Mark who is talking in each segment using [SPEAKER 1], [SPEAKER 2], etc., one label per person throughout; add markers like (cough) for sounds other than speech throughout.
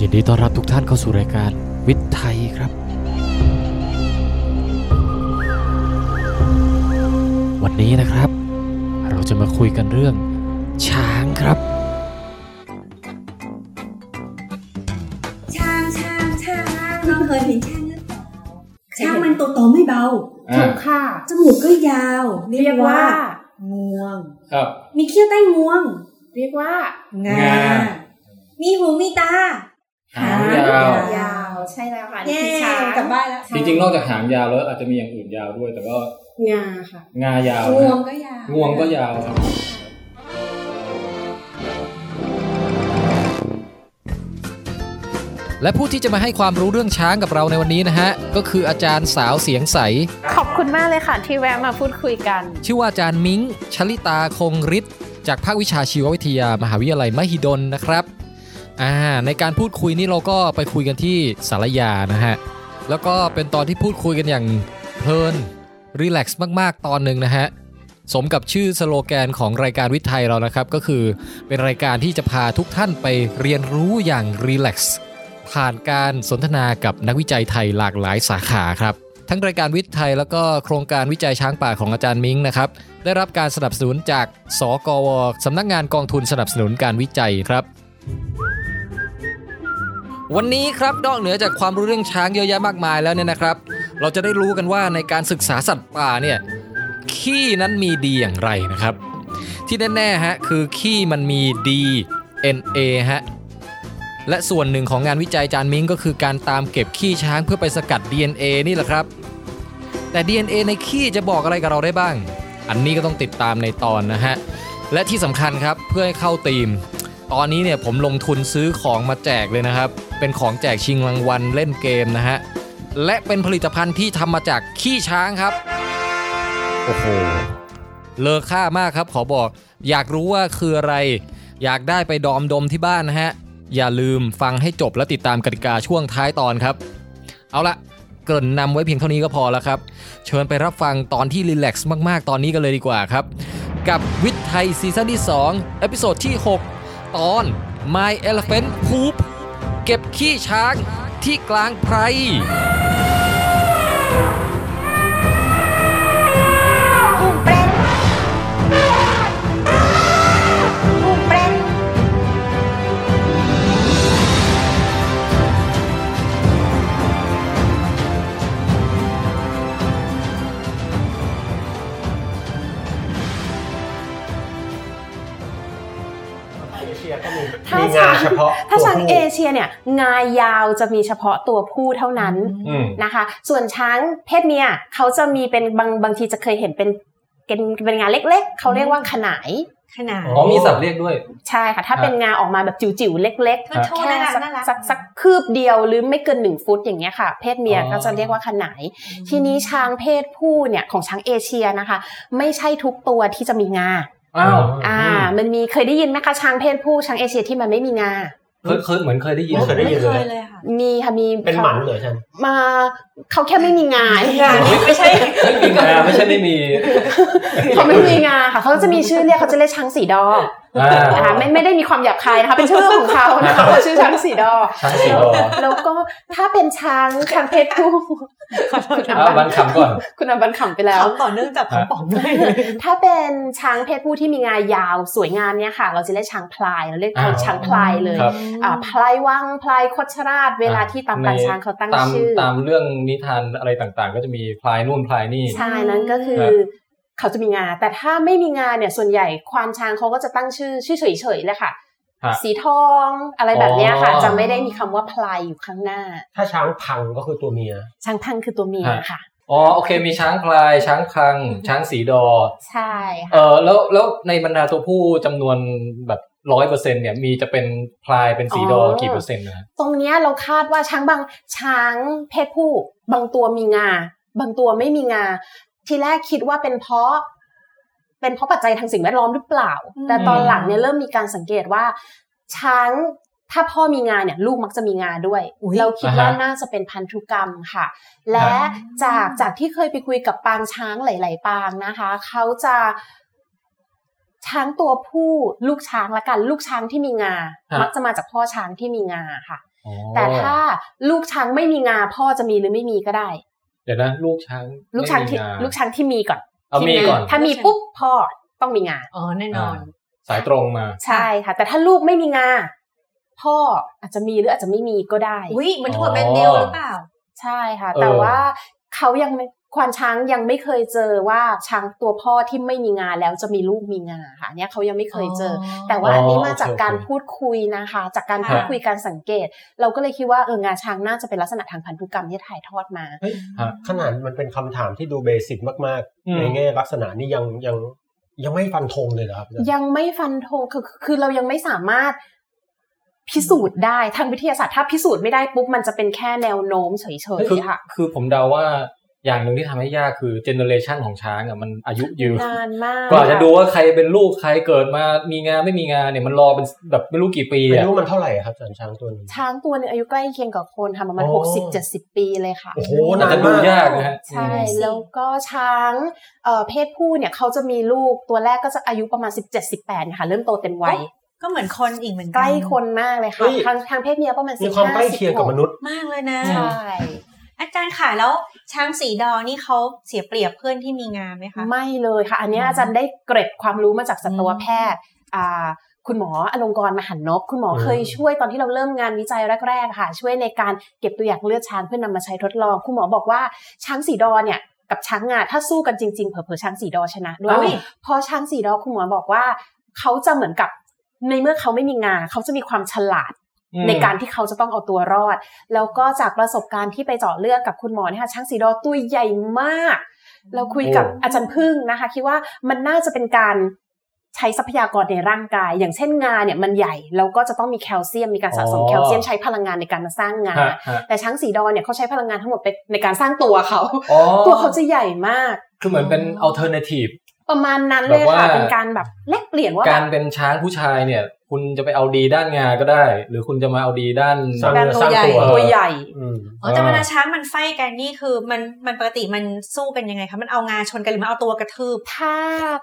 [SPEAKER 1] ยินดีต้อนรับทุกท่านเข้าสู่รายการวิทย์ไทยครับ วันนี้นะครับ เราจะมาคุยกันเรื่อง ช้างครับ
[SPEAKER 2] ช้างช้างช้างน้องเคยเห็นช้างหรือเปล่าช้างมันตัวโตไม่เบา
[SPEAKER 3] ถูกค่ะ
[SPEAKER 2] จมูกก็ยาว
[SPEAKER 3] เรียกว่า
[SPEAKER 2] งวง
[SPEAKER 4] ครับ
[SPEAKER 2] มีเขี้ยวใต้งวง
[SPEAKER 3] เรียกว่า
[SPEAKER 2] งาง
[SPEAKER 4] า
[SPEAKER 2] มีหูมีตา
[SPEAKER 4] หาง
[SPEAKER 2] หาง
[SPEAKER 4] ยาว
[SPEAKER 3] ยาวใช่แล้วค่ะ
[SPEAKER 2] เย้
[SPEAKER 3] นี่คือช้าง
[SPEAKER 2] กลับบ้านแล้ว
[SPEAKER 4] จริงๆ นอกจากหางยาวแล้วอาจจะมีอย่างอื่นยาวด้วย แต่ก็
[SPEAKER 3] งาค่ะ
[SPEAKER 4] งายาว
[SPEAKER 2] ง
[SPEAKER 4] นะ
[SPEAKER 2] ว
[SPEAKER 4] ครั
[SPEAKER 2] ง
[SPEAKER 4] บ
[SPEAKER 2] ก็ยาว
[SPEAKER 4] งวงก็ยาวครับ
[SPEAKER 5] และผู้ที่จะมาให้ความรู้เรื่องช้างกับเราในวันนี้นะฮะ ก็คืออาจารย์สาวเสียงใส
[SPEAKER 3] ขอบคุณมากเลยค่ะ ที่แวะมาพูดคุยกัน
[SPEAKER 5] ชื่อว่าอาจารย์มิ้งชลิตาคงฤทธิ์จากภาควิชาชีววิทยามหาวิทยาลัยมหิดลนะครับอ่าในการพูดคุยนี่เราก็ไปคุยกันที่สารยานะฮะ แล้วก็เป็นตอนที่พูดคุยกันอย่างเพลินรีแลกซ์มากๆ ตอนหนึ่งนะฮะ สมกับชื่อสโลแกนของรายการวิทย์ไทยเรานะครับ ก็คือเป็นรายการที่จะพาทุกท่านไปเรียนรู้อย่างรีแลกซ์ผ่านการสนทนากับนักวิจัยไทยหลากหลายสาขาครับ ทั้งรายการวิทย์ไทยแล้วก็โครงการวิจัยช้างป่าของอาจารย์มิ้งนะครับ ได้รับการสนับสนุนจาก สกว สำนักงานกองทุนสนับสนุนการวิจัยครับ วันนี้ครับนอกเหนือจากความรู้เรื่องช้างเยอะแยะมากมายแล้วเนี่ยนะครับ เราจะได้รู้กันว่าในการศึกษาสัตว์ป่าเนี่ยขี้นั้นมีดีอย่างไรนะครับ ที่แน่ๆฮะคือขี้มันมี DNA ฮะ และส่วนหนึ่งของงานวิจัยจานมิงก็คือการตามเก็บขี้ช้างเพื่อไปสกัด DNA นี่แหละครับ แต่ DNA ในขี้จะบอกอะไรกับเราได้บ้าง อันนี้ก็ต้องติดตามในตอนนะฮะ และที่สำคัญครับเพื่อให้เข้าธีม ตอนนี้เนี่ยผมลงทุนซื้อของมาแจกเลยนะครับ เป็นของแจกชิงรางวัลเล่นเกมนะฮะ และเป็นผลิตภัณฑ์ที่ทำมาจากขี้ช้างครับ โอ้โห เลอค่ามากครับขอบอก อยากรู้ว่าคืออะไร อยากได้ไปดอมดมที่บ้านนะฮะ อย่าลืมฟังให้จบและติดตามกติกาช่วงท้ายตอนครับ เอาละเกริ่นนำไว้เพียงเท่านี้ก็พอแล้วครับ เชิญไปรับฟังตอนที่รีแลกซ์มากๆ ตอนนี้กันเลยดีกว่าครับ กับวิทย์ไทยซีซั่นที่2เอพิโซดที่ 6 ตอน My Elephant Poop เก็บขี้ช้างที่กลางไพร
[SPEAKER 3] ถ้าช้างถ้าช้างเอเชียเนี่ยงายาวจะมีเฉพาะตัวผู้เท่านั้น
[SPEAKER 4] อืม
[SPEAKER 3] นะคะ ส่วนช้างเพศเมียเขาจะมีเป็นบางบางทีจะเคยเห็นเป็นเป็นเป็นงาเล็กๆ เขาเรียกว่าขนาย
[SPEAKER 2] ขนาด
[SPEAKER 4] อ๋อมีสับเรียกด้วย
[SPEAKER 3] ใช่ ค่ะ
[SPEAKER 4] ค
[SPEAKER 3] ถ้า
[SPEAKER 4] รับ
[SPEAKER 3] เป็นงาออกมาแบบจิ๋วๆ เล็กๆ
[SPEAKER 2] มันโทน
[SPEAKER 3] แค่
[SPEAKER 2] น่ารัก
[SPEAKER 3] สัก
[SPEAKER 2] น่ารัก
[SPEAKER 3] สักสักคืบเดียวหรือไม่เกินหนึ่งฟุตอย่างเงี้ยค่ะ เพศเมีย
[SPEAKER 4] อ๋อ
[SPEAKER 3] ก็จะเรียกว่าขนายทีนี้ช้างเพศผู้เนี่ยของช้างเอเชียนะคะ ไม่ใช่ทุกตัวที่จะมีงา
[SPEAKER 4] อ้าว
[SPEAKER 3] อ่า มันมีเคยได้ยินไหมคะช้างเพศผู้ช้างเอเชียที่มันไม่มีงา
[SPEAKER 4] เคยเคยเหมือนเคยได้ยิน
[SPEAKER 6] ไม่เคยได้ยิน
[SPEAKER 2] เค
[SPEAKER 6] เลย ยนะ
[SPEAKER 2] เลยค่ะ
[SPEAKER 3] มีค่ะมี
[SPEAKER 6] เป็นหมันเหรอฉัน
[SPEAKER 3] มาเขาแค่ไม่มีงา
[SPEAKER 2] ไม่ใช่
[SPEAKER 4] ไม่มีงาไม่ใช่ไม่มี
[SPEAKER 3] เขาไม่มีงาค่ะเขาจะมีชื่อเรียกเขาจะเรียกช้างสีดอ
[SPEAKER 4] อ่า
[SPEAKER 3] นะคะไม่ไม่ได้มีความหยาบคายนะคะเป็นชื่อของ
[SPEAKER 4] (laughs)
[SPEAKER 3] เขานะคะเขาชื่อช้างสีดอ
[SPEAKER 4] ช้างสีดอ
[SPEAKER 3] แล้วก็ถ้าเป็นช้างช้างเพศผู้คุณ
[SPEAKER 4] อ้าว
[SPEAKER 3] อัม
[SPEAKER 4] บันขำก่อน
[SPEAKER 3] คุณอัมบันขำไปแล้ว
[SPEAKER 6] ทำต่อเนื่องจากคำปองได้
[SPEAKER 3] ถ้าเป็นช้างเพศผู้ที่มีงายาวสวยงามเนี่ยค่ะ เราจะเรียกช้างพลายเราเรียก
[SPEAKER 4] อ่า
[SPEAKER 3] ช้างพลายเลย
[SPEAKER 4] ครับ
[SPEAKER 3] อ่าพลายวังพลายคชราช เวลาที่ตามการ
[SPEAKER 4] ใน
[SPEAKER 3] ช้างเขาตั้ง
[SPEAKER 4] ตาม
[SPEAKER 3] ชื่อ
[SPEAKER 4] ตามเรื่องนิทานอะไรต่างๆ ก็จะมีพลายนู่นพลายนี่
[SPEAKER 3] ใช่นั้นก็คือ
[SPEAKER 4] ครับ
[SPEAKER 3] เขาจะมีงา แต่ถ้าไม่มีงาเนี่ยส่วนใหญ่ควานช้างเขาก็จะตั้งชื่อชื่อเฉยๆเลยค่ะ
[SPEAKER 4] ฮะ
[SPEAKER 3] สีทองอะไรแบบเนี้ยค่ะ
[SPEAKER 4] อ๋อ
[SPEAKER 3] จะไม่ได้มีคำว่าพลายอยู่ข้างหน้า
[SPEAKER 6] ถ้าช้างพังก็คือตัวเมีย
[SPEAKER 3] ช้างพังคือตัวเมียค่ะ
[SPEAKER 4] อ๋อโอเคมีช้างพลาย ช้างคลัง ช้างสีดอ
[SPEAKER 3] ใช่ค่ะ
[SPEAKER 4] เออแล้วแล้วในบรรดาตัวผู้จำนวนแบบร้อยเปอร์เซ็นเนี่ยมีจะเป็นพลายเป็นสีดอ
[SPEAKER 3] อ๋อ
[SPEAKER 4] กี่เปอร์เซ็นต์นะฮะ
[SPEAKER 3] ตรงเนี้ยเราคาดว่าช้างบางช้างเพศผู้ บางตัวมีงา บางตัวไม่มีงา ทีแรกคิดว่าเป็นเพราะ เป็นเพราะปัจจัยทางสิ่งแวดล้อมหรือเปล่า
[SPEAKER 2] อืม
[SPEAKER 3] แต่ตอนหลังเนี่ยเริ่มมีการสังเกตว่า ช้างถ้าพ่อมีงาเนี่ย ลูกมักจะมีงาด้วย
[SPEAKER 2] อุ๊ย
[SPEAKER 3] เราคิดว่า
[SPEAKER 4] อ่าฮะ
[SPEAKER 3] น่าจะเป็นพันธุกรรมค่ะ และจากจากที่เคยไปคุยกับปางช้างหลาย ๆ ปางนะคะ เขาจะ ช้างตัวผู้ลูกช้างละกันลูกช้างที่มีงา
[SPEAKER 4] ฮะ
[SPEAKER 3] มักจะมาจากพ่อช้างที่มีงาค่ะ
[SPEAKER 4] อ๋อ
[SPEAKER 3] แต่ถ้าลูกช้างไม่มีงาพ่อจะมีหรือไม่มีก็ได้
[SPEAKER 4] เดี๋ยวนะลูกช้าง
[SPEAKER 3] ลูกช้างที่
[SPEAKER 4] ไม่มีง
[SPEAKER 3] ลูกช้างที่มีก่อน
[SPEAKER 4] เอามี
[SPEAKER 3] ที่
[SPEAKER 4] ก่อน
[SPEAKER 3] ถ้ามีปุ๊บพ่อต้องมีงา
[SPEAKER 7] อ๋อแน่นอน
[SPEAKER 4] สายตรงมา
[SPEAKER 3] ใช่ค่ะ แต่ถ้าลูกไม่มีงา พ่ออาจจะมีหรืออาจจะไม่มีก็ได้
[SPEAKER 7] อุ้ยเหมันถั่วแมนเดลหรือเปล่า
[SPEAKER 3] ใช่ค่ะ
[SPEAKER 4] เออ
[SPEAKER 3] แต่ว่าเขายังไม่ควานช้างยังไม่เคยเจอว่าช้างตัวพ่อที่ไม่มีงาแล้วจะมีลูกมีงาค่ะเนี่ยเขายังไม่เคยเจออแต่ว่าอันนี้มาจากการพูดคุยนะคะ จากการ
[SPEAKER 7] ค่ะ
[SPEAKER 3] พูดคุยการสังเกต เราก็เลยคิดว่าเอองาช้างน่าจะเป็นลักษณะทางพันธุกรรมที่ถ่ายทอดมา
[SPEAKER 6] เฮ้ย
[SPEAKER 4] ฮะ
[SPEAKER 6] ขนาดมันเป็นคำถามที่ดูเบสิกมาก
[SPEAKER 4] อืม
[SPEAKER 6] ๆ ในแง่ลักษณะนี่ยังยังยังไม่ฟันธงเลยเหรอครับอาจารย์
[SPEAKER 3] ยังไม่ฟันธงคือคือเรายังไม่สามารถพิสูจน์ได้ทางวิทยาศาสตร์ถ้าพิสูจน์ไม่ได้ปุ๊บมันจะเป็นแค่แนวโน้มเฉย
[SPEAKER 4] คือ
[SPEAKER 3] ๆค่ะ
[SPEAKER 4] คือผมเดาว่าอย่างหนึ่งที่ทำให้ยากคือเจเนอเรชันของช้างอ่ะมันอายุยืน
[SPEAKER 3] นานมาก
[SPEAKER 4] กว่าจะดูว่าใครเป็นลูกใครเกิดมามีงานไม่มีงานเนี่ยมันรอเป็นแบบไม่รู้กี่ปี
[SPEAKER 6] อา
[SPEAKER 4] อ่ะ
[SPEAKER 6] ยุมันเท่าไหร่ครับอาจารย์ช้างตัวนี้
[SPEAKER 3] ช้างตัวหนึงอายุใกล้เคียงกับคนค่ะประมาณ
[SPEAKER 6] โอ้
[SPEAKER 3] หกสิบเจ็ดสิบปีเลยค่ะ
[SPEAKER 6] โอ้โห
[SPEAKER 4] มัน
[SPEAKER 6] นาน
[SPEAKER 4] จะดู
[SPEAKER 6] มาก
[SPEAKER 4] ยากนะฮะ
[SPEAKER 3] ใช่ แล้วก็ช้างเอ่อเพศผู้เนี่ยเขาจะมีลูกตัวแรกก็จะอายุประมาณ 17 18ค่ะ เริ่มโตเต็มวัย
[SPEAKER 7] ก็เหมือนคนอีกเหมือนน
[SPEAKER 3] ใกล้คนมากเลยค่ะทางทางเพศเมียประมาณ 15
[SPEAKER 6] มีความใกล้เคียงกับมนุษย์
[SPEAKER 7] มากเลยนะ
[SPEAKER 3] 16ใช่
[SPEAKER 7] อาจารย์ค่ะแล้วช้างสีดอนี่เขาเสียเปรียบเพื่อนที่มีงามไหมคะ
[SPEAKER 3] ไม่เลยค่ะ อันเนี้ยอาจารย์ได้เกร็ดความรู้มาจากสัตวแพทย์อ่าคุณหมออลงกรณ์มหันนพคุณหมอเคยช่วยตอนที่เราเริ่มงานวิจัยแรก ๆ ค่ะ ช่วยในการเก็บตัวอย่างเลือดช้างเพื่อนำมาใช้ทดลอง คุณหมอบอกว่าช้างสีดอเนี่ยกับช้างงาถ้าสู้กันจริงๆเผลอๆช้างสีดอชนะด้ว
[SPEAKER 7] เอ้
[SPEAKER 3] ย
[SPEAKER 7] ย
[SPEAKER 3] เพอช้างสีดอคุณหมอบอกว่า เขาจะเหมือนกับในเมื่อเขาไม่มีงาเขาจะมีความฉลาด
[SPEAKER 4] อืม
[SPEAKER 3] ในการที่เขาจะต้องเอาตัวรอด แล้วก็จากประสบการณ์ที่ไปเจาะเลือดกับคุณหมอเนี่ยค่ะช่างสีดอตัวใหญ่มาก เราคุยกับ
[SPEAKER 4] โอ้
[SPEAKER 3] อาจารย์พึ่งนะคะ คิดว่ามันน่าจะเป็นการใช้ทรัพยากรในร่างกาย อย่างเช่นงาเนี่ยมันใหญ่แล้วก็จะต้องมีแคลเซียมมีการสะสมแคลเซียมใช้พลังงานในการมาสร้างงา
[SPEAKER 4] ฮะฮะ
[SPEAKER 3] แต่ช้างสีดอเนี่ยเขาใช้พลังงานทั้งหมดไปในการสร้างตัวเขา
[SPEAKER 4] อ๋อ
[SPEAKER 3] ตัวเขาจะใหญ่มาก
[SPEAKER 4] คือเหมือนเป็นอัลเทอร์เนทีฟ
[SPEAKER 3] ประมาณนั้นเลย
[SPEAKER 4] แบบ
[SPEAKER 3] ค่ะ
[SPEAKER 4] ว่า
[SPEAKER 3] เป็นการแบบแลกเปลี่ยนว่าแบ
[SPEAKER 4] การ
[SPEAKER 3] บ
[SPEAKER 4] เป็นช้างผู้ชายเนี่ย คุณจะไปเอาดีด้านงานก็ได้ หรือคุณจะมาเอาดีด้าน
[SPEAKER 6] สร้าง
[SPEAKER 3] การ
[SPEAKER 6] เนื้อสร้าง
[SPEAKER 7] ตัวใหญ่
[SPEAKER 6] ตัว
[SPEAKER 3] ตัวใหญ่
[SPEAKER 6] อืม
[SPEAKER 7] อ๋อแต่
[SPEAKER 4] อ่า
[SPEAKER 7] เวลาช้างมันไฟกันนี่คือมันมันปกติมันสู้กันยังไงคะมันเอางาชนกันหรือมันเอาตัวกระทืบ
[SPEAKER 3] ถ้า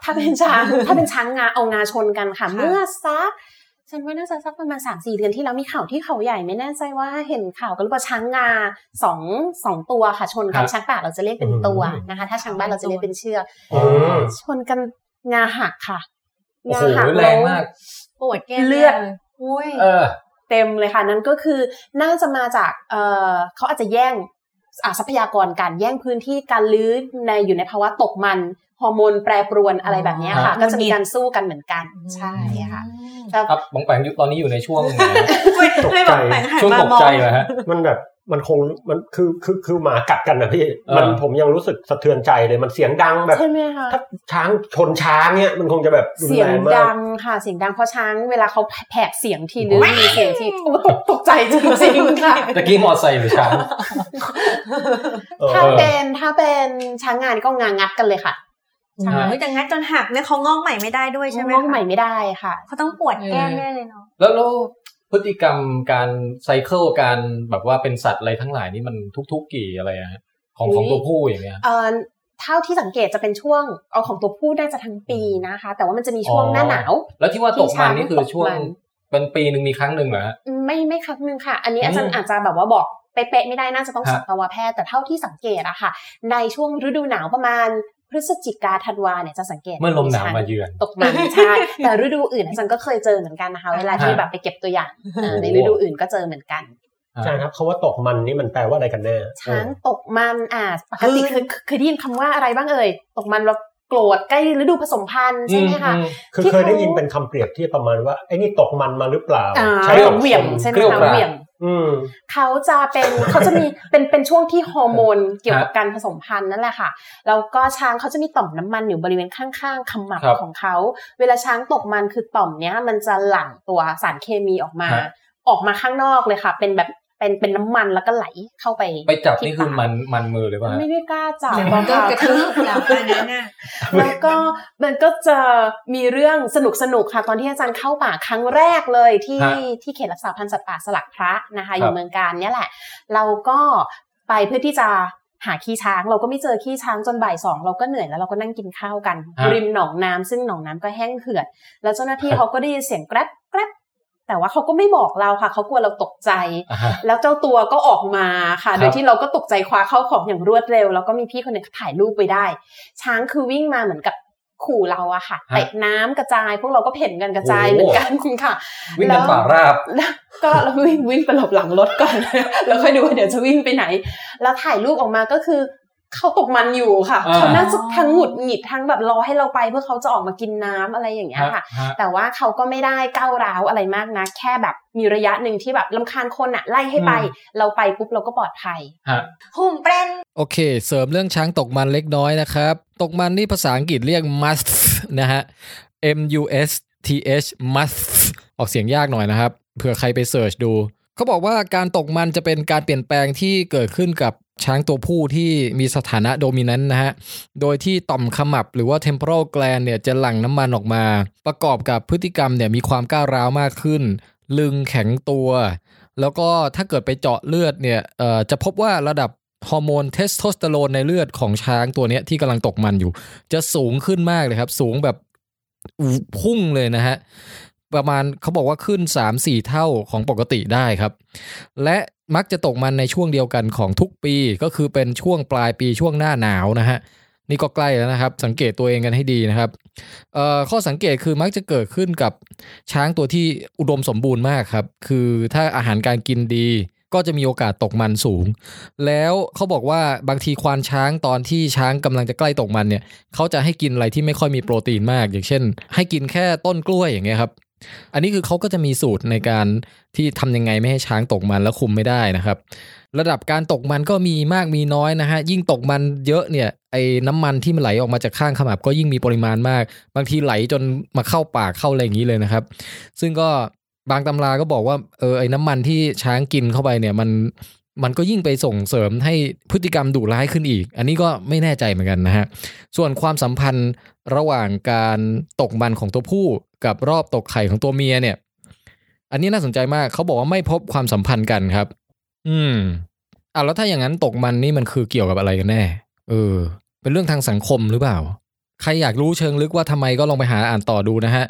[SPEAKER 3] ถ้าเป็นช้าง ถ้าเป็นช้างงาเอางาชนกันค่ะ
[SPEAKER 7] ค่ะ
[SPEAKER 3] เมื่อซักฉันว่าน่าจะสักประมาณสามสี่เดือนที่แล้วมีข่าวที่เขาใหญ่ไม่แน่ใจว่าเห็นข่าวกันหรือเปล่าช้างงาสองสองตัวค่ะ ชน
[SPEAKER 4] ค
[SPEAKER 3] กัน
[SPEAKER 4] รับ
[SPEAKER 3] ช้างป่าเราจะเรียกเป็นตัวนะคะ ถ้าช้างบ้านเราจะเรียกเป็นเชือก
[SPEAKER 4] อ๋อ
[SPEAKER 3] ชนกันงาหักค่ะ
[SPEAKER 4] โอ้
[SPEAKER 3] งา
[SPEAKER 4] โห
[SPEAKER 3] หัก
[SPEAKER 4] แร
[SPEAKER 3] แล้
[SPEAKER 4] ง
[SPEAKER 3] ว
[SPEAKER 4] มาก
[SPEAKER 7] ปวดแก้ม
[SPEAKER 3] เลือด
[SPEAKER 7] อุ้ย
[SPEAKER 4] เออ
[SPEAKER 3] เต็มเลยค่ะ นั่นก็คือน่าจะมาจากเอ่อเขาอาจจะแย่งอ่ะทรัพยากรการแย่งพื้นที่การลื้อในอยู่ในภาวะตกมันฮอร์โมนแปรปรวนอะไรแบบเนี้ยค่ะ
[SPEAKER 4] อ๋อ
[SPEAKER 3] ก็จะมีการสู้กันเหมือนกันใช่ค่ะ แต่
[SPEAKER 4] ครับบองแปงอยู่ตอนนี้อยู่ในช่วง
[SPEAKER 3] (laughs)
[SPEAKER 7] ไม่ไม่บอกแปลงหัน
[SPEAKER 4] ช่วง
[SPEAKER 7] มา
[SPEAKER 4] ตก
[SPEAKER 7] มอง
[SPEAKER 4] ใจเหรอฮะ
[SPEAKER 6] มันแบบมันคงมันคือคือคือหมากัดกันนะพี่
[SPEAKER 4] เออ
[SPEAKER 6] มันผมยังรู้สึกสะเทือนใจเลยมันเสียงดังแบบ
[SPEAKER 3] ใช่ไหมคะ
[SPEAKER 6] ถ้าช้างชนช้างเนี่ยมันคงจะแบบรุน
[SPEAKER 3] เสียง
[SPEAKER 6] แรงมา
[SPEAKER 3] ดั
[SPEAKER 6] ก
[SPEAKER 3] งค่ะเสียงดังเพราะช้างเวลาเขาแผกเสียงทีนึงมีเสียงที่ (laughs) โอ้ตกตกใจจริงๆค่ะ
[SPEAKER 4] ตะกี้มอไซค์หรือช้าง
[SPEAKER 6] เออ
[SPEAKER 3] ถ้าเป็นถ้าเป็นช้างงานก็งางัดกันเลยค่ะ
[SPEAKER 7] ใช่แต่งัดจนหักเนี่ยเขางอกใหม่ไม่ได้ด้วยใช่ไหม
[SPEAKER 3] งอก
[SPEAKER 7] คะ
[SPEAKER 3] ใหม่ไม่ได้ค่ะ
[SPEAKER 7] เขาต้องปวดแก้มแน่เลยเนาะ
[SPEAKER 4] แล้วแล้วพฤติกรรมการไซเคิลการแบบว่าเป็นสัตว์อะไรทั้งหลายนี่มันทุกๆกี่อะไรอะฮะของของ
[SPEAKER 3] อุ๊ย
[SPEAKER 4] ตัวผู้อย่างเงี้ย
[SPEAKER 3] เอ่อเท่าที่สังเกตจะเป็นช่วงเอาของตัวผู้น่าจะทั้งปีนะคะ แต่ว่ามันจะมีช่วง
[SPEAKER 4] อ๋อ
[SPEAKER 3] หน้าหนาว
[SPEAKER 4] แล้วที่ว่าตกมันนี่คือช่วง
[SPEAKER 3] ตกมั
[SPEAKER 4] เป็น
[SPEAKER 3] น
[SPEAKER 4] ปีหนึ่งมีครั้งหนึ่งเหรอฮะ
[SPEAKER 3] อืมไม่ไม่ครั้งหนึ่งค่ะ อันนี้อาจาร
[SPEAKER 4] อื
[SPEAKER 3] ย์
[SPEAKER 4] ม
[SPEAKER 3] อาจจะแบบว่าบอกเป๊ะๆไม่ได้น่าจะต้อง
[SPEAKER 4] ฮะ
[SPEAKER 3] สัตวแพทย์แต่เท่าที่สังเกตอะค่ะ ในช่วงฤดูหนาวประมาณพฤศจิกาธันวาเนี่ยจะสังเกต
[SPEAKER 4] เมื่อลมหนาว
[SPEAKER 3] ช้ง
[SPEAKER 4] มาเยือน
[SPEAKER 3] ตกมันใช่ แต่ฤดูอื่นอาจารย์ก็เคยเจอเหมือนกัน
[SPEAKER 4] (laughs)
[SPEAKER 3] นะคะ เวลาที่แบบไปเก็บตัวอย่างเออในฤดูอื่นก็เจอเหมือนกัน
[SPEAKER 6] ใช่ครับคาว่าตกมันนี่มันแปลว่าอะไรกันแน่
[SPEAKER 3] ช้างตกมันอ่าปกติเคยเคยได้ยินคำว่าอะไรบ้างเอ่ย ตกมันเราโกรธใกล้ฤดูผสมพันธุ์ใช่ไหมคะ
[SPEAKER 6] คือ
[SPEAKER 3] ที่
[SPEAKER 6] เคยได้
[SPEAKER 3] เขายิ
[SPEAKER 6] ยินเป็นคำเปรียบเทียบประมาณว่าไอ้นี่ตกมันมาหรือเปล่า
[SPEAKER 3] อ่า
[SPEAKER 6] ใช้กับ
[SPEAKER 3] เหวี่ยง
[SPEAKER 6] คน
[SPEAKER 3] ใช่ไหม
[SPEAKER 4] เกรี้ยว
[SPEAKER 3] คะ
[SPEAKER 4] กราด
[SPEAKER 3] เหวี่ยง
[SPEAKER 6] อืม
[SPEAKER 3] เขาจะเป็นเขาจะมีเป็นเป็นช่วงที่ฮอร์โมนเกี่ยวกับการผสมพันธุ์นั่นแหละค่ะแล้วก็ช้างเขาจะมีต่อมน้ำมันอยู่บริเวณข้างๆขมับ
[SPEAKER 4] ครับ
[SPEAKER 3] ของเขา เวลาช้างตกมันคือต่อมเนี้ย มันจะหลั่งตัวสารเคมีออกมา
[SPEAKER 4] ฮะ
[SPEAKER 3] ออกมาข้างนอกเลยค่ะ เป็นแบบเป็นเป็นน้ำมันแล้วก็ไหลเข้าไป
[SPEAKER 4] ไปจับนี่
[SPEAKER 3] ที่
[SPEAKER 4] คือ
[SPEAKER 3] ปาก
[SPEAKER 4] มันมันมือหรือเปล่าฮะ
[SPEAKER 3] ไม่ได้กล้าจับ
[SPEAKER 7] เดี๋ยวมันก็กระทืบแล้วอันนั้นน่ะ
[SPEAKER 3] (laughs) แล้วก็มันก็จะมีเรื่องสนุกๆค่ะ ตอนที่อาจารย์เข้าป่าครั้งแรกเลยที่
[SPEAKER 4] ฮะ
[SPEAKER 3] ที่เขตรักษาพันธุ์สัตว์ป่าสลักพระนะคะ อ
[SPEAKER 4] ครั
[SPEAKER 3] ยู่
[SPEAKER 4] บ
[SPEAKER 3] เมืองการเนี่ยแหละ เราก็ไปเพื่อที่จะ หาขี้ช้าง เราก็ไม่เจอขี้ช้างจนบ่ายสองเราก็เหนื่อยแล้วเราก็นั่งกินข้าวกัน
[SPEAKER 4] ฮะ
[SPEAKER 3] ริมหนองน้ำซึ่งหนองน้ำก็แห้งเหือด แล้วเจ้าหน้าที่เขาก็ได้ยินเสียงแกร็บแกร็บแต่ว่าเขาก็ไม่บอกเราค่ะเขากลัวเราตกใจ
[SPEAKER 4] อ่าฮะ
[SPEAKER 3] แล้วเจ้าตัวก็ออกมาค่ะ
[SPEAKER 4] ครับ
[SPEAKER 3] โดยที่เราก็ตกใจคว้าเข้าของอย่างรวดเร็ว แล้วก็มีพี่คนหนึ่งถ่ายรูปไปได้ ช้างคือวิ่งมาเหมือนกับขู่เราอะค่ะเตะน้ำกระจาย พวกเราก็เพ่นกันกระจายเหมือนกันคุณค่ะ
[SPEAKER 4] วิ่งกันป่าราบ
[SPEAKER 3] แล้วก็เราวิ่งวิ่งไปหลบหลังรถก่อน (laughs) แล้วค่อยดูว่าเดี๋ยวจะวิ่งไปไหน แล้วถ่ายรูปออกมาก็คือเขาตกมันอยู่ค่ะ
[SPEAKER 4] อ่า
[SPEAKER 3] เขาน่าจะทั้งหงุดหงิดทั้งแบบรอให้เราไปเพื่อเขาจะออกมากินน้ำอะไรอย่างเงี้ย
[SPEAKER 4] ฮะ
[SPEAKER 3] ค่ะ
[SPEAKER 4] ฮะ
[SPEAKER 3] แต่ว่าเขาก็ไม่ได้ก้าวร้าวอะไรมากนะ แค่แบบมีระยะหนึ่งที่แบบลำคาญคนอะไล่ให้ไป
[SPEAKER 4] อืม
[SPEAKER 3] เราไปปุ๊บเราก็ปลอดภัย
[SPEAKER 7] หุ่มเปรน
[SPEAKER 5] โอเค เสริมเรื่องช้างตกมันเล็กน้อยนะครับ ตกมันนี่ภาษาอังกฤษเรียก must นะฮะ M U S T H must ออกเสียงยากหน่อยนะครับ เผื่อใครไปเสิร์ชดู เขาบอกว่าการตกมันจะเป็นการเปลี่ยนแปลงที่เกิดขึ้นกับช้างตัวผู้ที่มีสถานะโดมิ n a น t นะฮะ โดยที่ต่อมขมับหรือว่า temporal gland เนี่ยจะหลั่งน้ำมันออกมา ประกอบกับพฤติกรรมเนี่ยมีความก้าวร้าวมากขึ้น ลึงแข็งตัว แล้วก็ถ้าเกิดไปเจาะเลือดเนี่ยเอ่อจะพบว่าระดับฮอร์โมนเทสโทสเตอโรนในเลือดของช้างตัวเนี้ยที่กำลังตกมันอยู่ จะสูงขึ้นมากเลยครับ สูงแบบพุ่งเลยนะฮะ ประมาณเขาบอกว่าขึ้น 3-4 เท่าของปกติได้ครับ และมักจะตกมันในช่วงเดียวกันของทุกปีก็คือเป็นช่วงปลายปีช่วงหน้าหนาวนะฮะ นี่ก็ใกล้แล้วนะครับ สังเกตตัวเองกันให้ดีนะครับเอ่อข้อสังเกตคือมักจะเกิดขึ้นกับช้างตัวที่อุดมสมบูรณ์มากครับ คือถ้าอาหารการกินดี ก็จะมีโอกาสตกมันสูง แล้วเขาบอกว่าบางทีควานช้างตอนที่ช้างกำลังจะใกล้ตกมันเนี่ยเขาจะให้กินอะไรที่ไม่ค่อยมีโปรตีนมาก อย่างเช่น ให้กินแค่ต้นกล้วยอย่างเงี้ยครับ อันนี้คือเขาก็จะมีสูตรในการที่ทำยังไงไม่ให้ช้างตกมันแล้วคุมไม่ได้นะครับ ระดับการตกมันก็มีมากมีน้อยนะฮะ ยิ่งตกมันเยอะเนี่ยไอ้น้ำมันที่มันไหลออกมาจากข้างขมับก็ยิ่งมีปริมาณมาก บางทีไหลจนมาเข้าปากเข้าอะไรอย่างนี้เลยนะครับ ซึ่งก็บางตำราก็บอกว่าเออไอ้น้ำมันที่ช้างกินเข้าไปเนี่ยมันมันก็ยิ่งไปส่งเสริมให้พฤติกรรมดุร้ายขึ้นอีก อันนี้ก็ไม่แน่ใจเหมือนกันนะฮะ ส่วนความสัมพันธ์ระหว่างการตกมันของตัวผู้กับรอบตกไข่ของตัวเมียเนี่ย อันนี้น่าสนใจมากเขาบอกว่าไม่พบความสัมพันธ์กันครับ อืมอ่ะแล้วถ้าอย่างนั้นตกมันนี่มันคือเกี่ยวกับอะไรกันแน่ เออ เป็นเรื่องทางสังคมหรือเปล่า ใครอยากรู้เชิงลึกว่าทำไมก็ลองไปหาอ่านต่อดูนะฮะ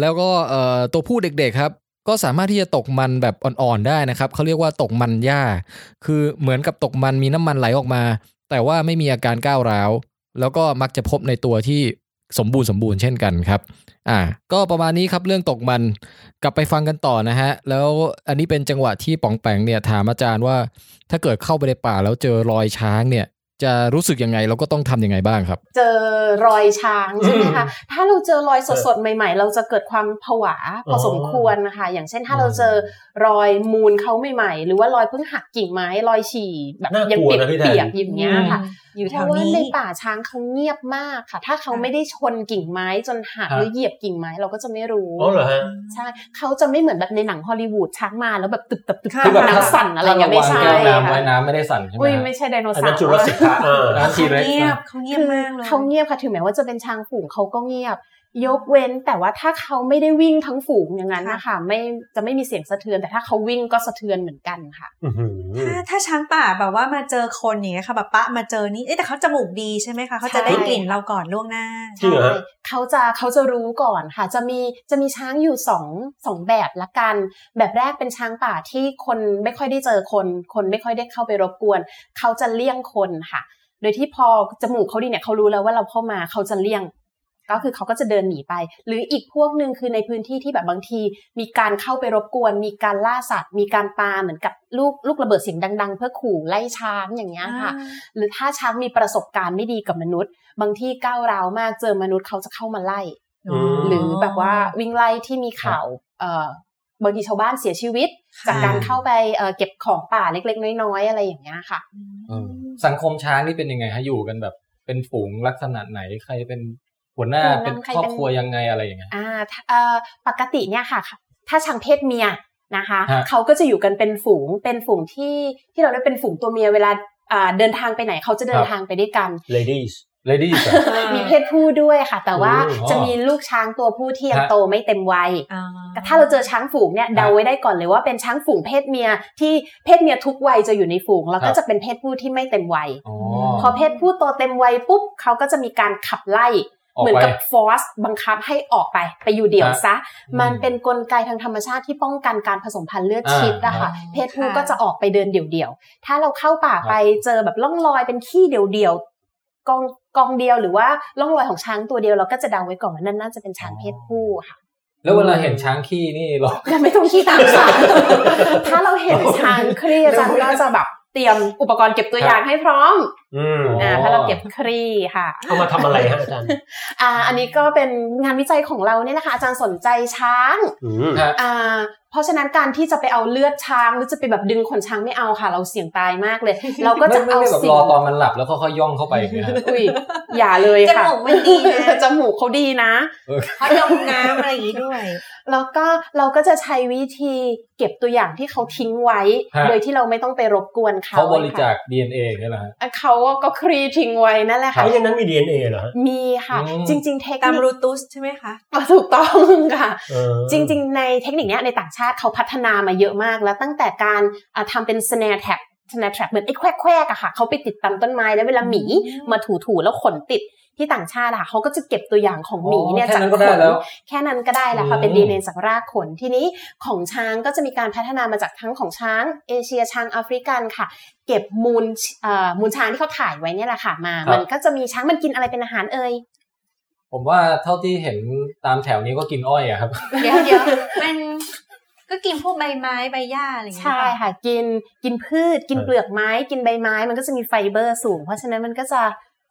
[SPEAKER 5] แล้วก็เอ่อตัวผู้เด็กๆครับ ก็สามารถที่จะตกมันแบบอ่อนๆได้นะครับเขาเรียกว่าตกมันหญ้า คือเหมือนกับตกมันมีน้ำมันไหลออกมา แต่ว่าไม่มีอาการก้าวร้าว แล้วก็มักจะพบในตัวที่สมบูรณ์สมบูรณ์เช่นกันครับ อ่า ก็ประมาณนี้ครับเรื่องตกมันกลับไปฟังกันต่อนะฮะ แล้วอันนี้เป็นจังหวะที่ป๋องแปงเนี่ยถามอาจารย์ว่า ถ้าเกิดเข้าไปในป่าแล้วเจอรอยช้างเนี่ย จะรู้สึกยังไงแล้วก็ต้องทำยังไงบ้างครับ
[SPEAKER 3] เจอรอยช้างใช่ไหมคะถ้าเราเจอรอยสดๆใหม่ ๆ เราจะเกิดความผวาพอสมควรนะคะอย่างเช่นถ้าเราเจอรอยมูลเขาใหม่ๆ หรือว่ารอยเพิ่งหักกิ่งไม้รอยฉี่แบบ
[SPEAKER 6] น่ากลัว
[SPEAKER 3] ยังเปียก
[SPEAKER 6] นะพี่แดน
[SPEAKER 3] เปียกๆอย่างเงี้ยค่ะ
[SPEAKER 7] อยู่แถว
[SPEAKER 3] เพราะว่า
[SPEAKER 7] นี้
[SPEAKER 3] ในป่าช้างเขาเงียบมากค่ะ ถ้าเขา
[SPEAKER 7] ค่ะ
[SPEAKER 3] ไม่ได้ชนกิ่งไม้จนหัก
[SPEAKER 4] ค่ะ
[SPEAKER 3] หรือเหยียบกิ่งไม้เราก็จะไม่รู้
[SPEAKER 6] อ๋อเหรอฮะ
[SPEAKER 3] ใช่เขาจะไม่เหมือนแบบในหนังฮอลลีวูดช้างมาแล้วแบบตึกตึกตึก
[SPEAKER 7] ค่ะ
[SPEAKER 3] ตึกน้ำสั่นอะไรอย่างเงี้ยไม่ใช่
[SPEAKER 4] ถ้าเราวางแก้วน้ำ
[SPEAKER 3] ค่ะ
[SPEAKER 4] ไว้น้ำไม่ได้สั่นใช่ไหม
[SPEAKER 3] อุ้ย
[SPEAKER 4] ฮะ
[SPEAKER 3] ไม่ใช่ไดโน
[SPEAKER 6] อัน
[SPEAKER 3] เสา
[SPEAKER 6] นั้น
[SPEAKER 3] ร์
[SPEAKER 6] จุลศิษย์ค่ะเออ
[SPEAKER 4] ร้านทีเล็ก
[SPEAKER 7] เงียบเขาเงียบมากเลย
[SPEAKER 3] เขาเงียบค่ะถึงแม้ว่าจะเป็นช้างฝูงเขาก็เงียบ ยกเว้นแต่ว่าถ้าเขาไม่ได้วิ่งทั้งฝูงอย่างนั้นนะคะไม่จะไม่มีเสียงสะเทือน แต่ถ้าเขาวิ่งก็สะเทือนเหมือนกันค่ะ
[SPEAKER 6] อื้อหือ
[SPEAKER 7] ถ้าถ้าช้างป่าแบบว่ามาเจอคนอย่างเงี้ยค่ะแบบปะมาเจอนี่เอ๊ะแต่เขาจมูกดีใช่ไหมคะเขาจะได้กลิ่นเราก่อนล่วงหน้า
[SPEAKER 6] จริงเหรอฮะ
[SPEAKER 3] ใช่เขาจะเขาจะรู้ก่อนค่ะ จะมีจะมีช้างอยู่สองสองแบบละกัน แบบแรกเป็นช้างป่าที่คนไม่ค่อยได้เจอคน คนไม่ค่อยได้เข้าไปรบกวน เขาจะเลี่ยงคนค่ะ โดยที่พอจมูกเขาดีเนี่ยเขารู้แล้วว่าเราเข้ามาเขาจะเลี่ยง ก็คือเขาก็จะเดินหนีไป หรืออีกพวกหนึ่งคือในพื้นที่ที่แบบบางที มีการเข้าไปรบกวน มีการล่าสัตว์ มีการปาเหมือนกับลูกลูกระเบิดเสียงดัง ๆ เพื่อขู่ไล่ช้างอย่างเงี้ยค่ะ หรือถ้าช้างมีประสบการณ์ไม่ดีกับมนุษย์ บางที่ก้าวร้าวมากเจอมนุษย์เขาจะเข้ามาไล่
[SPEAKER 6] อืม
[SPEAKER 3] หรือแบบว่าวิ่งไล่ที่มีข่าวเอ่อบางทีชาวบ้านเสียชีวิต
[SPEAKER 7] ค่ะ
[SPEAKER 3] จากการเข้าไปเอ่อเก็บของป่าเล็กๆ น้อยๆ อะไรอย่างเงี้ยค่ะ
[SPEAKER 7] อืม
[SPEAKER 4] สังคมช้างนี่เป็นยังไงฮะอยู่กันแบบ เป็นฝูงลักษณะไหนใครเป็นหัวหน้า
[SPEAKER 3] หัวหน้า
[SPEAKER 4] เป็น
[SPEAKER 3] ใคร
[SPEAKER 4] ครอบ
[SPEAKER 3] เป็น
[SPEAKER 4] ครัวยังไงอะไรอย่างเงี้ย
[SPEAKER 3] อ่าถ้าเอ่อปกติเนี่ยค่ะ ถ้าช้างเพศเมียนะคะ
[SPEAKER 4] ฮะ
[SPEAKER 3] เขาก็จะอยู่กันเป็นฝูงเป็นฝูงที่ที่เราเรียกเป็นฝูงตัวเมียเวลาอ่าเดินทางไปไหนเขาจะเดินทางไปด้วยกัน
[SPEAKER 6] ladies
[SPEAKER 4] เลดี้
[SPEAKER 3] มีเพศผู้ด้วยค่ะ แต่ว่า
[SPEAKER 4] โอ้
[SPEAKER 3] จะมีลูกช้างตัวผู้ที่ยัง
[SPEAKER 4] ฮะ
[SPEAKER 3] โตไม่เต็มวัย
[SPEAKER 7] อ่
[SPEAKER 3] แต่ถ้าเราเจอช้างฝูงเนี่ยเดาไว้ได้ก่อนเลยว่าเป็นช้างฝูงเพศเมียที่เพศเมียทุกวัยจะอยู่ในฝูง แล้วก็
[SPEAKER 4] ครับ
[SPEAKER 3] จะเป็นเพศผู้ที่ไม่เต็มวัย
[SPEAKER 4] อ๋อ
[SPEAKER 3] พอเพศผู้โตเต็มวัยปุ๊บเขาก็จะมีการขับไล่
[SPEAKER 4] ออก
[SPEAKER 3] เหมือน
[SPEAKER 4] ไป
[SPEAKER 3] กับฟอสบังคับให้ออกไปไปอยู่เดี่ยว
[SPEAKER 4] ฮะ
[SPEAKER 3] ซะ มัน
[SPEAKER 4] อืม
[SPEAKER 3] เป็นกลไกทางธรรมชาติที่ป้องกันการผสมพันธุ์เลือด
[SPEAKER 4] อ่า
[SPEAKER 3] ชิดนะคะ เพศผู้ก็จะออกไปเดินเดี่ยวๆ ถ้าเราเข้าป่า
[SPEAKER 4] ครับ
[SPEAKER 3] ไปเจอแบบล่องรอยเป็นขี้เดี่ยวๆกองกองเดียวหรือว่าล่องรอยของช้างตัวเดียวเราก็จะเดาไว้ก่อนว่านั่นน่าจะเป็นช้าง
[SPEAKER 4] อ๋อ
[SPEAKER 3] เพศผู้ค่ะ
[SPEAKER 4] แล้วเวลาเห็นช้างขี้นี่เรา
[SPEAKER 3] ยังไม่ต้องขี้ตามช้ (laughs) าง ถ้าเราเห็นช้างเครียดอาจารย์ก็จะแบบเตรียมอุปกรณ์เก็บตัวอย่างให้พร้อม
[SPEAKER 6] อืม
[SPEAKER 4] อ๋ออ่
[SPEAKER 3] อ่าเพราะเราเก็บครีค่ะ
[SPEAKER 6] เอามาทำอะไรฮะอาจารย์
[SPEAKER 3] อ่าอันนี้ก็เป็นงานวิจัยของเราเนี่ยนะคะอาจารย์สนใจช้าง
[SPEAKER 6] อืม
[SPEAKER 4] ฮะ
[SPEAKER 3] อ่าเพราะฉะนั้นการที่จะไปเอาเลือดช้างหรือจะไปแบบดึงขนช้างไม่เอาค่ะ เราเสี่ยงตายมาก (laughs) เลย เราก็จะ
[SPEAKER 4] ไม่
[SPEAKER 3] เอา
[SPEAKER 4] ไม่ได้แบบ
[SPEAKER 3] สิ่
[SPEAKER 4] รง อตอนมันหลับแล้วค่อยๆย่องเข้าไปอย่างเงี้ยฮะ
[SPEAKER 3] อุ้ยอย่าเลยค่ะ
[SPEAKER 7] จมูกมันดีนะ
[SPEAKER 3] (laughs) จมูกเขาดีนะ
[SPEAKER 7] เขาลงน้ำอะไรอย่างนี้ด้วย
[SPEAKER 3] แล้วก็เราก็จะใช้วิธีเก็บตัวอย่างที่เขาทิ้งไว้
[SPEAKER 4] ฮะ
[SPEAKER 3] โดยที่เราไม่ต้องไปรบกวนเขา
[SPEAKER 4] เขาบริ
[SPEAKER 3] ค่ะ
[SPEAKER 4] จาค DNA เนี่ยแหละฮะ
[SPEAKER 3] อ่ะเขาก็ครีทิ้งไว้นั่นแหละ
[SPEAKER 6] อั
[SPEAKER 3] ค่ะ
[SPEAKER 6] นนี้ในนั้นมี DNA เหรอฮะ
[SPEAKER 3] มีค่ะ
[SPEAKER 4] อืม
[SPEAKER 3] จริง ๆ เทค
[SPEAKER 7] ตาม
[SPEAKER 3] นิ
[SPEAKER 7] รู
[SPEAKER 3] ค
[SPEAKER 7] ตุสใช่ไหมคะ
[SPEAKER 3] อ่ะ (laughs) ถูกต้องค่ะ
[SPEAKER 6] เออ
[SPEAKER 3] จริง ๆ ในเทคนิคเนี้ยในต่างชาติเขาพัฒนามาเยอะมาก แล้วตั้งแต่การอ่ะทำเป็น snare trap snare trap เหมือนไอ้แควกๆอะค่ะเขาไปติดตามต้นไม้แล้วเวลาหมีมาถูๆแล้วขนติดที่ต่างชาติอะค่ะเขาก็จะเก็บตัวอย่างของหมีเนี่ย
[SPEAKER 4] อ๋อ
[SPEAKER 3] จาก
[SPEAKER 4] แค่นั้น
[SPEAKER 3] ข
[SPEAKER 4] ก็ได้แล้
[SPEAKER 3] น
[SPEAKER 4] ว
[SPEAKER 3] แค่นั้นก็ได้แล้วค่ะ
[SPEAKER 4] อืม
[SPEAKER 3] เป็นดีเอ็นจากรากขนทีนี้ของช้างก็จะมีการพัฒนามาจากทั้งของช้างเอเชียช้างแอฟริกันค่ะ เก็บมูลเอ่อมูลช้างที่เขาถ่ายไว้เนี่ยแหละค่ะมา มันก็จะมีช้างมันกินอะไรเป็นอาหารเอ่ย
[SPEAKER 4] ผมว่าเท่าที่เห็นตามแถวนี้ก็กินอ้อยอะครับ
[SPEAKER 7] เดี๋ยวเดี๋ยวมันก็กินพวกใบไม้ใบหญ้าอะไรอย่างเงี้ย
[SPEAKER 3] ใช่ค่ะกินกินพืช กินเปลือกไม้ กินใบไม้ มันก็จะมีไฟเบอร์สูง เพราะฉะนั้นมันก็จะ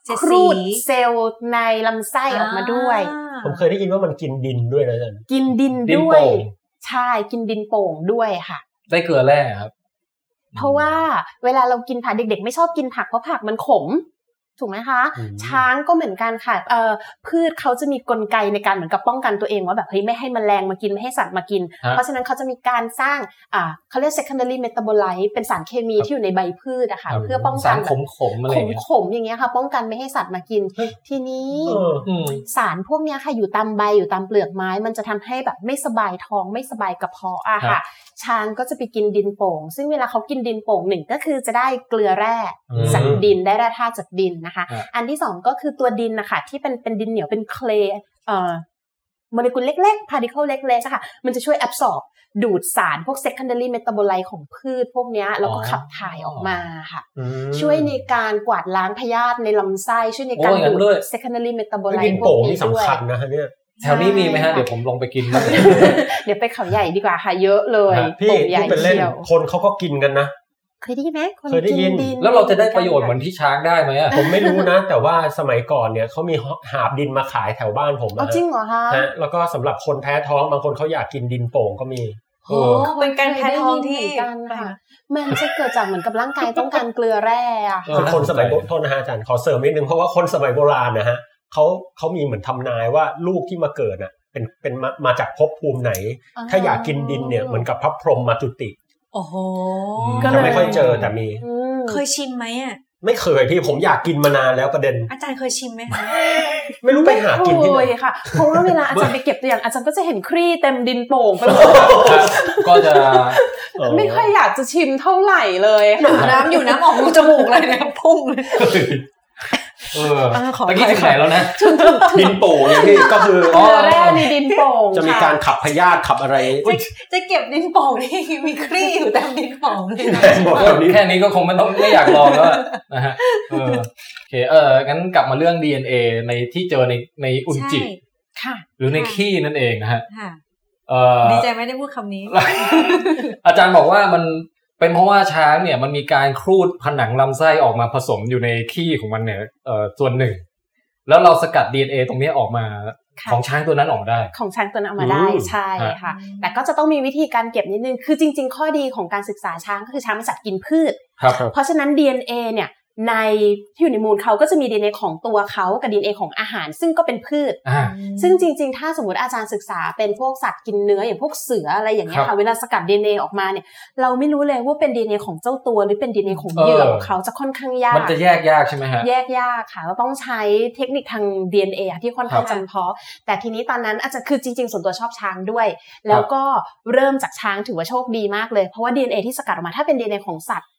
[SPEAKER 7] เจ็ด
[SPEAKER 3] ค
[SPEAKER 7] สี
[SPEAKER 3] รูดเซลล์ในลำไส้ออกมาด้วย
[SPEAKER 6] ผมเคยได้ยินว่ามันกินดินด้วยนะอาจารย์
[SPEAKER 3] กินดิน
[SPEAKER 4] ดิน
[SPEAKER 3] ด้ว
[SPEAKER 4] โป่
[SPEAKER 3] ย
[SPEAKER 4] ง
[SPEAKER 3] ใช่กินดินโป่งด้วยค่ะ
[SPEAKER 4] ได้เกลือแร่ครับ
[SPEAKER 3] เพราะว่าเวลาเรากินผักเด็ก ๆ ไม่ชอบกินผักเพราะผักมันขม ถูกไหมคะ
[SPEAKER 6] อืม
[SPEAKER 3] ช้างก็เหมือนกันค่ะเอ่อพืชเขาจะมีกลไกในการเหมือนกับป้องกันตัวเองว่าแบบเฮ้ยไม่ให้แมลงมากินไม่ให้สัตว์มากิน
[SPEAKER 4] ฮะ
[SPEAKER 3] เพราะฉะนั้นเขาจะมีการสร้างอ่าเขาเรียก secondary metabolite เป็นสารเคมีที่อยู่ในใบพืชอะค่ะเพื่อป้อง
[SPEAKER 4] สา
[SPEAKER 3] กัน
[SPEAKER 4] ร
[SPEAKER 3] แบ
[SPEAKER 4] ข
[SPEAKER 3] บ
[SPEAKER 4] มขมๆอะไรอย่างเงี้ย
[SPEAKER 3] ขมๆอย่างเงี้ยค่ะ ป้องกันไม่ให้สัตว์มากิน ทีนี้
[SPEAKER 6] เออ
[SPEAKER 4] อืม
[SPEAKER 3] สารพวกเนี้ยค่ะอยู่ตามใบอยู่ตามเปลือกไม้ มันจะทำให้แบบไม่สบายท้องไม่สบายกระเพาะอะ
[SPEAKER 4] ครั
[SPEAKER 3] ค่ะ
[SPEAKER 4] บ
[SPEAKER 3] ช้างก็จะไปกินดินโป่ง ซึ่งเวลาเขากินดินโป่งหนึ่งก็คือจะได้เกลือแร่
[SPEAKER 4] อืม
[SPEAKER 3] จากดินได้แร่ธาตุจากดินนะคะ
[SPEAKER 4] อ่ะ
[SPEAKER 3] อันที่สองก็คือตัวดินนะคะที่เป็นเป็นดินเหนียวเป็นเคลเอ่อโมเลกุลเล็กๆพาร์ติเคิลเล็กๆอะค่ะ มันจะช่วยแอบสอบดูดสารพวก secondary metabolite ของพืชพวกเนี้ยแล้วก็ขับถ่ายออกมาค่ะ ช่วยในการกวาดล้างพยาธิในลำไส้ช่วยในการ
[SPEAKER 4] โอ้ยงั้
[SPEAKER 3] ดู
[SPEAKER 4] น
[SPEAKER 3] ด
[SPEAKER 4] ด้วย
[SPEAKER 3] secondary
[SPEAKER 6] ดิ
[SPEAKER 3] metabolite
[SPEAKER 6] น
[SPEAKER 3] พว
[SPEAKER 6] โป่
[SPEAKER 3] ก
[SPEAKER 6] ง
[SPEAKER 3] นี้
[SPEAKER 6] นี่
[SPEAKER 3] ด้วย
[SPEAKER 6] สำคัญนะฮะเนี่ย
[SPEAKER 4] แถวนี้มีไหม
[SPEAKER 3] ใช่
[SPEAKER 4] ฮะ เดี๋ยวผมลองไปกิน
[SPEAKER 3] (laughs)
[SPEAKER 4] บ้าง
[SPEAKER 3] เดี๋ยวไปเขาใหญ่ดีกว่าค่ะ เยอะเลย
[SPEAKER 6] พี่
[SPEAKER 3] โป่งใหญ่
[SPEAKER 6] พูดเป็นเล่น
[SPEAKER 3] เชียว
[SPEAKER 6] คนเขาก็กินกันนะ
[SPEAKER 3] เคยได้ยินไหมคน
[SPEAKER 6] เคยได้
[SPEAKER 3] กิน
[SPEAKER 6] ยิน
[SPEAKER 3] ดิน
[SPEAKER 4] แล้วเราจะได้ประโยชน์เหมือนที่ช้างได้ไหม
[SPEAKER 3] (laughs)
[SPEAKER 4] อะ
[SPEAKER 6] ผมไม่รู้นะ (laughs) แต่ว่าสมัยก่อนเนี่ยเขามีหาบดินมาขายแถวบ้านผม
[SPEAKER 3] เอา
[SPEAKER 6] นะ
[SPEAKER 3] จริงเหรอคะ
[SPEAKER 6] ฮะแล้วก็สำหรับคนแพ้ท้องบางคนเขาอยากกินดินโป่งก็มี
[SPEAKER 3] โอ้
[SPEAKER 7] อ๋อเป็นการแพ้ท้องที่
[SPEAKER 3] เคยได้ยินเหมือนกันค่ะ มันจะเกิดจากเหมือนกับร่างกาย (laughs) ต้องการเกลือแร่อะ
[SPEAKER 4] เอ
[SPEAKER 6] คือ อคนสมัยโบโทษนะฮะอาจารย์ขอเสริมนิดนึงเพราะว่าคนสมัยโบราณนะฮะเขาเขามีเหมือนทำนายว่าลูกที่มาเกิดอ่ะเป็นเป็นมามาจากภพภูมิไหน ถ้าอยากกินดินเนี่ยเหมือนกับพระพรหมมาจุติ
[SPEAKER 7] โอ้โห
[SPEAKER 3] ก็เล
[SPEAKER 6] จะ
[SPEAKER 3] ย
[SPEAKER 6] ไม่ค่อยเจอแต่มี
[SPEAKER 3] อืม
[SPEAKER 7] เคยชิมไหมอ่ะ
[SPEAKER 6] ไม่เคยพี่ผมอยากกินมานานแล้วประเด็น
[SPEAKER 7] อาจารย์เคยชิมไหมคะ
[SPEAKER 6] ไม่รู้ไปหากินที่ไหน
[SPEAKER 3] โอ้ยค่ะเพราะว่าเวลาอาจารย์ไปเก็บตัวอย่างอาจารย์ก็จะเห็นครีเต็มดินโป่งไปหมด
[SPEAKER 4] ครับก็จะ
[SPEAKER 6] เออ
[SPEAKER 3] ไม่ค่อยอยากจะชิมเท่าไหร่เลย
[SPEAKER 7] หนูน้ำอยู่น้ำออกรูจมูกเลยเนี่ยพุ่งเลย
[SPEAKER 4] เออ
[SPEAKER 7] เออขออ
[SPEAKER 4] ตะ
[SPEAKER 7] ภัย
[SPEAKER 4] กี้ถึงไหนแล้วนะ
[SPEAKER 6] ดินโป่งเนี่ยพี่ก็คือ
[SPEAKER 3] เกลือแร่ในดินโป่ง
[SPEAKER 6] จะมี
[SPEAKER 3] ค่ะ
[SPEAKER 6] การขับพยาธิขับอะไร
[SPEAKER 7] จะเก็บดินโป่งนี่มีครี่อยู่ตามดินโป่งเลยนะ
[SPEAKER 6] บอกแบบนี้
[SPEAKER 4] แค่นี้ก็คงไม่ต้องไม่อยากลอง
[SPEAKER 7] (laughs)
[SPEAKER 4] แล้วอะนะฮะเออโอเคเอองั้นกลับมาเรื่อง DNA ในที่เจอในในอุจจิ
[SPEAKER 7] ใช่ ค่ะ
[SPEAKER 4] หรือใน
[SPEAKER 7] ค่ะ
[SPEAKER 4] ขี้นั่นเองนะฮะ
[SPEAKER 7] ค่ะ
[SPEAKER 4] เอ่อ
[SPEAKER 7] ดีใจไม่ได้พูดคำนี้
[SPEAKER 4] (laughs) อาจารย์บอกว่ามันเป็นเพราะว่าช้างเนี่ยมันมีการครูดผนังลำไส้ออกมาผสมอยู่ในขี้ของมันเนี่ยเอ่อส่วนหนึ่ง แล้วเราสกัด DNA ตรงเนี้ยออกมา
[SPEAKER 3] ค่ะ
[SPEAKER 4] ของช้างตัวนั้นออกมาได้
[SPEAKER 3] ของช้างตัวนั้นเอามาได้
[SPEAKER 4] อืม
[SPEAKER 3] ใช่ค่ะ
[SPEAKER 7] อืม
[SPEAKER 3] แต่ก็จะต้องมีวิธีการเก็บนิดนึง คือจริง ๆ ข้อดีของการศึกษาช้างก็คือช้างเป็นสัตว์กินพืช
[SPEAKER 4] ครับ
[SPEAKER 3] เพราะฉะนั้น DNA เนี่ย ในที่อยู่ในมูลเขาก็จะมี DNA ของตัวเขากับ DNA ของอาหาร ซึ่งก็เป็นพืช
[SPEAKER 4] อ่า
[SPEAKER 3] ซึ่งจริงๆ ถ้าสมมติอาจารย์ศึกษาเป็นพวกสัตว์กินเนื้ออย่างพวกเสืออะไรอย่างเงี้ย
[SPEAKER 4] ครั
[SPEAKER 3] ค่ะ
[SPEAKER 4] บ
[SPEAKER 3] เวลาสกัด DNA ออกมาเนี่ยเราไม่รู้เลยว่าเป็น DNA ของเจ้าตัวหรือเป็น DNA ของเหยื่อ
[SPEAKER 4] เออ
[SPEAKER 3] ของเขาจะค่อนข้างยาก
[SPEAKER 4] มันจะแยกยากใช่ไหมฮะ
[SPEAKER 3] แยกยากค่ะเราต้องใช้เทคนิคทาง DNA อะที่ค่อนข้าง
[SPEAKER 7] ครับ
[SPEAKER 3] จำเพาะ แต่ทีนี้ตอนนั้นอาจจะคือจริง ๆ ส่วนตัวชอบช้างด้วย แล้วก็เริ่มจากช้างถือว่าโชคดีมากเลย เพราะว่า DNA ที่สกัดออกมาถ้าเป็น DNA ของสัตว์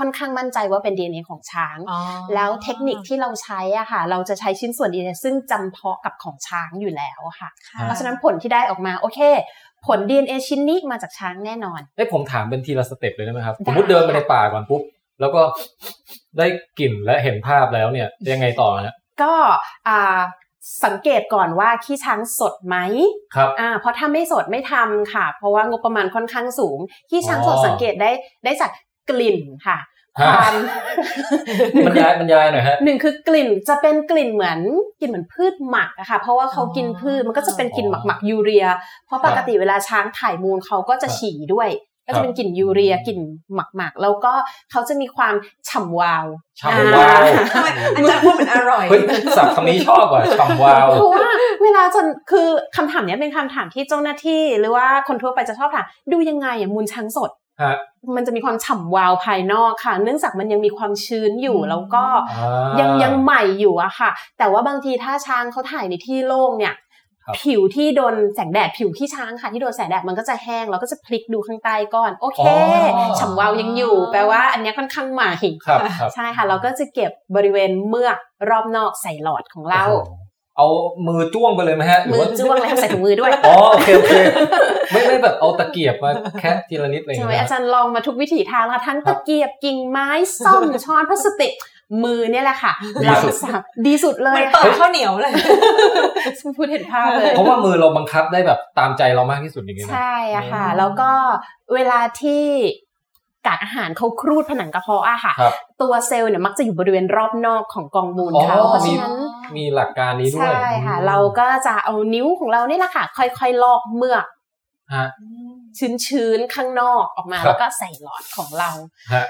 [SPEAKER 3] ค่อนข้างมั่นใจว่าเป็น DNA ของช้าง
[SPEAKER 7] อ๋อ
[SPEAKER 3] แล้วเทคนิคที่เราใช้อ่ะค่ะ เราจะใช้ชิ้นส่วน DNA ซึ่งจำเพาะกับของช้างอยู่แล้วอะค่ะ
[SPEAKER 7] ค่
[SPEAKER 3] เพราะฉะนั้นผลที่ได้ออกมาโอเค ผล DNA ชิ้นนี้มาจากช้างแน่นอน
[SPEAKER 4] เอ้ยผมถามเป็นทีละสเต็ปเลยได้ไหมครับ
[SPEAKER 3] ได้
[SPEAKER 4] สมมติเดินไปในป่าก่อนปุ๊บ แล้วก็ได้กลิ่นและเห็นภาพแล้วเนี่ยยังไงต่อฮะ
[SPEAKER 3] ก็อ่าสังเกตก่อนว่าขี้ช้างสดไหม
[SPEAKER 4] ครับ
[SPEAKER 3] อ่าเพราะถ้าไม่สดไม่ทำค่ะ เพราะว่างบประมาณค่อนข้างสูง ที่ช้างสด
[SPEAKER 4] อ๋อ
[SPEAKER 3] สังเกตได้ได้จากกลิ่นค่ะ
[SPEAKER 4] ฮะ
[SPEAKER 3] ความ
[SPEAKER 4] บรรยายบรรยายหน่อยฮะ
[SPEAKER 3] หนึ่งคือกลิ่นจะเป็นกลิ่นเหมือนกลิ่นเหมือนพืชหมักอะค่ะ เพราะว่าเขากินพืชมันก็จะเป็นกลิ่นหมักหมักยูเรีย เพราะปกติเวลาช้างถ่ายมูลเขาก็จะฉี่ด้วย ก็จะเป็นกลิ่นยูเรียกลิ่นหมักหมักๆแล้วก็เขาจะมีความฉ่ำวาว
[SPEAKER 4] ฉ่ำวาว
[SPEAKER 3] อ่
[SPEAKER 7] ทำไมอาจารย์พูดเหมือนอร่อย
[SPEAKER 4] เฮ้ยสับคำนี้ชอบว่ะชำวาว
[SPEAKER 3] เพราะว่าเวลาจนคือคำถามเนี้ยเป็นคำถามที่เจ้าหน้าที่ หรือว่าคนทั่วไปจะชอบถามดูยังไงอ่ะมูลช้างสด
[SPEAKER 4] ฮะ
[SPEAKER 3] มันจะมีความฉ่ำวาวภายนอกค่ะ เนื่องจากมันยังมีความชื้นอยู่
[SPEAKER 7] อืม
[SPEAKER 3] แล้วก็
[SPEAKER 4] อ่ายั
[SPEAKER 3] ยังยังใหม่อยู่อะค่ะ แต่ว่าบางทีถ้าช้างเขาถ่ายในที่โล่งเนี่ย
[SPEAKER 4] ครับ
[SPEAKER 3] ผิวที่โดนแสงแดดผิวที่ช้างค่ะที่โดนแสงแดดมันก็จะแห้งแล้วก็จะพลิกดูข้างใต้ก่อนโอเค
[SPEAKER 4] อ๋อ
[SPEAKER 3] ฉ่ำวาวยังอยู่ แปลว่าอันเนี้ยค่อนข้างใหม่
[SPEAKER 4] ครับครับ
[SPEAKER 3] ใช่ค่ะ เราก็จะเก็บบริเวณเมือกรอบนอกใส่หลอดของเรา
[SPEAKER 4] โอ้โหเอามือจ้วงไปเลยไหมฮะหรื
[SPEAKER 3] มื
[SPEAKER 4] อ
[SPEAKER 3] อ
[SPEAKER 4] ว่า
[SPEAKER 3] จ้วงแล้วใส่ถุงมือด้วย
[SPEAKER 4] อ๋อโอเคโอเคไม่ไม่แบบเอาตะเกียบมาแค่ทีละนิดอะไรอย่า
[SPEAKER 3] ใช่
[SPEAKER 4] ง
[SPEAKER 3] ไหม
[SPEAKER 4] เงี้ย
[SPEAKER 3] อาจารย์ลองมาทุกวิถีทางแล้วค่ะทั้งตะเกียบกิ่งไม้ซ่อม (laughs) ช้อนพลาสติกมือเนี่ยแหละค่ะเราสับดีสุดเล
[SPEAKER 7] เหมื
[SPEAKER 3] ย
[SPEAKER 7] อนเปิดข้าวเหนียวเลย
[SPEAKER 3] ฉัน (laughs) พูดเห็นภาพเลย
[SPEAKER 4] เพราะว่ามือเราบังคับได้แบบตามใจเรามากที่สุดอย่างเงี้ยนะ
[SPEAKER 3] ใช่อะค่ะ
[SPEAKER 4] อืม
[SPEAKER 3] แล้วก็เวลาที่กากอาหารเขาครูดผนังกระเพาะอะค่ะ
[SPEAKER 4] ครับ
[SPEAKER 3] ตัวเซลล์เนี่ยมักจะอยู่บริเวณรอบนอกของกองมูล
[SPEAKER 4] อ๋อ
[SPEAKER 3] เขาเพราะฉะนั้น
[SPEAKER 4] มีหลักการนี้ด้วย
[SPEAKER 3] ใช่ค่ะ เราก็จะเอานิ้วของเรานี่แหละค่ะ ค่อยๆลอกเมือก
[SPEAKER 4] ฮะ
[SPEAKER 3] ชื้นๆ ข้างนอกออกมา
[SPEAKER 4] ครับ
[SPEAKER 3] แล้วก็ใส่หลอดของเรา
[SPEAKER 4] ฮะ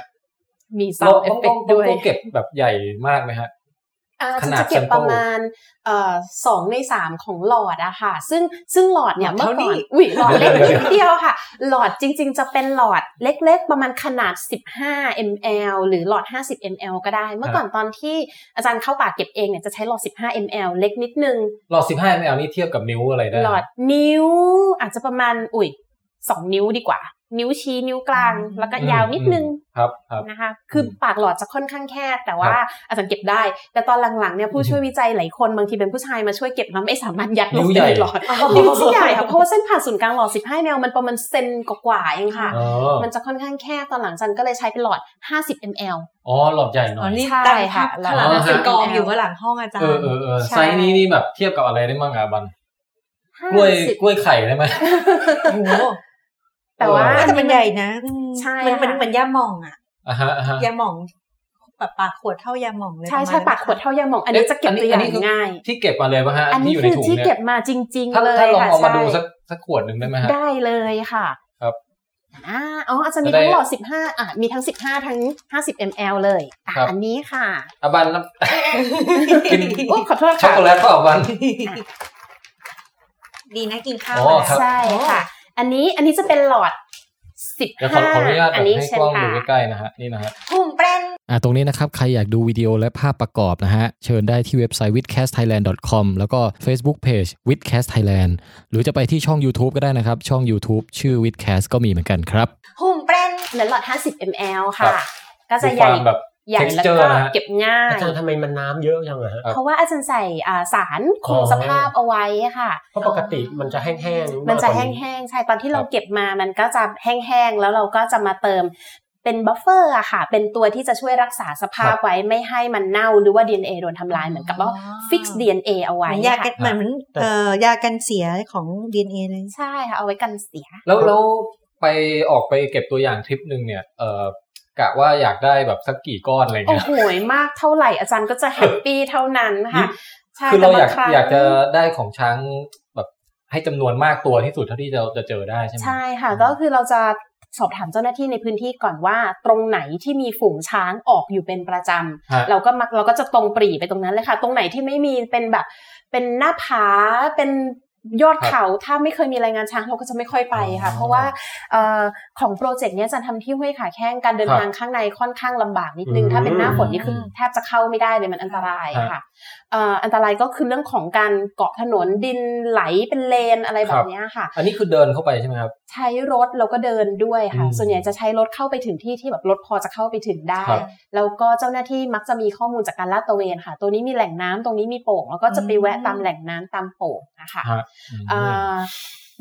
[SPEAKER 3] มีซา
[SPEAKER 4] เรา
[SPEAKER 3] วเอ
[SPEAKER 4] ต้อ
[SPEAKER 3] ฟ
[SPEAKER 4] ง
[SPEAKER 3] เฟ
[SPEAKER 4] ต้อก ง
[SPEAKER 3] ต์
[SPEAKER 4] ต้
[SPEAKER 3] ด้วย
[SPEAKER 4] องเก็บแบบใหญ่มากไหมฮะ
[SPEAKER 3] อ่า
[SPEAKER 4] ข
[SPEAKER 3] ฉัน
[SPEAKER 4] นาด
[SPEAKER 3] จะเก็บ
[SPEAKER 4] sample
[SPEAKER 3] ประมาณเอ่อสองในสามของหลอดอะค่ะ ซึ่งซึ่งหลอดเนี่ย
[SPEAKER 7] หลอด
[SPEAKER 3] เมื่อ
[SPEAKER 7] เท่านี้
[SPEAKER 3] ก่อนอุ้ยหลอดเล็ก
[SPEAKER 4] เดี๋ยว
[SPEAKER 3] นิ
[SPEAKER 4] เดี๋ยว
[SPEAKER 3] ดเดียว
[SPEAKER 4] (laughs)
[SPEAKER 3] ค่ะ หลอดจริงๆ จะเป็นหลอดเล็กๆ ประมาณขนาด 15 ml หรือหลอด 50 ml ก็ได้ เมื่อก่อนตอนที่อาจารย์เข้าป่าเก็บเองเนี่ยจะใช้หลอด 15 ml เล็กนิดนึง
[SPEAKER 4] หลอด 15 ml นี่เทียบกับนิ้วอะไรได้
[SPEAKER 3] หลอดนิ้วอาจจะประมาณอุ้ยสองนิ้วดีกว่า นิ้วชี้นิ้วกลาง แล้วก็ยาวนิดนึง
[SPEAKER 4] ครับครับ
[SPEAKER 3] นะคะคือปากหลอดจะค่อนข้างแคบแต่ว่าอาจารย์เก็บได้ แต่ตอนหลังๆเนี่ยผู้ช่วยวิจัยหลายคนบางทีเป็นผู้ชายมาช่วยเก็บแล้วไม่สามารถยัดลง
[SPEAKER 4] นิ้วให
[SPEAKER 3] ไป
[SPEAKER 4] ญ่
[SPEAKER 3] ในหลอดนิ้วที่ใหญ่ค่ะเพราะว่าเส้นผ่าศูนย์กลางหลอด 15แนวมันประมาณเซนกว่าๆเองค่ะ
[SPEAKER 4] อ๋อ
[SPEAKER 3] มันจะค่อนข้างแคบตอนหลังจันก็เลยใช้เป็นหลอด 50 ml
[SPEAKER 4] อ๋อหลอดใหญ่หน่
[SPEAKER 7] อ๋
[SPEAKER 4] อ
[SPEAKER 7] อย นี่
[SPEAKER 3] ใช่
[SPEAKER 7] ตาม
[SPEAKER 3] ค่ะ
[SPEAKER 7] ค่ะขนาด
[SPEAKER 4] อ๋อ
[SPEAKER 7] นั้น
[SPEAKER 4] ฮะ
[SPEAKER 7] เป็นกองอยู่ว่าหลังห้องอาจาร
[SPEAKER 4] เออ
[SPEAKER 7] ย์
[SPEAKER 4] เออเออ
[SPEAKER 3] ใช่
[SPEAKER 4] ไซส์นี้นี่แบบเทียบกับอะไรได้บ้างอ่ะบันกล้วยกล้วยไข่ได้ไหม
[SPEAKER 7] โอ้โห
[SPEAKER 3] แต่ว่า
[SPEAKER 7] แต่มันใหญ่นะอืม
[SPEAKER 3] ใช่
[SPEAKER 7] มันมัน
[SPEAKER 3] ค่ะ
[SPEAKER 7] เหมือนยาหม่องอะ
[SPEAKER 4] อ่ะฮะอ่ะฮะ
[SPEAKER 7] ยาหม่องแบบปากขวดเท่ายาหม่องเลย
[SPEAKER 3] ใช่ใช่
[SPEAKER 7] ระมณนั้น
[SPEAKER 3] ปากขวดเท่ายาหมองอันนี้จะเก็บตัวอย่างง่าย
[SPEAKER 4] ที่เก็บมาเลยป่ะฮะ
[SPEAKER 3] อันนี้
[SPEAKER 4] ยู่
[SPEAKER 3] คือ
[SPEAKER 4] ใถุง
[SPEAKER 3] ที่
[SPEAKER 4] นี่ย
[SPEAKER 3] เก็บมาจริง
[SPEAKER 4] ถ้า
[SPEAKER 3] ๆ เลย
[SPEAKER 4] ถ้าลอง
[SPEAKER 3] ค่ะ
[SPEAKER 4] เอามาดู
[SPEAKER 3] ใช่
[SPEAKER 4] สักสักขวดหนึ่งได้ไหมฮะ
[SPEAKER 3] ได้เลยค่ะ
[SPEAKER 4] ครับ
[SPEAKER 3] อ่าอ๋ออาจจะมี
[SPEAKER 4] จะได้
[SPEAKER 3] ทั้งหลอด 15 อ่ะ มีทั้ง 15 ทั้ง 50 ml เลยอ่ะ
[SPEAKER 4] ครับ
[SPEAKER 3] อันนี้ค่ะ
[SPEAKER 4] อ่ะบันน้
[SPEAKER 3] (laughs)
[SPEAKER 4] ำ กิน
[SPEAKER 3] โอ้ขอโทษ
[SPEAKER 4] ช็อก
[SPEAKER 3] ค่ะ
[SPEAKER 4] โกแลตเปล่าบัน
[SPEAKER 7] ดีนะกินข้าว
[SPEAKER 4] อ๋อ
[SPEAKER 7] มาแล้ว
[SPEAKER 4] ครับ
[SPEAKER 3] ใช่ค่ะ อันนี้อันนี้จะเป็นหลอด
[SPEAKER 4] เดี๋ยวขอขออนุญาต
[SPEAKER 3] 15
[SPEAKER 4] แบ
[SPEAKER 3] อัน
[SPEAKER 4] บ
[SPEAKER 3] นี้
[SPEAKER 4] ให้
[SPEAKER 3] เช่
[SPEAKER 4] ก
[SPEAKER 3] น
[SPEAKER 4] ล้องดู
[SPEAKER 3] ค่ะ
[SPEAKER 4] ใกล้ๆนะฮะนี่นะฮะ
[SPEAKER 7] หุ่มเปรน
[SPEAKER 5] อ่ะตรงนี้นะครับ ใครอยากดูวิดีโอและภาพประกอบนะฮะ เชิญได้ที่เว็บไซต์ withcastthailand.com แล้วก็ Facebook Page withcastthailand หรือจะไปที่ช่อง YouTube ก็ได้นะครับ ช่อง YouTube ชื่อ withcast ก็มีเหมือนกันครับ
[SPEAKER 3] หุ่มเปรนเหมือนหลอด 50 ml
[SPEAKER 4] ครั
[SPEAKER 3] ค่ะ
[SPEAKER 4] บ
[SPEAKER 3] ก็จะ
[SPEAKER 4] ดู
[SPEAKER 3] ให
[SPEAKER 4] ควา
[SPEAKER 3] ญ่
[SPEAKER 4] มแบบ
[SPEAKER 3] ใหญ่แล้ว
[SPEAKER 4] texture
[SPEAKER 3] ก็
[SPEAKER 4] นะฮะ
[SPEAKER 3] เก็บง่าย
[SPEAKER 6] อาจารย์ทำไมมันน้ำเยอะยังอะฮะ
[SPEAKER 4] ครับ
[SPEAKER 3] เพราะว่าอาจารย์ใส่อ่าสารคง
[SPEAKER 6] อ๋อ
[SPEAKER 3] สภาพเอาไว้ค่ะ
[SPEAKER 6] เพราะปกติมันจะแห้งๆ
[SPEAKER 3] มันจะ
[SPEAKER 6] ากก
[SPEAKER 3] แห
[SPEAKER 6] ว่า
[SPEAKER 3] ้งๆ ใช่ ตอนที่เราเก็บมา มันก็จะแห้งๆ แล้วเราก็จะมาเติมเป็นบัฟเฟอร์อะค่ะ เป็นตัวที่จะช่วยรักษาสภาพไว้ไม่ให้มันเน่าหรือว่า DNA โดนทำลายเหมือนกับว่า
[SPEAKER 7] อ๋อ
[SPEAKER 3] fix DNA เอา
[SPEAKER 7] เห
[SPEAKER 3] ไว้
[SPEAKER 7] มือนยา
[SPEAKER 3] ค่ะ
[SPEAKER 7] กันเหมือนเอ่อยากันเสียของดีเอ็นเอเลย
[SPEAKER 3] ใช่ค่ะ เอาไว้กันเสีย
[SPEAKER 4] แล้วแล้วไปออกไปเก็บตัวอย่างทริปหนึ่งเนี่ยเออกะว่าอยากได้แบบสักกี่ก้อนอะไร
[SPEAKER 3] โอ้
[SPEAKER 4] เงี้ย
[SPEAKER 3] โหยมากเท่าไหร่อาจารย์ก็จะแฮปปี้เท่านั้นค่ะ ใช่
[SPEAKER 4] คือเราอยาก
[SPEAKER 3] แต่บงง
[SPEAKER 4] อยากจะได้ของช้างแบบ ให้จำนวนมากตัวที่สุดเท่าที่เราจะเจอได้ใช่ไหม
[SPEAKER 3] ใช่ค่ะก็คือเราจะสอบถามเจ้าหน้าที่ในพื้นที่ก่อนว่า ตรงไหนที่มีฝูงช้างออกอยู่เป็นประจ
[SPEAKER 4] ฮะ
[SPEAKER 3] ำเราก็มักเราก็จะตรงปรีไปตรงนั้นเลยค่ะ ตรงไหนที่ไม่มีเป็นแบบ เป็นหน้าผาเป็นยอดเขาถ้าไม่เคยมีรายงานช้างเราก็จะไม่ค่อยไปค่ะ เพราะว่าเอ่อของโปรเจกต์เนี้ยจะทำที่ห้วยขาแข้งการเดินทางข้างในค่อนข้างลำบากนิดนึง
[SPEAKER 6] อืม
[SPEAKER 3] ถ้าเป็นหน้าฝนนี่คือแทบจะเข้าไม่ได้เลยมันอันตรายค่ะเอ่ออันตรายก็คือเรื่องของการเกาะถนนดินไหลเป็นเลนอะไรแบบเนี้ยค่ะ
[SPEAKER 4] อันนี้คือเดินเข้าไปใช่ไหมครับ
[SPEAKER 3] ใช้รถแล้วก็เดินด้วยค่ะ
[SPEAKER 4] อืม
[SPEAKER 3] ส่วนใหญ่จะใช้รถเข้าไปถึงที่ที่แบบรถพอจะเข้าไปถึงได้
[SPEAKER 4] ครับ
[SPEAKER 3] แล้วก็เจ้าหน้าที่มักจะมีข้อมูลจากการลาดตระเวนค่ะ ตัวนี้มีแหล่งน้ำตรงนี้มีโป่ง แล้วก็จะไปแวะตามแหล่งน้ำตามโป่งนะคะ
[SPEAKER 4] ฮะอืม
[SPEAKER 3] เอ่อ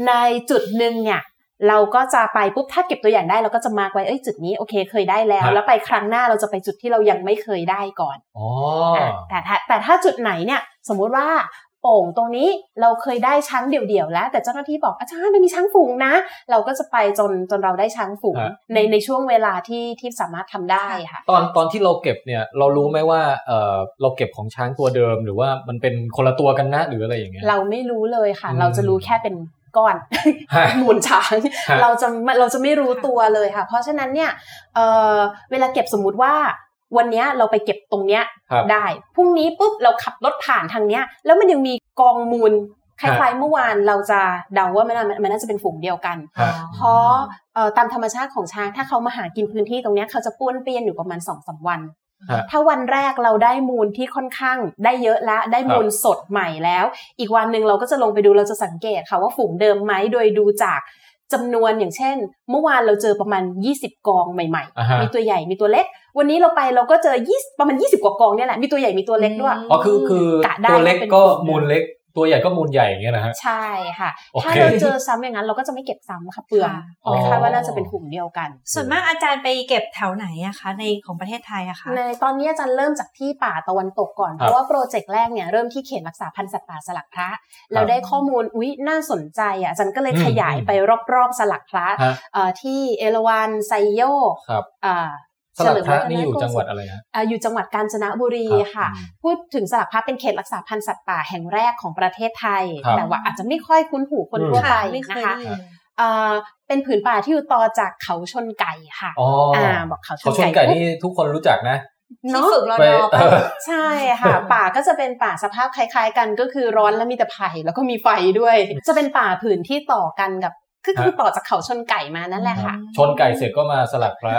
[SPEAKER 3] ในจุดหนึ่งเนี่ย เราก็จะไปปุ๊บถ้าเก็บตัวอย่างได้เราก็จะมาร์กไว้เอ้ยจุดนี้โอเคเคยได้แล้ว
[SPEAKER 4] ครับ
[SPEAKER 3] แล้วไปครั้งหน้าเราจะไปจุดที่เรายังไม่เคยได้ก่อน
[SPEAKER 4] อ๋อ
[SPEAKER 3] แต่ถ้าแต่ถ้าจุดไหนเนี่ยสมมุติว่าโป่งตรงนี้เราเคยได้ช้างเดี่ยวๆแล้ว แต่เจ้าหน้าที่บอกอาจารย์มันมีช้างฝูงนะ เราก็จะไปจนจนเราได้ช้างฝูง
[SPEAKER 4] อ่ะ
[SPEAKER 3] ในในช่วงเวลาที่ที่สามารถทำได้ค่ะ
[SPEAKER 4] ตอนตอนที่เราเก็บเนี่ย เรารู้ไหมว่าเออเราเก็บของช้างตัวเดิม หรือว่ามันเป็นคนละตัวกันนะหรืออะไรอย่างเงี้ย
[SPEAKER 3] เราไม่รู้เลยค่ะ
[SPEAKER 4] อืม
[SPEAKER 3] เราจะรู้แค่เป็นก้อน
[SPEAKER 4] ฮะ
[SPEAKER 3] มูลช้าง
[SPEAKER 4] ฮะ
[SPEAKER 3] เราจะไม่เราจะไม่รู้ตัวเลยค่ะ เพราะฉะนั้นเนี่ยเอ่อเวลาเก็บสมมุติว่าวันเนี้ยเราไปเก็บตรงเนี้ย
[SPEAKER 4] ครับ
[SPEAKER 3] ได้พรุ่งนี้ปุ๊บเราขับรถผ่านทางเนี้ย แล้วมันยังมีกองมูลคล้ายๆเมื่อวานเราจะเดาว่ามันน่ามันน่าจะเป็นฝูงเดียวกัน
[SPEAKER 4] ฮะ
[SPEAKER 3] เพราะเอ่อตามธรรมชาติของช้างถ้าเขามาหากินพื้นที่ตรงเนี้ยเขาจะป้วนเปี้ยนอยู่ประมาณสองสาวัน
[SPEAKER 4] ฮะ
[SPEAKER 3] ถ้าวันแรกเราได้มูลที่ค่อนข้างได้เยอะละได้มูลสดใหม่แล้ว อีกวันหนึ่งเราก็จะลงไปดูเราจะสังเกตค่ะว่าฝูงเดิมไหมโดยดูจากจำนวนอย่างเช่น เมื่อวานเราเจอประมาณ 20 กองใหม่
[SPEAKER 4] อ่าฮะ
[SPEAKER 3] ๆ มีตัวใหญ่มีตัวเล็ก วันนี้เราไปเราก็เจอ20ประมาณ 20 กว่ากองเนี่ยแหละมีตัวใหญ่มีตัวเล็กด้วย
[SPEAKER 4] อ๋อคือคือก
[SPEAKER 3] ะได้
[SPEAKER 4] ตัวเล็ก
[SPEAKER 3] เป็น
[SPEAKER 4] ก็
[SPEAKER 3] คนเดิม
[SPEAKER 4] มูลเล็ก ตัวใหญ่ก็มูลใหญ่อย่างเงี้ยนะฮะ
[SPEAKER 3] ใช่ค่ะ
[SPEAKER 4] โอเค
[SPEAKER 3] ถ้าเราเจอซ้ำอย่างนั้นเราก็จะไม่เก็บซ้ำค่ะเปลือง
[SPEAKER 7] ค่ะ
[SPEAKER 3] เพราะคาดว่าน่าจะเป็นกลุ่มเดียวกัน
[SPEAKER 7] ส่วนมากอาจารย์ไปเก็บแถวไหนอะคะในของประเทศไทยอะคะ
[SPEAKER 3] ในตอนนี้อาจารย์เริ่มจากที่ป่าตะวันตกก่อน
[SPEAKER 4] ครับ
[SPEAKER 3] เพราะว่าโปรเจกต์แรกเนี่ยเริ่มที่เขตรักษาพันธุ์สัตว์ป่าสลักพระเราได้ข้อมูลอุ๊ยน่าสนใจอ่ะอาจารย์ก็เลย
[SPEAKER 4] อืม
[SPEAKER 3] ขยายไปรอบๆสลักพระ
[SPEAKER 4] ฮะ
[SPEAKER 3] เอ่อที่เอราวันไซโยก
[SPEAKER 4] ครับ
[SPEAKER 3] อ่า
[SPEAKER 4] สลับพระ
[SPEAKER 3] เฉลิมรัต
[SPEAKER 4] นี่อยู่จังหวัดอะไรฮะ
[SPEAKER 3] อ่าอยู่จังหวัดกาญจนบุรี
[SPEAKER 4] ครับ
[SPEAKER 3] ค่ะ พูดถึงสลักพระเป็นเขตรักษาพันธุ์สัตว์ป่าแห่งแรกของประเทศไทย
[SPEAKER 4] ครับ
[SPEAKER 3] แต่ว่าอาจจะไม่ค่อยคุ้นหูคนทั่วไป
[SPEAKER 7] ค่ะไม่เค
[SPEAKER 3] นะ
[SPEAKER 7] ย
[SPEAKER 3] คะ
[SPEAKER 7] ได้ยิน
[SPEAKER 3] เอ่อเป็นผืนป่าที่อยู่ต่อจากเขาชนไก่ค่ะ
[SPEAKER 4] อ๋ออ่
[SPEAKER 3] าบอกเขา
[SPEAKER 4] เขาช
[SPEAKER 3] ช
[SPEAKER 4] น
[SPEAKER 3] น
[SPEAKER 4] ไก่
[SPEAKER 3] ไก่
[SPEAKER 4] นี่ทุกคนรู้จักนะ
[SPEAKER 3] เนอะ
[SPEAKER 7] ฝึกรอ
[SPEAKER 4] ไป
[SPEAKER 7] นอ
[SPEAKER 4] เอ
[SPEAKER 7] ปะ
[SPEAKER 4] อ
[SPEAKER 3] ใช่ค่ะ ป่าก็จะเป็นป่าสภาพคล้ายๆกันก็คือร้อนแล้วมีแต่ไผ่แล้วก็มีไฟด้วย จะเป็นป่าผืนที่ต่อกันกับคือคือต่อจากเขาชนไก่มานั่นแหละค่ะ
[SPEAKER 4] ชนไก่เสร็จก็มาสลับพระ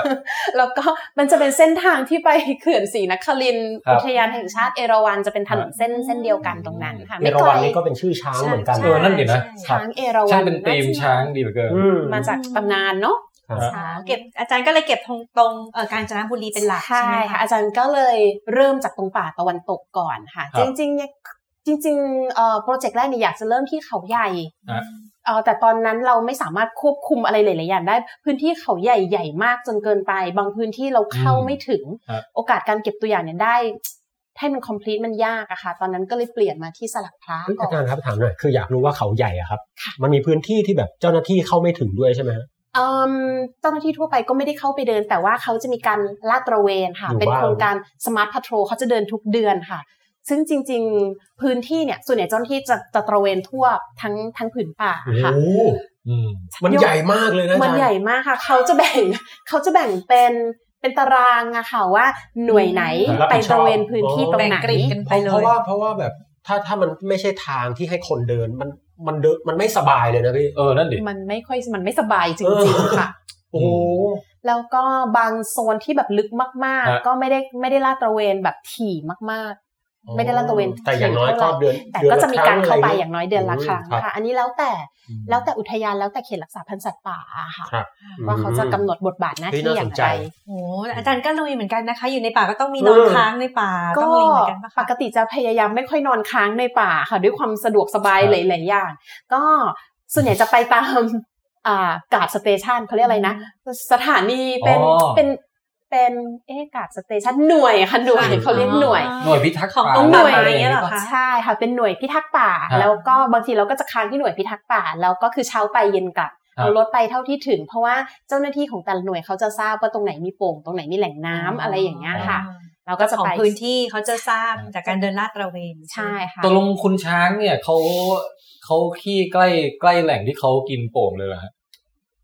[SPEAKER 3] แล้วก็มันจะเป็นเส้นทางที่ไปเขื่อนศรีนครินทร์
[SPEAKER 4] ครับ
[SPEAKER 3] อุทยานแห่งชาติเอราวัณจะเป็นถนนเส้นเส้นเดียวกันตรงนั้นค่ะ
[SPEAKER 6] เอ
[SPEAKER 3] ไม่
[SPEAKER 6] รา
[SPEAKER 3] ไกล
[SPEAKER 6] วันนี่ก็เป็นชื่อช้างเหมือนกัน
[SPEAKER 4] เออนั่นดินะ
[SPEAKER 3] ช้างเอราวัณ
[SPEAKER 4] ใช่เป็นธีมช้างดีเหลือเกิน
[SPEAKER 6] อืม
[SPEAKER 3] มาจากตำนานเนาะ
[SPEAKER 6] ครับ
[SPEAKER 7] อ๋อเก็บอาจารย์ก็เลยเก็บตรงตรงเอ่อกาญจนบุรีเป็นหลักใช่
[SPEAKER 3] ใช่
[SPEAKER 7] ไหม
[SPEAKER 3] ค่ะ
[SPEAKER 7] คะ
[SPEAKER 3] อาจารย์ก็เลยเริ่มจากตรงป่าตะวันตกก่อนค่ะ
[SPEAKER 4] ครั
[SPEAKER 3] จ
[SPEAKER 4] บ
[SPEAKER 3] ริงๆเนี่ยจริงๆเอ่อโปรเจกต์แรกเนี่ยอยากจะเริ่มที่เขาใหญ่
[SPEAKER 4] ฮะ
[SPEAKER 3] เอ่อแต่ตอนนั้นเราไม่สามารถควบคุมอะไรหลายๆอย่างได้ พื้นที่เขาใหญ่ใหญ่มากจนเกินไป บางพื้นที่เราเข้าไม่ถึง
[SPEAKER 4] ฮะ
[SPEAKER 3] โอกาสการเก็บตัวอย่างเนี่ยได้ ให้มัน complete มันยากอะค่ะ ตอนนั้นก็เลยเปลี่ยนมาที่สลักพระ
[SPEAKER 6] เฮ้ย
[SPEAKER 3] ก่อ
[SPEAKER 6] อาน จารย์ครับถามหน่อยคืออยากรู้ว่าเขาใหญ่อะครับ มันมีพื้นที่ที่แบบเจ้าหน้าที่เข้าไม่ถึงด้วยใช่ไหมฮะ
[SPEAKER 3] เอิ่มเจ้าหน้าที่ทั่วไปก็ไม่ได้เข้าไปเดิน แต่ว่าเขาจะมีการลาดตระเวนค่ะ
[SPEAKER 6] อยู่
[SPEAKER 3] เป็น
[SPEAKER 6] บ้าง
[SPEAKER 3] โครงการ Smart Patrol เขาจะเดินทุกเดือนค่ะ ซึ่งจริงๆ พื้นที่เนี่ย ส่วนใหญ่เจ้าหน้าที่จะจะตระเวนทั่วทั้งทั้งผืนป่าค่ะ
[SPEAKER 6] โอ้โห
[SPEAKER 4] อืม
[SPEAKER 6] มันใหญ่มากเลยนะอา
[SPEAKER 3] มัน
[SPEAKER 6] จารย์
[SPEAKER 3] ใหญ่มากค่ะ เขาจะแบ่งเขาจะแบ่งเป็นเป็นตารางอะค่ะว่าหน่วยไหน
[SPEAKER 6] รับ
[SPEAKER 3] ไป
[SPEAKER 6] ผิดชอบ
[SPEAKER 3] ตระเวนพื้นที่ตรง
[SPEAKER 7] แบ่ง
[SPEAKER 3] ไหน
[SPEAKER 7] กรีดกัน
[SPEAKER 6] เพ
[SPEAKER 7] ไป
[SPEAKER 6] ราะ
[SPEAKER 7] เล
[SPEAKER 6] เพ
[SPEAKER 7] ย
[SPEAKER 6] ราะว่าเพราะว่าแบบถ้าถ้ามันไม่ใช่ทางที่ให้คนเดินมันมันเดินมันไม่สบายเลยนะพี่
[SPEAKER 4] เออ นั่นดิ
[SPEAKER 3] มันไม่ค่อยมันไม่สบายจริงๆค่ะ
[SPEAKER 6] โอ้โห
[SPEAKER 3] แล้วก็บางโซนที่แบบลึกมาก
[SPEAKER 4] ฮะ
[SPEAKER 3] ๆ ก็ไม่ได้ไม่ได้ลาดตระเวนแบบถี่มากๆ ไม่ได้ลาดตระเวน
[SPEAKER 6] แต่อย่างน้อย
[SPEAKER 3] ถี่
[SPEAKER 6] ก็
[SPEAKER 3] เท่ไหร่
[SPEAKER 6] เดือน
[SPEAKER 3] แต่
[SPEAKER 6] เดือน
[SPEAKER 3] ก็
[SPEAKER 6] ล
[SPEAKER 3] จะมีการเข้าไป
[SPEAKER 6] คงะร
[SPEAKER 3] อย่างน้อยเดือนละครั้ง
[SPEAKER 6] ครับ
[SPEAKER 3] ค่ะ อันนี้แล้วแต่แล้วแต่อุทยานแล้วแต่เขตรักษาพันธุ์สัตว์ป่าอะค่ะ
[SPEAKER 6] ครับ
[SPEAKER 3] ว่าเขาจะกำหน
[SPEAKER 6] อื
[SPEAKER 3] ดบทบาทหน้า
[SPEAKER 6] เฮ้ย
[SPEAKER 3] ที่อ
[SPEAKER 6] น่าส
[SPEAKER 3] ย่าง
[SPEAKER 6] นใจ
[SPEAKER 3] ไร
[SPEAKER 7] โอ้อาจารย์ก็ลุยเหมือนกันนะคะ อยู่ในป่าก็ต้องมีนอนค้างในป่า
[SPEAKER 3] ก็
[SPEAKER 7] ต้องลุยเหมือนกันปะ
[SPEAKER 3] ป
[SPEAKER 7] คะ
[SPEAKER 3] กติจะพยายามไม่ค่อยนอนค้างในป่าค่ะด้วยความสะดวกสบาย
[SPEAKER 4] ครับ
[SPEAKER 3] หลายๆอย่าง ก็ส่วนใหญ่จะไปตาม (laughs) อ่ากาดสเตชันเขาเรียกอะไรนะ สถานีเป็น
[SPEAKER 4] อ๋อ
[SPEAKER 3] เป็นเป็นเอ๊ะกาดสเตชันหน่วยค่ะหน่วยเขาเรียกหน่วย
[SPEAKER 4] หน่วยพิทักษ์
[SPEAKER 7] ของ
[SPEAKER 4] ป่า
[SPEAKER 7] องค์หน่วย
[SPEAKER 4] ะ
[SPEAKER 7] อะไร
[SPEAKER 4] ไร
[SPEAKER 7] อย่างเงี้ยเหรอคะ
[SPEAKER 3] ใช่ค่ะเป็นหน่วยพิทักษ์ป่า
[SPEAKER 4] ฮะ
[SPEAKER 3] แล้วก็บางทีเราก็จะค้างที่หน่วยพิทักษ์ป่า แล้วก็คือเช้าไปเย็นกลับ
[SPEAKER 4] ฮะ
[SPEAKER 3] เอารถไปเท่าที่ถึง เพราะว่าเจ้าหน้าที่ของแต่ละหน่วยเขาจะทราบว่าตรงไหนมีโป่งตรงไหนมีแหล่งน้ำ
[SPEAKER 7] อ๋ออ
[SPEAKER 3] อะไรอย่างเงี้ยค่ะ เราก็จะ
[SPEAKER 7] ของ
[SPEAKER 3] ไป
[SPEAKER 7] พื้นที่เขาจะทราบจากการเดินลาดตระเวน
[SPEAKER 3] ใช่ค่ะ
[SPEAKER 5] ตกลงคุณช้างเนี่ยเขาเขาขี้ใกล้ใกล้แหล่งที่เขากินโป่งเลยเหรอฮะ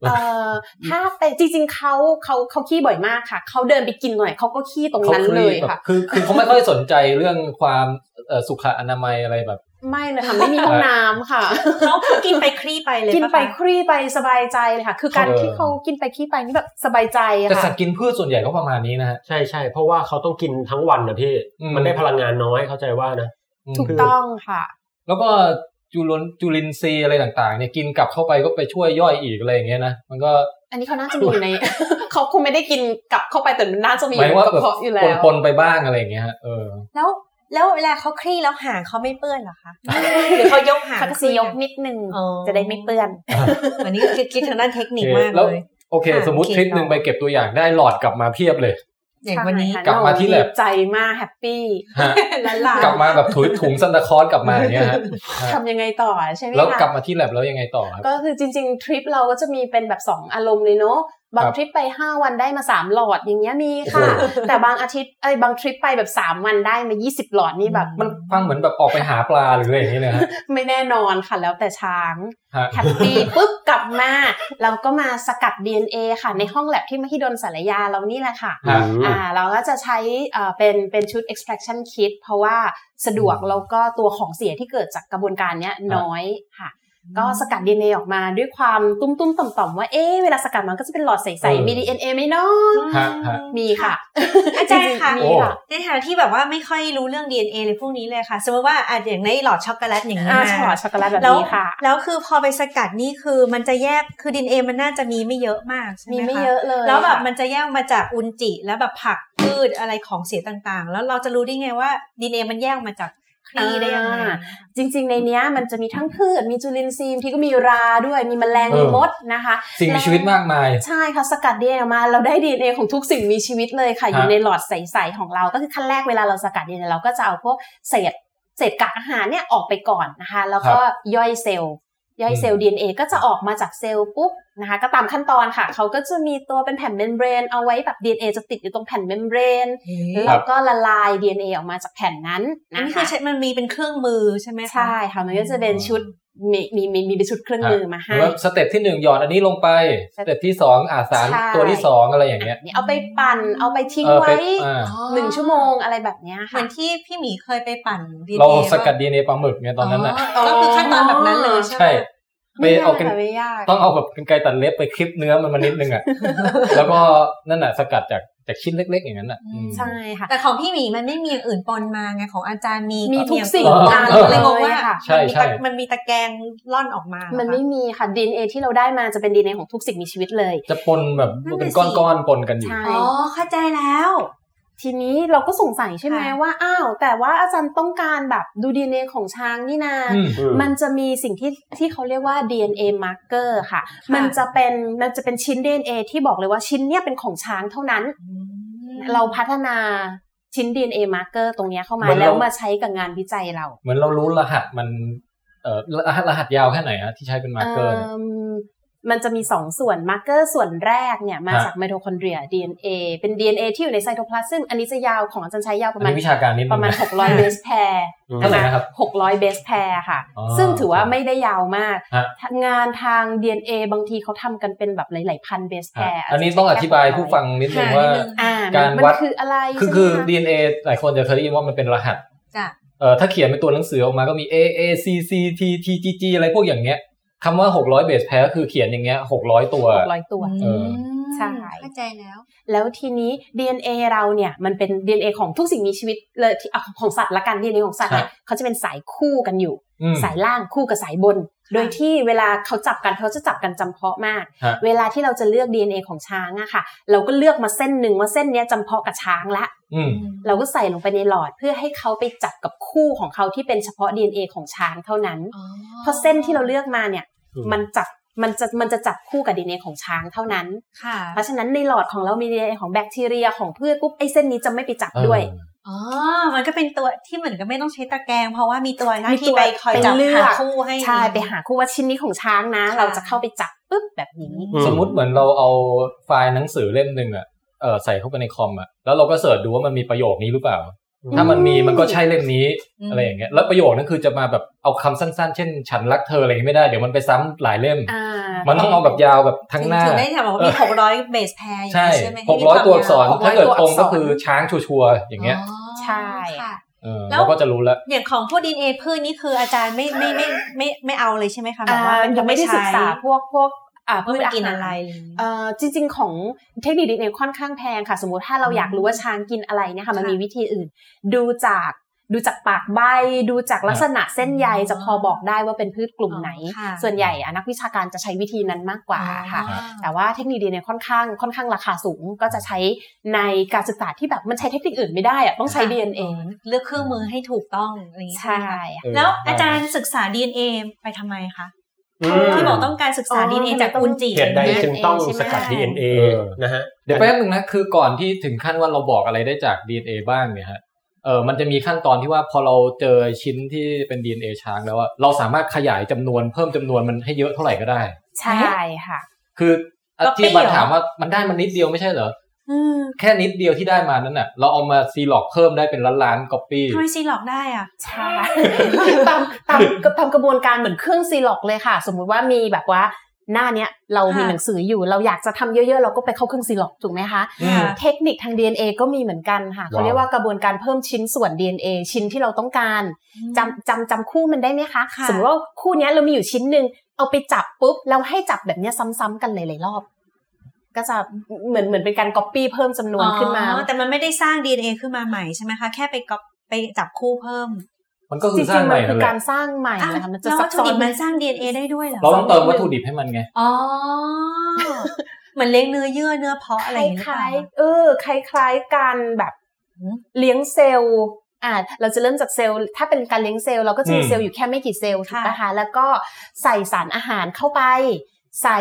[SPEAKER 3] เอ่อถ้าเป็นจริงๆเขาเขาเขาขี้บ่อยมากค่ะ เขาเดินไปกินหน่อยเขาก็ขี้ตรงนั้นเลย
[SPEAKER 5] แบบ
[SPEAKER 3] ค่ะ
[SPEAKER 5] คือคือเขาไม่ค่อยสนใจเรื่องความเอ่อสุขอนามัยอะไรแบบ
[SPEAKER 3] ไม่เลยค่ะไม่มีห้องน้ำค่ะ
[SPEAKER 7] เขาคือกินไปคลี่ไปเลย
[SPEAKER 3] กินไป
[SPEAKER 7] ะ
[SPEAKER 3] ค
[SPEAKER 7] คะ
[SPEAKER 3] ลี่ไปสบายใจเลยค่ะ คือการ
[SPEAKER 5] เออ
[SPEAKER 3] ที่เขากินไปคลี่ไปนี่แบบสบายใจอะ
[SPEAKER 5] แต่สั
[SPEAKER 3] ค่ะ
[SPEAKER 5] ตว์กินพืชส่วนใหญ่ก็ประมาณนี้นะฮะ
[SPEAKER 6] ใช่ใช่เพราะว่าเขาต้องกินทั้งวันนะพี่
[SPEAKER 5] อืม
[SPEAKER 6] มันได้พลังงานน้อยเข้าใจว่านะ
[SPEAKER 5] อืม
[SPEAKER 3] ถูกต้องค่ะ
[SPEAKER 5] แล้วก็จุลนจุลินทรีย์อะไรต่างๆเนี่ยกินกลับเข้าไปก็ไปช่วยย่อยอีกอะไรอย่างเงี้ยนะมันก็
[SPEAKER 3] อันนี้เขาน่าจะมีอยู่ใน (laughs) เขาคงไม่ได้กินกลับเข้าไปแต่มันน่าจะมีอ
[SPEAKER 5] หมาย
[SPEAKER 3] ยู่
[SPEAKER 5] ว่า
[SPEAKER 3] ในก
[SPEAKER 5] แบบ
[SPEAKER 3] ระเพาะอยู่แล้ว
[SPEAKER 5] ปนๆไปบ้างอะไรอย่างเงี้ยฮะเออ
[SPEAKER 7] แล้วแล้วเวลาเขาคลี่แล้วหางเขาไม่เปื้อนเหรอคะ
[SPEAKER 3] หรือเขายก
[SPEAKER 7] หาง
[SPEAKER 3] เขาจะซียกนิดนึง
[SPEAKER 7] อ๋อ
[SPEAKER 3] จะได้ไม่เปื้อน
[SPEAKER 7] อันนี้คือคิดทางด้านเทคนิคมาก
[SPEAKER 5] แล้ว
[SPEAKER 7] เลย
[SPEAKER 5] โอเค
[SPEAKER 7] ค่ะ
[SPEAKER 5] สมมติทริปหนึ่งไปเก็บตัวอย่างได้หลอดกลับมาเพียบเลย
[SPEAKER 7] อย่างวันนี้
[SPEAKER 3] ใช่ค่ะ
[SPEAKER 5] กลับมาที่แลบ
[SPEAKER 3] ดีใจมากแฮปปี้
[SPEAKER 5] ฮะ
[SPEAKER 7] ละลาย
[SPEAKER 5] กลับมาแบบถุยถุงซันตาคลอสกลับมาอย่างเงี้ยฮะ
[SPEAKER 3] (laughs)
[SPEAKER 5] ฮะ
[SPEAKER 3] ทำยังไงต่อใช่ไหมคะ
[SPEAKER 5] แล้วกลับมาที่แลบแล้วยังไงต่อครับ
[SPEAKER 3] ก็คือจริงๆ ทริปเราก็จะมีเป็นแบบ 2 อารมณ์เลยเนาะบาง
[SPEAKER 5] ครับ
[SPEAKER 3] ทริปไป 5 วันได้มา 3 หลอดอย่างเงี้ยมีค่ะ
[SPEAKER 5] โอ้โห
[SPEAKER 3] แต่บางอาทิตย์เอ้ยบางทริปไปแบบ 3 วันได้มา 20 หลอดนี่แบบ
[SPEAKER 5] มันฟังเหมือนแบบออกไปหาปลาหรืออะไรอย่างเงี้ยเลยฮะ
[SPEAKER 3] ไม่แน่นอนค่ะ แล้วแต่ช้าง
[SPEAKER 5] ฮะ
[SPEAKER 3] แฮปปี้ ปุ๊บกลับมา เราก็มาสกัด DNA ค่ะ ในห้องแลบที่มหิดลสารยาเรานี่แหละค่ะ
[SPEAKER 5] ฮะ
[SPEAKER 3] อ่าเราก็จะใช้เอ่อเป็นเป็นชุด extraction kit เพราะว่าสะดวกแล้วก็ตัวของเสียที่เกิดจากกระบวนการเนี้ยน้อยค่ะ ก็สกัด DNA ออกมาด้วยความตุ้มตุ้มๆต่อมๆ ว่าเอ๊ะเวลาสกัดมันก็จะเป็นหลอดใส
[SPEAKER 5] เออ
[SPEAKER 3] ๆมี DNA ไหมเนาะ
[SPEAKER 5] ฮะฮะ
[SPEAKER 3] มีค่ะ
[SPEAKER 7] อาจารย์ค่ะ
[SPEAKER 3] จงๆมีค่ะ
[SPEAKER 7] ในฐานะที่แบบว่าไม่ค่อยรู้เรื่อง DNA เลยพวกนี้เลยค่ะ สมมติว่าอาจอย่างในหลอดช็อกโกแลตอย่างนี้
[SPEAKER 3] อ่า
[SPEAKER 7] มา
[SPEAKER 3] ช็อกโกแลตช็อกโกแลตแบบ
[SPEAKER 7] แล้ว
[SPEAKER 3] นี้ค่ะ
[SPEAKER 7] แล้วคือพอไปสกัดนี่คือมันจะแยกคือดินเอมันน่าจะมีไม่เยอะมากใช่ไหม
[SPEAKER 3] มี
[SPEAKER 7] คะ
[SPEAKER 3] ไม่เยอะเลย
[SPEAKER 7] แล้วแบบ
[SPEAKER 3] ค่ะ
[SPEAKER 7] มันจะแยกมาจากอุนจิ แล้วแบบผักพืชอะไรของเสียต่างๆ แล้วเราจะรู้ได้ไงว่าดินเอมันแยกมาจากคลีได้ยังไง
[SPEAKER 3] อ่า จริง ๆ ในเนี้ยมันจะมีทั้งพืชมีจุลินทรีย์ที่ก็มีราด้วยมีแมลง
[SPEAKER 5] เออ
[SPEAKER 3] มีมดนะคะ
[SPEAKER 5] สิ่งมีชีวิตมากมาย
[SPEAKER 3] ใช่ค่ะ สกัด DNA ออกมาเราได้ DNA ของทุกสิ่งมีชีวิตเลยค่ะ อยู่
[SPEAKER 5] ฮะ
[SPEAKER 3] ในหลอดใส ๆ ของเราก็คือขั้นแรกเวลาเราสกัด DNA เราก็จะเอาพวกเศษเศษกากอาหารเนี่ยออกไปก่อนนะคะ แล้วก็ย่อยเซลล์ย่อยเซลล์ DNA ก็จะออกมาจากเซลล์ปุ๊บนะคะ ก็ตามขั้นตอนค่ะ เขาก็จะมีตัวเป็นแผ่นเมมเบรนเอาไว้แบบ DNA จะติดอยู่ตรงแผ่นเมมเบรนแล้วก็ละลาย DNA ออกมาจากแผ่นนั้น
[SPEAKER 7] อัน
[SPEAKER 3] นะ
[SPEAKER 7] นี้คื
[SPEAKER 3] คะ
[SPEAKER 7] อใช้มันมีเป็นเครื่องมือใช่ไหมคะ
[SPEAKER 3] ใช่ค่ะมันก็จะเป็นชุดมีมีมีมีเป็นชุดเครื่องมือมาให้
[SPEAKER 5] แล้วสเต็ปที่หนึ่งหยอดอันนี้ลงไป สเต็ปที่สองอาสาร
[SPEAKER 3] ใช่
[SPEAKER 5] ตัวที่สองอะไรอย่างเงี้ย
[SPEAKER 3] เนี่ยเอาไปปั่นเอาไปทิ้ง
[SPEAKER 5] เออ
[SPEAKER 3] ไว้
[SPEAKER 5] เป็นอ่า
[SPEAKER 3] หนึ่งชั่วโมงอะไรแบบเนี้ย
[SPEAKER 7] เห
[SPEAKER 3] ค่ะ
[SPEAKER 7] มือนที่พี่หมีเคยไปปั่นดี
[SPEAKER 5] เราสกัดดีเนปลาหมึกเนี่ยตอนนั้น
[SPEAKER 7] แห
[SPEAKER 5] น่ะ
[SPEAKER 7] ก็คือขั้นตอนแบบนั้นเลยใช่ไหม
[SPEAKER 5] ใช่ไป
[SPEAKER 3] ไม่ยา
[SPEAKER 5] เอา
[SPEAKER 3] ก
[SPEAKER 5] กัน
[SPEAKER 3] ค่ะไม่ยาก
[SPEAKER 5] ต้องเอาแบบกันไกรตัดเล็บไปคลิปเนื้อมันมานิดนึง
[SPEAKER 3] (laughs)
[SPEAKER 5] อ่ะ แล้วก็นั่นน่ะสกัดจากจากชิ้นเล็ก ๆ อย่างนั้นน่ะอืม
[SPEAKER 3] ใช่ค่ะ
[SPEAKER 7] แต่ของพี่หมีมันไม่มีอย่างอื่นปนมาไงของอาจารย์มี
[SPEAKER 3] มีทุกสิ่ง
[SPEAKER 7] เพีย
[SPEAKER 3] อย่าง
[SPEAKER 7] เออเลยงง
[SPEAKER 3] เล
[SPEAKER 7] ว่าย
[SPEAKER 3] ค่ะ
[SPEAKER 5] ใช่
[SPEAKER 7] มันมี
[SPEAKER 5] ใช่
[SPEAKER 7] ตะมันมีตะแกรงล่อนออกมาเหรอคะ
[SPEAKER 3] มันไม่มีค่ะดีเอที่เราได้มาจะเป็นดีเอของทุกสิ่งมีชีวิตเลย
[SPEAKER 5] จะปนแบบ
[SPEAKER 7] นั่นน่ะ
[SPEAKER 5] เป็น
[SPEAKER 7] สิ
[SPEAKER 5] ก้อนๆปนกันอยู่
[SPEAKER 3] ใช่
[SPEAKER 7] อ๋อ เข้าใจแล้ว
[SPEAKER 3] ทีนี้เราก็สงสัยใช่ไหม
[SPEAKER 7] ค่ะ
[SPEAKER 3] ว่าอ้าวแต่ว่าอาจารย์ต้องการแบบดูดีเอของช้างนี่นา
[SPEAKER 5] อืม
[SPEAKER 3] มันจะมีสิ่งที่ที่เขาเรียกว่า DNA marker ค่ะ มันจะเป็นมันจะเป็นชิ้น DNA ที่บอกเลยว่าชิ้นเนี้ยเป็นของช้างเท่านั้น เราพัฒนาชิ้น DNA marker ตรงเนี้ยเข้ามา
[SPEAKER 5] เหมือนเรา
[SPEAKER 3] แล้วมาใช้กับงานวิจัยเรา
[SPEAKER 5] เหมือนเรารู้รหัสมันเอ่อรหัสรหัสยาวแค่ไหนฮะที่ใช้เป็นมาร์เกอร์เนี่ย
[SPEAKER 3] อิ่มมันจะมี 2 ส่วนมาร์เกอร์ส่วนแรกเนี่ยมา
[SPEAKER 5] ฮะ
[SPEAKER 3] จากไมโทคอนเดรีย DNA เป็น DNA ที่อยู่ในไซโทพลาซึมอันนี้จะยาวของอาจารย์ใช้ยาวป
[SPEAKER 5] อั
[SPEAKER 3] ระ
[SPEAKER 5] น
[SPEAKER 3] มาณ
[SPEAKER 5] นี้วิชาการนิดนึ
[SPEAKER 3] ประ
[SPEAKER 5] ง
[SPEAKER 3] มาณ
[SPEAKER 5] นะ
[SPEAKER 3] 600 เบสแพร์
[SPEAKER 5] เท่าไหร่นะครับ
[SPEAKER 3] 600 เบสแพร์ค่ะ
[SPEAKER 5] อ๋อ
[SPEAKER 3] ซึ่งถือว่าไม่ได้ยาวมาก
[SPEAKER 5] ฮะ
[SPEAKER 3] งานทาง DNA บางทีเขาทำกันเป็นแบบหลาย ๆ พันเบสแพ
[SPEAKER 5] อ่ะ
[SPEAKER 3] ร์
[SPEAKER 5] อันนี้ต้องอธิบายผู้ฟังนิดนึงว่า
[SPEAKER 7] หานิดนึง
[SPEAKER 3] อ่า
[SPEAKER 5] การ
[SPEAKER 3] มัน
[SPEAKER 5] วัด
[SPEAKER 3] คืออะไร
[SPEAKER 5] คือ
[SPEAKER 3] ใช่ไหม
[SPEAKER 5] คือ
[SPEAKER 3] ะ
[SPEAKER 5] DNA หลายคนจะเคยได้ยินว่ามันเป็นรหัส
[SPEAKER 7] จ้ะ
[SPEAKER 5] เอ่อถ้าเขียนเป็นตัวหนังสือออกมาก็มี A A C C T T G G อะไรพวกอย่างเงี้ยคำว่า 600 เบสแพ้ก็คือเขียนอย่างเงี้ย600 ตัว
[SPEAKER 3] 600 ตัว
[SPEAKER 5] เออ
[SPEAKER 3] ใช่
[SPEAKER 7] เข้าใจแล้ว
[SPEAKER 3] แล้วทีนี้ DNA เราเนี่ยมันเป็น DNA ของทุกสิ่งมีชีวิตเลยที่อ่ะของของสัตว์ละกัน DNA ของสัตว์เนี่ยเขาจะเป็นสายคู่กันอยู่
[SPEAKER 5] อืม
[SPEAKER 3] สายล่างคู่กับสายบน โดยที่เวลาเขาจับกันเขาจะจับกันจำเพาะมาก
[SPEAKER 5] ฮะ
[SPEAKER 3] เวลาที่เราจะเลือก DNA ของช้างอะค่ะ เราก็เลือกมาเส้นหนึ่งว่าเส้นเนี้ยจำเพาะกับช้างละ
[SPEAKER 5] อืม
[SPEAKER 3] เราก็ใส่ลงไปในหลอดเพื่อให้เขาไปจับกับคู่ของเขาที่เป็นเฉพาะ DNA ของช้างเท่านั้น
[SPEAKER 7] อ๋อ
[SPEAKER 3] เพราะเส้นที่เราเลือกมาเนี่ย
[SPEAKER 6] อืม
[SPEAKER 3] มันจับมันจะมันจะจับคู่กับ DNA ของช้างเท่านั้น
[SPEAKER 7] ค่ะ
[SPEAKER 3] เพราะฉะนั้นในหลอดของเรามี DNA ของแบคทีเรียของพืชปุ๊บไอ้เส้นนี้จะไม่ไปจับด้วย
[SPEAKER 7] อ๋อ มันก็เป็นตัวที่เหมือนกับไม่ต้องใช้ตะแกรงเพราะว่ามีตัวหน้า
[SPEAKER 3] มีตั
[SPEAKER 7] ที่
[SPEAKER 3] ว
[SPEAKER 7] ไปคอยจับ
[SPEAKER 3] ไปเลือก
[SPEAKER 7] หาคู่ให้
[SPEAKER 3] ใช่ไปหาคู่ว่าชิ้นนี้ของช้างนะ
[SPEAKER 7] ค่ะ
[SPEAKER 3] เราจะเข้าไปจับปุ๊บแบบนี้
[SPEAKER 6] อืม
[SPEAKER 5] สมมุติเหมือนเราเอาไฟล์หนังสือเล่มหนึ่งอะ เอ่อใส่เข้าไปในคอมอ่ะแล้วเราก็เสิร์ชดูว่ามันมีประโยคนี้หรือเปล่า
[SPEAKER 6] อืม
[SPEAKER 5] ถ้ามันมีมันก็ใช่เล่มนี้
[SPEAKER 7] อืม
[SPEAKER 5] อะไรอย่างเงี้ยแล้วประโยคนั้นคือจะมาแบบเอาคำสั้นๆ เช่น ฉันรักเธออะไรอย่างงี้ไม่ได้เดี๋ยวมันไปซ้ำหลายเล่ม
[SPEAKER 3] อ่า
[SPEAKER 5] มันต้องเอาแบบยาวแบบทั้งหน้า
[SPEAKER 7] ถึงได้ถามบอกว่ามีหกร้อยเบสแพร์
[SPEAKER 5] ใช่
[SPEAKER 7] ใช่ไหม
[SPEAKER 5] หกร้อยตัวอักษร
[SPEAKER 3] หกร้อย
[SPEAKER 5] ถ้าเกิด
[SPEAKER 3] ตัว
[SPEAKER 5] ตรง
[SPEAKER 3] อักษร
[SPEAKER 5] ก็คือช้างชัวร์ๆอย่างเงี้ย
[SPEAKER 3] ใช่
[SPEAKER 7] ค่ะ
[SPEAKER 5] เออ
[SPEAKER 7] แล้ว
[SPEAKER 5] เราก็จะรู้แล้ว
[SPEAKER 7] อย่างของพวกดีเอพืชนี่คืออาจารย์ไม่ไม่ไม่ไม่ไม่เอาเลยใช่ไหมคะแบบว่า
[SPEAKER 3] อ่า
[SPEAKER 7] มัน
[SPEAKER 3] ยังไม่ได้ศึกษาพวกพวกอ่า
[SPEAKER 7] ว่า
[SPEAKER 3] พืช
[SPEAKER 7] มัน
[SPEAKER 3] อา
[SPEAKER 7] กิน
[SPEAKER 3] หา
[SPEAKER 7] อะไร
[SPEAKER 3] ร
[SPEAKER 7] เลย
[SPEAKER 3] เอ่อจริง ๆ ของเทคนิคดีเค่อนข้างแพงค่ะ สมมติถ้าเราอยากรู้ว่าช้างกินอะไรเนี่ยค่ะมัน
[SPEAKER 7] ค่ะ
[SPEAKER 3] มีวิธีอื่น ดูจากดูจากปากใบ ดูจากลักษณะเส้นใยจะพอบอกได้ว่าเป็นพืชกลุ่มไหน
[SPEAKER 7] อ๋อค่ะ
[SPEAKER 3] ส่วนใหญ่อะนักวิชาการจะใช้วิธีนั้นมากกว่าค่ะ
[SPEAKER 7] อ๋อ
[SPEAKER 3] แต่ว่าเทคนิคดีเนี่ยค่อนข้างค่อนข้างราคาสูงก็จะใช้ในการศึกษาที่แบบมันใช้เทคนิคอื่นไม่ได้อะต้องใช้ DNA
[SPEAKER 7] เลือกเครื่องมือให้ถูกต้องอะไรอย่างนี้
[SPEAKER 3] ใช่
[SPEAKER 7] ไหมคะ
[SPEAKER 3] ค่ะ
[SPEAKER 5] เออ
[SPEAKER 7] แล้ว
[SPEAKER 5] ได้
[SPEAKER 7] อาจารย์ศึกษา DNA ไปทำไมคะ
[SPEAKER 6] อืม
[SPEAKER 7] ที่บอกต้องการศึกษา
[SPEAKER 3] อ๋อ
[SPEAKER 7] DNA จากอุนจิ
[SPEAKER 6] เหตุใดจึงต้องสกัด
[SPEAKER 3] ใช่ไหม
[SPEAKER 6] DNA
[SPEAKER 5] เออ
[SPEAKER 6] นะฮะ
[SPEAKER 5] เดี๋ยวแป๊บนึงนะคือก่อนที่ถึงขั้นว่าเราบอกอะไรได้จาก DNA บ้างเนี่ยฮะเออมันจะมีขั้นตอนที่ว่าพอเราเจอชิ้นที่เป็น DNA ช้างแล้วอะเราสามารถขยายจำนวนเพิ่มจำนวนมันให้เยอะเท่าไหร่ก็ได้
[SPEAKER 3] ใช่ค่ะ
[SPEAKER 5] คืออ่ะ
[SPEAKER 7] ก็เปรี้
[SPEAKER 5] ที่
[SPEAKER 7] ยว
[SPEAKER 5] บันถามว่ามันได้มันนิดเดียวไม่ใช่เหรอ
[SPEAKER 7] อืม
[SPEAKER 5] แค่นิดเดียวที่ได้มานั้นน่ะเราเอามาซีล็อกเพิ่มได้เป็นล้านล้านก๊อปปี้
[SPEAKER 7] ทำไมซีหลอกได้อ่ะ
[SPEAKER 3] ใช่ ตามตามตามกระบวนการเหมือนเครื่องซีล็อกเลยค่ะ สมมุติว่ามีแบบว่าหน้าเนี้ยเรามี
[SPEAKER 7] ค่ะ
[SPEAKER 3] หนังสืออยู่ เราอยากจะทำเยอะๆ เราก็ไปเข้าเครื่องซีล็อกถูกไหมคะ
[SPEAKER 5] อืม
[SPEAKER 3] เทคนิคทาง DNA ก็มีเหมือนกันค่ะ เขาเรียกว่ากระบวนการเพิ่มชิ้นส่วน DNA ชิ้นที่เราต้องการจำจำจำคู่มันได้ไหมคะ
[SPEAKER 7] ค่ะ
[SPEAKER 3] สมมติว่าคู่เนี้ยเรามีอยู่ชิ้นหนึ่งเอาไปจับปุ๊บเราให้จับแบบเนี้ยซ้ำๆกันหลายๆรอบ ก็จะเหมือนเหมือนเป็นการก๊อปปี้เพิ่มจำนวนขึ้นมา
[SPEAKER 7] อ๋อแต่มันไม่ได้สร้าง DNA ขึ้นมาใหม่ใช่ไหมคะ แค่ไปก๊อปไปจับคู่เพิ่ม
[SPEAKER 5] มันก็
[SPEAKER 3] จ
[SPEAKER 5] คือส
[SPEAKER 3] ริ
[SPEAKER 5] ร้าง ง
[SPEAKER 3] ๆ
[SPEAKER 5] ให
[SPEAKER 3] มัน
[SPEAKER 5] ม่นั่นแหละ
[SPEAKER 7] อ้าว
[SPEAKER 3] คือการสร้างใหม่นะคะมันจะ
[SPEAKER 7] แล้ว
[SPEAKER 3] ซั
[SPEAKER 7] วั
[SPEAKER 3] บ
[SPEAKER 7] ตถุ
[SPEAKER 3] ซ้อ
[SPEAKER 7] ดิ
[SPEAKER 3] น
[SPEAKER 7] บมันสร้าง DNA ได้ด้วยเหรอ
[SPEAKER 5] เราต้องเติมวัตถุดิบให้มันไง
[SPEAKER 7] อ๋อ (laughs) เหมือนเลี้ยงเนื้อเยื่อเนื้อเพาะอะไรอย่างเงี้ยหรือเป
[SPEAKER 3] ค
[SPEAKER 7] ล่า
[SPEAKER 3] ล้ายๆเออ คล้ายๆการแบบ
[SPEAKER 7] หืม
[SPEAKER 3] เลี้ยงเซลล์ อ่า เราจะเริ่มจากเซลล์ ถ้าเป็นการเลี้ยงเซลล์เราก็จะมี
[SPEAKER 5] อืม
[SPEAKER 3] เซลล์อยู่แค่ไม่กี่เซลล์ถูกนะคะ แล้วก็ใส่สารอาหารเข้าไป ใส่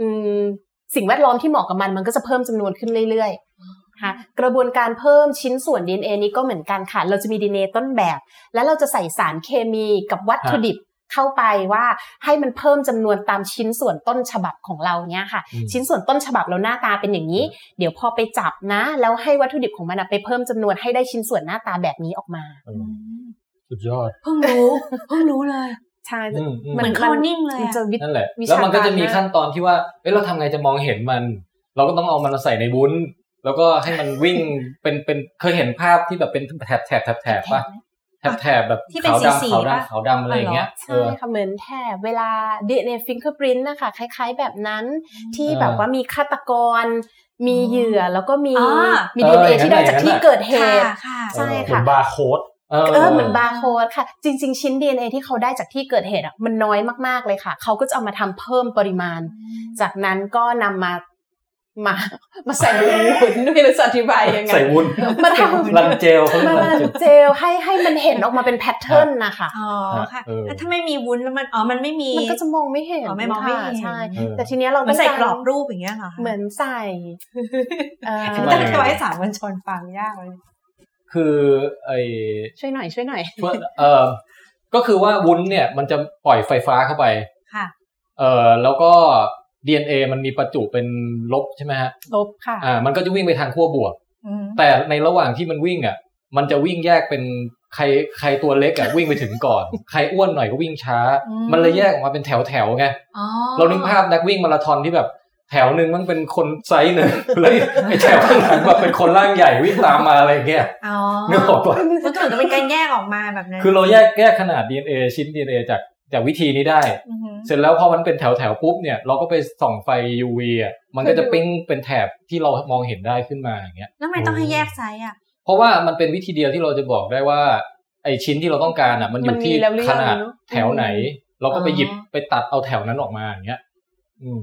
[SPEAKER 3] อืมสิ่งแวดล้อมที่เหมาะกับมัน มันก็จะเพิ่มจำนวนขึ้นเรื่อยๆนะคะกระบวนการเพิ่มชิ้นส่วน DNA นี้ก็เหมือนกันค่ะ เราจะมี DNA ต้นแบบ แล้วเราจะใส่สารเคมีกับวัตถุดิบเข้าไปว่าให้มันเพิ่มจำนวนตามชิ้นส่วนต้นฉบับของเราเนี่ยค่ะ
[SPEAKER 5] อืม
[SPEAKER 3] ชิ้นส่วนต้นฉบับเราหน้าตาเป็นอย่างนี้ เดี๋ยวพอไปจับนะ แล้วให้วัตถุดิบของมันอะไปเพิ่มจำนวนให้ได้ชิ้นส่วนหน้าตาแบบนี้ออกมา
[SPEAKER 5] สุดยอด
[SPEAKER 7] เพิ่งรู้เพิ่งรู้เลย
[SPEAKER 3] ใช่
[SPEAKER 5] อืมอืม
[SPEAKER 7] เหมือนเข้านิ่งเลย
[SPEAKER 3] มัน
[SPEAKER 7] อะ
[SPEAKER 3] จะวิ
[SPEAKER 5] นั่นแหละ
[SPEAKER 3] วิชา
[SPEAKER 5] แล้วมันก็จะมี
[SPEAKER 3] การมาก
[SPEAKER 5] ขั้นตอนที่ว่าเอ้ยเราทำไงจะมองเห็นมัน เราก็ต้องเอามันมาใส่ในวุ้น แล้วก็ให้มันวิ่ง เป็นเป็นเคยเห็นภาพที่แบบเป็นแถบแถบแถบแถบป่ะแถบแถบแบบ
[SPEAKER 7] ที่เป็น
[SPEAKER 5] ขาว
[SPEAKER 7] สี
[SPEAKER 5] ดำขาว
[SPEAKER 7] ๆป่ะ
[SPEAKER 5] ดำขาวดำอะไรอย่างเงี้ยเอ
[SPEAKER 3] ใช่
[SPEAKER 5] อ
[SPEAKER 3] ค่ะเหมือนแถบเวลา DNA fingerprint นะคะคล้าย ๆ แบบนั้น ที่แบบว่ามีฆาตกร มีเหยื่อแล้วก็มี
[SPEAKER 7] อ่ามี
[SPEAKER 3] มี DNA
[SPEAKER 5] เอออย่างนั้น
[SPEAKER 3] ที่ได้
[SPEAKER 5] อ
[SPEAKER 3] จาก
[SPEAKER 5] ย่างนั้น
[SPEAKER 3] ที่
[SPEAKER 5] น่ะ
[SPEAKER 3] เกิดเหตุ
[SPEAKER 7] ค่ะค่ะ
[SPEAKER 3] ใช่
[SPEAKER 6] เหมือ
[SPEAKER 3] ค่ะ
[SPEAKER 6] นบาร์โค้ด
[SPEAKER 5] เอ
[SPEAKER 3] เออ
[SPEAKER 5] อ
[SPEAKER 3] เหมือนบาร์โค้ดค่ะ จริง ๆ ชิ้น DNA ที่เขาได้จากที่เกิดเหตุอ่ะมันน้อยมากๆเลยค่ะ เขาก็จะเอามาทำเพิ่มปริมาณ จากนั้นก็นำมามา มาใส่ใน (laughs) วุ้นด้วยหรือจะอธิบายยังไง
[SPEAKER 5] ใส่วุ้น
[SPEAKER 3] มาทำ
[SPEAKER 5] รันเจลเขาเรีย
[SPEAKER 3] มาก
[SPEAKER 5] รั
[SPEAKER 3] มาน
[SPEAKER 5] เจล
[SPEAKER 3] เจลให้ให้มันเห็นออกมาเป็นแพทเทิร์นนะคะ
[SPEAKER 7] อ๋อค่ะ
[SPEAKER 5] เออ
[SPEAKER 7] แล้วถ้าไม่มีวุ้นแล้วมันอ๋อมันไม่มี
[SPEAKER 3] มันก็จะมองไม่เห็น
[SPEAKER 7] อ๋อไม่มองไม่เห็น
[SPEAKER 3] ค่ะใช่
[SPEAKER 5] เออ
[SPEAKER 3] แต่ทีเนี้ยเรา
[SPEAKER 7] มันใส่
[SPEAKER 3] ต้งาก
[SPEAKER 7] รอบรูปอย่างเงี้ยเหรอคะ
[SPEAKER 3] เหมือนใส่เอ่อ
[SPEAKER 5] ทำไม
[SPEAKER 7] แต่จะไว้ให้สามัญชนฟังยากเลย
[SPEAKER 5] คือไอ
[SPEAKER 3] ช่วยหน่อยช่วยหน่อย
[SPEAKER 5] เพื่อเออก็คือว่าวุ้นเนี่ยมันจะปล่อยไฟฟ้าเข้าไป
[SPEAKER 7] ค่ะ
[SPEAKER 5] เออแล้วก็ DNA มันมีประจุเป็นลบใช่ไหมฮะ
[SPEAKER 3] ลบค่ะ
[SPEAKER 5] อ่า มันก็จะวิ่งไปทางขั้วบวก
[SPEAKER 7] อืม
[SPEAKER 5] แต่ในระหว่างที่มันวิ่งอ่ะ มันจะวิ่งแยกเป็นใครใครตัวเล็กอ่ะ วิ่งไปถึงก่อน ใครอ้วนหน่อยก็วิ่งช้า
[SPEAKER 7] อืม
[SPEAKER 5] มันเลยแยกออกมาเป็นแถวแถวๆไง
[SPEAKER 7] อ๋อ
[SPEAKER 5] เรานึกภาพนักวิ่งมาราธอนที่แบบแถวหนึ่งมันเป็นคนไซส์หนึ่งแล้วไอ้แถวข้างหลังแบบเป็นคนร่างใหญ่วิ่งตามมาอะไรอย่างเงี้ย
[SPEAKER 7] อ๋อ
[SPEAKER 5] นึกออกปะ
[SPEAKER 7] มันก็เหมือนกับเป็นการแยกออกมาแบบนั้น
[SPEAKER 5] คือเราแยกแยกขนาด DNA ชิ้น DNA จากจากวิธีนี้ได้
[SPEAKER 7] อือหือ
[SPEAKER 5] เสร็จแล้วพอมันเป็นแถวแถวๆปุ๊บเนี่ยเราก็ไปส่องไฟ UV อ่ะมันก็จะปิ้งเป็นแถบที่เรามองเห็นได้ขึ้นมาอย่างเงี้ย
[SPEAKER 7] แล้วทำไมต้องให้แยกไซส์อ่ะ
[SPEAKER 5] เพราะว่ามันเป็นวิธีเดียวที่เราจะบอกได้ว่าไอชิ้นที่เราต้องการอ่ะ มันอ
[SPEAKER 3] มั
[SPEAKER 5] ยู่
[SPEAKER 3] นมี
[SPEAKER 5] ที่
[SPEAKER 3] แล้วหรือ
[SPEAKER 5] ข
[SPEAKER 3] ยัง
[SPEAKER 5] นาด
[SPEAKER 3] เนอะ
[SPEAKER 5] แถวไหน เราก็ไป
[SPEAKER 7] อ๋อ
[SPEAKER 5] หยิบไปตัดเอาแถวนั้นออกมาอย่างเงี้ย อืม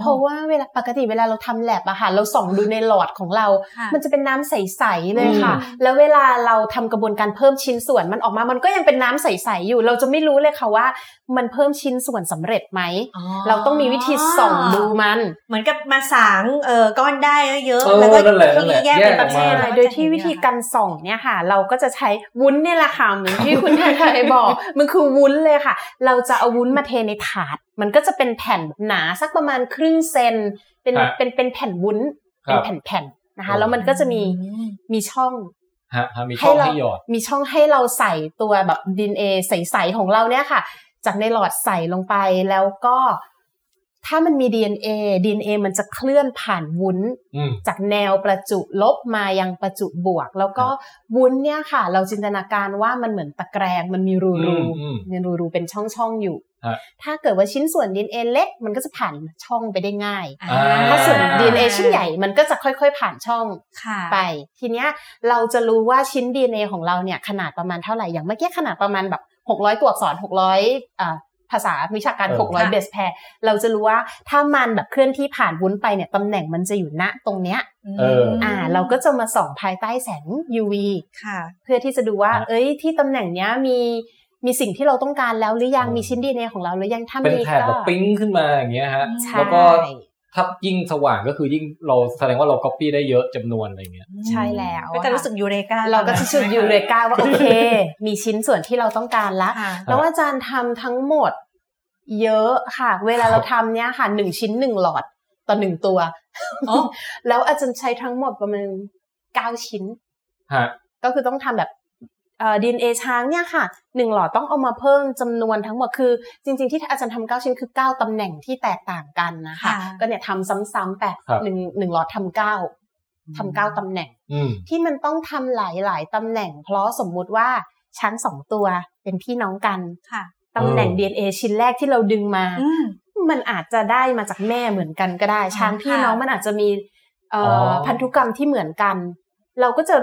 [SPEAKER 3] เพราะว่าเวลาปกติเวลาเราทำแลบอะค่ะเราส่องดูในหลอดของเรา
[SPEAKER 7] ค่ะ
[SPEAKER 3] มันจะเป็นน้ำใส ๆ เลยค่ะ
[SPEAKER 7] อืม
[SPEAKER 3] แล้วเวลาเราทำกระบวนการเพิ่มชิ้นส่วนมันออกมา มันก็ยังเป็นน้ำใส ๆ อยู่ เราจะไม่รู้เลยค่ะว่า มันเพิ่มชิ้นส่วนสำเร็จไหม
[SPEAKER 7] อ๋อ
[SPEAKER 3] เราต้องมีวิธีส่องดูมัน
[SPEAKER 7] เหมือนกับมาสางเอ่อก้อนได้เยอะ
[SPEAKER 5] เออ
[SPEAKER 7] แล้วก็
[SPEAKER 5] นั่นแหละนั่นแหละ
[SPEAKER 7] แยกเป็นประเภท
[SPEAKER 5] แยกออกมา
[SPEAKER 7] แล้ก็
[SPEAKER 3] โดยที่วิธีการส่องเนี่ยค่ะ เราก็จะใช้วุ้นเนี่ยแหละค่ะเหมือนที่คุณแทนไทยบอก มันคือวุ้นเลยค่ะ เราจะเอาวุ้นมาเทในถาด มันก็จะเป็นแผ่นหนาสักประมาณครึ่งเซน เป็น
[SPEAKER 5] ฮะ
[SPEAKER 3] เป็นเป็นแผ่นวุ้น
[SPEAKER 5] ครั
[SPEAKER 3] เป็น
[SPEAKER 5] บ
[SPEAKER 3] แผ่นๆ นะคะแล้วมันก็จะมีมีช่อง
[SPEAKER 4] ฮะฮะมีช่องให้หยอด
[SPEAKER 3] มีช่องให้เราใส่ตัวแบบดินเอใสๆของเราเนี่ยค่ะ จากในหลอดใส่ลงไปแล้วก็ถ้ามันมี DNA DNA มันจะเคลื่อนผ่านวุ้น
[SPEAKER 4] อืม
[SPEAKER 3] จากแนวประจุลบมายังประจุบวก แล้วก็วุ้นเนี่ยค่ะ เราจินตนาการว่ามันเหมือนตะแกรงมันมีรูรู
[SPEAKER 4] อืมอืม
[SPEAKER 3] มีรูรูเป็นช่องช่องๆอยู่
[SPEAKER 4] ฮะ
[SPEAKER 3] ถ้าเกิดว่าชิ้นส่วน DNA เล็กมันก็จะผ่านช่องไปได้ง่าย
[SPEAKER 4] อ่า
[SPEAKER 3] ถ้าส่วน
[SPEAKER 4] อ่า
[SPEAKER 3] DNA ชิ้นใหญ่มันก็จะค่อย ๆ ผ่านช่อง
[SPEAKER 7] ค่ะ
[SPEAKER 3] ไป ทีเนี้ยเราจะรู้ว่าชิ้น DNA ของเราเนี่ยขนาดประมาณเท่าไหร่อย่างเมื่อกี้ขนาดประมาณแบบ 600 ตัวอักษร 600อ่าภาษาวิชาการ
[SPEAKER 4] เออ
[SPEAKER 3] 600 base pair เราจะรู้ว่าถ้ามันแบบเคลื่อนที่ผ่านวุ้นไปเนี่ยตำแหน่งมันจะอยู่ณตรงเนี้ย
[SPEAKER 4] เออ
[SPEAKER 7] ม
[SPEAKER 3] อ่าเราก็จะมาส่องภายใต้แสง UV
[SPEAKER 7] ค่ะ
[SPEAKER 3] เพื่อที่จะดูว่า
[SPEAKER 4] อ่ะ
[SPEAKER 3] เอ้ย ที่ตำแหน่งเนี้ยมีมีสิ่งที่เราต้องการแล้วหรือยังมีชิ้นดีในของเราหรือยังถ้า
[SPEAKER 4] เป็น
[SPEAKER 3] มี
[SPEAKER 4] แถบ
[SPEAKER 3] ก็
[SPEAKER 4] แบบปิ้งขึ้นมาอย่างเงี้ยฮะ
[SPEAKER 3] ใช่
[SPEAKER 4] แล้วก็ ถ้ายิ่งสว่างก็คือยิ่งเราแสดงว่าเรา copy ได้เยอะจำนวนอะไรเงี้ย
[SPEAKER 3] ใช่แล้ว
[SPEAKER 7] ก็จะรู้สึกยูเรกา
[SPEAKER 3] เราก็จะชุดยูเรกาว่า โอเค มีชิ้นส่วนที่เราต้องการละ
[SPEAKER 7] ค่ะ
[SPEAKER 3] แล้วอาจารย์ทำทั้งหมด เยอะค่ะ เวลาเราทำเนี้ยค่ะหนึ่งชิ้นหนึ่งหลอดต่อหนึ่งตัว
[SPEAKER 7] อ๋อ
[SPEAKER 3] แล้วอาจารย์ใช้ทั้งหมดประมาณเก้าชิ้น
[SPEAKER 4] ฮะ
[SPEAKER 3] ก็คือต้องทำแบบเอ่อดีเอช้างเนี่ยค่ะหนึ่งหลอดต้องเอามาเพิ่มจำนวนทั้งหมดคือ จริง ๆ ที่อาจารย์ทำเก้าชิ้นคือเก้าตำแหน่งที่แตกต่างกันนะคะ
[SPEAKER 7] ค่ะ
[SPEAKER 3] ก็เนี่ยทำซ้ำๆแปะ
[SPEAKER 4] ครับ
[SPEAKER 3] หนึ่งหนึ่งหลอดทำเก้าทำเก้าตำแหน่ง
[SPEAKER 4] อืม
[SPEAKER 3] ที่มันต้องทำหลายๆตำแหน่ง เพราะสมมุติว่าช้างสองตัวเป็นพี่น้องกัน
[SPEAKER 7] ค่ะ
[SPEAKER 3] ตำแหน่ง
[SPEAKER 4] อืม
[SPEAKER 3] DNA ชิ้นแรกที่เราดึงมา
[SPEAKER 7] อืม
[SPEAKER 3] มันอาจจะได้มาจากแม่เหมือนกันก็ได้ ช้างพี่น้องมันอาจจะมีเอ่ออ
[SPEAKER 4] อ
[SPEAKER 3] พันธุกรรมที่เหมือนกัน เราก็จะ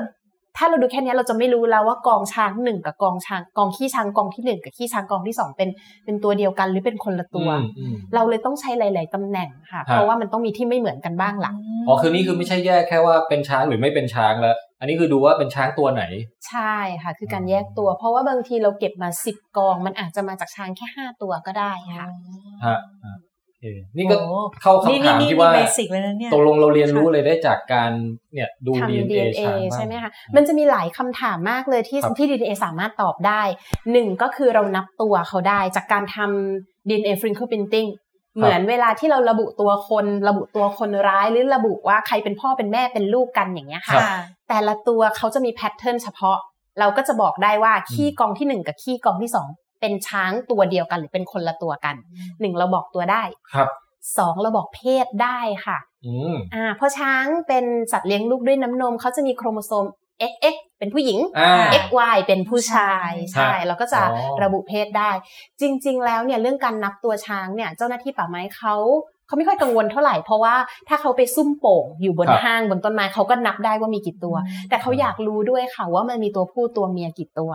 [SPEAKER 3] ถ้าเราดูแค่เนี้ยเราจะไม่รู้แล้วว่ากองช้างหนึ่งกับกองช้างกองขี้ช้างกองที่หนึ่งกับขี้ช้างกองที่สองเป็นเป็นตัวเดียวกันหรือเป็นคนละตัว
[SPEAKER 4] อืมอืม
[SPEAKER 3] เราเลยต้องใช้หลาย ๆตำแหน่งค่ะ เพราะว่ามันต้องมีที่ไม่เหมือนกันบ้างล่ะ
[SPEAKER 4] อ๋อคือนี่คือไม่ใช่แยกแค่ว่าเป็นช้างหรือไม่เป็นช้างแล้ว อันนี้คือดูว่าเป็นช้างตัวไหน
[SPEAKER 3] ใช่ค่ะ คือการแยกตัว เพราะว่าบางทีเราเก็บมาสิบกอง มันอาจจะมาจากช้างแค่ห้าตัวก็ได้ค่ะ
[SPEAKER 4] ฮะฮะโอเคนี่ก็
[SPEAKER 7] โอ้
[SPEAKER 4] เข้า
[SPEAKER 7] นี่
[SPEAKER 4] คำ
[SPEAKER 7] นี่
[SPEAKER 4] ถาม
[SPEAKER 7] นี่
[SPEAKER 4] ที่ว่า
[SPEAKER 7] เบสิกเลยนะเนี่ย
[SPEAKER 4] ตกลงเราเรียนรู้เลยได้จากการเนี่ยดู
[SPEAKER 3] ทำ
[SPEAKER 4] DNA,
[SPEAKER 3] DNA
[SPEAKER 4] ช้างบ้าง
[SPEAKER 3] ใช่ไหมคะ มันจะมีหลายคำถามมากเลยที่
[SPEAKER 4] ครับ
[SPEAKER 3] ที่ DNA สามารถตอบได้ หนึ่งก็คือเรานับตัวเขาได้จากการทำ DNA fingerprinting เหมือนเวลาที่เราระบุตัวคน ระบุตัวคนร้ายหรือระบุว่าใครเป็นพ่อเป็นแม่เป็นลูกกันอย่างเงี้ยค่ะ
[SPEAKER 7] ค่ะ
[SPEAKER 3] แต่ละตัวเขาจะมีแพทเทิร์นเฉพาะ เราก็จะบอกได้ว่าขี้กองที่หนึ่งกับขี้กองที่สองเป็นช้างตัวเดียวกันหรือเป็นคนละตัวกันหนึ่งเราบอกตัวได้
[SPEAKER 4] ครับ
[SPEAKER 3] สองเราบอกเพศได้ค่ะ
[SPEAKER 4] อืม
[SPEAKER 3] อ่าเพราะช้างเป็นสัตว์เลี้ยงลูกด้วยน้ำนมเขาจะมีโครโมโซม XX เป็นผู้หญิง
[SPEAKER 4] อ่า
[SPEAKER 3] XY เป็นผู้ชาย
[SPEAKER 4] ครั
[SPEAKER 3] ใช่
[SPEAKER 4] บ
[SPEAKER 3] เราก็จะ
[SPEAKER 4] อ๋อ
[SPEAKER 3] ระบุเพศได้ จริง ๆ แล้วเนี่ยเรื่องการนับตัวช้างเนี่ยเจ้าหน้าที่ป่าไม้เขาเขาไม่ค่อยกังวลเท่าไหร่ เพราะว่าถ้าเขาไปซุ่มโป่งอยู่บนห้างบนต้นไม้เขาก็นับได้ว่ามีกี่ตัว แต่เขาอยากรู้ด้วยค่ะว่ามันมีตัวผู้ตัวเมียกี่ตัว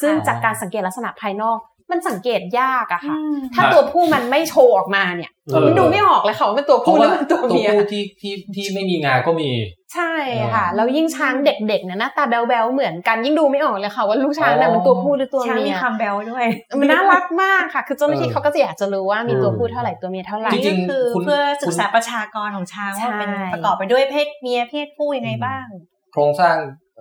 [SPEAKER 3] ซึ่งจากการสังเกตลักษณะภายนอก มันสังเกตยากอะค่ะ ถ้าตัวผู้มันไม่โชว์ออกมาเนี่ย
[SPEAKER 4] เออ
[SPEAKER 3] มันดูไม่ออกเลยค่ะว่าเป็นตัว
[SPEAKER 4] เพ
[SPEAKER 3] ผู้
[SPEAKER 4] ราะ
[SPEAKER 3] ห
[SPEAKER 4] ว่า
[SPEAKER 3] รือเป็น
[SPEAKER 4] ตั
[SPEAKER 3] ตัว วเมีย
[SPEAKER 4] ผู้ที่ที่ที่ไม่มีงาก็มี
[SPEAKER 3] ใช่
[SPEAKER 4] เออ
[SPEAKER 3] ค่ะแล้วยิ่งช้างเด็กๆเนี่ยหน้าตาแบ๊วๆเหมือนกันยิ่งดูไม่ออกเลยค่ะ ว่าลูกช้างน่ะ
[SPEAKER 4] อ๋อ
[SPEAKER 3] มันตัวผู้หรือตัว
[SPEAKER 7] ช้าง
[SPEAKER 3] เมี
[SPEAKER 7] มี
[SPEAKER 3] ย
[SPEAKER 7] คำแบลด้วย
[SPEAKER 3] มันน่ารักมากค่ะ คือเจ้าหน้าที่
[SPEAKER 4] เออ
[SPEAKER 3] เขาก็จะอยากจะรู้ว่ามี
[SPEAKER 4] เออ
[SPEAKER 3] ตัวผู้เท่าไหร่ตัวเมียเท่าไหร่
[SPEAKER 4] จริง
[SPEAKER 7] นี่คือ
[SPEAKER 4] คุณ
[SPEAKER 7] เพื่อศึ
[SPEAKER 4] คุณ
[SPEAKER 7] กษาประชากรของช้างว่าเป็น
[SPEAKER 3] ใช่
[SPEAKER 7] ประกอบไปด้วยเพศเมียเพศผู้ยังไงบ้าง
[SPEAKER 4] โครงสร้าง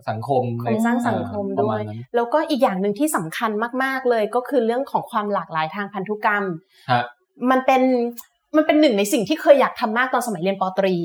[SPEAKER 4] สังคม
[SPEAKER 3] โค
[SPEAKER 4] ใน
[SPEAKER 3] รงสร้างสังคม
[SPEAKER 4] ป
[SPEAKER 3] ด้
[SPEAKER 4] ระ
[SPEAKER 3] ว
[SPEAKER 4] มาย ณนั้น
[SPEAKER 3] แล้วก็อีกอย่างหนึ่งที่สำคัญมากๆเลยก็คือเรื่องของความหลากหลายทางพันธุกรรม
[SPEAKER 4] ฮะ
[SPEAKER 3] มันเป็นมันเป็นหนึ่งในสิ่งที่เคยอยากทำมากตอนสมัยเรียนปอตรี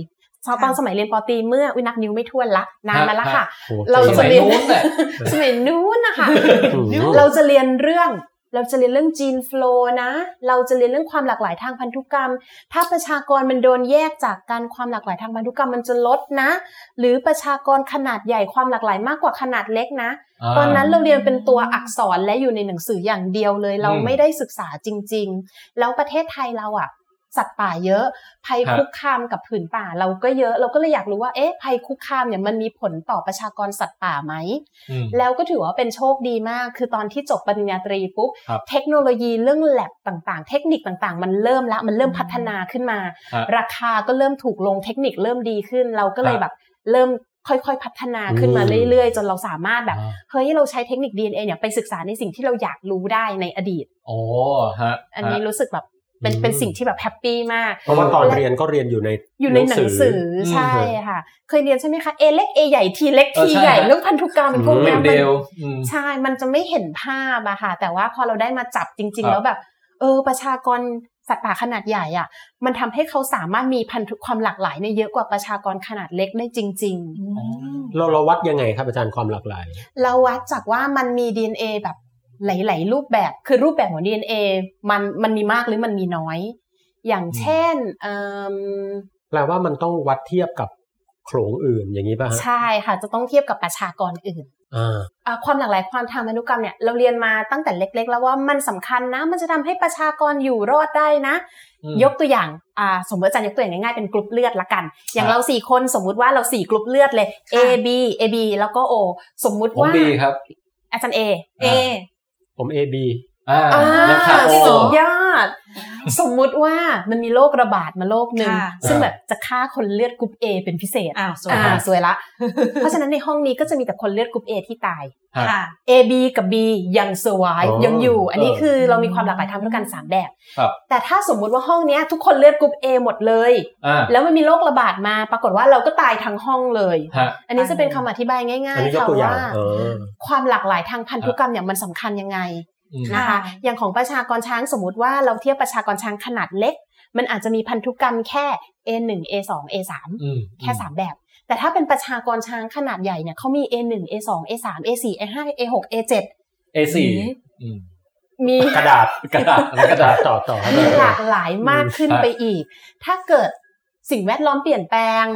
[SPEAKER 3] ตอนสมัยเรียนปอตรีเมื่ออุยนักนิ้วไม่ทั่วนละนานมาละค่ะ
[SPEAKER 6] โอ้โห
[SPEAKER 3] เรา
[SPEAKER 4] ส
[SPEAKER 3] จะ
[SPEAKER 4] มัย
[SPEAKER 3] เรียน
[SPEAKER 4] นู้นแหละ
[SPEAKER 3] สมัยนู้นนะคะ
[SPEAKER 6] อืม
[SPEAKER 3] เราจะเรียนเรื่อง เราจะเรียนเรื่องจีนฟลูนะ เราจะเรียนเรื่องความหลากหลายทางพันธุกรรม ถ้าประชากรมันโดนแยกจากการความหลากหลายทางพันธุกรรมมันจะลดนะ หรือประชากรขนาดใหญ่ความหลากหลายมากกว่าขนาดเล็กนะ ตอนนั้นเราเรียนเป็นตัวอักษรและอยู่ในหนังสืออย่างเดียวเลย เรา
[SPEAKER 4] อืม
[SPEAKER 3] ไม่ได้ศึกษาจริง ๆ แล้วประเทศไทยเราอ่ะ สัตว์ป่าเยอะ ภัย
[SPEAKER 4] ครับ
[SPEAKER 3] คุกคามกับผืนป่าเราก็เยอะ เราก็เลยอยากรู้ว่าเอ๊ะภัยคุกคามเนี่ยมันมีผลต่อประชากรสัตว์ป่าไหม
[SPEAKER 4] อืม
[SPEAKER 3] แล้วก็ถือว่าเป็นโชคดีมาก คือตอนที่จบปริญญาตรีปุ๊บ
[SPEAKER 4] ครับ
[SPEAKER 3] เทคโนโลยีเรื่องแลบต่างๆ เทคนิคต่างๆ มันเริ่มละ มันเริ่มพัฒนาขึ้นมา
[SPEAKER 4] ฮะ
[SPEAKER 3] ราคาก็เริ่มถูกลง เทคนิคเริ่มดีขึ้น เราก็เลย
[SPEAKER 4] ฮะ
[SPEAKER 3] แบบเริ่มค่อยๆ พัฒนาขึ้นมา
[SPEAKER 6] อืม
[SPEAKER 3] เรื่อยๆ จนเราสามารถแบบ
[SPEAKER 4] อ่า
[SPEAKER 3] เฮ้ย เราใช้เทคนิค DNA เนี่ยไปศึกษาในสิ่งที่เราอยากรู้ได้ในอดีต
[SPEAKER 4] อ๋อฮะ
[SPEAKER 3] อันนี้
[SPEAKER 4] ฮะ
[SPEAKER 3] รู้สึกแบบเป็นเป็นสิ่งที่แบบแฮปปี้มาก
[SPEAKER 6] เพราะว่าตอนเรียนก็เรียนอยู่ใน
[SPEAKER 3] อยู่ในหนังสืออ
[SPEAKER 4] ม
[SPEAKER 3] ใช่ค่ะ เคยเรียนใช่ไหมคะ A เล็ก A ใหญ่ T เล็ก T ใหญ่เรื่องพันธุกรรมพวก
[SPEAKER 4] เป็
[SPEAKER 3] เนี้
[SPEAKER 4] น
[SPEAKER 3] ยมัน
[SPEAKER 4] เดลอืม
[SPEAKER 3] ใช่ มันจะไม่เห็นภาพอะค่ะ แต่ว่าพอเราได้มาจับจริง
[SPEAKER 4] ครั
[SPEAKER 3] ๆ
[SPEAKER 4] บ
[SPEAKER 3] แล้วแบบ เออ ประชากร สัตว์ป่าขนาดใหญ่อ่ะ มันทำให้เขาสามารถมีพันธุความหลากหลายเนี่ยเยอะกว่าประชากรขนาดเล็กได้จริง
[SPEAKER 7] อืม
[SPEAKER 6] เราเราวัดยังไงครับอาจารย์ความหลากหลาย
[SPEAKER 3] ๆ เราวัดจากว่ามันมี DNA แบบหลาย ๆ รูปแบบ คือรูปแบบของ DNA มันมันมีมากหรือมันมีน้อย อย่างเช่นเอิ่ม
[SPEAKER 6] แปลว่ามันต้องวัดเทียบกับโขลงอื่นอย่างนี้ป่ะฮะ
[SPEAKER 3] ใช่ค่ะจะต้องเทียบกับประชากรอื่น
[SPEAKER 6] อ่า
[SPEAKER 3] อ่าความหลากหลายความทางพันธุกรรมเนี่ยเราเรียนมาตั้งแต่เล็ก ๆ แล้วว่ามันสำคัญนะ มันจะทำให้ประชากรอยู่รอดได้นะ
[SPEAKER 4] อืม
[SPEAKER 3] ยกตัวอย่างอ่าสมมติอาจารย์ยกตัวอย่างง่ายๆเป็นกรุ๊ปเลือดละกัน อย่า
[SPEAKER 4] ค
[SPEAKER 3] ง
[SPEAKER 4] รับ
[SPEAKER 3] เราสี่คนสมมุติว่าเราสี่กรุ๊ปเลือดเลย A B A B แล้วก็ O สมมุติ
[SPEAKER 4] ผม
[SPEAKER 3] ว่า
[SPEAKER 4] ดีครับ
[SPEAKER 3] อาจารย์ A
[SPEAKER 7] เอ
[SPEAKER 6] ผม A B
[SPEAKER 4] อ่า
[SPEAKER 3] อ่า
[SPEAKER 4] ยังขาดโอ
[SPEAKER 3] สุดยอด สมมุติว่ามันมีโรคระบาดมาโรคหนึ่ง
[SPEAKER 7] ค่ะ
[SPEAKER 3] ซึ่งแบบจะฆ่าคนเลือดกรุ๊ป A เป็นพิเศษ
[SPEAKER 7] อ้าวสวย
[SPEAKER 3] อ่า
[SPEAKER 7] ค่ะ
[SPEAKER 3] สวยละ เพราะฉะนั้นในห้องนี้ก็จะมีแต่คนเลือดกรุ๊ป A ที่ตาย
[SPEAKER 7] ค่ะ
[SPEAKER 3] A B กับ B ยัง survive
[SPEAKER 6] อ๋อ
[SPEAKER 3] ยังอยู่ อันนี้
[SPEAKER 4] เออ
[SPEAKER 3] คือเรามีความหลากหลายทางพันธุกรรมสามแบบ
[SPEAKER 4] ครับ
[SPEAKER 3] แต่ถ้าสมมุติว่าห้องเนี้ยทุกคนเลือดกรุ๊ป A หมดเลย
[SPEAKER 4] อ่า
[SPEAKER 3] แล้วมันมีโรคระบาดมาปรากฏว่าเราก็ตายทั้งห้องเลย
[SPEAKER 4] ฮะ
[SPEAKER 3] อันนี้จะเป็นคำอธิบายง่าย
[SPEAKER 6] อันนี้
[SPEAKER 3] ๆ
[SPEAKER 6] ยก
[SPEAKER 3] ค่ะ
[SPEAKER 6] ตัวอย่าง
[SPEAKER 3] ว่า
[SPEAKER 6] เออ
[SPEAKER 3] ความหลากหลายทางพันธุกรรมเนี่ยมันสำคัญยังไง
[SPEAKER 4] อืม
[SPEAKER 3] นะคะ
[SPEAKER 7] ค่ะ
[SPEAKER 3] อย่างของประชากรช้างสมมติว่าเราเทียบประชากรช้างขนาดเล็ก มันอาจจะมีพันธุกรรมแค่ A1 A2 A3
[SPEAKER 4] อืม
[SPEAKER 3] แค่ 3 แบบ แต่ถ้าเป็นประชากรช้างขนาดใหญ่เนี่ยเขามี A1 A2 A3 A4 A5 A6 A7
[SPEAKER 4] เอสี่อืม
[SPEAKER 3] มี
[SPEAKER 6] กระดาษ
[SPEAKER 4] กระดาษ
[SPEAKER 6] ก
[SPEAKER 4] ก
[SPEAKER 6] ระ
[SPEAKER 4] ระดา
[SPEAKER 6] ดาษ
[SPEAKER 4] ษ
[SPEAKER 6] ต่อต่อครับ
[SPEAKER 3] มีหลากหลายมากขึ้น
[SPEAKER 4] ครับ
[SPEAKER 3] ไปอีก ถ้าเกิดสิ่งแวดล้อมเปลี่ยนแปลง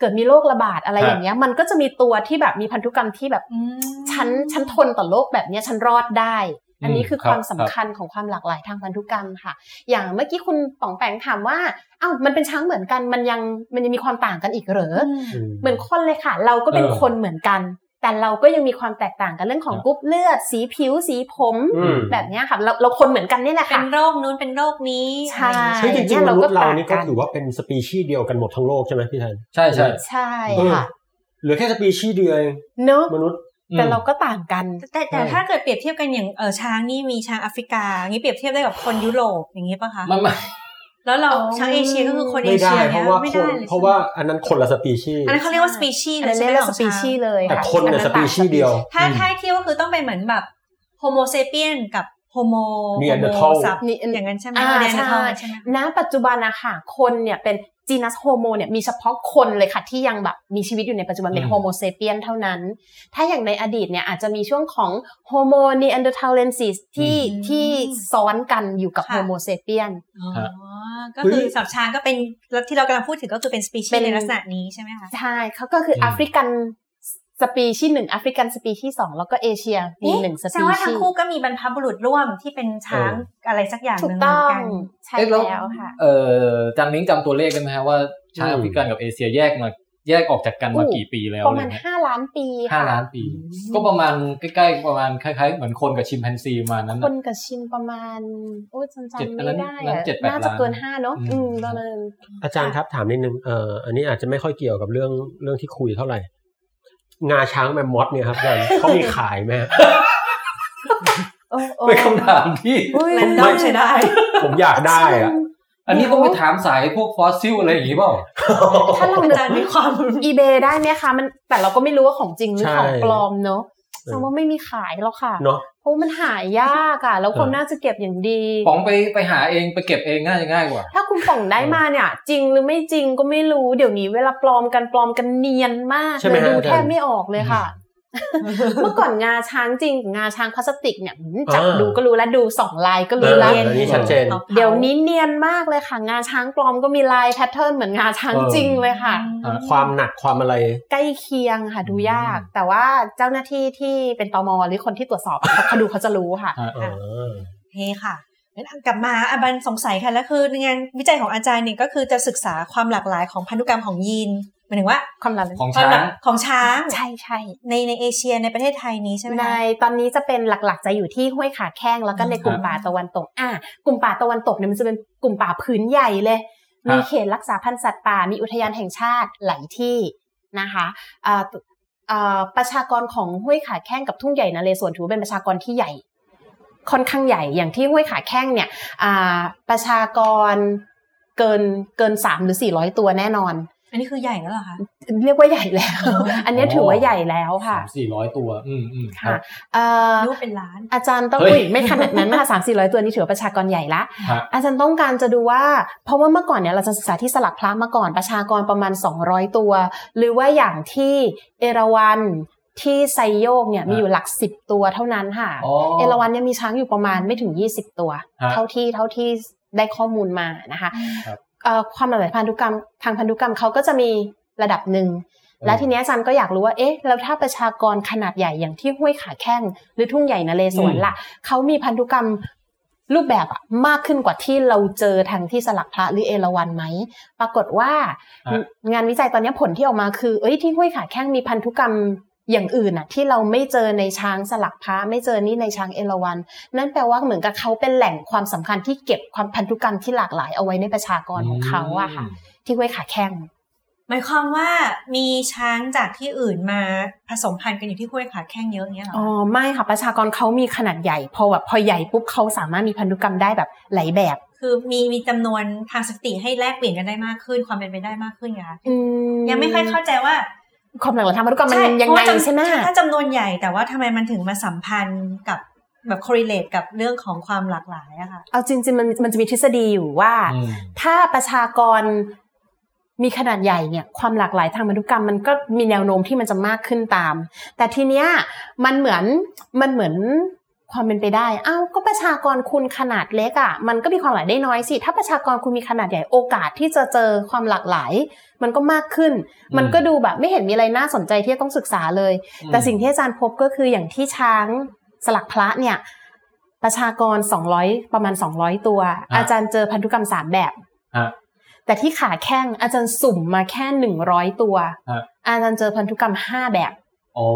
[SPEAKER 3] เกิดมีโรคระบาดอะไรอย่างเงี้ย มันก็จะมีตัวที่แบบมีพันธุกรรมที่แบบ
[SPEAKER 7] อืม
[SPEAKER 3] ฉันฉันทนต่อโรคแบบเนี้ยฉันรอดได้ อันนี้คือ
[SPEAKER 4] ม
[SPEAKER 3] ความสำ
[SPEAKER 4] รับ
[SPEAKER 3] คัญของความหลากหลายทางพันธุกรรมค่ะ อย่างเมื่อกี้คุณป๋องแปงถามว่าอ้าวมันเป็นช้างเหมือนกันมันยังมันยังมีความต่างกันอีกเหรอ เหมือนคนเลยค่ะ เราก็เป็น
[SPEAKER 4] เออ
[SPEAKER 3] คนเหมือนกัน แต่เราก็ยังมีความแตกต่างกันเรื่องของ
[SPEAKER 4] ครับ
[SPEAKER 3] กรุ๊ปเลือด สีผิวสีผม
[SPEAKER 6] อืม
[SPEAKER 3] แบบเนี้ยค่ะ เราเราคนเหมือนกันนี่แหละ
[SPEAKER 7] เป็
[SPEAKER 3] ค่ะ
[SPEAKER 7] นโรคนู้นเป็นโรคนี้
[SPEAKER 3] ใช่
[SPEAKER 6] ใช่จ
[SPEAKER 3] เนี่
[SPEAKER 6] ริง
[SPEAKER 3] ย
[SPEAKER 6] ๆม
[SPEAKER 3] เราก็
[SPEAKER 6] นุษย์เรานี่ก็
[SPEAKER 3] ต่างกัน
[SPEAKER 6] ถือว่าเป็นสปีชีส์เดียวกันหมดทั้งโลกใช่ไหมพี่แทน
[SPEAKER 4] ใช่ใช่
[SPEAKER 3] ใช่
[SPEAKER 6] เออ
[SPEAKER 3] ค่ะ
[SPEAKER 6] เหลือแค่สปีชีส์เดียวเอง
[SPEAKER 3] เนอะ
[SPEAKER 6] มนุษย์
[SPEAKER 4] อืม
[SPEAKER 3] แต่เราก็ต่างกัน
[SPEAKER 7] แต่แต่
[SPEAKER 6] ใช่
[SPEAKER 7] ถ้าเกิดเปรียบเทียบกันอย่างเออช้างนี่มีช้างแอฟริกาอย่างนี้เปรียบเทียบได้กับคนยุโรปอย่างนี้ป่ะคะ
[SPEAKER 4] มันมัน
[SPEAKER 7] แล้วเรา
[SPEAKER 3] อ๋อ
[SPEAKER 7] ช้างเอเชียก็คือคนเอ
[SPEAKER 6] ไม่
[SPEAKER 7] เชี
[SPEAKER 6] ได้
[SPEAKER 7] ย
[SPEAKER 6] เพ
[SPEAKER 7] เนี่ย
[SPEAKER 6] ราะว่า
[SPEAKER 7] ไม่
[SPEAKER 6] ค
[SPEAKER 7] ได้
[SPEAKER 6] น
[SPEAKER 7] ลย
[SPEAKER 6] เพราะว่าอันนั้นคนละสปีชีส์
[SPEAKER 7] อันนั้นเขาเรียกว่าสปีชีส์
[SPEAKER 3] อันนั้นเรียกว่าสปีชีส์เลย
[SPEAKER 6] แต่
[SPEAKER 3] ค่ะ
[SPEAKER 6] คนเนี่ยสปีชีส์เดียว
[SPEAKER 7] ถ้า
[SPEAKER 4] อืม
[SPEAKER 7] ถ้าเทียบก็คือต้องเป็นเหมือนแบบโฮโมเซเปียนกับโฮโม
[SPEAKER 6] Neanderthal
[SPEAKER 7] สับ
[SPEAKER 3] นี่อัน
[SPEAKER 7] อย่างนั้นใช่ไหม
[SPEAKER 3] อ่า
[SPEAKER 7] เนียนเดอร์ทัล
[SPEAKER 3] ใช่
[SPEAKER 7] ใช่ไหม
[SPEAKER 3] ณปัจจุบันอะค่ะ คนเนี่ยเป็นจีนัสโฮโมเนี่ยมีเฉพาะคนเลยค่ะ ที่ยังแบบมีชีวิตอยู่ในปัจจุบันเป็น
[SPEAKER 4] อืม
[SPEAKER 3] โฮโมเซเปียนเท่านั้น ถ้าอย่างในอดีตเนี่ยอาจจะมีช่วงของโฮโมนีแอนเดอร์ทัลเลนซิสที่
[SPEAKER 7] อืม
[SPEAKER 3] ที่ซ้อนกันอยู่กับ
[SPEAKER 7] ค่ะ
[SPEAKER 3] โฮโมเซเปียน
[SPEAKER 7] อ๋อ
[SPEAKER 4] ฮะ
[SPEAKER 7] ก็คือสับช้างก็เป็นแล้วที่เรากำลังพูดถึงก็คือเป็นสปีชี
[SPEAKER 3] เป็
[SPEAKER 7] ส์
[SPEAKER 3] น
[SPEAKER 7] ในลักษณะนี้ใช่ไหมคะ
[SPEAKER 3] ใช่เขาก็คือ
[SPEAKER 4] ม
[SPEAKER 3] แอฟริกันสปีชีส์หนึ่งแอฟริกันสปีชีส์สองแล้วก็เอเชียมี
[SPEAKER 7] เอ๊ะ
[SPEAKER 3] หนึ่งส
[SPEAKER 7] แสด
[SPEAKER 3] ปี
[SPEAKER 7] งว่าทั้
[SPEAKER 3] ชี
[SPEAKER 7] ง
[SPEAKER 3] ส์
[SPEAKER 7] คู่ก็มีบรรพบุรุษร่วมที่เป็นช้างอะไรสักอย่างห
[SPEAKER 3] ถู
[SPEAKER 7] นึ่งเห
[SPEAKER 3] ก
[SPEAKER 7] มื
[SPEAKER 3] ต้
[SPEAKER 7] อ
[SPEAKER 3] อน ง
[SPEAKER 7] กัน
[SPEAKER 3] ใช่
[SPEAKER 4] เอ๊ะแล้ว
[SPEAKER 3] แล้วค่ะ
[SPEAKER 4] เออจำนิ้งจำตัวเลขได้ไหมฮะว่าชาติแอฟริกันกับเอเชียแยกมาแยกออกจากกันมา
[SPEAKER 3] โอ้
[SPEAKER 4] กี่ปีแล้ว
[SPEAKER 3] ประ
[SPEAKER 4] เล
[SPEAKER 3] มาณ
[SPEAKER 4] ยฮะ
[SPEAKER 3] ห้าล้านปี
[SPEAKER 4] ห้า
[SPEAKER 3] ค่ะ
[SPEAKER 4] ล้านปี ก็ประมาณใกล้ๆประมาณคล้ายๆ เหมือนคนกับชิมแปนซีประมาณนั้น
[SPEAKER 3] ค
[SPEAKER 4] น่ะ
[SPEAKER 3] นกับชินประมาณโอ้ยจำ
[SPEAKER 4] เจ็ด
[SPEAKER 3] จำ
[SPEAKER 4] อันนั้น
[SPEAKER 3] ไม่ได้
[SPEAKER 4] นั้
[SPEAKER 3] อะ
[SPEAKER 4] นเจ็ดแปด
[SPEAKER 3] น่าจะเกิน
[SPEAKER 4] ล้าน
[SPEAKER 3] ห้าเนาะ
[SPEAKER 4] อืม
[SPEAKER 3] อืมประมาณ
[SPEAKER 6] อาจารย์ครับถามนิดนึงเอ่ออันนี้อาจจะไม่ค่อยเกี่ยวกับเรื่องเรื่องที่คุยเท่าไหร่ งาช้างแมมมอสเนี่ยครับอาจารย์เขามีขายไหมฮะ
[SPEAKER 3] โอ้โอ้
[SPEAKER 4] เป็นคำถามที่
[SPEAKER 7] แรนดอมใช้ได้
[SPEAKER 6] ผมอยากได้อะ
[SPEAKER 4] อันนี้ต้องไปถามสายพวกฟอสซิลอะไรอย่างงี้เปล่า
[SPEAKER 3] ถ้าเรา
[SPEAKER 7] อา
[SPEAKER 3] นึก
[SPEAKER 7] จารย์มีความ
[SPEAKER 3] อีเบได้ไหมคะมันแต่เราก็ไม่รู้ว่าของจริงหรือของปลอมเนาะแสดงว่าไม่มีขายแล้วค่ะ
[SPEAKER 6] เนาะ
[SPEAKER 3] เพราะมันหายากอะแล้วคน
[SPEAKER 6] เออ
[SPEAKER 3] น่าจะเก็บอย่างดี
[SPEAKER 4] ป๋องไปไปหาเองไปเก็บเองง่ายง่ายกว่า
[SPEAKER 3] ถ้าคุณป่องได้มาเนี่ย จริงหรือไม่จริงก็ไม่รู้ เดี๋ยวนี้เวลาปลอมกันปลอมกันเนียนมาก
[SPEAKER 6] ใช่ไหม
[SPEAKER 3] เลย
[SPEAKER 6] ฮะ
[SPEAKER 3] ดู
[SPEAKER 6] อาจารย์
[SPEAKER 3] แทบไม่ออกเลยค่ะ เมื่อก่อนงาช้างจริงกับงาช้างพลาสติกเนี่ยหืมจับ
[SPEAKER 6] อ่า
[SPEAKER 3] ดูก็รู้แล้วดูสองลายก็รู้ละ
[SPEAKER 6] เอออันนี้ชัดเจน
[SPEAKER 3] เดี๋ยวนี้เนียนมากเลยค่ะ งาช้างปลอมก็มีลายแพทเทิร์นเหมือนงาช้าง
[SPEAKER 4] เออ
[SPEAKER 3] จริงเลยค่ะ
[SPEAKER 6] ความหนักความอะไร
[SPEAKER 3] ใกล้เคียงค่ะดูยาก แต่ว่าเจ้าหน้าที่ที่เป็นตมหรือคนที่ตรวจสอบเขาเขาดูเขาจะรู้ค่ะ
[SPEAKER 6] เออ
[SPEAKER 7] เฮค่ะงั้นกลับมาอาบันสงสัยค่ะแล้วคืองานวิจัยของอาจารย์เนี่ยก็คือจะศึกษาความหลากหลายของพันธุกรรมของยีนหมายถึงว่า
[SPEAKER 3] ความลับเลย
[SPEAKER 4] ของ
[SPEAKER 7] ความ
[SPEAKER 4] ช้า
[SPEAKER 7] หลาง กของช้าง
[SPEAKER 3] ใช่ใช่
[SPEAKER 7] ในในเอเชียในประเทศไทยนี้ใช่ไหม
[SPEAKER 3] ใน
[SPEAKER 7] คะ
[SPEAKER 3] ตอนนี้จะเป็นหลักๆ จะอยู่ที่ห้วยขาแข้งแล้วก็ในกลุ่
[SPEAKER 7] ค
[SPEAKER 3] ม
[SPEAKER 7] รับ
[SPEAKER 3] ป่าตะวันตก อ่ะกลุ่มป่าตะวันตกเนี่ยมันจะเป็นกลุ่มป่าพื้นใหญ่เลย มีเขตรักษาพันธุ์สัตว์ป่า มีอุทยานแห่งชาติหลายที่นะคะเอ่อเอ่อประชากรของห้วยขาแข้งกับทุ่งใหญ่นะเลสวนถือว่าเป็นประชากรที่ใหญ่ ค่อนข้างใหญ่อย่างที่ห้วยขาแข้งเนี่ยอ่าประชากรเกินเกินสามหรือสี่ร้อยตัวแน่นอน
[SPEAKER 7] อันนี้คือใหญ่แล้วเหรอคะ
[SPEAKER 3] เรียกว่าใหญ่แล้ว อันเนี้ยถือว่าใหญ่แล้วค่ะ
[SPEAKER 4] สี่ร้อยตัว อืมอืมครั
[SPEAKER 3] ค่ะ
[SPEAKER 4] บ
[SPEAKER 3] เอ่อ
[SPEAKER 7] รูปเป็นล้าน
[SPEAKER 3] อาจารย์ต้อง
[SPEAKER 4] เฮ้ย
[SPEAKER 3] อุ๊ยไม่ขนาดนั้นนะคะส (laughs) ามสี่ร้อยตัวนี้ถือว่าประชากรใหญ่ละ
[SPEAKER 4] ฮะ
[SPEAKER 3] อาจารย์ต้องการจะดูว่า เพราะว่าเมื่อก่อนเนี่ยเราจะศึกษาที่สลักพระมาก่อนประชากรประมาณ 200 ตัว หรือว่าอย่างที่เอราวันที่ไซโยกเนี่ยมีอยู่หลัก 10 ตัวเท่านั้นค่ะ
[SPEAKER 4] อ๋อ
[SPEAKER 3] เอราวันเนี่ยมีช้างอยู่ประมาณไม่ถึง 20 ตัว
[SPEAKER 4] ฮะ
[SPEAKER 3] เท่าที่เท่าที่ได้ข้อมูลมานะคะ
[SPEAKER 4] ครับ
[SPEAKER 3] เอ่อความหลากหลายพันธุกรรมทางพันธุกรรมเขาก็จะมีระดับหนึ่ง และทีเนี้ยอาจารย์ก็อยากรู้ว่า เอ๊ะ แล้วถ้าประชากรขนาดใหญ่อย่างที่ห้วยขาแข้งหรือทุ่งใหญ่นเรศวรล่ะ เขามีพันธุกรรมรูปแบบอะมากขึ้นกว่าที่เราเจอทางที่สลักพระหรือเอราวันไหม ปรากฏว่า
[SPEAKER 4] ฮะ
[SPEAKER 3] งานวิจัยตอนเนี้ยผลที่ออกมาคือ เอ้ย ที่ห้วยขาแข้งมีพันธุกรรมอย่างอื่นอะที่เราไม่เจอในช้างสลักพระไม่เจอนี่ในช้างเอราวัน นั่นแปลว่าเหมือนกับเขาเป็นแหล่งความสำคัญที่เก็บความพันธุกรรมที่หลากหลายเอาไว้ในประชากรของเขาอะค่ะ ที่ห้วยขาแข้ง
[SPEAKER 7] หมายความว่ามีช้างจากที่อื่นมาผสมพันธุ์กันอยู่ที่ห้วยขาแข้งเยอะเงี้ยเหรอ
[SPEAKER 3] อ๋อไม่ค่ะประชากรเขามีขนาดใหญ่ พอแบบพอใหญ่ปุ๊บเขาสามารถมีพันธุกรรมได้แบบหลายแบบ
[SPEAKER 7] คือมีมีจำนวนทางสถิติให้แลกเปลี่ยนกันได้มากขึ้นความเป็นไปได้มากขึ้นไงคะยังไม่ค่อยเข้าใจว่า
[SPEAKER 3] ความหลากหลายทางพันธุกรรมมัน
[SPEAKER 7] ใช่
[SPEAKER 3] ยั
[SPEAKER 7] เพ
[SPEAKER 3] งไง
[SPEAKER 7] ราะว่าจำ
[SPEAKER 3] ใช่ไหม
[SPEAKER 7] ถ้าจำนวนใหญ่แต่ว่าทำไมมันถึงมาสัมพันธ์กับแบบ correlate กับเรื่องของความหลากหลายอะค่ะ
[SPEAKER 3] เอาจริงๆมันมันจะมีทฤษฎีอยู่ว่า
[SPEAKER 4] อืม
[SPEAKER 3] ถ้าประชากรมีขนาดใหญ่เนี่ยความหลากหลายทางพันธุกรรมมันก็มีแนวโน้มที่มันจะมากขึ้นตาม แต่ทีเนี้ยมันเหมือนมันเหมือนความเป็นไปได้อ้าวก็ประชากรคุณขนาดเล็กอะ่ะมันก็มีความหลากหลายได้น้อยสิ ถ้าประชากรคุณมีขนาดใหญ่โอกาสที่จะเจอความหลากหลาย มันก็มากขึ้น
[SPEAKER 4] ม
[SPEAKER 3] มันก็ดูแบบไม่เห็นมีอะไรน่าสนใจที่จะต้องศึกษาเลย แต่สิ่งที่อาจารย์พบก็คืออย่างที่ช้างสลักพระเนี่ย ประชากร 200 ประมาณ 200 ตัว
[SPEAKER 4] อ่ะ
[SPEAKER 3] อาจารย์เจอพันธุกรรม 3 แบบ
[SPEAKER 4] ฮะ
[SPEAKER 3] แต่ที่ขาแข้งอาจารย์สุ่มมาแค่ 100 ตัว
[SPEAKER 4] ฮะ
[SPEAKER 3] อาจารย์เจอพันธุกรรม 5 แบบ
[SPEAKER 4] อ๋อ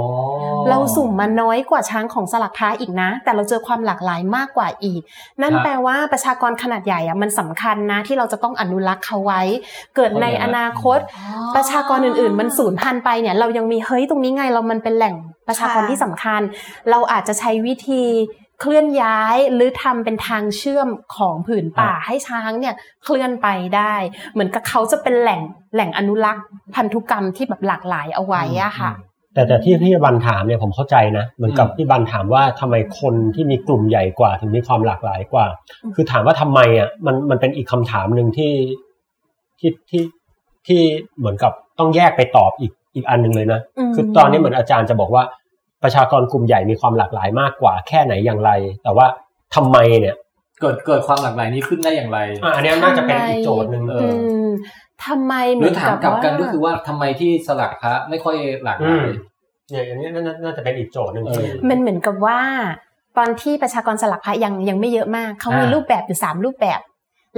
[SPEAKER 3] เราสุ่มมาน้อยกว่าช้างของสลักพระอีกนะ แต่เราเจอความหลากหลายมากกว่าอีก นั่น
[SPEAKER 4] ฮะ
[SPEAKER 3] แปลว่าประชากรขนาดใหญ่อะมันสำคัญนะที่เราจะต้องอนุรักษ์เขาไว้ เกิดใน
[SPEAKER 4] เข้าใจละ
[SPEAKER 3] อนาคต ประชากรอื่นๆ มันสูญพันธุ์ไปเนี่ยเรายังมีเฮ้ยตรงนี้ไงเรามันเป็นแหล่งประชากร
[SPEAKER 7] ค่ะ
[SPEAKER 3] ที่สำคัญ เราอาจจะใช้วิธีเคลื่อนย้ายหรือทำเป็นทางเชื่อมของผืนป่าให้ช้างเนี่ยเคลื่อนไปได้ เหมือนกับเขาจะเป็นแหล่งแหล่งอนุรักษ์พันธุกรรมที่แบบหลากหลายเอาไว้อะค่ะ
[SPEAKER 6] แต่แต่ที่พี่บันถามเนี่ยผมเข้าใจนะเหมือนกับพี่บันถามว่าทำไมคนที่มีกลุ่มใหญ่กว่า ถึงมีความหลากหลายกว่า คือถามว่าทำไมอ่ะมันมันเป็นอีกคำถามหนึ่งที่ที่ที่ที่เหมือนกับต้องแยกไปตอบอีกอีกอันหนึ่งเลยนะ
[SPEAKER 3] อืม
[SPEAKER 6] คือตอนนี้เหมือนอาจารย์จะบอกว่าประชากรกลุ่มใหญ่มีความหลากหลายมากกว่า แค่ไหนอย่างไร แต่ว่าทำไมเนี่ย
[SPEAKER 4] เกิดเกิดความหลากหลายนี้ขึ้นได้อย่างไร
[SPEAKER 6] อ่ะอันเนี้ยน่าจะเป็นอีกโจทย์หนึ่งเอ
[SPEAKER 3] อื
[SPEAKER 6] อ
[SPEAKER 3] มทำไมเห
[SPEAKER 4] ห
[SPEAKER 3] มื
[SPEAKER 4] รือ
[SPEAKER 3] อน
[SPEAKER 4] ถาม
[SPEAKER 3] กับ
[SPEAKER 4] กลับกั
[SPEAKER 3] ว่า
[SPEAKER 4] นก็คือว่าทำไมที่สลักพระไม่ค่อยหลากหลาย
[SPEAKER 6] อืม เนี่ยอันเนี้ยน่าน่าจะเป็นอีกโจทย์หนึ่ง
[SPEAKER 4] เออ
[SPEAKER 6] ที่
[SPEAKER 3] มันเหมือนกับว่า ตอนที่ประชากรสลักพระยังยังไม่เยอะมากเขามี
[SPEAKER 4] อ่ารู
[SPEAKER 3] รูปแบบอยู่สามรูปแบบ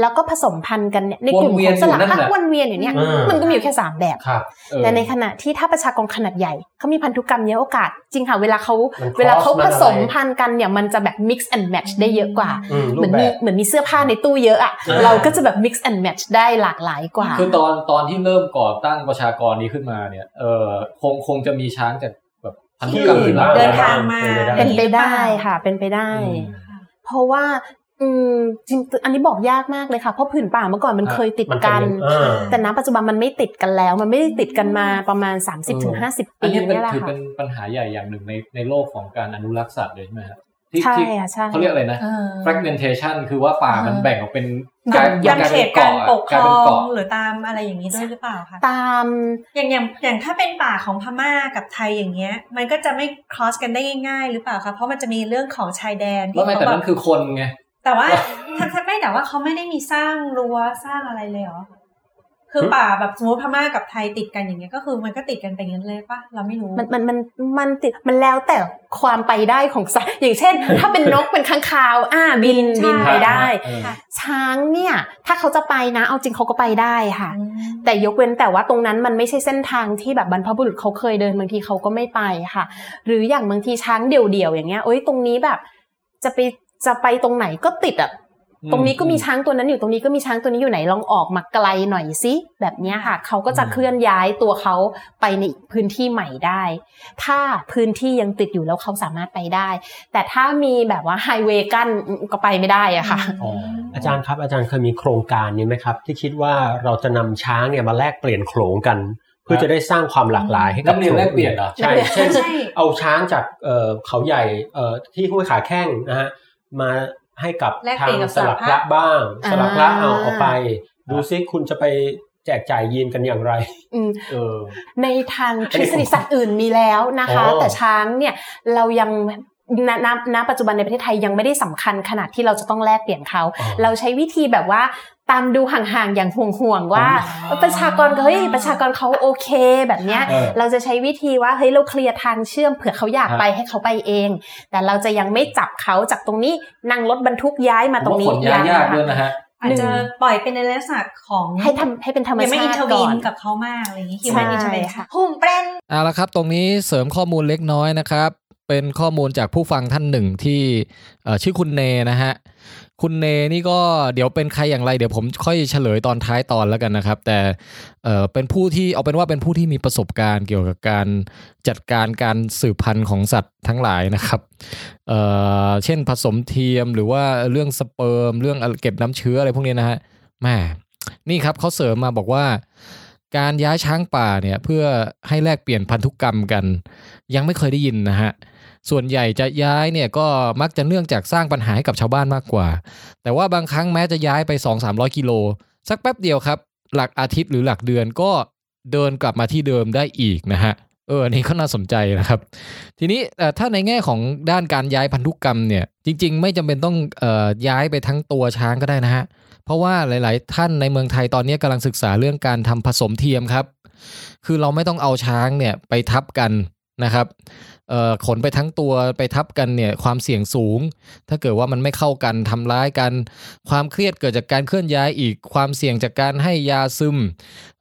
[SPEAKER 3] แล้วก็ผสมพันธุ์กันเนี่ยในกลุ่ม
[SPEAKER 4] วนเวี
[SPEAKER 3] ข
[SPEAKER 4] ย
[SPEAKER 3] อน งสลัก
[SPEAKER 4] อยู่นั่
[SPEAKER 3] พ
[SPEAKER 4] นแห
[SPEAKER 3] ระ
[SPEAKER 4] ละ
[SPEAKER 3] วนเวียนอย่างเนี้ย
[SPEAKER 6] อืม
[SPEAKER 3] มันก็มีอยู่แค่สามแบบ
[SPEAKER 6] ครับ
[SPEAKER 4] เออ
[SPEAKER 3] แต่ในขณะที่ถ้าประชากรขนาดใหญ่เขามีพันธุกรรมเยอะโอกาส จริงค่ะ เวลาเขา
[SPEAKER 6] มัน cross
[SPEAKER 3] เวลาเขาผสม
[SPEAKER 6] มันอะไร
[SPEAKER 3] พันธุ์กันเนี่ยมันจะแบบ mix and match ได้เยอะกว่า
[SPEAKER 6] อืมรู
[SPEAKER 3] เหมื
[SPEAKER 6] ป
[SPEAKER 3] อน
[SPEAKER 6] แบ
[SPEAKER 3] มี
[SPEAKER 6] บ
[SPEAKER 3] เหมือนมีเสื้อผ้าในตู้เยอะอ่ะ
[SPEAKER 6] อ่า
[SPEAKER 3] เราก็จะแบบ mix and match ได้หลากหลายกว่า
[SPEAKER 4] คือตอนตอนที่เริ่มก่อตั้งประชากรนี้ขึ้นมาเนี่ย เออคงคงจะมีช้างจากแบบพันธุกรรม
[SPEAKER 6] ที่
[SPEAKER 4] ที่หลากห
[SPEAKER 7] เดิ
[SPEAKER 4] ลาย
[SPEAKER 7] นทาง
[SPEAKER 4] มก
[SPEAKER 7] มา
[SPEAKER 3] เป็นไปได้ค่ะ เป็นไปได้
[SPEAKER 4] อืม
[SPEAKER 3] เพราะว่า อืมจริงๆอันนี้บอกยากมากเลยค่ะ เพราะผืนป่าเมื่อก่อนมัน
[SPEAKER 4] อ่ะ
[SPEAKER 3] เคยติด
[SPEAKER 6] มันเป็
[SPEAKER 3] กัน
[SPEAKER 6] เออ
[SPEAKER 3] แต่ณปัจจุบันมันไม่ติดกันแล้ว มันไม่ได้ติดกันมาประมาณ 30-50ถึง50
[SPEAKER 4] อั
[SPEAKER 3] ปี
[SPEAKER 4] นนี้เป็น
[SPEAKER 3] เนี่ยแหละ
[SPEAKER 4] ถือ
[SPEAKER 3] ค่ะ
[SPEAKER 4] เป็นปัญหาใหญ่อย่างหนึ่งในในโลกของการอนุรักษ์สัตว์เลยใช่ไหมครับที่
[SPEAKER 3] ใช่
[SPEAKER 4] ที่
[SPEAKER 3] ค่ะใช่
[SPEAKER 4] เขาเรียกอะไรนะ
[SPEAKER 7] เออ
[SPEAKER 4] fragmentation คือว่าป่ามัน
[SPEAKER 7] อ่า
[SPEAKER 4] แบ่งออกเป็น
[SPEAKER 7] ตาม
[SPEAKER 4] กล
[SPEAKER 7] ตาม
[SPEAKER 4] ย
[SPEAKER 7] เข
[SPEAKER 4] ป็
[SPEAKER 7] ต
[SPEAKER 4] น
[SPEAKER 7] การ
[SPEAKER 4] เกาะอะ
[SPEAKER 7] ปกค
[SPEAKER 4] กลาร
[SPEAKER 7] ร
[SPEAKER 4] เป็น
[SPEAKER 7] อง
[SPEAKER 4] เกาะ
[SPEAKER 7] หรือตามอะไรอย่างนี้ด้วยหรือเปล่าคะ
[SPEAKER 3] ตาม
[SPEAKER 7] อย่างอย่างอย่างถ้าเป็นป่าของพม่ากับไทยอย่างเงี้ย มันก็จะไม่ค r อสกันได้ง่ายๆ หรือเปล่าคะเพราะมันจะมีเรื่องของชายแดน
[SPEAKER 4] แล้วไม่
[SPEAKER 7] เขา
[SPEAKER 4] แต่
[SPEAKER 7] แบ
[SPEAKER 4] นั่
[SPEAKER 7] บ
[SPEAKER 4] นคือคนไง
[SPEAKER 7] แต่ว่าทั้งทั้งไม่แต่ว่าเขาไม่ได้มีสร้างรั้วสร้างอะไรเลยเหรอคือป่าแบบสมมติพม่ากับไทยติดกันอย่างเงี้ยก็คือมันก็ติดกันไปงั้นเลยปะเราไม่รู้
[SPEAKER 3] มันมันมันมันติดมันแล้วแต่ความไปได้ของสัตว์อย่างเช่น
[SPEAKER 4] (laughs)
[SPEAKER 3] ถ้าเป็นนกเป็นค้างคาว อ่าบิน
[SPEAKER 7] ใช่
[SPEAKER 3] บินไปได้
[SPEAKER 4] เออ
[SPEAKER 3] ช้างเนี่ย ถ้าเขาจะไปนะ เอาจริงเขาก็ไปได้ค่ะ
[SPEAKER 7] อืม
[SPEAKER 3] แต่ยกเว้นแต่ว่าตรงนั้นมันไม่ใช่เส้นทางที่แบบบรรพบุรุษเขาเคยเดินบางทีเขาก็ไม่ไปค่ะ หรืออย่างบางทีช้างเดี่ยวๆอย่างเงี้ยเอ้ยตรงนี้แบบ จะไปจะไปตรงไหนก็ติดอ่ะ
[SPEAKER 4] อืม
[SPEAKER 3] ตรงนี้ก็มีช้างตัวนั้นอยู่ตรงนี้ก็มีช้างตัวนี้อยู่ไหนลองออกมาไกลหน่อยสิแบบเนี้ยค่ะ เขาก็จะเคลื่อนย้ายตัวเขาไปในอีกพื้นที่ใหม่ได้ ถ้าพื้นที่ยังติดอยู่แล้วเขาสามารถไปได้ แต่ถ้ามีแบบว่าไฮเวย์กั้นอืมก็ไปไม่ได้อะค่ะ
[SPEAKER 4] อ๋อ
[SPEAKER 6] อาจารย์ครับอาจารย์เคยมีโครงการนี้ไหมครับ ที่คิดว่าเราจะนำช้างเนี่ยมาแลกเปลี่ยนโขลงกัน เพื่อจะได้สร้างความหลากหลายให้กับ
[SPEAKER 4] นักเรียนแลกเปลี่ยนเหรอ
[SPEAKER 6] ใช่
[SPEAKER 3] นักเรียน
[SPEAKER 6] เช่น
[SPEAKER 7] ใช่
[SPEAKER 6] เอาช้างจากเอ่อเขาใหญ่เอ่อที่ห้วยขาแข้งนะฮะมาให้กับ
[SPEAKER 7] แลก
[SPEAKER 6] ทา
[SPEAKER 7] เปลี่ย
[SPEAKER 6] ง
[SPEAKER 7] นกับ
[SPEAKER 6] ส
[SPEAKER 7] สลั
[SPEAKER 6] ลั
[SPEAKER 7] บ
[SPEAKER 6] ก
[SPEAKER 7] พระ
[SPEAKER 6] พระบ้าง
[SPEAKER 3] อ่า
[SPEAKER 6] สลักพระเอาเอาไป ดูซิคุณจะไปแจกจ่ายยีนกันอย่างไร
[SPEAKER 3] อืม
[SPEAKER 4] เออ
[SPEAKER 3] ในทางทฤษฎีสัตว์อื่นมีแล้วนะคะ
[SPEAKER 6] อ๋อ
[SPEAKER 3] แต่ช้างเนี่ยเรายังณณณปัจจุบันในประเทศไทยยังไม่ได้สำคัญขนาดที่เราจะต้องแลกเปลี่ยนเขา เราใช้วิธีแบบว่าตามดูห่างๆอย่างห่วงๆว่าเออประชากรเขาเฮ้ยประชากรเขาโอเคแบบเนี้ย
[SPEAKER 4] เออ
[SPEAKER 3] เราจะใช้วิธีว่าเฮ้ยเราเคลียร์ทางเชื่อมเผื่อเขาอยากไปให้เขาไปเอง แต่เราจะยังไม่จับเขาจากตรงนี้นั่งรถบรรทุกย้ายมาตรงนี้
[SPEAKER 4] ผมว่าขนย้ายยาก
[SPEAKER 3] ค่ะ
[SPEAKER 4] ด้วยนะฮะ
[SPEAKER 7] อาจจะ
[SPEAKER 3] หนึ่ง
[SPEAKER 7] ปล่อยเป็นในลักษณะของ
[SPEAKER 3] ให้ทำให้เป็นธรรม
[SPEAKER 7] ยังไม่
[SPEAKER 3] ชา
[SPEAKER 7] อิน
[SPEAKER 3] ติ
[SPEAKER 7] เทอร์
[SPEAKER 3] ก่
[SPEAKER 7] วี
[SPEAKER 3] อน น
[SPEAKER 7] กับเขามากอะไรอย่างงี้ฮิว
[SPEAKER 3] ใช่
[SPEAKER 7] แมนอินเทอร์วีน
[SPEAKER 3] ค่ะ
[SPEAKER 7] หุ่มเปรน
[SPEAKER 5] เอาละครับตรงนี้เสริมข้อมูลเล็กน้อยนะครับ เป็นข้อมูลจากผู้ฟังท่านหนึ่งที่เอ่อชื่อคุณเนนะฮะคุณเนนี่ก็เดี๋ยวเป็นใครอย่างไร เดี๋ยวผมค่อยเฉลยตอนท้ายตอนแล้วกันนะครับ แต่เอ่อเป็นผู้ที่เอาเป็นว่าเป็นผู้ที่มีประสบการณ์เกี่ยวกับการจัดการการสืบพันธุ์ของสัตว์ทั้งหลายนะครับเอ่อเช่นผสมเทียมหรือว่าเรื่องสเปิร์มเรื่องเก็บน้ำเชื้ออะไรพวกนี้นะฮะแหม่ นี่ครับเขาเสริมมาบอกว่า การย้ายช้างป่าเนี่ยเพื่อให้แลกเปลี่ยนพันธุกรรมกัน ยังไม่เคยได้ยินนะฮะ ส่วนใหญ่จะย้ายเนี่ยก็มักจะเนื่องจากสร้างปัญหาให้กับชาวบ้านมากกว่า แต่ว่าบางครั้งแม้จะย้ายไป 2 3 0 0 กิโล สักแป๊บเดียวครับ หลักอาทิตย์หรือหลักเดือนก็เดินกลับมาที่เดิมได้อีกนะฮะ เอออันนี้ก็น่าสนใจนะครับ ทีนี้เอ่อถ้าในแง่ของด้านการย้ายพันธุกรรมเนี่ยจริง ๆ ไม่จำเป็นต้องเอ่อย้ายไปทั้งตัวช้างก็ได้นะฮะ เพราะว่าหลาย ๆ ท่านในเมืองไทยตอนนี้กำลังศึกษาเรื่องการทำผสมเทียมครับ คือเราไม่ต้องเอาช้างเนี่ยไปทับกันนะครับเอ่อขนไปทั้งตัวไปทับกันเนี่ยความเสี่ยงสูง ถ้าเกิดว่ามันไม่เข้ากันทำร้ายกัน ความเครียดเกิดจากการเคลื่อนย้ายอีกความเสี่ยงจากการให้ยาซึม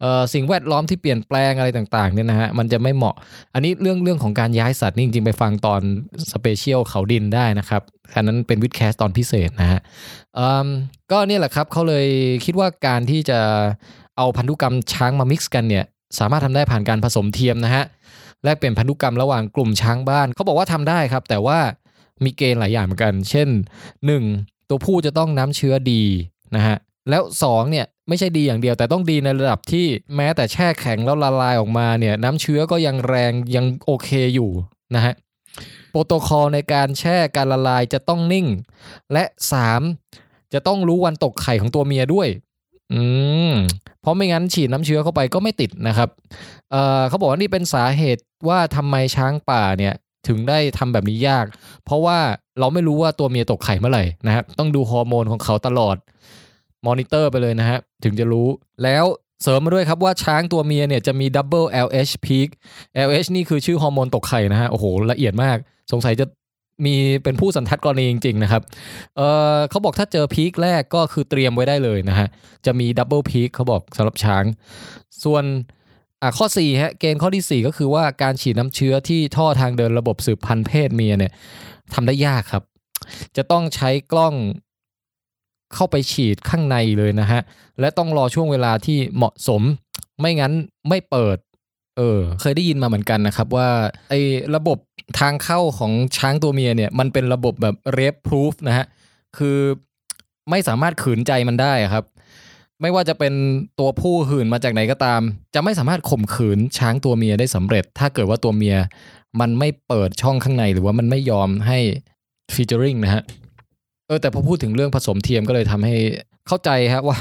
[SPEAKER 5] เอ่อสิ่งแวดล้อมที่เปลี่ยนแปลงอะไรต่าง ๆ เนี่ยนะฮะมันจะไม่เหมาะ อันนี้เรื่องเรื่องของการย้ายสัตว์นี่จริง ๆ ไปฟังตอนสเปเชียลเขาดินได้นะครับอันนั้นเป็นวิดแคสตอนพิเศษนะฮะ อืมก็เนี่ยแหละครับเขาเลยคิดว่าการที่จะเอาพันธุกรรมช้างมามิกซ์กันเนี่ยสามารถทำได้ผ่านการผสมเทียมนะฮะแลกเปลี่ยนพันธุกรรมระหว่างกลุ่มช้างบ้านเขาบอกว่าทำได้ครับ แต่ว่ามีเกณฑ์หลายอย่างเหมือนกัน เช่น 1. ตัวผู้จะต้องน้ำเชื้อดีนะฮะแล้ว2เนี่ยไม่ใช่ดีอย่างเดียว แต่ต้องดีในระดับที่แม้แต่แช่แข็งแล้วละลายออกมาเนี่ยน้ำเชื้อก็ยังแรงยังโอเคอยู่นะฮะโปรโตคอลในการแช่การละลายจะต้องนิ่ง และ 3 จะต้องรู้วันตกไข่ของตัวเมียด้วย อืม เพราะไม่งั้นฉีดน้ำเชื้อเข้าไปก็ไม่ติดนะครับ เอ่อเขาบอกว่านี่เป็นสาเหตุว่าทำไมช้างป่าเนี่ย ถึงได้ทำแบบนี้ยาก เพราะว่าเราไม่รู้ว่าตัวเมียตกไข่เมื่อไหร่นะครับต้องดูฮอร์โมนของเขาตลอด มอนิเตอร์ไปเลยนะฮะ ถึงจะรู้ แล้วเสริมมาด้วยครับว่าช้างตัวเมียเนี่ยจะมี double LH peak LH นี่คือชื่อฮอร์โมนตกไข่นะฮะ โอ้โห ละเอียดมาก สงสัยจะมีเป็นผู้สันทัดกรณีจริง ๆ นะครับ เออเขาบอกถ้าเจอพีคแรกก็คือเตรียมไว้ได้เลยนะฮะ จะมีดับเบิลพีคเขาบอกสำหรับช้าง ส่วนอ่ะข้อ4ฮะเกณฑ์ข้อที่ 4 ก็คือว่าการฉีดน้ำเชื้อที่ท่อทางเดินระบบสืบพันธุ์เพศเมียเนี่ยทำได้ยากครับ จะต้องใช้กล้องเข้าไปฉีดข้างในเลยนะฮะ และต้องรอช่วงเวลาที่เหมาะสม ไม่งั้นไม่เปิด เออ เคยได้ยินมาเหมือนกันนะครับว่าไอ้ระบบทางเข้าของช้างตัวเมียเนี่ย มันเป็นระบบแบบเรฟพ o ูฟนะฮะ คือไม่สามารถขืนใจมันได้อะครับ ไม่ว่าจะเป็นตัวผู้หื่นมาจากไหนก็ตาม จะไม่สามารถข่มขืนช้างตัวเมียได้สำเร็จ ถ้าเกิดว่าตัวเมีย มันไม่เปิดช่องข้างในหรือว่ามันไม่ยอมให้ฟีเจอริงนะฮะเออแต่พอพูดถึงเรื่องผสมเทียมก็เลยทำให้เข้าใจฮะ (laughs) ว่า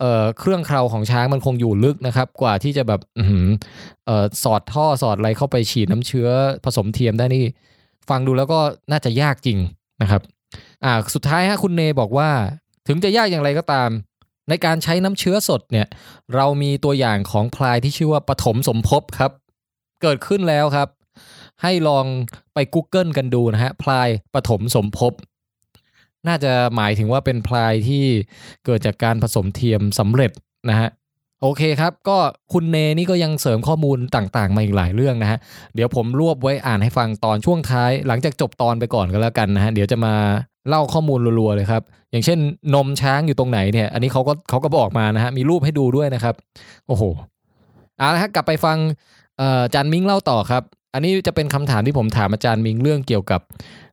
[SPEAKER 5] เออเครื่องเคราของช้างมันคงอยู่ลึกนะครับ กว่าที่จะแบบอื้อหือ เออสอดท่อสอดอะไรเข้าไปฉีดน้ำเชื้อผสมเทียมได้นี่ ฟังดูแล้วก็น่าจะยากจริงนะครับ อ่าสุดท้ายฮะคุณเนบอกว่า ถึงจะยากอย่างไรก็ตาม ในการใช้น้ำเชื้อสดเนี่ย เรามีตัวอย่างของพลายที่ชื่อว่าปฐมสมภพครับ เกิดขึ้นแล้วครับ ให้ลองไป Google กันดูนะฮะพลายปฐมสมภพน่าจะหมายถึงว่าเป็นพลายที่เกิดจากการผสมเทียมสำเร็จนะฮะ โอเคครับ ก็คุณเนนี่ก็ยังเสริมข้อมูลต่างๆ มาอีกหลายเรื่องนะฮะ เดี๋ยวผมรวบไว้อ่านให้ฟังตอนช่วงท้าย หลังจากจบตอนไปก่อนก็แล้วกันนะฮะ เดี๋ยวจะมาเล่าข้อมูลรัวๆเลยครับ อย่างเช่น นมช้างอยู่ตรงไหนเนี่ย อันนี้เขาก็เขาก็บอกมานะฮะ มีรูปให้ดูด้วยนะครับ โอ้โหเอาละฮะกลับไปฟังเอ่ออาจารย์มิงเล่าต่อครับ อันนี้จะเป็นคำถามที่ผมถามอาจารย์มิงเรื่องเกี่ยวกับ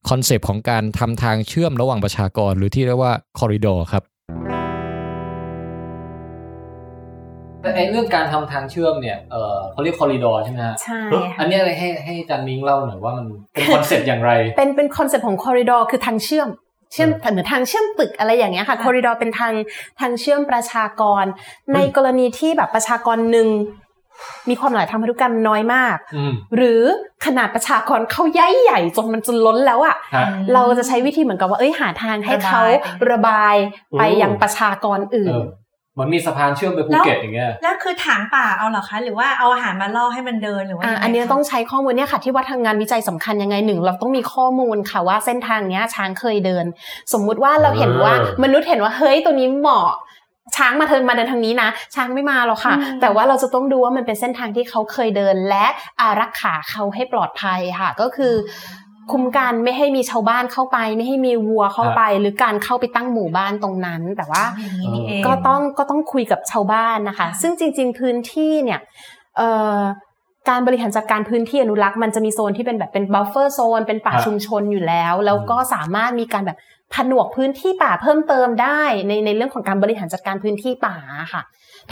[SPEAKER 5] คอนเซปต์ของการทำทางเชื่อมระหว่างประชากร หรือที่เรียกว่าคอริดอร์ครับ
[SPEAKER 4] แต่ไอเรื่องการทำทางเชื่อมเนี่ยเออเขาเรียกคอริดอร์ใช่ไหมฮะ
[SPEAKER 3] ใช่
[SPEAKER 4] (laughs) อั
[SPEAKER 3] ค่ะ
[SPEAKER 4] นเนี้ยเลยให้ให้อาจารย์มิงเล่าหน่อยว่ามันเป็นคอนเซ็ปต์
[SPEAKER 6] (laughs)
[SPEAKER 4] อย่างไร
[SPEAKER 3] เป็นเป็นคอนเซ็ปต์ของคอริดอร์คือทางเชื่อมเชื่อมเหมือนทางเชื่อมตึกอะไรอย่างเงี้ยค่ะคอริดอร์เป็นทางทางเชื่อมประชากร ในกรณีที่แบบประชากรหนึ่งมีความหลายทางพันธุกรรมน้อยมาก
[SPEAKER 4] อืม
[SPEAKER 3] หรือขนาดประชากรเขาย้ายใหญ่จนมันจนล้นแล้วอ่ะ
[SPEAKER 4] ฮะ
[SPEAKER 3] เราจะใช้วิธีเหมือนกับว่า เอ้ย หาทางให้เขาระบายไปยังประชากรอื่
[SPEAKER 4] เอน อเหมันมีสะพานเชื่อมไปภูเก็ตอย่างเงี้ย
[SPEAKER 7] แล้วคือถางป่าเอาเหรอคะ หรือว่าเอาอาหารมาล่อให้มันเดินหรือว่า
[SPEAKER 3] อ่ะ
[SPEAKER 7] ยังไง
[SPEAKER 3] อันเนี้ย
[SPEAKER 7] คะ
[SPEAKER 3] ต้องใช้ข้อมูลเนี่ยค่ะ ที่ว่าทางงานวิจัยสำคัญยังไงหนึ่ง เราต้องมีข้อมูลค่ะว่าเส้นทางเนี้ยช้างเคยเดิน สมมุติว่าเราเห็นว่า
[SPEAKER 6] อ่าม
[SPEAKER 3] มนุษย์เห็นว่าเฮ้ยตัวนี้เหมาะ ช้างมาเทินมาเดินทางนี้นะ ช้างไม่มาหรอกค่ะ
[SPEAKER 7] อืม
[SPEAKER 3] แต่ว่าเราจะต้องดูว่ามันเป็นเส้นทางที่เขาเคยเดิน และอารักขาเขาให้ปลอดภัยค่ะ ก็คือ คุมกันไม่ให้มีชาวบ้านเข้าไป ไม่ให้มีวัวเข้าไป หรือการเข้าไปตั้งหมู่บ้านตรงนั้นแต่ว่า
[SPEAKER 7] อย่างนี้นี่เอง
[SPEAKER 3] ก็ต้องก็ต้องคุยกับชาวบ้านนะคะ
[SPEAKER 7] ค่ะ
[SPEAKER 3] ซึ่งจริง ๆ พื้นที่เนี่ยเอ่อการบริหารจัดการพื้นที่อนุรักษ์มันจะมีโซนที่เป็นแบบเป็นบัฟเฟอร์โซนเป็นป่า
[SPEAKER 4] ครับ
[SPEAKER 3] ชุมชนอยู่แล้ว แล้วก็สามารถมีการแบบผนวกพื้นที่ป่าเพิ่มเติมได้ในในเรื่องของการบริหารจัดการพื้นที่ป่าค่ะ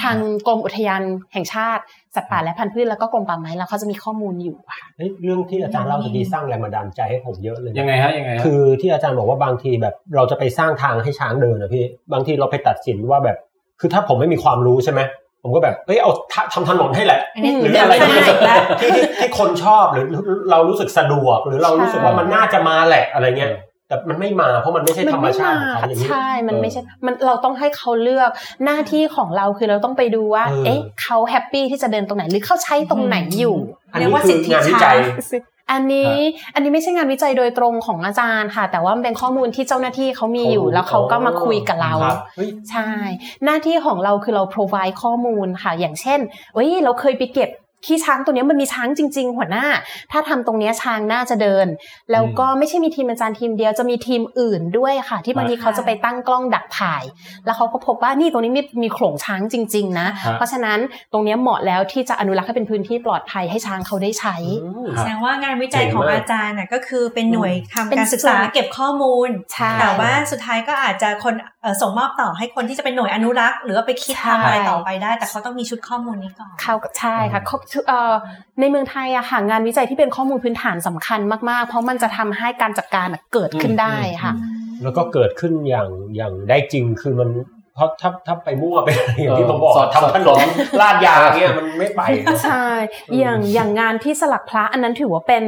[SPEAKER 3] ทางกรมอุทยานแห่งชาติสัตว์ป่าและพันธุ์พืชแล้วก็กรมป่าไม้แล้วเขาจะมีข้อมูลอยู่ค่ะ
[SPEAKER 6] เฮ้ยเรื่องที่อาจารย์เล่าตะกี้สร้างแรงบันดาลใจให้ผมเยอะเลยนะ
[SPEAKER 4] ยังไงฮะยังไงฮะ
[SPEAKER 6] คือที่อาจารย์บอกว่าบางทีแบบเราจะไปสร้างทางให้ช้างเดินนะพี่บางทีเราไปตัดสินว่าแบบ คือถ้าผมไม่มีความรู้ใช่ไหมผมก็แบบเอ้ยเอาทะทำถนนให้แหละ
[SPEAKER 7] อันนี้
[SPEAKER 6] หรือ
[SPEAKER 7] เดี๋ยว
[SPEAKER 6] อะไร
[SPEAKER 7] จะ
[SPEAKER 6] ที่
[SPEAKER 7] มาอีกแล้ว
[SPEAKER 6] ที่ที่ที่คนชอบหรือเรารู้สึกสะดวก หรือเรารู้สึกว่ามันน่าจะมาแหละอะไรเงี้ยแต่มันไม่มาเพราะมันไม่ใช่ธรรมชาติของเขาอย่างนี้
[SPEAKER 3] ใช่ มันไม่ใช่ มันเราต้องให้เขาเลือกหน้าที่ของเราคือเราต้องไปดูว่า
[SPEAKER 6] เออ
[SPEAKER 3] เอ๊ะเขาแฮปปี้ที่จะเดินตรงไหนหรือเขาใช้ตรงไหนอยู่
[SPEAKER 6] อันนี้คืองานวิจัย
[SPEAKER 3] อันนี้อันนี้ไม่ใช่งานวิจัยโดยตรงของอาจารย์ค่ะ แต่ว่ามันเป็นข้อมูลที่เจ้าหน้าที่เขามีอยู่ แล้วเขาก็มาคุยกับเรา
[SPEAKER 6] ครับเฮ้ย
[SPEAKER 3] ใช่ หน้าที่ของเราคือเรา provide ข้อมูลค่ะ อย่างเช่นเอ้ย เราเคยไปเก็บขี้ช้างตัวเนี้ยมันมีช้างจริง ๆ หัวหน้า ถ้าทำตรงเนี้ยช้างน่าจะเดิน แล้วก็ไม่ใช่มีทีมอาจารย์ทีมเดียวจะมีทีมอื่นด้วยค่ะ ที่บางทีเขาจะไปตั้งกล้องดักถ่าย แล้วเขาก็พบว่านี่ตรงนี้มีมีโขลงช้างจริง ๆ นะ
[SPEAKER 4] ฮะ
[SPEAKER 3] เพราะฉะนั้นตรงเนี้ยเหมาะแล้วที่จะอนุรักษ์ให้เป็นพื้นที่ปลอดภัยให้ช้างเขาได้ใช้
[SPEAKER 7] แสดงว่างานวิจัย
[SPEAKER 6] เจ๋ง
[SPEAKER 7] ของ
[SPEAKER 6] มาก
[SPEAKER 7] อาจารย์น่ะก็คือเป็นหน่วยทำ
[SPEAKER 3] เป็น
[SPEAKER 7] การศึกษา
[SPEAKER 3] ส่วน
[SPEAKER 7] เก็บข้อมูล
[SPEAKER 3] ใช่
[SPEAKER 7] แต่ว่าสุดท้ายก็อาจจะคนเอ่อส่งมอบต่อให้คนที่จะเป็นหน่วยอนุรักษ์ หรือว่าไปคิดทำอะไรต่อไปได้ แต่เขาต้องมีชุดข้อมูลนี้ก่อน
[SPEAKER 3] เขาใช่ค่ะเขาเอ่อในเมืองไทยอะค่ะงานวิจัยที่เป็นข้อมูลพื้นฐานสำคัญมากๆ เพราะมันจะทำให้การจัดการอะเกิดขึ้นได้ค่ะ
[SPEAKER 6] แล้วก็เกิดขึ้นอย่างอย่างได้จริงคือมันเพราะถ้าถ้าไปมั่วไปอะไร (laughs) อย่างที่
[SPEAKER 4] เออ
[SPEAKER 6] ผมบอก
[SPEAKER 4] สอด
[SPEAKER 6] ทำถนน (laughs) ลาดยางเงี้ยมันไม่ไป
[SPEAKER 3] (laughs) ใช่ อย่างอย่างงานที่สลักพระอันนั้นถือว่าเป็น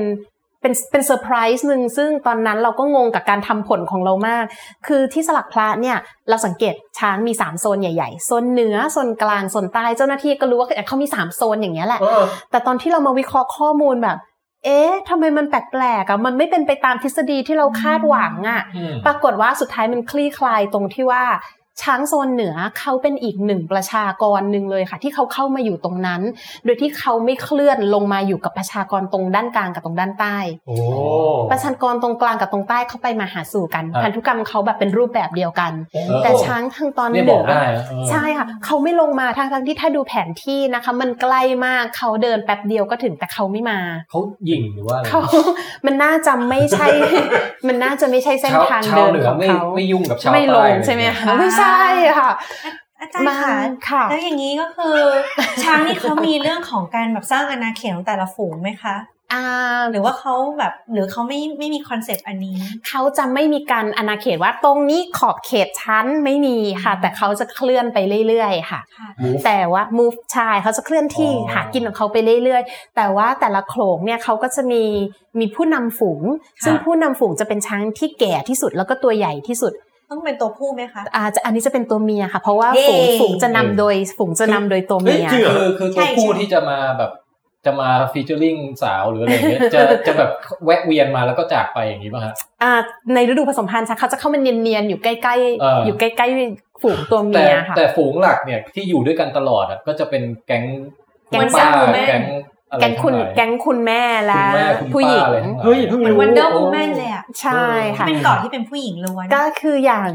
[SPEAKER 3] เป็นเป็นเซอร์ไพรส์หนึ่งซึ่งตอนนั้นเราก็งงกับการทำผลของเรามาก คือที่สลักพระเนี่ยเราสังเกตช้างมี 3 โซนใหญ่ๆ โซนเหนือ โซนกลาง โซนใต้ เจ้าหน้าที่ก็รู้ว่าเขามี 3 โซนอย่างเงี้ยแหละ
[SPEAKER 6] เออ
[SPEAKER 3] แต่ตอนที่เรามาวิเคราะห์ข้อมูลแบบ เอ๊ะทำไมมันแปลกๆอ่ะ มันไม่เป็นไปตามทฤษฎีที่เราคาดหวังอ่ะ
[SPEAKER 4] อืม
[SPEAKER 3] ปรากฏว่าสุดท้ายมันคลี่คลายตรงที่ว่า ช้างโซนเหนือเขาเป็นอีกหนึ่งประชากรหนึ่งเลยค่ะ ที่เขาเข้ามาอยู่ตรงนั้น โดยที่เขาไม่เคลื่อนลงมาอยู่กับประชากรตรงด้านกลางกับตรงด้านใต้
[SPEAKER 6] โอ้
[SPEAKER 3] ประชากรตรงกลางกับตรงใต้เขาไปมาหาสู่กัน
[SPEAKER 4] อ่ะ
[SPEAKER 3] พันธุกรรมเขาแบบเป็นรูปแบบเดียวกัน
[SPEAKER 4] เออ
[SPEAKER 3] แต่ช้างทางตอนเห
[SPEAKER 4] เนี่ยบ
[SPEAKER 3] นื
[SPEAKER 4] อก
[SPEAKER 3] อ
[SPEAKER 4] ได้นะเออ
[SPEAKER 3] ใช่ค่ะเขาไม่ลงมาทั้งทั้งๆที่ถ้าดูแผนที่นะคะ มันใกล้มากเขาเดินแป๊บเดียวก็ถึงแต่เขาไม่มา
[SPEAKER 4] เขาหยิ่งหรือว่าอะไร
[SPEAKER 3] เขา (laughs) มันน่าจะไม่ใช่ (laughs) มันน่าจะไม่ใช่เส้นทาง
[SPEAKER 4] ชวชว
[SPEAKER 3] เดิน
[SPEAKER 4] เหนือ
[SPEAKER 3] ของ
[SPEAKER 4] ไม่
[SPEAKER 3] เขา
[SPEAKER 4] ไม่ยุ่งกับชาว
[SPEAKER 3] ไม่ล
[SPEAKER 4] ใต้
[SPEAKER 3] งใช่ไหม
[SPEAKER 4] อะร
[SPEAKER 3] คะไม่ใช่ค่ะ
[SPEAKER 7] อาจารย์
[SPEAKER 3] มัน
[SPEAKER 7] ค่ะ
[SPEAKER 3] ค่ะ
[SPEAKER 7] แล้วอย่างนี้ก็คือ ช้างนี่เขามีเรื่องของการแบบสร้างอาณาเขตของแต่ละฝูงไหมคะ
[SPEAKER 3] อ่า
[SPEAKER 7] หรือว่าเขาแบบหรือเขาไม่ไม่มีคอนเซปต์อันนี้
[SPEAKER 3] เขาจะไม่มีการอนาเขตว่าตรงนี้ขอบเขตชั้นไม่มีค่ะ แต่เขาจะเคลื่อนไปเรื่อยๆค่ะ
[SPEAKER 7] ค่ะ
[SPEAKER 6] Move
[SPEAKER 3] แต่ว่า move ใชายเขาจะเคลื่อนที่
[SPEAKER 6] อ๋อ
[SPEAKER 3] หากินของเขาไปเรื่อยๆ แต่ว่าแต่ละโขลงเนี่ยเขาก็จะมีมีผู้นำฝูง ซึ่งผู้นำฝูงจะเป็นช้างที่แก่ที่สุดแล้วก็ตัวใหญ่ที่สุด
[SPEAKER 7] ต้องเป็นตัวผู้ไหมคะ
[SPEAKER 3] อาจจะอันนี้จะเป็นตัวเมียค่ะ เพราะว่า
[SPEAKER 7] เย้
[SPEAKER 3] ฝูงฝูงจะนำโดยฝูงจะนำโดยตัว
[SPEAKER 6] เฮ้ย
[SPEAKER 3] เมีย
[SPEAKER 6] จริงเหรอ
[SPEAKER 4] คือคือตัวผู้
[SPEAKER 7] ใช่
[SPEAKER 4] ที่จะมาแบบจะมาฟีเจอริงสาวหรืออะไรอย่างเงี้ยจะ
[SPEAKER 3] (laughs)
[SPEAKER 4] จะแบบแวะเวียนมาแล้วก็จากไปอย่างนี้ป่ะฮะ
[SPEAKER 3] อ่าในฤดูผสมพันธุ์ช้างเขาจะเข้ามาเนียนๆอยู่ใกล้
[SPEAKER 4] เออ
[SPEAKER 3] ๆ
[SPEAKER 4] อ
[SPEAKER 3] อยู่ใกล้ๆ ฝูงตัว
[SPEAKER 4] แต่
[SPEAKER 3] เมียค่ะ
[SPEAKER 4] แต่ฝูงหลักเนี่ยที่อยู่ด้วยกันตลอดอะก็จะเป็นแก๊ง
[SPEAKER 3] แก๊ง
[SPEAKER 4] ป้า
[SPEAKER 7] แซมแม่
[SPEAKER 4] แก๊งอะไร
[SPEAKER 3] แก๊งคุณ
[SPEAKER 4] ทั้หลาย
[SPEAKER 3] แก๊งคุณแม่และ
[SPEAKER 4] คุณแม่คุณ
[SPEAKER 3] ผู้หญิง
[SPEAKER 4] ป้าอะไรทั้หลา
[SPEAKER 6] เฮ้ยเพิ่งรู้
[SPEAKER 7] วันเดอร์ m ูแมนเลยอ่ะ
[SPEAKER 3] ใช่ค่ะ
[SPEAKER 7] เป็นเกาะที่เป็นผู้หญิงล้วน
[SPEAKER 3] ก็คืออย่าง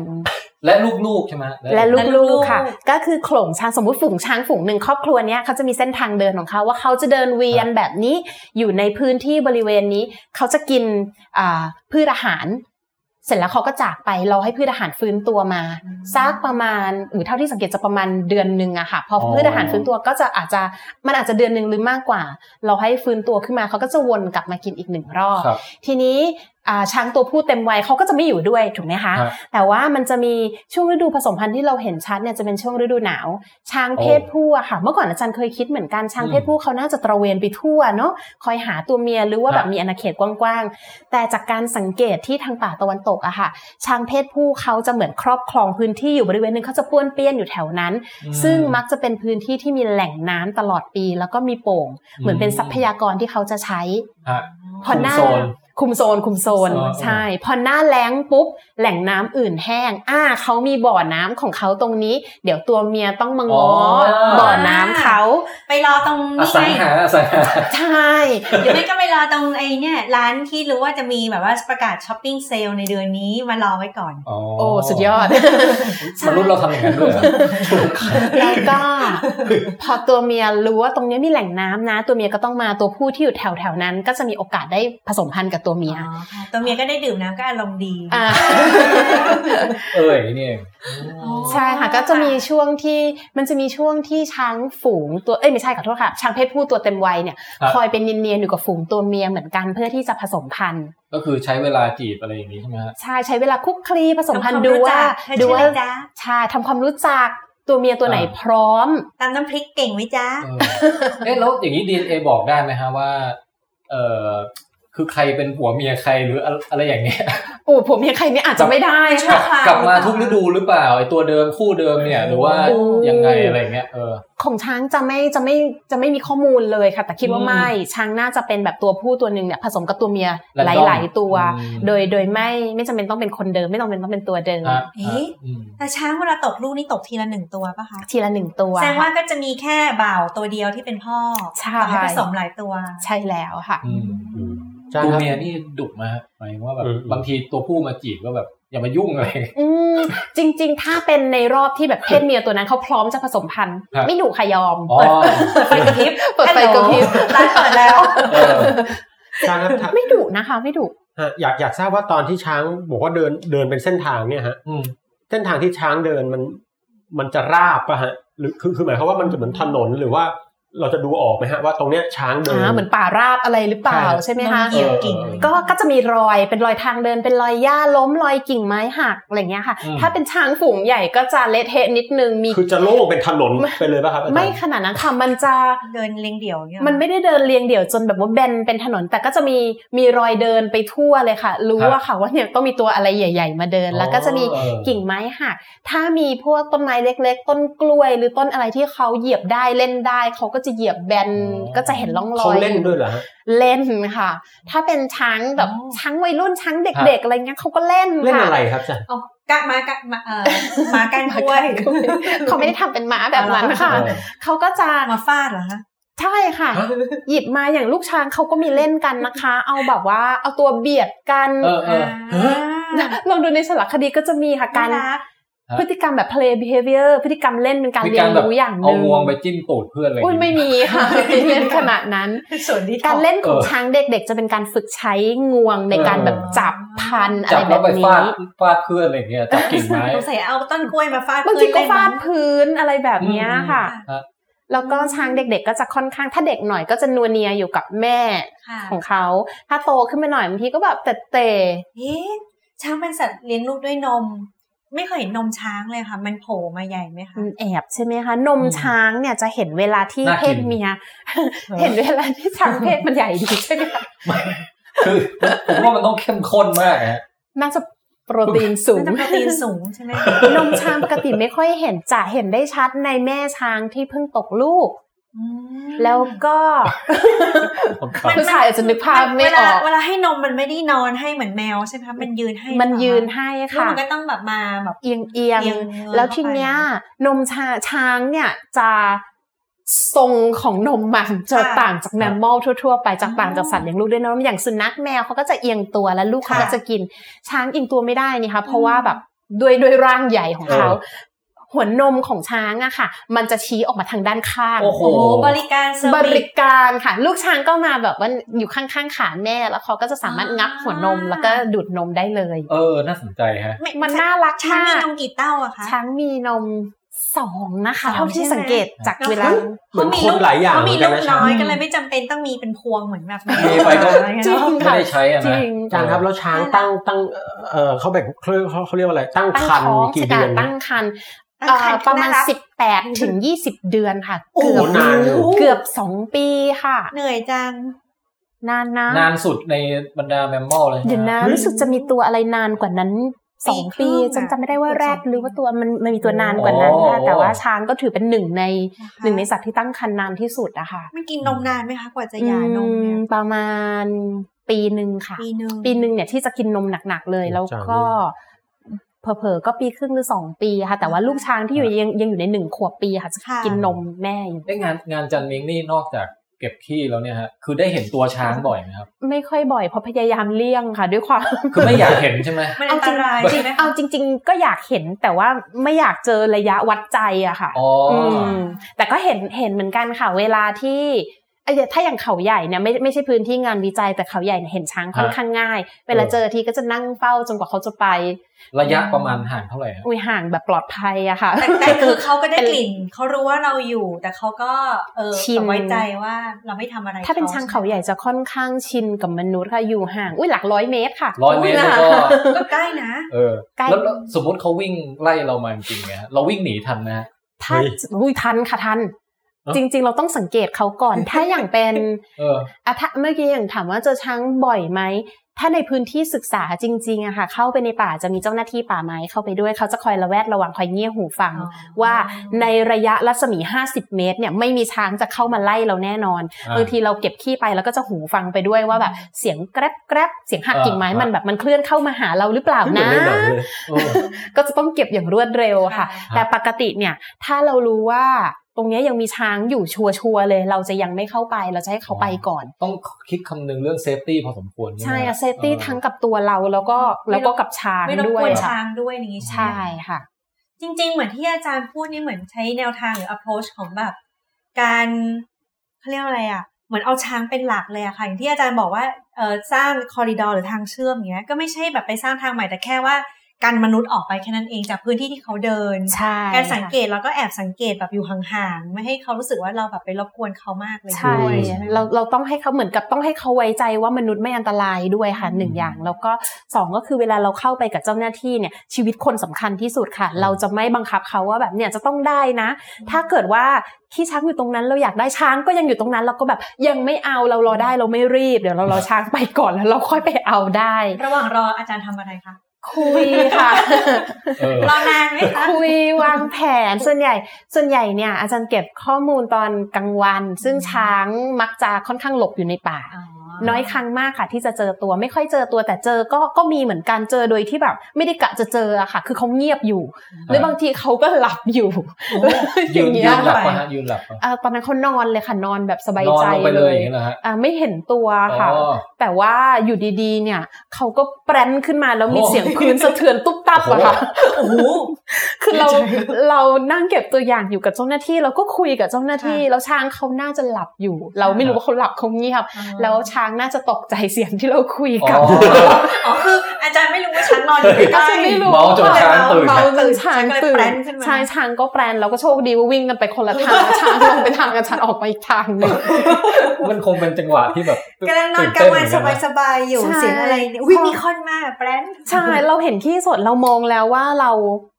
[SPEAKER 4] และลูกๆใช่ไหม
[SPEAKER 3] และ
[SPEAKER 7] และลู
[SPEAKER 3] ลู
[SPEAKER 7] ก
[SPEAKER 3] ก
[SPEAKER 7] ๆ
[SPEAKER 3] ๆค่ะ ก็คือโขลงช้างสมมุติฝูงช้างฝูงหนึ่งครอบครัวเนี้ยเขาจะมีเส้นทางเดินของเขาว่าเขาจะเดินเวียนแบบนี้อยู่ในพื้นที่บริเวณนี้ เขาจะกินอ่าพืชอาหาร เสร็จแล้วเขาก็จากไปเราให้พืชอาหารฟื้นตัวมาสักประมาณหรือเท่าที่สังเกตจะประมาณเดือนหนึ่งอะค่ะพออ
[SPEAKER 4] อ
[SPEAKER 3] พืชอาหารฟื้นตัวก็จะอาจจะมันอาจจะเดือนหนึ่งหรือมากกว่า เราให้ฟื้นตัวขึ้นมาเขาก็จะวนกลับมากินอีกหนึ่งรอบ
[SPEAKER 4] ครับ
[SPEAKER 3] ทีนี้อ่าช้างตัวผู้เต็มวัยเขาก็จะไม่อยู่ด้วยถูกไหมคะ
[SPEAKER 4] ครับ
[SPEAKER 3] แต่ว่ามันจะมีช่วงฤดูผสมพันธุ์ที่เราเห็นชัดเนี่ยจะเป็นช่วงฤดูหนาว ช้างเพศผู้อะค่ะ เมื่อก่อนอาจารย์เคยคิดเหมือนกันช้าง
[SPEAKER 4] อืม
[SPEAKER 3] เพศผู้เขาน่าจะตระเวนไปทั่วเนาะคอยหาตัวเมียหรือว่า
[SPEAKER 4] ค
[SPEAKER 3] แบ
[SPEAKER 4] รับบ
[SPEAKER 3] มีอาณาเขตกว้างๆ แต่จากการสังเกตที่ทางป่าตะวันตกอะค่ะ ช้างเพศผู้เขาจะเหมือนครอบครองพื้นที่อยู่บริเวณหนึงเขาจะป้วนเปี้ยนอยู่แถวนั้น
[SPEAKER 4] อืม
[SPEAKER 3] ซึ่งมักจะเป็นพื้นที่ที่มีแหล่งน้ำตลอดปี แล้วก็มีโป่ง เหมือนเป็นทรัพยากรที่เขาจะใช้
[SPEAKER 4] ฮะ
[SPEAKER 3] พอหน้า
[SPEAKER 4] คุมโซน
[SPEAKER 3] คุมโซนคุม
[SPEAKER 4] อ๋
[SPEAKER 3] โซน
[SPEAKER 4] อ
[SPEAKER 3] ใช่ พอหน้าแล้งปุ๊บ แหล่งน้ำอื่นแห้ง อ่าเขามีบ่อน้ำของเขาตรงนี้ เดี๋ยวตัวเมียต้องมางออบ่อน้ำเขา
[SPEAKER 7] ไปรอตรง
[SPEAKER 4] อ
[SPEAKER 7] นี่
[SPEAKER 4] สัง
[SPEAKER 7] ไง
[SPEAKER 4] หาอสังหา
[SPEAKER 3] ใช่
[SPEAKER 7] หรือไม่ก็ไปรอตรงไอ้เนี่ยร้านที่รู้ว่าจะมีแบบว่าประกาศช้อปปิ้งเซลในเดือนนี้มารอไว้ก่อน
[SPEAKER 3] โอ้ สุดยอ (laughs) ด
[SPEAKER 4] มนุษย์เราทำอย่างนั้นด้วยเหรอ
[SPEAKER 3] แล้วก็ พอตัวเมียรู้ว่าตรงเนี้ยมีแหล่งน้ำนะ ตัวเมียก็ต้องมาตัวผู้ที่อยู่แถวแถวๆนั้น ก็จะมีโอกาสได้ผสมพันธุ์กับตัวเมีย
[SPEAKER 7] อ๋อค่ะตัวเมียก็ได้ดื่มน้ำก็อารมณ์ดี
[SPEAKER 3] อ่า
[SPEAKER 4] เอออย่างนี้นี่เอง
[SPEAKER 3] ใช่ค่ะก็จะมีช่วงที่มันจะมีช่วงที่ช้างฝูงตัวเอ้ยไม่ใช่ขอโทษค่ะช้างเพศผู้ตัวเต็มวัยเนี่ย
[SPEAKER 4] ครับ
[SPEAKER 3] คอยเป็นเนียนๆอยู่กับฝูงตัวเมียเหมือนกันเพื่อที่จะผสมพันธุ์
[SPEAKER 4] ก็คือใช้เวลาจีบอะไรอย่างนี้ใช่ไหมฮะ
[SPEAKER 3] ใช่ใช้เวลาคลุกคลีผสมพันธุ์
[SPEAKER 7] ทำค
[SPEAKER 3] ดู
[SPEAKER 7] มรู้
[SPEAKER 3] ว่า
[SPEAKER 7] จักเธอ
[SPEAKER 3] ดู
[SPEAKER 7] ชื่อ
[SPEAKER 3] ว่า
[SPEAKER 7] อะไรจ๊ะ
[SPEAKER 3] ใช่ทำความรู้จักตัวเมียตัวไหน
[SPEAKER 4] อ่า
[SPEAKER 3] พร้อม
[SPEAKER 7] ตามน้ำพริกเก่งไหมจ๊ะ
[SPEAKER 4] เออเอ๊ะแล้วอย่างนี้ดีเอบอกได้ไหมฮะว่า เออคือใครเป็นผัวเมียใครหรืออะไรอย่างเงี้ย
[SPEAKER 3] โอ้ผมเมียใครเนี่ยอาจจะไม่ได้
[SPEAKER 7] ไม่ใช่ค
[SPEAKER 3] ค่ะ
[SPEAKER 7] ราว
[SPEAKER 4] กลับมาทุกฤดูหรือเปล่าไอตัวเดิมคู่เดิมเนี่ยหรือว่า
[SPEAKER 3] โอ้
[SPEAKER 4] ยังไงอะไรอย่างเงี้ยเออ
[SPEAKER 3] ของช้างจะไม่จะไม่จะไม่มีข้อมูลเลยค่ะ แต่คิดว่า
[SPEAKER 4] อืม
[SPEAKER 3] ไม่ช้างน่าจะเป็นแบบตัวผู้ตัวหนึ่งเนี่ยผสมกับตัวเมียห
[SPEAKER 4] Random
[SPEAKER 3] ลาย ๆ ตัว
[SPEAKER 4] อืม
[SPEAKER 3] โดยโดยไม่ไม่จำเป็นต้องเป็นคนเดิมไม่ต้องเป็นต้องเป็นตัวเดิม
[SPEAKER 4] ฮะ
[SPEAKER 7] เอ๊ะ
[SPEAKER 4] ฮะอืม
[SPEAKER 7] แต่ช้างเวลาตกลูกนี่ตกทีละหนึ่งตัวปะคะ
[SPEAKER 3] ทีละหนึ่งตัว
[SPEAKER 7] แสดงว่าก็จะมีแค่บ่าวตัวเดียวที่เป็นพ่อ
[SPEAKER 3] ใช่
[SPEAKER 7] แต่ให้ผสมหลายตัว
[SPEAKER 3] ใช่แล้วค่ะ
[SPEAKER 4] อืม
[SPEAKER 6] อืม
[SPEAKER 4] ตัวเมียนี่ดุไหมาหมายถึงว่าแบบ
[SPEAKER 6] อืม
[SPEAKER 4] บางทีตัวผู้มาจีบก็แบบอย่ามายุ่งอะไร
[SPEAKER 3] อืมจริง ๆ ถ้าเป็นในรอบที่แบบเพศเมียตัวนั้นเขาพร้อมจะผสมพันธุ์
[SPEAKER 4] ครับ
[SPEAKER 3] ไม่ดุค่ะยอม (laughs)
[SPEAKER 4] อ๋อ
[SPEAKER 7] เปิดไฟกระพริบ
[SPEAKER 3] เปิดไฟกระพริบ
[SPEAKER 7] ร้านเปิดแล้ว
[SPEAKER 4] เออ
[SPEAKER 6] ช้างครับ (laughs) ถาม
[SPEAKER 3] ไม่ดุนะคะ ไม่ดุ
[SPEAKER 6] ฮะอยากอยากทราบว่าตอนที่ช้างบอกว่าเดินเดินเป็นเส้นทางเนี่ยฮะ
[SPEAKER 4] อืม
[SPEAKER 6] เส้นทางที่ช้างเดินมันมันจะราบปะฮะหรือคือคือหมายความว่ามันจะเหมือนถนนหรือว่าเราจะดูออกไหมฮะว่าตรงเนี้ยช้างเดิน
[SPEAKER 3] อ่าเหมือนป่าราบอะไรหรือเปล่า
[SPEAKER 6] ใช่
[SPEAKER 3] ใช่ไหมคะ
[SPEAKER 7] เกี่ยวกิ่ง
[SPEAKER 4] เออ
[SPEAKER 3] ก็ก็จะมีรอยเป็นรอยทางเดินเป็นรอยหญ้าล้มรอยกิ่งไม้หักอะไรอย่างเงี้ยค่ะ
[SPEAKER 4] อืม
[SPEAKER 3] ถ้าเป็นช้างฝูงใหญ่ก็จะเละเทะนิดนึงมี
[SPEAKER 6] คือจะโล่งเป็นถนนไปเลยปะครับอาจารย์
[SPEAKER 3] ไม่ขนาดนั้นค่ะมันจะ
[SPEAKER 7] เดินเลี้ยงเดี่ยวเนี่ย
[SPEAKER 3] มันไม่ได้เดินเรียงเดี่ยวจนแบบว่าแบนเป็นถนน แต่ก็จะมีมีรอยเดินไปทั่วเลยค่ะ รู้ว่าค่ะว่าเนี่ยต้องมีตัวอะไรใหญ่ ๆ มาเดินแล้วก็จะมี
[SPEAKER 4] เออ
[SPEAKER 3] กิ่งไม้หัก ถ้ามีพวกต้นไม้เล็ก ๆ ต้นกล้วย หรือต้นอะไรที่เขาเหยียบได้เล่นได้ เขาก็จะเหยียบแบน
[SPEAKER 4] อ๋อ
[SPEAKER 3] ก็จะเห็นร่องร
[SPEAKER 6] เขา
[SPEAKER 3] อย
[SPEAKER 6] เล่นด้วยเหรอฮะ
[SPEAKER 3] เล่นค่ะ ถ้าเป็นช้างแบบช้างวัยรุ่นช้างเด็ก ๆ อะไรเงี้ยเขาก็เล่น
[SPEAKER 6] เล่น
[SPEAKER 3] ค่ะ
[SPEAKER 6] อะไรครับอาจารย์
[SPEAKER 7] เอากะมากะมาเอ่อหมากันกล้วย
[SPEAKER 3] (laughs) เขาไม่ได้ทำเป็นม้าแบบนั้นค่ะ
[SPEAKER 4] เออ
[SPEAKER 3] เขาก็จะ
[SPEAKER 7] มาฟาดเหรอคะ
[SPEAKER 3] ใช่ค่ะ หยิบมาอย่างลูกช้างเขาก็มีเล่นกันนะคะ
[SPEAKER 4] (laughs)
[SPEAKER 3] เอาแบบว่าเอาตัวเบียดกัน
[SPEAKER 4] เออเออ
[SPEAKER 3] ลองดูในสารคดีก็จะมีค่ะการ
[SPEAKER 7] น่ารัก
[SPEAKER 3] พฤติกรรมแบบ play behavior พฤติกรรมเล่นเป็นการเรียนรู้อย่างห
[SPEAKER 4] เอา
[SPEAKER 3] นึ่ง
[SPEAKER 4] งวงไปจิ้มตูดเพื่อนอะไร
[SPEAKER 3] อุ้ยไม่มี
[SPEAKER 4] (laughs)
[SPEAKER 3] ค่ะไม่เล่นขนาดนั้น
[SPEAKER 7] ส่วนที่
[SPEAKER 3] การเล่นของช้างเด็กๆ จะเป็นการฝึกใช้งวงในการแบบจับพันอะ
[SPEAKER 4] จั
[SPEAKER 3] ไร
[SPEAKER 4] บ
[SPEAKER 3] แบ
[SPEAKER 4] แล้ว
[SPEAKER 3] บ
[SPEAKER 4] ไปฟา
[SPEAKER 3] นี้
[SPEAKER 4] ดฟาดเพื่อนอะไรอย่างเงี้ยจับกิ่งไม้
[SPEAKER 7] สงสัยเอาต้นกล้วยมาฟาด
[SPEAKER 3] บางทีก็
[SPEAKER 7] เพื่อนเล่น
[SPEAKER 3] ฟาดพื้นอะไรแบบเนี้ยค่ะ
[SPEAKER 4] อืมอืม
[SPEAKER 3] แล้วก็ช้างเด็ก ๆ ก็จะค่อนข้างถ้าเด็กหน่อยก็จะนัวเนียอยู่กับแม่
[SPEAKER 7] ค่ะ
[SPEAKER 3] ของเขา ถ้าโตขึ้นมาหน่อยบางทีก็แบบเตะ
[SPEAKER 7] เอ๊ะช้างเป็นสัตว์เลี้ยงลูกด้วยนม ไม่เคยเห็นนมช้างเลยค่ะ มันโผล่มาใหญ่ไหมคะ
[SPEAKER 3] ๆแอบใช่ไหมคะนมช้างเนี่ยจะเห็นเวลาที่
[SPEAKER 4] น่ากิน
[SPEAKER 3] เพศเมีย เห็นเวลาที่ช้างเพศมันใหญ่ดีใช่ไหมคะ
[SPEAKER 4] คือผมว่ามันต้องเข้มข้นมากนะฮะ
[SPEAKER 3] น่าจะโปรตีนสูง
[SPEAKER 7] มันจะโปรตีนสูงใช่ไหม
[SPEAKER 3] (laughs) นมช้างปกติไม่ค่อยเห็นจะเห็นได้ชัดในแม่ช้างที่เพิ่งตกลูก
[SPEAKER 7] อื
[SPEAKER 3] แล้วก็
[SPEAKER 4] ครับ
[SPEAKER 3] ผู้ชายอาจจะนึกภาพไม่ออก
[SPEAKER 7] เวลาเวลาให้นมมันไม่ได้นอนให้เหมือนแมวใช่ไหมคะมันยืนให้
[SPEAKER 3] มันยืนให้
[SPEAKER 7] แล้ว
[SPEAKER 3] ค่ะ
[SPEAKER 7] มันก็ต้องแบบมาแบบ
[SPEAKER 3] เอียงเอียง
[SPEAKER 7] เอียงเงย
[SPEAKER 3] แล้วทีเนี้ย
[SPEAKER 7] เข้าไป
[SPEAKER 3] นมชาช้างเนี่ยจะทรงของนมมันจะ
[SPEAKER 7] ค่ะ
[SPEAKER 3] ต่างจากแมมมอลทั่วๆ ไปจาก
[SPEAKER 7] อ๋อ
[SPEAKER 3] ต่างจากสัตว์เลี้ยงลูกด้วยนะอย่างสุนัขแมวเขาก็จะเอียงตัวแล้วลูกเขา
[SPEAKER 7] ค่ะ
[SPEAKER 3] ก็จะกิน ช้างเอียงตัวไม่ได้นี่คะเพ
[SPEAKER 7] อื
[SPEAKER 3] ราะ
[SPEAKER 7] ม
[SPEAKER 3] ว่าแบบด้วยด้วยร่างใหญ่ของเขา
[SPEAKER 6] เออ
[SPEAKER 3] หัวนมของช้างอะค่ะ มันจะชี้ออกมาทางด้านข้าง
[SPEAKER 4] โอ้โห
[SPEAKER 7] โอ้โหบริการเซอร์
[SPEAKER 3] บ
[SPEAKER 7] วิ
[SPEAKER 3] ริ
[SPEAKER 7] ส
[SPEAKER 3] การค่ะ ลูกช้างก็มาแบบว่าอยู่ข้างๆขาแม่แล้วเขาก็จะสามารถงับหัวนม
[SPEAKER 7] อ่า
[SPEAKER 3] แล้วก็ดูดนมได้เลย
[SPEAKER 4] เออ น่าสนใจฮะ
[SPEAKER 7] ไ
[SPEAKER 3] มันน่ารัก
[SPEAKER 7] ช้างมี
[SPEAKER 3] มาก
[SPEAKER 7] นมกี่เต้าอะคะ
[SPEAKER 3] ช้างมีนมสองนะคะ
[SPEAKER 7] สอง
[SPEAKER 3] เท่าที่สังเกตจาก
[SPEAKER 7] ใช่ไหม
[SPEAKER 3] เวลา
[SPEAKER 6] เหมือนคนหลายอย่าง
[SPEAKER 7] เขามี
[SPEAKER 6] เหมื
[SPEAKER 7] ลู
[SPEAKER 6] อ
[SPEAKER 7] ก
[SPEAKER 6] นกันนะ
[SPEAKER 7] น้อย
[SPEAKER 3] ช้าง
[SPEAKER 7] ก็เลยไม่จำเป็นต้องมีเป็นพวงเหมือนแบบ
[SPEAKER 4] มีไปก็
[SPEAKER 7] อะไรเงี้ย
[SPEAKER 3] จริ
[SPEAKER 7] เน
[SPEAKER 3] ง
[SPEAKER 4] ไม่
[SPEAKER 7] อะ
[SPEAKER 3] ค่ะ
[SPEAKER 4] ได้ใช้อะ
[SPEAKER 3] จ
[SPEAKER 4] นะ
[SPEAKER 3] ริง
[SPEAKER 6] อาจารย์ครับแล้วช้างตั้งตั้งเออเขาแบ่งเครื่องเขาเขาเรียกว่าอะไร ตั้ง
[SPEAKER 3] ตั้ง
[SPEAKER 6] คัน
[SPEAKER 3] ท้อง
[SPEAKER 6] กี่
[SPEAKER 3] ส
[SPEAKER 6] เดื
[SPEAKER 3] กา
[SPEAKER 6] อ
[SPEAKER 3] ด
[SPEAKER 6] น
[SPEAKER 3] ตั้งครรภ์
[SPEAKER 7] ตั้งครรภ์
[SPEAKER 3] เอ่อประมาณ
[SPEAKER 7] น่ารัก
[SPEAKER 3] สิบแปดถึงยี่สิบเดือนค่ะ
[SPEAKER 6] โอ้
[SPEAKER 3] เกื
[SPEAKER 6] โห
[SPEAKER 3] อบ
[SPEAKER 6] นานอยู่
[SPEAKER 3] เกือบสองปีค่ะ
[SPEAKER 7] เหนื่อยจัง
[SPEAKER 3] นานนะ
[SPEAKER 4] นานสุดในบรรดาแมมมอลเลย
[SPEAKER 3] เดี๋ยวนะ
[SPEAKER 4] นะ
[SPEAKER 3] รู้สึกจะมีตัวอะไรนานกว่านั้นสอง
[SPEAKER 7] ปี
[SPEAKER 3] ปี
[SPEAKER 7] ครึ่งอะ
[SPEAKER 3] จำจำไม่ได้ว่า
[SPEAKER 7] เกือบ
[SPEAKER 3] แร
[SPEAKER 7] สอง
[SPEAKER 3] ด
[SPEAKER 7] ปี
[SPEAKER 3] หรือว่าตัวมันมันมีตัวนานกว่านั้นค่ะ
[SPEAKER 4] โอ้
[SPEAKER 3] แต่ว่าช้างก็ถือเป็นหนึ่งในหนึ่งใน
[SPEAKER 7] สัตว์
[SPEAKER 3] สัตว์ที่ตั้งครรภ์นานที่สุดอะค่ะ
[SPEAKER 7] มันกินนมนานไหมคะ กว่าจะหย่านมเนี่ย
[SPEAKER 3] อืมประมาณปีหนึ่งค่ะ
[SPEAKER 7] ปีหนึ่ง
[SPEAKER 3] ปีหนึ่งเนี่ยที่จะกินนมหนักๆเลย
[SPEAKER 6] โอ้
[SPEAKER 3] แล้ว
[SPEAKER 6] จัง
[SPEAKER 3] ก็เผลอๆก็ปีครึ่งหรือสองปีค่ะ แต่ว่าลูกช้างที่อยู่ยังยังอยู่ในหนึ่งขวบปีค่ะจะกินนมแม่อยู่
[SPEAKER 4] ได้งานงานจันมิงนี่นอกจากเก็บขี้แล้วเนี่ยฮะ คือได้เห็นตัวช้างบ่อยไหมครับ
[SPEAKER 3] ไม่ค่อยบ่อยเพราะพยายามเลี่ยงค่ะ ด้วยความ
[SPEAKER 4] คือไม่อยากเห็นใช่ไหม
[SPEAKER 7] มันอันตราย
[SPEAKER 3] จ
[SPEAKER 7] ใช่
[SPEAKER 3] ริง
[SPEAKER 7] ไหมคะ
[SPEAKER 3] เอาจริง ๆ ก็อยากเห็นแต่ว่าไม่อยากเจอระยะวัดใจอะค่ะ
[SPEAKER 4] อ๋ออื
[SPEAKER 3] มแต่ก็เห็นเห็นเหมือนกันค่ะ เวลาที่เอ้ยถ้าอย่างเขาใหญ่เนี่ยไม่ไม่ใช่พื้นที่งานวิจัยแต่เขาใหญ่เนี่ยเห็นช้างค่อนข้างง่าย เวลาเจอทีก็จะนั่งเฝ้าจนกว่าเขาจะไป
[SPEAKER 4] ระยะประมาณห่างเท่าไหร่ฮะ
[SPEAKER 3] อุ้ยห่างแบบปลอดภัยอะค่ะ
[SPEAKER 7] แต่แต่คือเขาก็ได้กลิ่นเขารู้ว่าเราอยู่ แต่เขาก็เออ
[SPEAKER 3] ชิน
[SPEAKER 7] ไว้ใจว่าเราไม่ทำอะไร
[SPEAKER 3] ถ้าเป็นช้างเขาใหญ่จะค่อนข้างชินกับมนุษย์ค่ะอยู่ห่างอุ้ยหลักร้อยเมตรค่ะ
[SPEAKER 4] ร้อยเมตรแล้วก็
[SPEAKER 7] ก็ใกล้นะ
[SPEAKER 4] เออ
[SPEAKER 3] ใกล้
[SPEAKER 4] แล้วแล้วสมมติเขาวิ่งไล่เรามาจริงๆเนี่ยฮะเราวิ่งหนีทันนะฮะ
[SPEAKER 3] ถ้าอุ้ยทันค่ะทัน
[SPEAKER 4] เอ้า
[SPEAKER 3] จริง ๆ เราต้องสังเกตเขาก่อน
[SPEAKER 4] (laughs)
[SPEAKER 3] ถ้าอย่างเป็น
[SPEAKER 4] เออ
[SPEAKER 3] อะถ้าเมื่อกี้อย่างถามว่าเจอช้างบ่อยไหมถ้าในพื้นที่ศึกษาจริงๆอะค่ะ เข้าไปในป่าจะมีเจ้าหน้าที่ป่าไม้เข้าไปด้วยเขาจะคอยระแวดระวังคอยเงี่ยหูฟัง
[SPEAKER 7] อ๋อ
[SPEAKER 3] ว่าในระยะรัศมี 50 เมตรเนี่ยไม่มีช้างจะเข้ามาไล่เราแน่นอน
[SPEAKER 4] อ่า
[SPEAKER 3] บางทีเราเก็บขี้ไปแล้วก็จะหูฟังไปด้วยว่าแบบเสียงแกรบแกรบเสียงหัก
[SPEAKER 4] อ่า
[SPEAKER 3] กิ่งไม้
[SPEAKER 4] อ่ามั
[SPEAKER 3] มันแบบมันเคลื่อนเข้ามาหาเราหรือเปล่า
[SPEAKER 6] เหมือ
[SPEAKER 3] นะ
[SPEAKER 6] นในหนังเลย
[SPEAKER 4] เออ
[SPEAKER 3] ก็จะต้องเก็บอย่างรวดเร็วค่ะ
[SPEAKER 4] ค่ะ
[SPEAKER 3] แต่ปกติเนี่ย ถ้าเรารู้ว่าตรงเนี้ยยังมีช้างอยู่ชัวร์ๆเลย เราจะยังไม่เข้าไปเราจะให้เขาไปก่อน
[SPEAKER 4] ต้องคิดคำนึงเรื่องเซฟตี้พอสมควรไหม
[SPEAKER 3] ใช่
[SPEAKER 4] ฮะ
[SPEAKER 3] อะเซฟตี้
[SPEAKER 4] ออ
[SPEAKER 3] ทั้งกับตัวเราแล้วก็
[SPEAKER 7] ไม่รบ
[SPEAKER 3] แล้วก็กับช้าง
[SPEAKER 7] ไม่รบ
[SPEAKER 3] ด้วย
[SPEAKER 7] กวน
[SPEAKER 3] ค่ะ
[SPEAKER 7] ช้างด้วยอย่างนี้ใช่
[SPEAKER 3] ใช่
[SPEAKER 7] ไหม
[SPEAKER 3] ค่ะ
[SPEAKER 7] จริง ๆ เหมือนที่อาจารย์พูดนี่เหมือนใช้แนวทางหรือ approach ของแบบ การเขาเรียกว่าอะไรอ่ะ เหมือนเอาช้างเป็นหลักเลยอะค่ะ อย่างที่อาจารย์บอกว่าเออสร้างคอริดอร์หรือทางเชื่อมอย่างเงี้ยก็ไม่ใช่แบบไปสร้างทางใหม่แต่แค่ว่ากันมนุษย์ออกไปแค่นั้นเองจากพื้นที่ที่เขาเดิน
[SPEAKER 3] ใช่
[SPEAKER 7] การสัง
[SPEAKER 3] ค่ะ
[SPEAKER 7] เกตแล้วก็แอบสังเกตแบบอยู่ห่างๆ ไม่ให้เขารู้สึกว่าเราแบบไปรบกวนเขามากเลย
[SPEAKER 3] ใช่
[SPEAKER 7] ด้วย
[SPEAKER 4] ใช่ไหม
[SPEAKER 3] เราเราต้องให้เขาเหมือนกับต้องให้เขาไว้ใจว่ามนุษย์ไม่อันตรายด้วยค่ะหนึ่งอย่าง แล้วก็สองก็คือเวลาเราเข้าไปกับเจ้าหน้าที่เนี่ยชีวิตคนสำคัญที่สุดค่ะ เราจะไม่บังคับเขาว่าแบบเนี่ยจะต้องได้นะ ถ้าเกิดว่าที่ช้างอยู่ตรงนั้นเราอยากได้ช้างก็ยังอยู่ตรงนั้นเราก็แบบยังไม่เอาเรารอได้เราไม่รีบเดี๋ยวเรารอช้างไปก่อนแล้วเราค่อยไปเอาได้
[SPEAKER 7] ระหว่างรออาจารย์ทำอะไรคะ
[SPEAKER 3] คุยค่ะ
[SPEAKER 4] เออ
[SPEAKER 7] รอนานไหมคะ
[SPEAKER 3] คุยวางแผนส่วนใหญ่ส่วนใหญ่เนี่ยอาจารย์เก็บข้อมูลตอนกลางวัน ซึ่งช้างมักจะค่อนข้างหลบอยู่ในป่า น้อยครั้งมากค่ะ ที่จะเจอตัวไม่ค่อยเจอตัวแต่เจอก็ก็มีเหมือนกันเจอโดยที่แบบ ไม่ได้กะจะเจออะค่ะ คือเขาเงียบอยู่ หรือบางทีเขาก็หลับอยู่อ
[SPEAKER 4] ยื
[SPEAKER 3] ย่าน
[SPEAKER 4] ยื
[SPEAKER 3] งเงี้ย
[SPEAKER 4] นหลั
[SPEAKER 3] ค่ะ
[SPEAKER 4] บปะฮะยืนหลับปะ
[SPEAKER 3] เอ่อตอนนั้นเขานอนเลยค่ะนอนแบบสบาย
[SPEAKER 4] นอน
[SPEAKER 3] ใจ
[SPEAKER 4] ลงไปเลยอย่างนี้เหรอฮะ
[SPEAKER 3] อ่าไม่เห็นตัวค่ะ
[SPEAKER 4] อ๋อ
[SPEAKER 3] แต่ว่าอยู่ดีๆ เนี่ยเขาก็แปรนขึ้นมาแล้วมี
[SPEAKER 4] โอ้
[SPEAKER 3] เสียงพื้นสะเทือนตุ๊บตับอะค่ะโอ้โหคือเราเรานั่งเก็บตัวอย่างอยู่กับเจ้าหน้าที่ เราก็คุยกับเจ้าหน้าที่
[SPEAKER 7] ค่ะ
[SPEAKER 3] แล้วช้างเขาน่าจะหลับอยู่ เราไม่รู้ว่าเขาหลับเขาเงียบ แล้วช้างน่าจะตกใจเสียงที่เราคุยกัน
[SPEAKER 4] อ๋อ
[SPEAKER 7] อ๋อคืออาจารย์ไม่รู้ว่าช้างนอนอยู่ใก
[SPEAKER 3] ก็
[SPEAKER 7] ล้
[SPEAKER 3] จะไม่รู้
[SPEAKER 4] เมาจนช้างตื่น
[SPEAKER 3] เมาจนช้างตื่
[SPEAKER 7] ช้ก็เลยแป
[SPEAKER 3] น
[SPEAKER 7] รนขึ้นมา
[SPEAKER 3] ใช่ช้างก็แปรนเราก็โชคดีว่าวิ่งกันไปคนละทางช้างลงไปทางกันช้างออกไปอีกทางหนึ่ง
[SPEAKER 5] (laughs)
[SPEAKER 4] มันคงเป็นจังหวะที่แบบ
[SPEAKER 7] กำลังนอน
[SPEAKER 4] ตื่
[SPEAKER 7] กลาง
[SPEAKER 4] เต้
[SPEAKER 7] วัน
[SPEAKER 4] เหมือกัะ
[SPEAKER 7] สบายๆอยู่
[SPEAKER 3] ใช่
[SPEAKER 7] เสียงอะไรเนี่ยอุ้ยมีคนมาแปรน
[SPEAKER 3] ใช่เราเห็นที่สดเรามองแล้วว่าเรา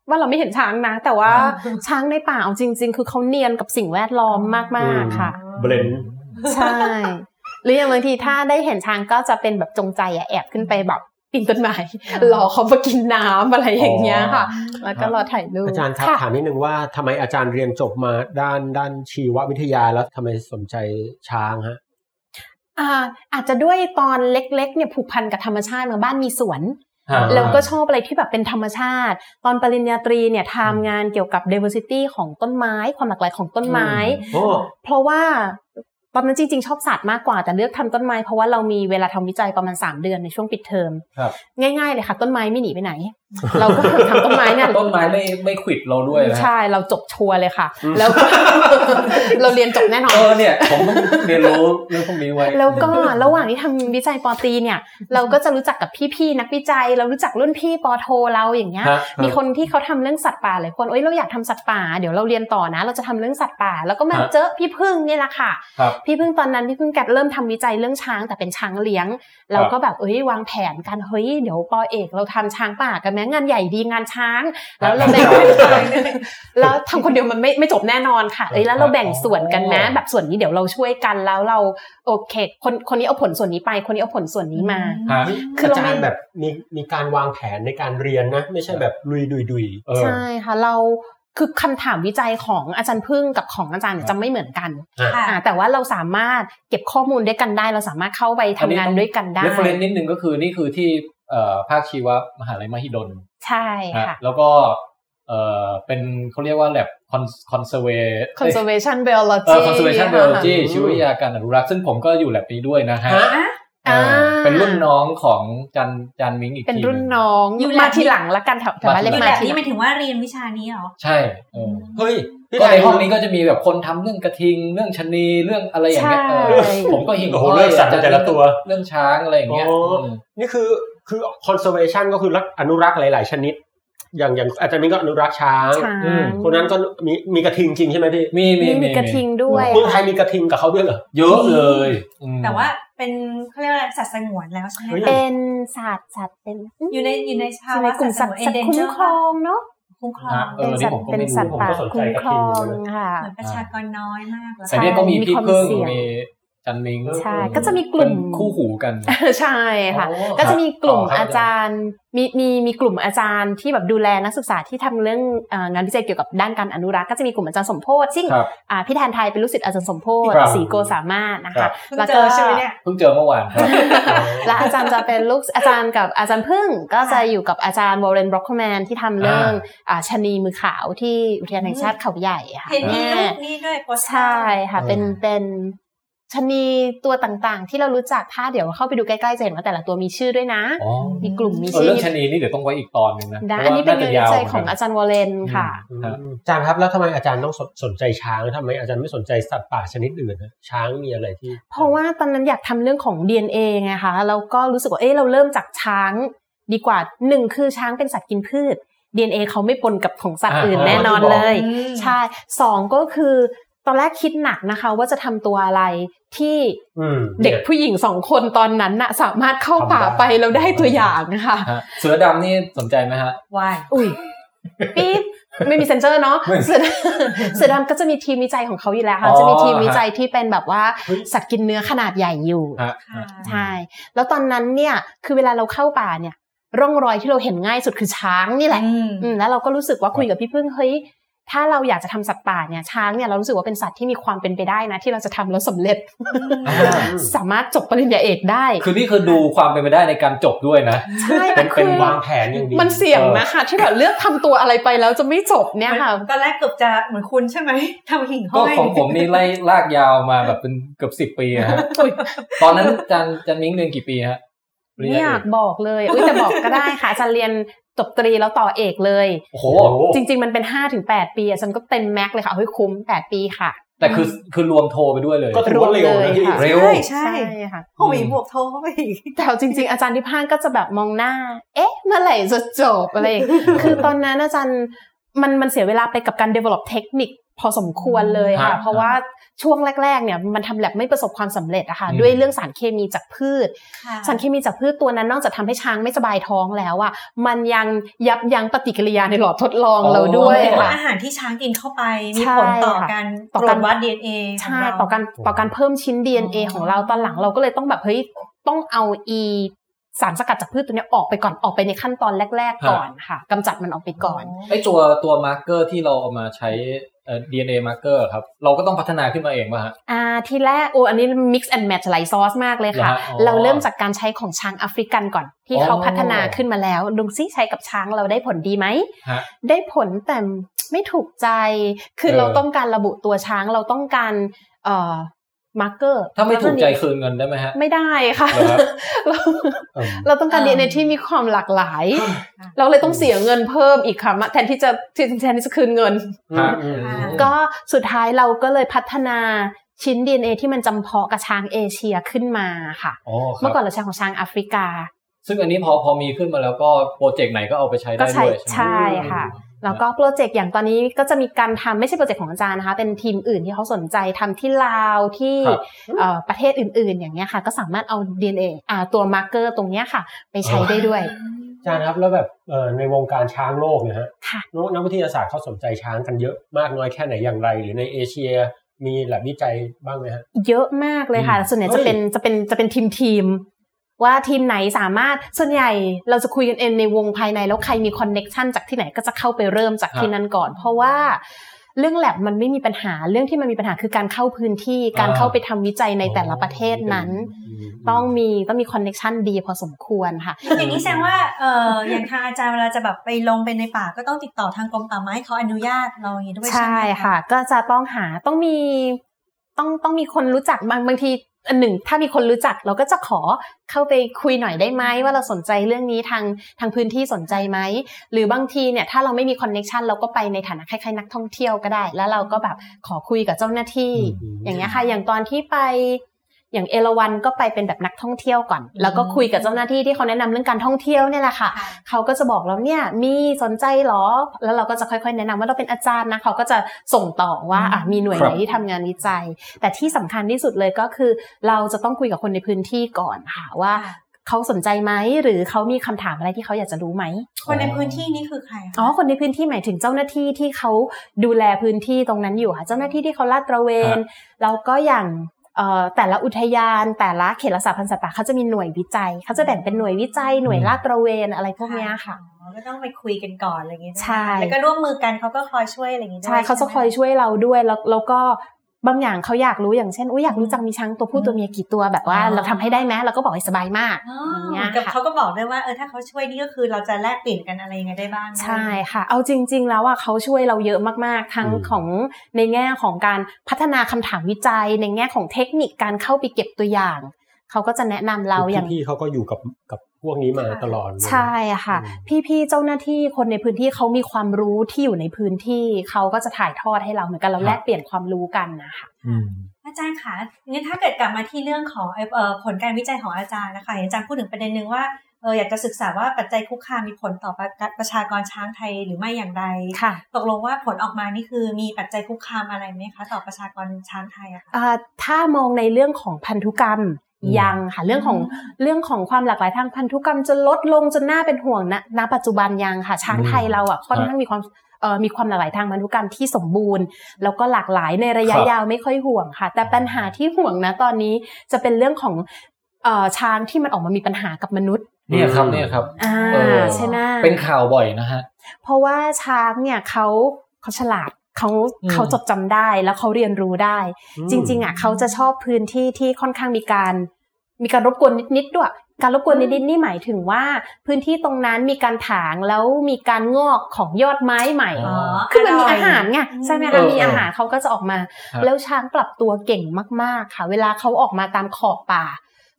[SPEAKER 3] ว่าเราไม่เห็นช้างนะ แต่ว่า
[SPEAKER 7] อ่า
[SPEAKER 3] ช้างในป่าเอาจริง ๆ คือเขาเนียนกับสิ่งแวดล้อมมากๆค่ะ
[SPEAKER 6] เบลน
[SPEAKER 3] ใช่ หรืออย่างบางทีถ้าได้เห็นช้างก็จะเป็นแบบจงใจอะแอบขึ้นไปแบบ ปีนต้นไม้รอเขามากินน้ำอะไรอย่างเงี้ยค่ะ แล้วก็รอถ่ายรูป
[SPEAKER 6] อาจารย์ครับ
[SPEAKER 3] ค่ะ
[SPEAKER 6] ถามนิดนึงว่าทำไมอาจารย์เรียนจบมาด้านด้านชีววิทยาแล้วทำไมสนใจช้างฮะ
[SPEAKER 3] อ่าอาจจะด้วยตอนเล็กๆเนี่ยผูกพันกับธรรมชาติมาบ้านมีสวน
[SPEAKER 5] ฮะ
[SPEAKER 6] อ่า
[SPEAKER 3] แล้วก็ชอบอะไรที่แบบเป็นธรรมชาติ ตอนปริญญาตรีเนี่ยทำงานเกี่ยวกับ diversity ของต้นไม้ ความหลากหลายของต้นไม้
[SPEAKER 6] โอ้
[SPEAKER 3] เพราะว่าตอนนั้นจริงๆ ชอบสัตว์มากกว่าแต่เลือกทำต้นไม้เพราะว่าเรามีเวลาทำวิจัยประมาณ 3 เดือนในช่วงปิดเทอม
[SPEAKER 5] ครับ
[SPEAKER 3] ง่ายๆเลยค่ะ ต้นไม้ไม่หนีไปไหน เราก็ทำต้นไม้เนี่ย
[SPEAKER 5] (laughs) ต้นไม้ไม่ไม่ขวิดเราด้วยนะฮะ
[SPEAKER 3] ใช่เราจบชัวร์เลยค่ะ แล้วก็ (laughs) เราเรียนจบแน่นอน
[SPEAKER 5] เออเนี่ยผมต้องเรียนรู้เรื่องพวกนี้ไว้
[SPEAKER 3] แล้วก็ระหว่างที่ทำวิจัยปอตรีเนี่ย เราก็จะรู้จักกับพี่ๆนักวิจัย เรารู้จักรุ่นพี่ปอโทเราอย่างเงี้ย
[SPEAKER 5] ฮะ
[SPEAKER 3] มีคนที่เขาทำเรื่องสัตว์ป่าหลายคนเอ้ยเราอยากทำสัตว์ป่าเดี๋ยวเราเรียนต่อนะ เราจะทำเรื่องสัตว์ป่า แล้วก็มา
[SPEAKER 5] ฮะ
[SPEAKER 3] เจอพี่พึ่งเนี่ยแหละค่ะ
[SPEAKER 5] ครับ
[SPEAKER 3] พี่พึ่งตอนนั้นพี่พึ่งกัดเริ่มทำวิจัยเรื่องช้างแต่เป็นช้างเลี้ยง เราก็แบบเอ้ยวางแผนกันเฮ้ยเดี๋ยวปอเอกเราทำช้างป่ากันแม้งานใหญ่ดีงานช้าง แล้วเราแบ่ง (laughs) แล้วทำคนเดียวมันไม่ไม่จบแน่นอนค่ะเอ้ยแล้วเราแบ่งส่วนกันนะ แบบส่วนนี้เดี๋ยวเราช่วยกันแล้วเราโอเค คนคนนี้เอาผลส่วนนี้ไป คนนี้เอาผลส่วนนี้มา
[SPEAKER 5] ฮะ
[SPEAKER 3] คือ
[SPEAKER 6] อา
[SPEAKER 3] เรา
[SPEAKER 6] จา
[SPEAKER 3] ไม่
[SPEAKER 6] รย์แบบมีมีการวางแผนในการเรียนนะ ไม่ใช่แบบลุยดุยดุยเออ
[SPEAKER 3] ใช่ค่ะเราคือคำถามวิจัยของอาจารย์พึ่งกับของอาจารย์เนี่ยจะไม่เหมือนกัน
[SPEAKER 7] ค่ะ
[SPEAKER 3] อ่าแต่ว่าเราสามารถเก็บข้อมูลด้วยกันได้ เราสามารถเข้าไปทำงานด้วยกันได้
[SPEAKER 5] เรฟเฟรนนิดนึงก็คือนี่คือที่เอ่อภาคชีวะมหาลัยมหิดล
[SPEAKER 3] ใช่
[SPEAKER 5] ฮะ
[SPEAKER 3] ค่ะ
[SPEAKER 5] แล้วก็เอ่อเป็นเขาเรียกว่าแลบคอนคอนเซเว
[SPEAKER 3] conservation
[SPEAKER 5] เอ่
[SPEAKER 3] biology
[SPEAKER 5] อ conservation
[SPEAKER 3] ค่ะ
[SPEAKER 5] biology ชีววิทยาการอนุรักษ์ซึ่งผมก็อยู่แลบนี้ด้วยนะฮะเอออา เป็นรุ่นน้องของจันจันมิงอีก
[SPEAKER 3] เป็น
[SPEAKER 5] ที
[SPEAKER 3] รุ่น
[SPEAKER 5] หง
[SPEAKER 3] น้อง
[SPEAKER 7] อยู่แลบ
[SPEAKER 3] มาทีหลังละกันแถวแถวบ้านเล็ก
[SPEAKER 7] คือ
[SPEAKER 3] มา
[SPEAKER 7] แบบ
[SPEAKER 3] ที
[SPEAKER 7] นี้
[SPEAKER 3] ห
[SPEAKER 7] ห
[SPEAKER 3] ลั
[SPEAKER 7] มาย
[SPEAKER 3] ง
[SPEAKER 7] ถึงว่าเรียนวิชานี้เหรอ
[SPEAKER 5] ใช่เออ
[SPEAKER 6] เฮ้ยพี่
[SPEAKER 5] ก็
[SPEAKER 6] ไท
[SPEAKER 5] ใน
[SPEAKER 6] ย
[SPEAKER 5] ห้องนี้ก็จะมีแบบคนทำเรื่องกระทิงเรื่องชะนีเรื่องอะไรอย่าง
[SPEAKER 3] ใช่
[SPEAKER 5] เงี้ยเออผมก็เห็น
[SPEAKER 6] โอ้โหเลือกสรรแต่ละตัว
[SPEAKER 5] เรื่องช้างอะไรอย่างเงี้ย
[SPEAKER 6] โอ้
[SPEAKER 5] อืม
[SPEAKER 6] นี่คือคือ conservation ก็คือรักอนุรักษ์หลาย ๆ ชนิด อย่างอย่างอาจารย์มิ้งก็อนุรักษ์ช้าง
[SPEAKER 3] ช้าง
[SPEAKER 5] อืม
[SPEAKER 6] คนนั้นก็มีมีกระทิงจริงใช่ไหมพี่
[SPEAKER 5] มีมี
[SPEAKER 3] นี่มีกระทิงด้วย
[SPEAKER 6] เมืองไท
[SPEAKER 3] ค่ะ
[SPEAKER 6] ยมีกระทิงกับเขาด้ว
[SPEAKER 3] (laughs)
[SPEAKER 6] ยเหรอ
[SPEAKER 5] เยอะเลยอืม
[SPEAKER 7] แต่ว่าเป็นเขาเรียกว่าอะไรสัตว์สงวนแล้วใช่ไหม
[SPEAKER 6] เฮ้ย
[SPEAKER 7] คะ
[SPEAKER 3] เป็นศาสตร์สัตว์เป็น
[SPEAKER 7] อยู่ในอยู่ในภาวะ
[SPEAKER 3] กลุ่ม
[SPEAKER 7] สั
[SPEAKER 3] สัต
[SPEAKER 7] ตว์
[SPEAKER 3] ว์
[SPEAKER 7] สงวนเอเด
[SPEAKER 3] สัต
[SPEAKER 7] น
[SPEAKER 3] ว์คุ้
[SPEAKER 7] เจ
[SPEAKER 3] ม
[SPEAKER 7] อร์
[SPEAKER 3] ครองเนาะ
[SPEAKER 7] คุ้มครอง
[SPEAKER 5] ฮะ เอ
[SPEAKER 3] เป็น
[SPEAKER 5] อนี่
[SPEAKER 3] สัต
[SPEAKER 5] ผม
[SPEAKER 3] ว์
[SPEAKER 5] ก็
[SPEAKER 3] เป็น
[SPEAKER 5] ไม่รู้
[SPEAKER 3] สัตว์ป่า
[SPEAKER 6] ผมก็สน
[SPEAKER 3] คุ้ม
[SPEAKER 6] ใจ
[SPEAKER 3] ครอง
[SPEAKER 6] กระทิงนะ
[SPEAKER 3] ค่ะ
[SPEAKER 7] เหมือนประชากรน้อยมากแล้ว
[SPEAKER 5] แต่เนี่ยก็มี
[SPEAKER 3] มี
[SPEAKER 5] พี่
[SPEAKER 3] ความ
[SPEAKER 5] เพิ่ง
[SPEAKER 3] เสี่ยง
[SPEAKER 5] มีจันมิง
[SPEAKER 3] ใช่
[SPEAKER 5] เออ
[SPEAKER 3] ก็จะมีกลุ่ม
[SPEAKER 5] เป็นคู่หูกัน
[SPEAKER 3] ใช่ค่ะ
[SPEAKER 5] โอ้
[SPEAKER 3] ก็จะมีกลุ่ม
[SPEAKER 5] ครับ
[SPEAKER 3] อาจารย์มีมีมีกลุ่มอาจารย์ที่แบบดูแลนักศึกษาที่ทำเรื่องเอ่องานวิจัยเกี่ยวกับด้านการอนุรักษ์ก็จะมีกลุ่มอาจารย์สมโพธิซึ่ง
[SPEAKER 5] ครับ
[SPEAKER 3] อ่าพี่แทนไทยเป็นลูกศิษย์อาจารย์สมโพธิ
[SPEAKER 5] ครับ
[SPEAKER 3] ศรีโกสามารถนะ
[SPEAKER 5] ครั
[SPEAKER 3] คะ
[SPEAKER 5] บ
[SPEAKER 7] เพิ่ง
[SPEAKER 3] แล้ว
[SPEAKER 7] เจ
[SPEAKER 3] ก็
[SPEAKER 7] อใช่ไหมเนี่ย
[SPEAKER 5] เพิ่งเจอเมื่อวานครับ
[SPEAKER 3] และอาจารย์จะเป็นลูกอาจารย์กับอาจารย์พึ่ง ก็จะอยู่กับอาจารย์วอร์เรนบร็อกแมนที่ทำเรื่องอ่าชะนีมือขาวที่อุทยานแห่งชาติเขาใหญ่ค่ะ
[SPEAKER 7] เห็นมี
[SPEAKER 3] แม่
[SPEAKER 7] รูปนี้ด้วยโปสเตอ
[SPEAKER 3] ใช่
[SPEAKER 7] ร์
[SPEAKER 3] ค่ะ
[SPEAKER 6] อืม
[SPEAKER 3] เป็นเป็นชะนีตัวต่างๆ ที่เรารู้จักถ้าเดี๋ยวเข้าไปดูใกล้ๆจะเห็นว่าแต่ละตัวมีชื่อด้วยนะ
[SPEAKER 5] อ๋อ
[SPEAKER 3] มีกลุ่มมี
[SPEAKER 5] เออ
[SPEAKER 3] ชื่
[SPEAKER 5] เรื่องชะนีนี่เดี๋ยวต้องไว้อีกตอนหนึ่งนะ
[SPEAKER 3] นะ
[SPEAKER 5] พ
[SPEAKER 3] อัน
[SPEAKER 5] ราะ
[SPEAKER 3] นี้
[SPEAKER 5] ว่า
[SPEAKER 3] เป็น
[SPEAKER 5] น่าจะยา
[SPEAKER 3] งานวิ
[SPEAKER 5] ว
[SPEAKER 3] จัยของอาจารย์วอลเลนค่ะ
[SPEAKER 5] ครับ
[SPEAKER 6] อาจารย์ครับแล้วทำไมอาจารย์ต้องสนสนใจช้างทำไมอาจารย์ไม่สนใจสัตว์ป่าชนิดอื่นนะช้างมีอะไรที่
[SPEAKER 3] เพราะว่าตอนนั้นอยากทำเรื่องของ DNA ไงคะแล้วก็รู้สึกว่าเอ้เราเริ่มจากช้างดีกว่าหนึ่งคือช้างเป็นสัตว์กินพืช DNA เขาไม่ปนกับของสัตว์
[SPEAKER 5] อ่า
[SPEAKER 3] อื่น
[SPEAKER 5] อ่า
[SPEAKER 3] แน่นอนเลย
[SPEAKER 7] อืม
[SPEAKER 3] ใช่สองก็คือตอนแรกคิดหนักนะคะ ว่าจะทำตัวอะไรที่
[SPEAKER 6] อืม
[SPEAKER 3] เด็ก (laughs) ผู้หญิงสองคนตอนนั้นน่ะสามารถเข้าป่าไปแล้วได้ตัวอย่างนะคะ
[SPEAKER 5] ฮะเสือดำนี่สนใจไหมฮะ
[SPEAKER 7] วาย
[SPEAKER 3] อุ้ยปี๊บไม่มีเซนเซอร์เนาะเสือเสือดำก็ (laughs) จะมีทีมวิจัยของเขาอยู่แล้วค่ะ
[SPEAKER 5] อ๋อ
[SPEAKER 3] จะมีทีมวิจัยที่เป็นแบบว่า
[SPEAKER 6] เฮ้ย
[SPEAKER 3] สัตว์กินเนื้อขนาดใหญ่อยู่
[SPEAKER 5] ฮะ
[SPEAKER 7] ค่ะ
[SPEAKER 3] ใช่แล้วตอนนั้นเนี่ยคือเวลาเราเข้าป่าเนี่ย ร่องรอยที่เราเห็นง่ายสุดคือช้างนี่แหละ
[SPEAKER 7] อืม
[SPEAKER 3] อืมแล้วเราก็รู้สึกว่าคุยกับพี่พึ่งเฮ้ยถ้าเราอยากจะทำสัตว์ป่าเนี่ยช้างเนี่ยเรารู้สึกว่าเป็นสัตว์ที่มีความเป็นไปได้นะ ที่เราจะทำแล้วสำเร็จ
[SPEAKER 5] อ่า
[SPEAKER 3] สามารถจบปริญญาเอกได้
[SPEAKER 5] คือนี่คือดูความเป็นไปได้ในการจบด้วยนะ
[SPEAKER 3] ใช่
[SPEAKER 6] เป็น
[SPEAKER 3] คื
[SPEAKER 6] เป็น
[SPEAKER 3] อ
[SPEAKER 6] วางแผนอย่างดี
[SPEAKER 3] มันเสี่ยงนะคะที่แบบเลือกทำตัวอะไรไปแล้วจะไม่จบเนี่ยค่ะ
[SPEAKER 7] ตอนแรกเกือบจะเหมือนคุณใช่ไหม (laughs) ทำหิ่งห้
[SPEAKER 5] ก็
[SPEAKER 7] อย
[SPEAKER 5] ของผม
[SPEAKER 7] (laughs)
[SPEAKER 5] นี่ไล่ลากยาวมาแบบ
[SPEAKER 4] (laughs)
[SPEAKER 5] เป็นเกือบสิบ10 ปีอะฮะตอนนั้น
[SPEAKER 3] (laughs)
[SPEAKER 5] จันจันมิ้งเรียนกี่ปีฮะเรียน
[SPEAKER 3] ไม่อยากบอกเลยอุ้ยแต่บอกก็ได้ค่ะอาจารย์เรียนจบตรีแล้วต่อเอกเลย
[SPEAKER 5] โอ้โห
[SPEAKER 6] อ้
[SPEAKER 3] จริง ๆ มันเป็น 5-8 ปีอะฉันก็เต็มแม็กเลยค่ะเฮ้ยคุ้ม 8 ปีค่ะ
[SPEAKER 5] แต่คือคือรวมโทรไปด้วยเลย
[SPEAKER 6] ก็ถือว่าเร็วนะพี่
[SPEAKER 3] รวมเลยค่ะ
[SPEAKER 5] เร็ว
[SPEAKER 7] ใช่ใช่
[SPEAKER 3] ค่ะ
[SPEAKER 7] โอ้ยบวกโทรเข้าไปอีก
[SPEAKER 3] แต่จริง ๆ อาจารย์ที่พานก็จะแบบมองหน้า เอ๊ะเมื่อไหร่จะจบอะไรอย่างเงี้ยคือตอนนั้นอาจารย์มันมันเสียเวลาไปกับการ develop เทคนิคพอสมควรเลยค่ะ
[SPEAKER 5] ฮะ
[SPEAKER 3] เพราะว่าช่วงแรก ๆ เนี่ยมันทำแลบไม่ประสบความสำเร็จอะค่ะ
[SPEAKER 5] อืม
[SPEAKER 3] ด้วยเรื่องสารเคมีจากพืช
[SPEAKER 7] ค่ะ
[SPEAKER 3] สารเคมีจากพืชตัวนั้นนอกจากทำให้ช้างไม่สบายท้องแล้วอะมันยังยับยั้งปฏิกิริยาในหลอดทดลอง
[SPEAKER 5] อ๋อ
[SPEAKER 3] เราด้วย
[SPEAKER 7] เพราะว่า
[SPEAKER 3] ค่ะ
[SPEAKER 7] อาหารที่ช้างกินเข้าไป มี
[SPEAKER 3] ใช่
[SPEAKER 7] ผลต่อ
[SPEAKER 3] ค่ะ
[SPEAKER 7] การ
[SPEAKER 3] ต่อ
[SPEAKER 7] ตร
[SPEAKER 3] กาว ร
[SPEAKER 7] จวัดดีเอ็นเอ
[SPEAKER 3] ใช่ต่อการต่อการเพิ่มชิ้น DNA
[SPEAKER 7] อ๋อ
[SPEAKER 3] ของเราตอนหลังเราก็เลยต้องแบบเฮ้ยต้องเอาอี สารสกัดจากพืชตัวเนี้ยออกไปก่อนออกไปในขั้นตอนแรก ๆ ก่อนค่ะกำจัดมันออกไปก่อน
[SPEAKER 4] ไอตัวตัวมาร์เกอร์ที่เราเอามาใช้เอ่อ DNA มาร์เกอร์ครับ เราก็ต้องพัฒนาขึ้นมาเองป่ะฮะ
[SPEAKER 3] อ่าทีแรกโอ้อันนี้ mix and match หลายซอสมากเลยค่ะ
[SPEAKER 4] นะฮะอ๋อ
[SPEAKER 3] เราเริ่มจากการใช้ของช้างแอฟริกันก่อน ที่เขา
[SPEAKER 4] อ๋อ
[SPEAKER 3] พัฒนาขึ้นมาแล้วดูซิใช้กับช้างเราได้ผลดีไหม
[SPEAKER 4] ฮะ
[SPEAKER 3] ได้ผลแต่ไม่ถูกใจ คือ
[SPEAKER 4] เออ
[SPEAKER 3] เราต้องการระบุตัวช้างเราต้องการเอ่อมาร์เกอร์
[SPEAKER 4] ถ้าไม่ถูกใจคืนเงินได้ไหมฮะ
[SPEAKER 3] ไม่ได้ค่ะ
[SPEAKER 4] เหรอครับ
[SPEAKER 3] (laughs) เรา
[SPEAKER 6] เออ
[SPEAKER 3] เราต้องการ
[SPEAKER 7] เออ
[SPEAKER 3] ดีเนที่มีความหลากหลาย เราเลยต้องเสียเงินเพิ่มอีกค่ะมาแทนที่จะแทนที่จะคืนเงิน
[SPEAKER 4] ฮะ
[SPEAKER 3] ก็สุดท้ายเราก็เลยพัฒนาชิ้น DNA ที่มันจำเพาะกับช้างเอเชียขึ้นมาค่ะ
[SPEAKER 4] อ๋อค
[SPEAKER 3] เมื่
[SPEAKER 4] รั
[SPEAKER 3] อก่อน
[SPEAKER 4] บ
[SPEAKER 3] เราใช้ของช้างแอฟริกา
[SPEAKER 4] ซึ่งอันนี้พอพอมีขึ้นมาแล้วก็โปรเจกต์ไหนก็เอาไปใช้ได้
[SPEAKER 3] ก็
[SPEAKER 4] ด้วยใช่ไห
[SPEAKER 3] ใช้
[SPEAKER 4] ม
[SPEAKER 3] ใช่ค่ะ แล้วก็โปรเจกต์อย่างตอนนี้ก็จะมีการทำไม่ใช่โปรเจกต์ของอาจารย์นะคะ เป็นทีมอื่นที่เขาสนใจทำที่ลาวที่
[SPEAKER 4] ครับ
[SPEAKER 3] เอ่อประเทศอื่น ๆ อย่างเงี้ยค่ะ ก็สามารถเอา DNA อ่าตัวมาร์เกอร์ตรงเนี้ยค่ะ ไปใช้ได้ด้วย
[SPEAKER 6] อาจารย์ครับแล้วแบบเอ่อในวงการช้างโลกเนี่ยฮะ
[SPEAKER 3] ค่ะ
[SPEAKER 6] นักนักวิทยาศาสตร์เขาสนใจช้างกันเยอะมากน้อยแค่ไหนอย่างไร หรือในเอเชียมีแลบวิจัยบ้างไหมฮะ
[SPEAKER 3] เยอะมากเลยค่ะ
[SPEAKER 6] อืม
[SPEAKER 3] ส่วนใหญ่
[SPEAKER 6] เฮ้
[SPEAKER 3] จะ
[SPEAKER 6] ย
[SPEAKER 3] เป็นจะเป็นจะเป็นทีมทีมๆว่าทีมไหนสามารถส่วนใหญ่เราจะคุยกันเองในวงภายในแล้วใครมีคอนเน็กชันจากที่ไหนก็จะเข้าไปเริ่มจากที่นั้นก่อน เพราะว่าเรื่องแลบมันไม่มีปัญหาเรื่องที่มันมีปัญหาคือการเข้าพื้นที่การเข้าไปทำวิจัยในแต่ละประเทศนั้น ต้องมีต้องมีคอนเน็กชันดีพอสมควรค่ะ
[SPEAKER 7] อย่างนี้แสดงว่าเอออย่างทางอาจารย์เวลาจะแบบไปลงไปในป่าก็ต้องติดต่อทางกรมป่าไม้เขาอนุญาตเราอย่างนี้ด้วย
[SPEAKER 3] ใช่
[SPEAKER 7] ไหม
[SPEAKER 3] ค่ะ ก็จะต้องหาต้องมีต้องต้องมีคนรู้จักบางบางทีอันหนึ่ง ถ้ามีคนรู้จักเราก็จะขอเข้าไปคุยหน่อยได้ไหมว่าเราสนใจเรื่องนี้ทางทางพื้นที่สนใจไหมหรือบางทีเนี่ยถ้าเราไม่มีคอนเน็ชันเราก็ไปในฐานะคล้ายๆนักท่องเที่ยวก็ได้ แล้วเราก็แบบขอคุยกับเจ้าหน้าที่
[SPEAKER 6] อืม
[SPEAKER 3] อย่างเงี้ยค่ะ อย่างตอนที่ไป อย่างเอราวันก็ไปเป็นแบบนักท่องเที่ยวก่อน
[SPEAKER 7] อืม
[SPEAKER 3] แล้วก็คุยกับเจ้าหน้าที่ที่เขาแนะนำเรื่องการท่องเที่ยวเนี่ยแหละค่ะ
[SPEAKER 7] ค่ะ
[SPEAKER 3] เขาก็จะบอกเราเนี่ยมีสนใจเหรอ แล้วเราก็จะค่อยๆ แนะนำว่าเราเป็นอาจารย์นะเขาก็จะส่งต่อว่าอ่ะมีหน่วย
[SPEAKER 4] ครั
[SPEAKER 3] ไหน
[SPEAKER 4] บ
[SPEAKER 3] ที่ทำงานวิจัย แต่ที่สำคัญที่สุดเลยก็คือ เราจะต้องคุยกับคนในพื้นที่ก่อนค่ะว่าเขาสนใจไหมหรือเขามีคำถามอะไรที่เขาอยากจะรู้ไหม
[SPEAKER 7] คนในพื้นที่นี่คือใครคะ
[SPEAKER 3] อ๋อคนในพื้นที่หมายถึงเจ้าหน้าที่ที่เขาดูแลพื้นที่ตรงนั้นอยู่ค่ะเจ้าหน้าที่ที่เขาลาดตระเวนแล้วก็อย่างเอ่อแต่ละอุทยานแต่ละเขตรักษาพันธุ์สัตว์ป่าเขาจะมีหน่วยวิจัยเขาจะแบ่งเป็นหน่วยวิจัยหน่วยลาดตระเวนอะไรพวกเนี้ยค่ะ
[SPEAKER 7] อ๋อก็ต้องไปคุยกันก่อนอะไรอย่างเงี้ย
[SPEAKER 3] ใช่
[SPEAKER 7] แล้วก็ร่วมมือกันเขาก็คอยช่วยอะไรอย่างเงี้ย
[SPEAKER 3] ใช่เขาจะคอยช่วยเราด้วยแล้วแล้วก็บางอย่างเขาอยากรู้อย่างเช่นอุ้ยอยากรู้จังมีช้างตัวผู้ตัวเมียกี่ตัวแบบว่าเราทำให้ได้ไหมเราก็บอกให้สบายมากอย่า
[SPEAKER 7] เห
[SPEAKER 3] งเงี้
[SPEAKER 7] มื
[SPEAKER 3] ย
[SPEAKER 7] อนกับ
[SPEAKER 3] ค่ะ
[SPEAKER 7] เขาก็บอกด้วยว่าเออถ้าเขาช่วยนี่ก็คือเราจะแลกเปลี่ยนกันอะไรยังไงได้บ้าง
[SPEAKER 3] ใช่ค่ะ เอาจริง ๆ แล้วอ่ะเขาช่วยเราเยอะมากๆ ทั้ง
[SPEAKER 6] อืม
[SPEAKER 3] ของในแง่ของการพัฒนาคำถามวิจัย ในแง่ของเทคนิคการเข้าไปเก็บตัวอย่าง เขาก็จะแนะนำเราอย่าง
[SPEAKER 6] พี่ๆเขาก็อยู่กับกับพวกนี้มาตลอดเลย
[SPEAKER 3] ใช่ค่ะ
[SPEAKER 6] อื
[SPEAKER 3] พี่ๆเจ้าหน้าที่คนในพื้นที่เขามีความรู้ที่อยู่ในพื้นที่เขาก็จะถ่ายทอดให้เราเหมือนกันเราแลกเปลี่ยนความรู้กันนะคะ
[SPEAKER 7] อาจารย์คะงั้นถ้าเกิดกลับมาที่เรื่องของเอ่อเอ่อผลการวิจัยของอาจารย์นะคะเห็นอาจารย์พูดถึงประเด็นหนึ่งว่าเอออยากจะศึกษาว่าปัจจัยคุกคามมีผลต่อประประชากรช้างไทยหรือไม่อย่างไร
[SPEAKER 3] ค่ะ
[SPEAKER 7] ตกลงว่าผลออกมานี่คือมีปัจจัยคุกคามอะไรไหมคะต่อประชากรช้างไทยอะคะ
[SPEAKER 3] อ่าถ้ามองในเรื่องของพันธุกรรม
[SPEAKER 6] อืม
[SPEAKER 3] ยังค่ะเรื่องของเรื่องของความหลากหลายทางพันธุกรรมจะลดลงจนน่าเป็นห่วงนะณปัจจุบันยังค่ะ ช้างไทยเราอ่ะค่อนข้างมีความเอ่อมีความหลากหลายทางพันธุกรรมที่สมบูรณ์ แล้วก็หลากหลายในระยะ
[SPEAKER 4] ครับ
[SPEAKER 3] ยาวไม่ค่อยห่วงค่ะ แต่ปัญหาที่ห่วงนะตอนนี้จะเป็นเรื่องของเอ่อช้างที่มันออกมามีปัญหากับมนุษย์
[SPEAKER 4] เนี่ยครับเนี่ยครับ
[SPEAKER 3] อ่า
[SPEAKER 4] เออ
[SPEAKER 3] ใช่ไหม
[SPEAKER 4] เป็นข่าวบ่อยนะฮะ
[SPEAKER 3] เพราะว่าช้างเนี่ยเขาเขาฉลาดเขา
[SPEAKER 4] อืม
[SPEAKER 3] เขาจดจำได้แล้วเขาเรียนรู้ได้
[SPEAKER 6] อืม
[SPEAKER 3] จริง ๆอ่ะเขาจะชอบพื้นที่ที่ค่อนข้างมีการ มีการรบกวนนิดๆด้วย การรบกวนนิดๆนี่หมายถึงว่าพื้นที่ตรงนั้นมีการถางแล้วมีการงอกของยอดไม้ใหม่
[SPEAKER 4] อ๋อ
[SPEAKER 3] คือมันมีอาหารไงใช่ไหม
[SPEAKER 4] เอ
[SPEAKER 3] คะ
[SPEAKER 4] อ
[SPEAKER 3] มีอาหารเขาก็จะออกมา
[SPEAKER 4] ครับ
[SPEAKER 3] แล้วช้างปรับตัวเก่งมากๆ ค่ะ เวลาเขาออกมาตามขอบป่า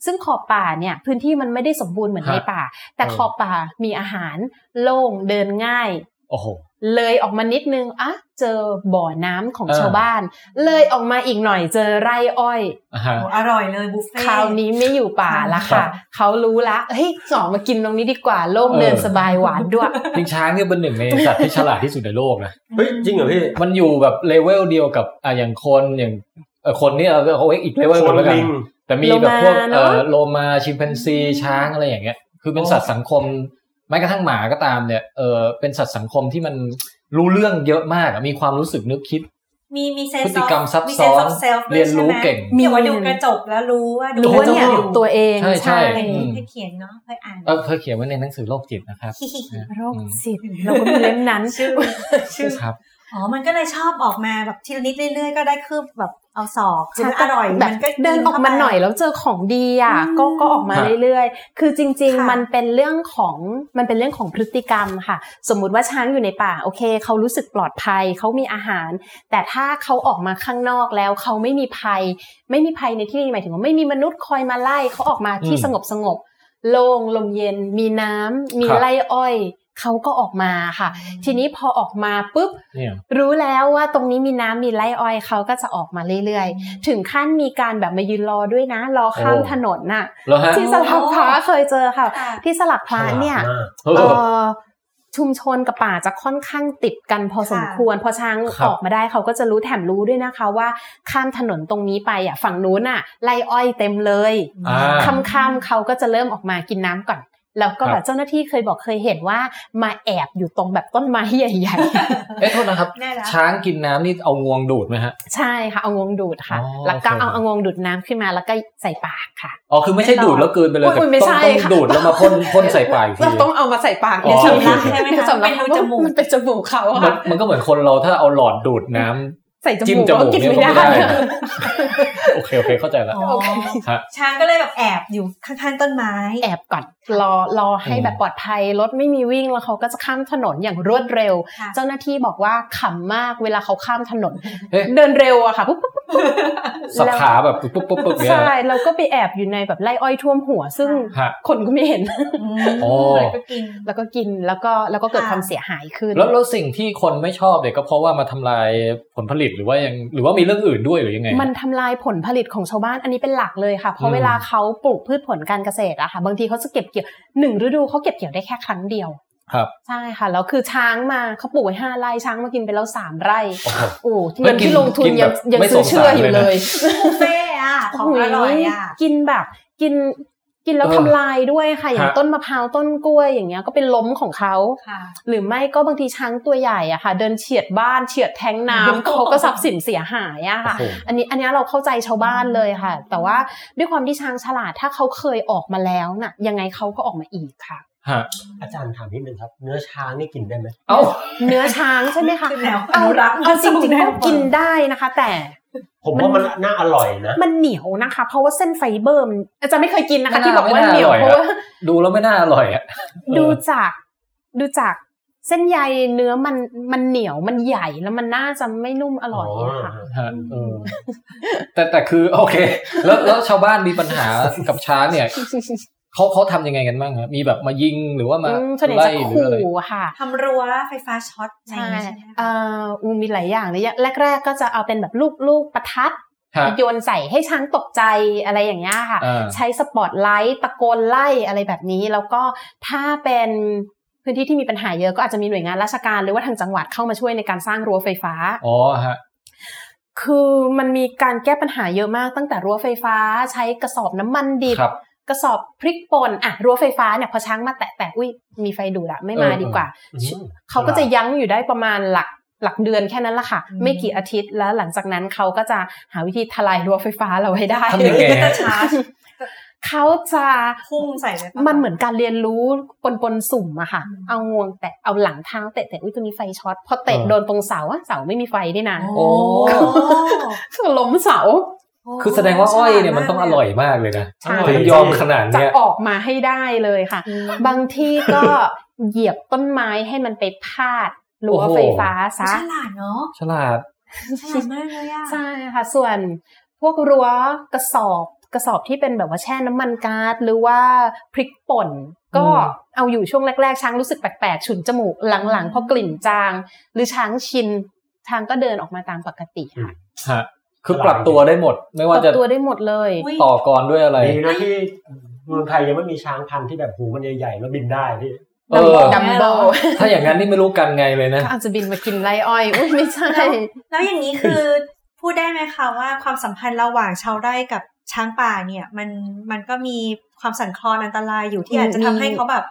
[SPEAKER 3] ซึ่งขอบป่าเนี่ย พื้นที่มันไม่ได้สมบูรณ์เหมือนในป่า แต่ขอบป่ามีอาหารโล่งเดินง่าย
[SPEAKER 4] โอ้โห
[SPEAKER 3] เลยออกมานิดนึงอ่ะเจอบ่อน้ำของ
[SPEAKER 4] เออ
[SPEAKER 3] ชาวบ้าน เลยออกมาอีกหน่อยเจอไร่อ้อย
[SPEAKER 4] อ่าฮะ
[SPEAKER 7] โอ้อร่อยเลยบุฟเฟ่
[SPEAKER 3] คราวนี้ไม่อยู่ป่าละ
[SPEAKER 4] ครั
[SPEAKER 3] ค่ะ
[SPEAKER 4] บ
[SPEAKER 3] เขารู้ละเฮ้ยสองมากินตรงนี้ดีกว่าโล่ง
[SPEAKER 4] เออ
[SPEAKER 3] เดินสบายหวานด้วย
[SPEAKER 4] จริงช้างเนี่ยเป็นหนึ่งในสัตว์ที่ฉลาดที่สุดในโลกนะ
[SPEAKER 6] เฮ้ยจริงเหรอพี่
[SPEAKER 4] มันอยู่แบบเลเวลเดียวกับอ่ะอย่างคนอย่างเอ่อคนเนี่ยเราเอาไว้อีกเลเวลหนึ่งแล้วกัน
[SPEAKER 6] ลิง
[SPEAKER 4] แต่มีแบบพวก
[SPEAKER 3] โลมาเนอะ
[SPEAKER 4] เอ่อโลมาชิมแปนซีช้างอะไรอย่างเงี้ย คือเป็นสัตว์สังคมแม้กระทั่งหมาก็ตามเนี่ยเออเป็นสัตว์สังคมที่มันรู้เรื่องเยอะมากอะมีความรู้สึกนึกคิด
[SPEAKER 7] มีมีเซน
[SPEAKER 4] พฤ
[SPEAKER 7] ส์
[SPEAKER 4] ติกรรมซับ
[SPEAKER 7] มีเซ
[SPEAKER 4] ซ้อน น
[SPEAKER 7] เซลฟ์
[SPEAKER 4] เรียนรู้เก่ง
[SPEAKER 7] มีว่าดูกระจกแล้วรู้ว่าดู
[SPEAKER 3] รู้ว่าเนี่ยตัวเอง
[SPEAKER 4] ใช่ใช่
[SPEAKER 7] อะไรอย่างนี้
[SPEAKER 4] อืม
[SPEAKER 7] เคยเขียนเนาะเคยอ่าน
[SPEAKER 4] เออเคยเขียนไว้ในหนังสือโรคจิตนะครับ
[SPEAKER 3] โรคจิตเราก็มีเล่มนั้นชื่อ
[SPEAKER 4] ชื่อครับ
[SPEAKER 7] (laughs) อ๋อมันก็เลยชอบออกมาแบบทีละนิดเรื่อยๆ ก็ได้คืบแบบเอาศอกคือมันอร่อย
[SPEAKER 3] แบบ
[SPEAKER 7] มันก็
[SPEAKER 3] เดินออกมาหน่อย
[SPEAKER 7] เข้ไป
[SPEAKER 3] แล้วเจอของดีอ่ะ
[SPEAKER 7] อืม
[SPEAKER 3] ก็ก็ออกมา
[SPEAKER 4] ค่ะ
[SPEAKER 3] เรื่อยๆ คือจริง
[SPEAKER 7] ค่ะ
[SPEAKER 3] ๆ มันเป็นเรื่องของมันเป็นเรื่องของพฤติกรรมค่ะ สมมุติว่าช้างอยู่ในป่าโอเคเขารู้สึกปลอดภัยเขามีอาหาร แต่ถ้าเขาออกมาข้างนอกแล้วเขาไม่มีภัย ไม่มีภัยในที่นี้หมายถึงว่าไม่มีมนุษย์คอยมาไล่เขาออกมาที่
[SPEAKER 4] อืม
[SPEAKER 3] สงบสงบโล่งลมเย็น มีน้ำมี
[SPEAKER 4] ครับ
[SPEAKER 3] ไร่อ้อยเขาก็ออกมาค่ะ ทีนี้พอออกมาปุ๊บ
[SPEAKER 4] เนี่ย
[SPEAKER 3] รู้แล้วว่าตรงนี้มีน้ำมีไร่อ้อยเขาก็จะออกมาเรื่อยๆ ถึงขั้นมีการแบบมายืนรอด้วยนะ รอข้าม
[SPEAKER 4] โอ้
[SPEAKER 3] ถนนน่ะ
[SPEAKER 4] แล้วฮะ
[SPEAKER 3] ที่สลักพระเคยเจอค่ะ
[SPEAKER 7] ค่ะ
[SPEAKER 3] ที่สลักพระเนี่ย
[SPEAKER 6] ฉ
[SPEAKER 4] เออ
[SPEAKER 6] ลาดมาก
[SPEAKER 3] เอ่อชุมชนกับป่าจะค่อนข้างติดกันพอสมควร พอช้าง
[SPEAKER 4] ครับ
[SPEAKER 3] ออกมาได้เขาก็จะรู้แถมรู้ด้วยนะคะว่าข้ามถนนตรงนี้ไปอ่ะฝั่งนู้นอ่ะไรอ้อยเต็มเลย
[SPEAKER 4] อ่า
[SPEAKER 3] ค่ำๆเขาก็จะเริ่มออกมากินน้ำก่อน แล้วก็
[SPEAKER 4] ครับ
[SPEAKER 3] แบบเจ้าหน้าที่เคยบอกเคยเห็นว่ามาแอบอยู่ตรงแบบต้นไม้ใหญ่ ๆ
[SPEAKER 4] เอ๊ะโทษนะครับ
[SPEAKER 7] แน่ละ
[SPEAKER 4] ช้างกินน้ำนี่เอางวงดูดไหมฮะ
[SPEAKER 3] ใช่ค่ะเอางวงดูดค่ะ
[SPEAKER 4] อ๋อ
[SPEAKER 3] แล้วก็
[SPEAKER 4] โอเค
[SPEAKER 3] เอาเอางวงดูดน้ำขึ้นมาแล้วก็ใส่ปากค่ะ
[SPEAKER 4] อ๋อคือไม่ใช่ดูดแล้วกลืนไปเลย
[SPEAKER 3] อุ๊ย
[SPEAKER 4] แต่
[SPEAKER 3] อุ๊ยไม่
[SPEAKER 4] ต้อง
[SPEAKER 3] ใช่
[SPEAKER 4] ต้อง
[SPEAKER 3] ค่ะ (laughs)
[SPEAKER 4] ดูดแล้วมาพ่นพ่นใส่ปากอีกที
[SPEAKER 3] เราต้องเอามาใส่ปาก
[SPEAKER 4] อ๋อ
[SPEAKER 3] เนี่ยสำลัก
[SPEAKER 7] ใช่ไหมคะ
[SPEAKER 3] สำลัก
[SPEAKER 7] เป็นรูจมูก
[SPEAKER 3] มันเป็นจมูกเขาอะ
[SPEAKER 4] มัน
[SPEAKER 3] ค่ะ
[SPEAKER 4] มันก็เหมือนคนเราถ้าเอาหลอดดูดน้ำ
[SPEAKER 3] ใส่จ
[SPEAKER 4] จิ้ม
[SPEAKER 3] มูก
[SPEAKER 4] จมู
[SPEAKER 3] ก็
[SPEAKER 4] ก
[SPEAKER 3] กินไม่
[SPEAKER 4] เนี่ยก็ไม่
[SPEAKER 3] ได้
[SPEAKER 4] ได้นะ โอเคโอเคเข้าใจแล้ว
[SPEAKER 7] อ๋อ
[SPEAKER 4] ฮะ
[SPEAKER 7] ช้างก็เลยแบบแอบอยู่ข้างๆต้นไม้
[SPEAKER 3] (laughs) แอบก่อนรอรอให้แบบปลอดภัยรถไม่มีวิ่งแล้วเขาก็จะข้ามถนนอย่างรวดเร็ว
[SPEAKER 7] ค่ะ
[SPEAKER 3] เจ้าหน้าที่บอกว่าขำมากเวลาเขาข้ามถนน
[SPEAKER 4] เอ๊ะ
[SPEAKER 3] เดินเร็วอะค่ะปุ๊บปุ๊บปุ๊บปุ๊บ
[SPEAKER 4] สับขาแบบปุ๊บปุ๊บปุ๊บปุ๊บเนี่ย
[SPEAKER 3] ใช่เราก็ไปแอบอยู่ในแบบไร่อ้อยท่วมหัว ซึ่ง
[SPEAKER 4] ฮะ
[SPEAKER 3] คนก็ไม่เห็น
[SPEAKER 7] อืม
[SPEAKER 4] โอ้
[SPEAKER 7] ก็กิน
[SPEAKER 3] แล้วก็กินแล้วก็แล้วก็เกิด
[SPEAKER 7] ค่ะ
[SPEAKER 3] ความเสียหายขึ้น
[SPEAKER 4] แล้วแล้วสิ่งที่คนไม่ชอบเนี่ยก็เพราะว่ามาทำลายผลผลิตหรือว่ายังหรือว่ามีเรื่องอื่นด้วยหรือยังไง
[SPEAKER 3] มันทำลายผลผลิตของชาวบ้านอันนี้เป็นหลักเลยค่ะ เพ
[SPEAKER 4] อื
[SPEAKER 3] ราะ
[SPEAKER 4] ม
[SPEAKER 3] เวลาเขาปลูกพืชผลการเกษตรอะค่ะ บางทีเขาจะเก็บเกี่ยวหนึ่งฤดูเขาเก็บเกี่ยวได้แค่ครั้งเดียว
[SPEAKER 4] ครับ
[SPEAKER 3] ใช่ค่ะแล้วคือช้างมาเขาปลูกไว้ห้าไร่ช้างมากินไปแล้วสามไร่
[SPEAKER 4] โอ้โห
[SPEAKER 3] โอ้เงินที่ลงทุน
[SPEAKER 4] กิน
[SPEAKER 3] ยัง
[SPEAKER 4] แบบ
[SPEAKER 3] ยัง
[SPEAKER 4] ไม่
[SPEAKER 3] ซื้อเชื่อ
[SPEAKER 4] สงสาร
[SPEAKER 3] อยู่
[SPEAKER 4] เลยนะ
[SPEAKER 3] เลย
[SPEAKER 7] บุฟเฟ่ต์อะของอร่อยอะ
[SPEAKER 3] โโหกินแบบกินกินแล้ว
[SPEAKER 4] เออ
[SPEAKER 3] ทำลายด้วยค่ะ อย่าง
[SPEAKER 4] ฮะ
[SPEAKER 3] ต้นมะพร้าวต้นกล้วยอย่างเงี้ยก็เป็นล้มของเขา
[SPEAKER 7] ค่ะ
[SPEAKER 3] หรือไม่ก็บางทีช้างตัวใหญ่อะค่ะ เดินเฉียดบ้านเฉียดแท้งน้ (laughs) ำ เขาก็ทรัพย์สินเสียหายอะค่ะ
[SPEAKER 4] โอ้โห
[SPEAKER 3] อันนี้อันนี้เราเข้าใจชาวบ้านเลยค่ะ แต่ว่าด้วยความที่ช้างฉลาดถ้าเขาเคยออกมาแล้วน่ะ ยังไงเขาก็ออกมาอีกค่ะ
[SPEAKER 4] ฮะ
[SPEAKER 6] อาจารย์ถามนิดนึงครับ เนื้อช้างนี่กินได้ไหม
[SPEAKER 4] เอ้า
[SPEAKER 3] เนื้อช้างใช่ไหมคะ
[SPEAKER 7] คือแนว
[SPEAKER 3] (laughs) เา
[SPEAKER 7] อนุรักษ์
[SPEAKER 3] เอาจริง
[SPEAKER 7] แน
[SPEAKER 3] ๆ
[SPEAKER 7] ว
[SPEAKER 3] ก็กินได้นะคะ แต่
[SPEAKER 6] ผมว่ามันน่าอร่อยนะ
[SPEAKER 3] มันเหนียวนะคะ เพราะว่าเส้นไฟเบอร์มันอาจารย์ไม่เคยกินนะคะ ที่บอก
[SPEAKER 4] ไม่
[SPEAKER 3] ว่า
[SPEAKER 4] น่า
[SPEAKER 3] เหนียว
[SPEAKER 4] อร่อยอะ
[SPEAKER 3] เพราะว่า
[SPEAKER 4] ดูแล้วไม่น่าอร่อยอ่ะ อ
[SPEAKER 3] ดูจากดูจากเส้นใยเนื้อมันมันเหนียวมันใหญ่แล้วมันน่าจะไม่นุ่มอร่อยอะค่ะ
[SPEAKER 4] ฮะเออแต่แต่คือโอเค แล้วแล้วชาวบ้านมีปัญหากับช้างเนี่ยเขาเขาทำยังไงกันบ้างครับมีแบบมายิงหรือว่ามา
[SPEAKER 3] อืมส่วนใหญ่
[SPEAKER 4] ไล่
[SPEAKER 3] จะ
[SPEAKER 4] หรือ
[SPEAKER 3] ขู่
[SPEAKER 4] อะไร
[SPEAKER 3] ค่ะ
[SPEAKER 7] ทำรั้วไฟฟ้าช็อตอะไรอ
[SPEAKER 3] ใช่
[SPEAKER 7] ย่างงี้ใช่ไหมคะ
[SPEAKER 3] เอ่ออูมีหลายอย่างเลยอย่างแรก ๆ ก็จะเอาเป็นแบบลูกลูกประทัด
[SPEAKER 4] ฮะ
[SPEAKER 3] โยนใส่ให้ช้างตกใจอะไรอย่างเงี้ยค่ะ
[SPEAKER 4] อ่า
[SPEAKER 3] ใช้สปอตไลท์ตะโกนไล่อะไรแบบนี้ แล้วก็ถ้าเป็นพื้นที่ที่มีปัญหาเยอะก็อาจจะมีหน่วยงานราชการ หรือว่าทางจังหวัดเข้ามาช่วยในการสร้างรั้วไฟฟ้า
[SPEAKER 4] อ๋อฮะ
[SPEAKER 3] คือมันมีการแก้ปัญหาเยอะมากตั้งแต่รั้วไฟฟ้าใช้กระสอบน้ำมันดิบ
[SPEAKER 4] ครับ
[SPEAKER 3] กระสอบพริกป่นอ่ะรั้วไฟฟ้าเนี่ยพอช้างมาแตะแตะอุ้ยมีไฟดูดละไม่มา
[SPEAKER 4] เออ
[SPEAKER 3] ดีกว่า
[SPEAKER 6] เอออืม
[SPEAKER 3] เขาก็จะยั้งอยู่ได้ประมาณหลักหลักเดือนแค่นั้นละค่ะ
[SPEAKER 7] อืม
[SPEAKER 3] ไม่กี่อาทิตย์แล้วหลังจากนั้นเขาก็จะหาวิธีทลายรั้วไฟฟ้าเราให้ได้
[SPEAKER 4] ทำยังไงฮะ
[SPEAKER 7] ชาร์จ
[SPEAKER 3] (laughs) เขาจะ
[SPEAKER 7] พุ่งใส่เลยปะ
[SPEAKER 3] มันเหมือนการเรียนรู้ปนปนๆสุ่มอะค่ะ
[SPEAKER 7] อืม
[SPEAKER 3] เอางวงแตะเอาหลังเท้าแตะแตะอุ้ยตัวนี้ไฟช็อตพอเตะ
[SPEAKER 4] เออ
[SPEAKER 3] โดนตรงเสาอะเสาไม่มีไฟด้วยนะ
[SPEAKER 7] โอ้
[SPEAKER 3] ล้มเสา
[SPEAKER 4] คือแสดงว่าอ้อยเนี่ยมันต้องอร่อยมากเลยนะ
[SPEAKER 3] ใช่
[SPEAKER 4] ถึงยอมขนาด
[SPEAKER 3] จะ
[SPEAKER 4] เนี้ย
[SPEAKER 3] ออกมาให้ได้เลยค่ะ
[SPEAKER 7] อืม
[SPEAKER 3] บางที่ก็เหยียบต้นไม้ให้มันไปพาดรั้ว
[SPEAKER 4] โอ้โห
[SPEAKER 3] ไฟฟ้าซะ
[SPEAKER 7] ฉลาดเนาะ
[SPEAKER 4] ฉลาด
[SPEAKER 7] ฉลาดมากเลยอะ
[SPEAKER 3] ใช่ค่ะ ส่วนพวกรั้วกระสอบกระสอบที่เป็นแบบว่าแช่น้ำมันก๊าซหรือว่าพริกป่น ก็เอาอยู่ช่วงแรก ๆ ช้างรู้สึกแปลกๆ ฉุนจมูกหลังๆพอกลิ่นจาง หรือช้างชินช้างก็เดินออกมาตามปกติค่ะ
[SPEAKER 4] ฮะ คือปรับตัวได้หมด ไม่
[SPEAKER 3] ป
[SPEAKER 4] ว่า
[SPEAKER 3] รับ
[SPEAKER 4] จะ
[SPEAKER 3] ตัวได้หมดเลย
[SPEAKER 7] อุ๊ย
[SPEAKER 4] ต่อกรด้วยอะไร
[SPEAKER 6] ดีนะที่เมืองไทยยังไม่มีช้างพันธุ์ที่แบบหูมันใหญ่ๆแล้วบินได้พี่
[SPEAKER 4] เออ
[SPEAKER 3] ดัมโบ
[SPEAKER 4] ถ้าอย่างนั้นนี่ไม่รู้กันไงเลยนะ
[SPEAKER 3] ก็อาจจะบินมากินไรอ้อย (laughs) อุ้ยไม่ใช่
[SPEAKER 7] แล้วอย่างนี้คือพูดได้ไหมคะว่าความสัมพันธ์ระหว่างชาวไร่กับช้างป่าเนี่ย มันมันก็มีความสั่นคลอนอันตรายอยู่ที่อาจจะทำให้เขาแบบ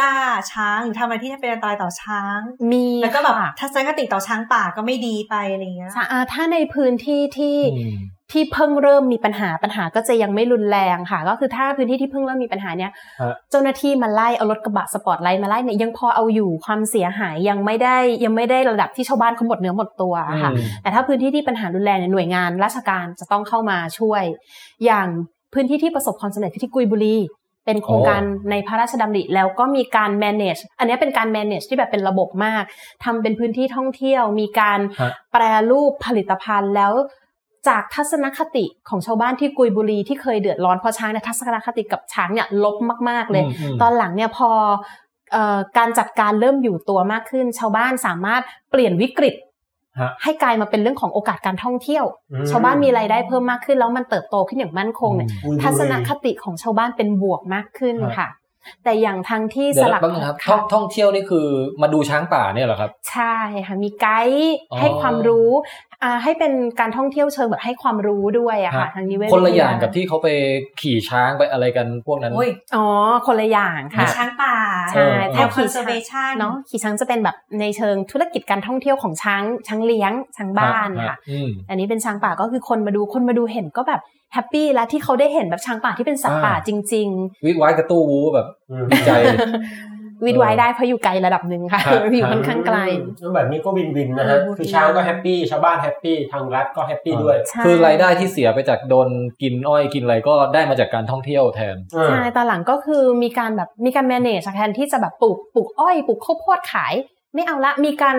[SPEAKER 7] ล่าช้างหรือทำอะไรที่เป็นอันตรายต่อช้าง
[SPEAKER 3] มี
[SPEAKER 7] แล้วก็แบบ
[SPEAKER 3] ค่ะ
[SPEAKER 7] ทัศนคติต่อช้างป่าก็ไม่ดีไปอะไรเงี้ย
[SPEAKER 3] สะอาถ้าในพื้นที่ที่
[SPEAKER 4] อืม
[SPEAKER 3] ที่เพิ่งเริ่มมีปัญหาปัญหาก็จะยังไม่รุนแรงค่ะ ก็คือถ้าพื้นที่ที่เพิ่งเริ่มมีปัญหาเนี้ย
[SPEAKER 4] ฮะ
[SPEAKER 3] เจ้าหน้าที่มาไล่เอารถกระบะสปอร์ตไลท์มาไล่เนี่ยยังพอเอาอยู่ความเสียหายยังไม่ได้ยังไม่ได้ระดับที่ชาวบ้านเขาหมดเนื้อหมดตัวค่ะ
[SPEAKER 4] อืม
[SPEAKER 3] แต่ถ้าพื้นที่ที่ปัญหารุนแรงเนี่ยหน่วยงานราชการจะต้องเข้ามาช่วย อย่างพื้นที่ที่ประสบความสำเร็จคือที่กุยบุรี เป็นโครงการในพระราชดำริแล้วก็มีการ manage อันเนี้ยเป็นการ manage ที่แบบเป็นระบบมากทำเป็นพื้นที่ท่องเที่ยว มีการ
[SPEAKER 4] ฮะ
[SPEAKER 3] แปรรูปผลิตภัณฑ์แล้วจากทัศนคติของชาวบ้านที่กุยบุรีที่เคยเดือดร้อนเพราะช้างเนี่ยทัศนคติกับช้างเนี่ยลบมากๆเลย
[SPEAKER 4] อืม
[SPEAKER 3] ตอนหลังเนี่ยพอเอ่อการจัดการเริ่มอยู่ตัวมากขึ้น ชาวบ้านสามารถเปลี่ยนวิกฤต
[SPEAKER 4] ฮะ
[SPEAKER 3] ให้กลายมาเป็นเรื่องของโอกาสการท่องเที่ยว
[SPEAKER 4] อืม
[SPEAKER 3] ชาวบ้านมีรายได้เพิ่มมากขึ้น แล้วมันเติบโตขึ้นอย่างมั่นคงเนี่ย
[SPEAKER 6] อุ้ย
[SPEAKER 3] ทัศน
[SPEAKER 6] ดูดิ
[SPEAKER 3] คติของชาวบ้านเป็นบวกมากขึ้นค่ะ แต่อย่างทางที่
[SPEAKER 4] เดี๋
[SPEAKER 3] ส
[SPEAKER 4] ยว
[SPEAKER 3] ลับ
[SPEAKER 4] แป๊บนึงครับท่
[SPEAKER 3] ค่ะ
[SPEAKER 4] องท่องเที่ยวนี่คือมาดูช้างป่าเนี่ยเหรอครับ
[SPEAKER 3] ใช่ค่ะมีไกด์
[SPEAKER 4] อ๋อ
[SPEAKER 3] ให้ความรู้อ่าให้เป็นการท่องเที่ยวเชิงแบบให้ความรู้ด้วยอะค่ะ
[SPEAKER 4] ฮะ
[SPEAKER 3] ทางนิเวศ
[SPEAKER 4] คนละอย่าง
[SPEAKER 3] วิท
[SPEAKER 4] กับที่เขาไปขี่ช้างไปอะไรกันพวกนั้น
[SPEAKER 7] โอ้ย
[SPEAKER 3] อ๋อคนละอย่าง
[SPEAKER 7] มี
[SPEAKER 3] ค่ะ
[SPEAKER 7] ช้างป่า
[SPEAKER 4] เอ
[SPEAKER 3] ใช่
[SPEAKER 4] อ
[SPEAKER 7] แน
[SPEAKER 3] ถ้าว ขี่ช้าง
[SPEAKER 7] conservation
[SPEAKER 3] เนาะขี่ช้างจะเป็นแบบในเชิงธุรกิจการท่องเที่ยวของช้างช้างเลี้ยงช้างบ้าน
[SPEAKER 4] ฮ
[SPEAKER 3] ค่ะ
[SPEAKER 4] อืม
[SPEAKER 3] อันนี้เป็นช้างป่าก็คือคนมาดูคนมาดูเห็นก็แบบแฮปปี้และที่เขาได้เห็นแบบช้างป่าที่เป็นสัตว์ป่า
[SPEAKER 4] อ่า
[SPEAKER 3] จริง
[SPEAKER 4] วิทย์ไว้กระตู้วูแบบ
[SPEAKER 6] อืม
[SPEAKER 4] ดี
[SPEAKER 3] (laughs)
[SPEAKER 4] ใจ
[SPEAKER 3] ๆ วิดไว้ได้เพราะอยู่ไกลระดับหนึ่งค่ะ
[SPEAKER 4] ครับ
[SPEAKER 3] (laughs) อยู่ค่อนข้างไกล
[SPEAKER 6] อืมแบบนี้ก็วินวินนะฮะ
[SPEAKER 7] เออ
[SPEAKER 6] คือช้างก็แฮปปี้ชาวบ้านแฮปปี้ทางรัฐก็แฮปปี้ด้วย
[SPEAKER 3] ใช่
[SPEAKER 4] คือรายได้ที่เสียไปจากโดนกินอ้อยกินอะไรก็ได้มาจากการท่องเที่ยวแทน
[SPEAKER 6] เออ
[SPEAKER 3] ใช่ตอนหลังก็คือมีการแบบมีการ manage อะแทนที่จะแบบปลูกปลูกอ้อยปลูกข้าวโพดขาย ไม่เอาละมีการ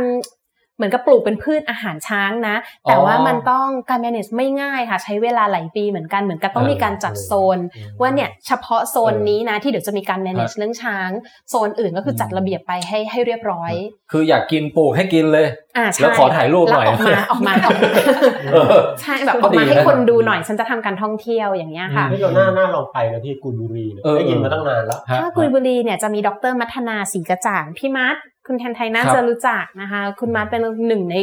[SPEAKER 3] เหมือนกับปลูกเป็นพืชอาหารช้างนะ แต่ว่ามันต้องการ manage ไม่ง่ายค่ะ ใช้เวลาหลายปีเหมือนกันเหมือนกับต้องมีการจัดโซน ว่าเนี่ยเฉพาะโซนนี้นะที่เดี๋ยวจะมีการ manage เรื่องช้าง โซนอื่นก็คือจัดระเบียบไปให้ให้เรียบร้อย
[SPEAKER 4] คืออยากกินปลูกให้กินเลย
[SPEAKER 3] อ่าใช่
[SPEAKER 4] แล้วขอถ่ายรูปหน่อย
[SPEAKER 3] แล้วออกมาออ
[SPEAKER 4] (laughs)
[SPEAKER 3] กมาออกมา
[SPEAKER 4] เออ
[SPEAKER 3] ใช่แบบอ
[SPEAKER 4] ก็
[SPEAKER 3] อก
[SPEAKER 4] ดี
[SPEAKER 3] มา
[SPEAKER 4] นะ
[SPEAKER 3] ให้คนดูหน่อยฉันจะทำการท่องเที่ยวอย่างเงี้ยค่ะ
[SPEAKER 6] ที่เราหน้าหน้าลองไปนะพี่กุยบุรีเนี่ย
[SPEAKER 4] เออ
[SPEAKER 6] ได้ยินมาตั้งนานแล้ว
[SPEAKER 4] ฮะ
[SPEAKER 3] ถ้ากุยบุรีเนี่ยจะมีดรมัทนาศรีกระจ่างพี่มัดคุณแทนไทยน่า
[SPEAKER 4] ครับ
[SPEAKER 3] จะรู้จักนะคะ คุณมัดเป็นหนึ่งใน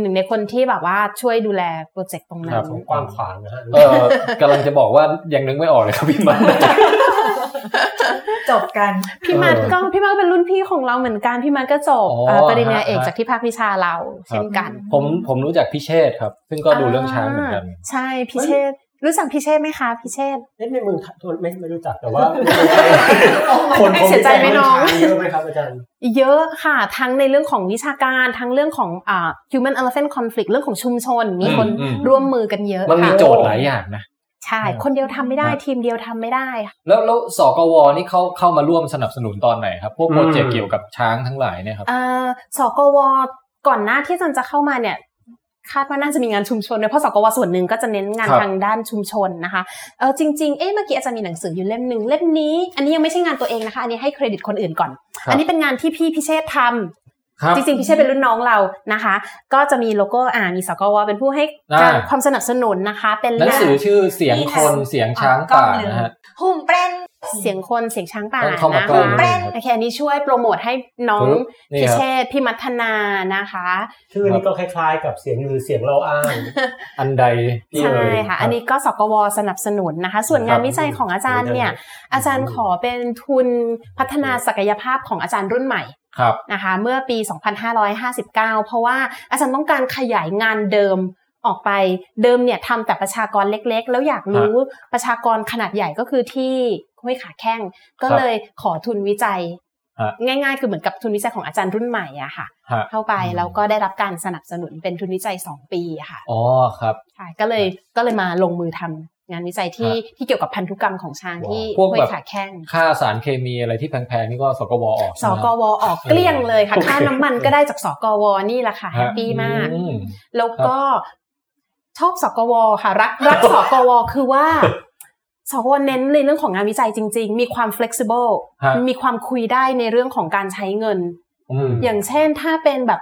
[SPEAKER 3] หนึ่งในคนที่แบบว่าช่วยดูแลโปรเจกต์ตรงนั้
[SPEAKER 6] ครั
[SPEAKER 3] น
[SPEAKER 6] บผมกว้างขวางนะฮะ
[SPEAKER 4] เออกำลังจะบอกว่ายังนึกไม่ออกเลยครับพี่มัน
[SPEAKER 7] จบกัน
[SPEAKER 3] พี่มัดก็พี่มัดก็เป็นรุ่นพี่ของเราเหมือนกันพี่มัดก็จบ
[SPEAKER 4] อ๋อ
[SPEAKER 3] เอ่อปริญญาเอก
[SPEAKER 4] ฮะ
[SPEAKER 3] จากที่ภาควิชาเราเช่นกัน
[SPEAKER 4] ผมผมรู้จักพี่เชษฐ์ครับ ซึ่งก็ดูเรื่องช้างเหมือนกัน
[SPEAKER 3] ใช่พิเชษรู้จักพิเชษไหมคะพิเชษ
[SPEAKER 6] เอ๊ะในเมืองไทยไม่ไม่รู้จักแต่
[SPEAKER 3] (laughs)
[SPEAKER 6] ว่า
[SPEAKER 3] ค น ไม่เสียใจไหมน้อง
[SPEAKER 6] เยอะไหมครับอาจารย์
[SPEAKER 3] เยอะค่ะ ทั้งในเรื่องของวิชาการทั้งเรื่องของอ่า human elephant conflict เรื่องของชุมชน มีคน
[SPEAKER 4] อืม
[SPEAKER 3] ร่วมมือกันเยอะ
[SPEAKER 4] มันมี
[SPEAKER 3] ค่ะ
[SPEAKER 4] โจทย์หลายอย่างนะ
[SPEAKER 3] ใช่ คนเดียวทำไม่ได้
[SPEAKER 4] ครับ
[SPEAKER 3] ทีมเดียวทำไม่ได้ค่ะ
[SPEAKER 4] แล้วแล้วสกวนี่เขาเข้ามาร่วมสนับสนุนตอนไหนครับ พวกโปรเจก
[SPEAKER 6] อื
[SPEAKER 4] ต์
[SPEAKER 6] ม
[SPEAKER 4] เกี่ยวกับช้างทั้งหลายเนี่ยครับ
[SPEAKER 3] เอ่อสกวก่อนหน้าที่จันจะเข้ามาเนี่ย คาดว่าน่าจะมีงานชุมชนด้วยเพราะสกวส่วนหนึ่งก็จะเน้นงาน
[SPEAKER 4] ครับ
[SPEAKER 3] ทางด้านชุมชนนะคะเออจริง ๆ เอ๊ะเมื่อกี้อาจารย์มีหนังสืออยู่เล่มหนึ่งเล่มนี้ อันนี้ยังไม่ใช่งานตัวเองนะคะ อันนี้ให้เครดิตคนอื่นก่อน อันนี้เป็นงานที่พี่พิเชษฐ์ทำ
[SPEAKER 4] ครับ
[SPEAKER 3] จริงๆพี่เชษเป็นรุ่นน้องเรานะคะ ก็จะมีโลโก้อ่ามีสกวเป็นผู้ให้การ
[SPEAKER 4] อ่า
[SPEAKER 3] ความสนับสนุนนะคะ เป็น
[SPEAKER 4] หนังสือชื่อเสียงคนเสียงช้างป่านะฮะ
[SPEAKER 7] หุ่มเปรน
[SPEAKER 3] เสียงคนเสียงช้างป่า
[SPEAKER 4] ต้องเข้ามา
[SPEAKER 3] นะ
[SPEAKER 4] ใกล้
[SPEAKER 3] คะ
[SPEAKER 4] นิดนึง
[SPEAKER 3] โอเคอันนี้ช่วยโปรโมทให้น้อง
[SPEAKER 4] ปึ๊บนี่
[SPEAKER 3] พี่
[SPEAKER 4] ครับ
[SPEAKER 3] เชษพี่มัทนานะคะ
[SPEAKER 6] ชื่อนี้ก็คล้ายๆ กับเสียงหรือเสียงเราอ้าง
[SPEAKER 4] อันใดที่
[SPEAKER 3] ใช่
[SPEAKER 4] เลย
[SPEAKER 3] ค่ะ อันนี้ก็สกวสนับสนุนนะคะ ส่วนงาน
[SPEAKER 6] ครับ
[SPEAKER 3] วิจัยของอาจารย์เนี่ยอาจารย์ขอเป็นทุนพัฒนาศักยภาพของอาจารย์รุ่นใหม่
[SPEAKER 4] ครับ
[SPEAKER 3] นะคะเมื่อปี 2559 เพราะว่าอาจารย์ต้องการขยายงานเดิมออกไปเดิมเนี่ยทำแต่ประชากรเล็กๆ แล้วอยากรู้ประชากรขนาดใหญ่ก็คือที่ห้วยขาแข้งก็เลยขอทุนวิจัย
[SPEAKER 4] ฮะ
[SPEAKER 3] ง่ายๆ คือเหมือนกับทุนวิจัยของอาจารย์รุ่นใหม่อะค่ะ
[SPEAKER 4] ฮะ
[SPEAKER 3] เข้าไปแล้วก็ได้รับการสนับสนุนเป็นทุนวิจัย 2 ปีอะค่ะ
[SPEAKER 4] อ๋อครับ
[SPEAKER 3] ใช่ก็เลยก็เลยมาลงมือทำงานวิจัยที่ที่เกี่ยวกับพันธุกรรมของช้างที่
[SPEAKER 4] พวก
[SPEAKER 3] ห้ว
[SPEAKER 4] แบ
[SPEAKER 3] ย
[SPEAKER 4] บ
[SPEAKER 3] ขาแข้ง
[SPEAKER 4] ค่าสารเคมีอะไรที่แพงๆนี่ก็สกวออก
[SPEAKER 3] ส
[SPEAKER 4] ใช่ไหม
[SPEAKER 3] กวออกเกลี้ยงเลยค่ะ ค่าน้ำมันก็ได้จากสกวนี่แหละค่ะแฮ
[SPEAKER 4] ฮะ
[SPEAKER 3] ปปี้มาก
[SPEAKER 4] อื
[SPEAKER 3] แล้วก็ชอบสกวค่ะ รักรักสก (laughs) วคือว่าสกวเน้นในเรื่องของงานวิจัยจริง ๆ มีความ flexible
[SPEAKER 4] ฮะ
[SPEAKER 3] มีความคุยได้ในเรื่องของการใช้เงิน
[SPEAKER 4] อืม
[SPEAKER 3] อย่างเช่นถ้าเป็นแบบ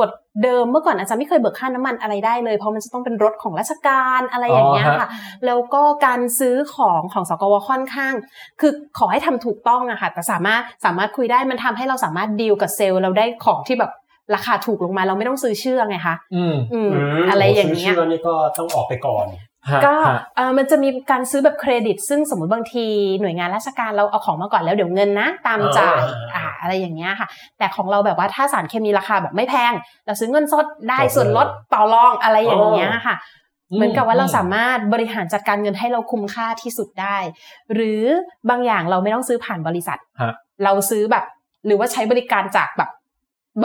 [SPEAKER 3] กฎเดิมเมื่อก่อนอาจารย์ไม่เคยเบิกค่าน้ำมันอะไรได้เลยเพราะมันจะต้องเป็นรถของราชการอะไรอย่างเงี้ย
[SPEAKER 4] อ๋อฮะ
[SPEAKER 3] ค่ะ แล้วก็การซื้อของของสกวค่อนข้าง คือขอให้ทำถูกต้องอะค่ะแต่สามารถสามารถคุยได้มันทำให้เราสามารถดีลกับเซลล์เราได้ของที่แบบราคาถูกลงมาเราไม่ต้องซื้อเชื่อไงคะ
[SPEAKER 4] อืม
[SPEAKER 3] อืม
[SPEAKER 6] ม
[SPEAKER 3] อะไรอย่างเงี้ย
[SPEAKER 6] ซื้ชื่นี่ก็ต้องออกไปก่อน
[SPEAKER 4] ฮะ
[SPEAKER 3] ก็
[SPEAKER 4] ฮะ
[SPEAKER 3] เอ่อมันจะมีการซื้อแบบเครดิต ซึ่งสมมติบางทีหน่วยงานราชการเราเอาของมาก่อนแล้วเดี๋ยวเงินนะ ตามจ่าย
[SPEAKER 6] อ่า
[SPEAKER 3] อ่าอะไรอย่างเงี้ยค่ะ แต่ของเราแบบว่าถ้าสารเคมีราคาแบบไม่แพง เราซื้อเงินสดได้
[SPEAKER 6] จบเลย
[SPEAKER 3] ส่วนลดต่อรองอะไรอย่างเงี้ยค่ะ
[SPEAKER 4] อืม
[SPEAKER 3] เหมือนกับว่าเราสามารถบริหารจัดการเงินให้เราคุ้มค่าที่สุดได้ หรือบางอย่างเราไม่ต้องซื้อผ่านบริษัท
[SPEAKER 4] ฮะ
[SPEAKER 3] เราซื้อแบบ หรือว่าใช้บริการจากแบบ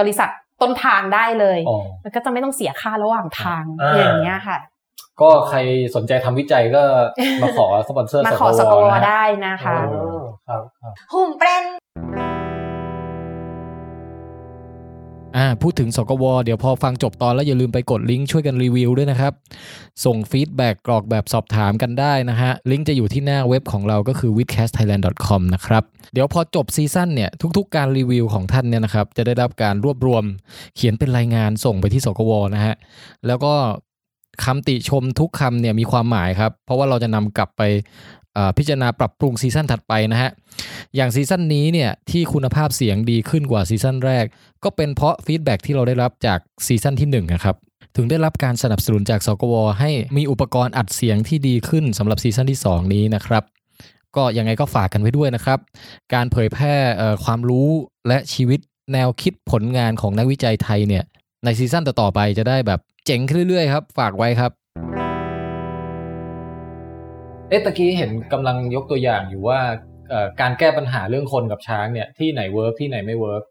[SPEAKER 3] บริษัทต้นทางได้เลย
[SPEAKER 6] อ๋อ
[SPEAKER 3] มันก็จะไม่ต้องเสียค่าระหว่างทาง
[SPEAKER 6] อ่า
[SPEAKER 3] อย่างเงี้ยค่ะ
[SPEAKER 4] ก็ใครสนใจทำวิจัยก็มาขอสปอนเซอร์
[SPEAKER 3] มาขอส
[SPEAKER 4] ว
[SPEAKER 3] กอ
[SPEAKER 4] นะฮะ
[SPEAKER 3] ได้นะคะ
[SPEAKER 6] อ๋อครับครับ
[SPEAKER 7] หุ่มเป็น
[SPEAKER 5] อ่าพูดถึงสกวเดี๋ยวพอฟังจบตอนแล้วอย่าลืมไปกดลิงก์ช่วยกันรีวิวด้วยนะครับ ส่งฟีดแบ็กกรอกแบบสอบถามกันได้นะฮะ ลิงก์จะอยู่ที่หน้าเว็บของเราก็คือ w i t c a s t t h a i l a n d c o m นะครับ เดี๋ยวพอจบซีซั่นเนี่ย ทุกๆ การรีวิวของท่านเนี่ยนะครับ จะได้รับการรวบรวม เขียนเป็นรายงานส่งไปที่สกวนะฮะ แล้วก็คำติชมทุกคำเนี่ยมีความหมายครับ เพราะว่าเราจะนำกลับไปเอ่อพิจารณาปรับปรุงซีซั่นถัดไปนะฮะ อย่างซีซั่นนี้เนี่ยที่คุณภาพเสียงดีขึ้นกว่าซีซั่นแรก ก็เป็นเพราะฟีดแบ็กที่เราได้รับจากซีซั่นที่1นะครับ ถึงได้รับการสนับสนุนจากสกวให้มีอุปกรณ์อัดเสียงที่ดีขึ้นสำหรับซีซั่นที่ 2 นี้นะครับ ก็ยังไงก็ฝากกันไว้ด้วยนะครับ การเผยแพร่เอ่อความรู้และชีวิตแนวคิดผลงานของนักวิจัยไทยเนี่ยในซีซั่นต่อๆไปจะได้แบบเจ๋งขึ้นเรื่อยๆครับ ฝากไว้ครับ
[SPEAKER 4] เอ๊ะตะกี้เห็นกำลังยกตัวอย่างอยู่ว่าเอ่อการแก้ปัญหาเรื่องคนกับช้างเนี่ยที่ไหนเวิร์กที่ไหนไม่เวิร์ก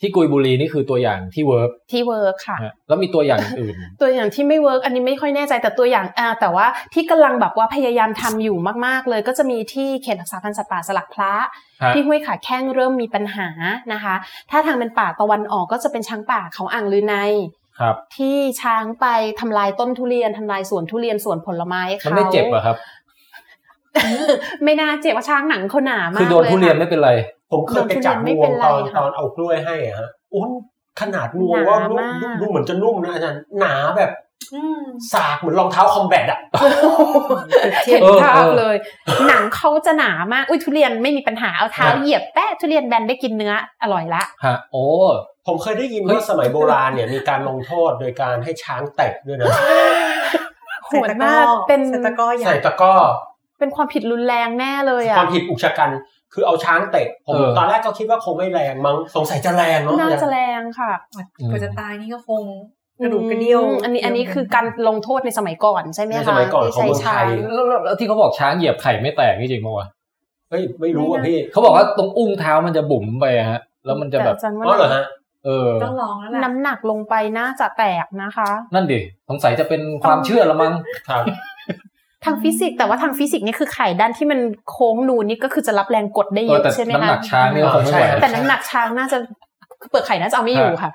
[SPEAKER 4] ที่กุยบุรีนี่คือตัวอย่างที่เวิร์ก
[SPEAKER 3] ที่เวิร์กค่ะ
[SPEAKER 4] ฮะแล้วมีตัวอย่างอื่น
[SPEAKER 3] (laughs) ตัวอย่างที่ไม่เวิร์กอันนี้ไม่ค่อยแน่ใจแต่ตัวอย่างอ่าแต่ว่าที่กำลังแบบว่าพยายามทำอยู่มาก ๆ เลย ก็จะมีที่เขตรักษาพันธุ์สัตว์ป่าสลักพระ
[SPEAKER 4] ฮะ
[SPEAKER 3] ที่ห้วยขาแข้งเริ่มมีปัญหานะคะ ถ้าทางเป็นป่าตะวันออกก็จะเป็นช้างป่าเขาอ่างลือใน
[SPEAKER 4] ครับ
[SPEAKER 3] ที่ช้างไปทำลายต้นทุเรียนทำลายสวนทุเรียนสวนผลไม้เขา
[SPEAKER 4] มัน
[SPEAKER 3] ม
[SPEAKER 4] ไม่เจ็บเหรอะครับ
[SPEAKER 3] (laughs) ไม่น่าเจ็บว่าช้างหนังเขาหนามาก
[SPEAKER 4] คือโดน
[SPEAKER 3] ล
[SPEAKER 4] ทุเรียน
[SPEAKER 3] ค่ะ
[SPEAKER 4] ไม่เป็นไร
[SPEAKER 6] ผมเคยไปจับงวงตอนตอนเอากล้วยให้อะฮะโอ้ยขนาดงวงว่า
[SPEAKER 3] หนามาก
[SPEAKER 6] ดูดูเหมือนจะนุ่มนะอาจารย์หนาแบบ
[SPEAKER 7] อืม
[SPEAKER 6] สากเหมือนรองเท้าคอมแบทอะ
[SPEAKER 3] เห็น
[SPEAKER 4] เออ
[SPEAKER 3] ภาพ
[SPEAKER 4] เออ
[SPEAKER 3] เลย หนังเขาจะหนามาก อุ้ยทุเรียนไม่มีปัญหาเอาเท้า
[SPEAKER 6] ครับ
[SPEAKER 3] เหยียบแปะทุเรียนแบนได้กินเนื้ออร่อยละ
[SPEAKER 4] ฮะโอ้
[SPEAKER 6] ผมเคยได้ยิน
[SPEAKER 4] เฮ้ย
[SPEAKER 6] ว่าสมัยโบราณเนี่ยมีการลงโทษโดยการให้ช้างเตะด้วยนะ
[SPEAKER 3] โหดมากเป็น
[SPEAKER 7] ใส่ตะกร้อใหญ่
[SPEAKER 6] ใส่ตะกร้อ
[SPEAKER 3] เป็นความผิดรุนแรงแน่เลย
[SPEAKER 6] ค
[SPEAKER 3] อ่ะ
[SPEAKER 6] วามผิดอุกชะกันคือเอาช้างเตะผม
[SPEAKER 4] เออ
[SPEAKER 6] ตอนแรกก็คิดว่าคงไม่แรงมั้งสงสัยจะแรงเนาะ
[SPEAKER 3] น่าจะแรงค่ะ
[SPEAKER 7] กว่าจะตายนี่ก็คงกระดูกกระเดี่ยว
[SPEAKER 3] อืมอันนี้อันนี้คือการลงโทษในสมัยก่อนใช่ไหม
[SPEAKER 6] ใน
[SPEAKER 3] คะ
[SPEAKER 6] สมัยก่อนของ
[SPEAKER 3] ใช้
[SPEAKER 6] เมืองไท
[SPEAKER 3] ช้าง
[SPEAKER 6] ย
[SPEAKER 4] แล้วแล้วแล้วที่เขาบอกช้างเหยียบไข่ไม่แตกนี่จริงปะวะ
[SPEAKER 6] เฮ้ยไม่รู้อ่ะพี่
[SPEAKER 4] เขาบอกว่าตรงอุ้งเท้ามันจะบุ๋มไปฮะ แล้วมันจะแบบ
[SPEAKER 3] ต่อาจารย์
[SPEAKER 6] อ๋อ
[SPEAKER 3] ว่า
[SPEAKER 6] เหรอฮะ
[SPEAKER 4] เออ
[SPEAKER 7] ต้องลองแล้วแหละ
[SPEAKER 3] น้ำหนักลงไปน่าจะแตกนะคะ
[SPEAKER 4] นั่นดิสงสัยจะเป็นความเชื่อละมั้ง
[SPEAKER 6] ครับ
[SPEAKER 3] ทางฟิสิกส์แต่ว่าทางฟิสิกส์นี่คือไข่ด้านที่มันโค้งนูนนี่ก็คือจะรับแรงกดได้
[SPEAKER 4] เอ
[SPEAKER 3] เย
[SPEAKER 4] อ
[SPEAKER 3] อะ
[SPEAKER 4] แต่
[SPEAKER 3] ใช่ไหม
[SPEAKER 4] น้ำห
[SPEAKER 3] คะ
[SPEAKER 4] นักช้างนี่ก็คงไม่ไหว
[SPEAKER 3] แต่น้ำหนักช้างน่าจะเปลือกไข่น่าจะเอาไม่อยู่ค่ะ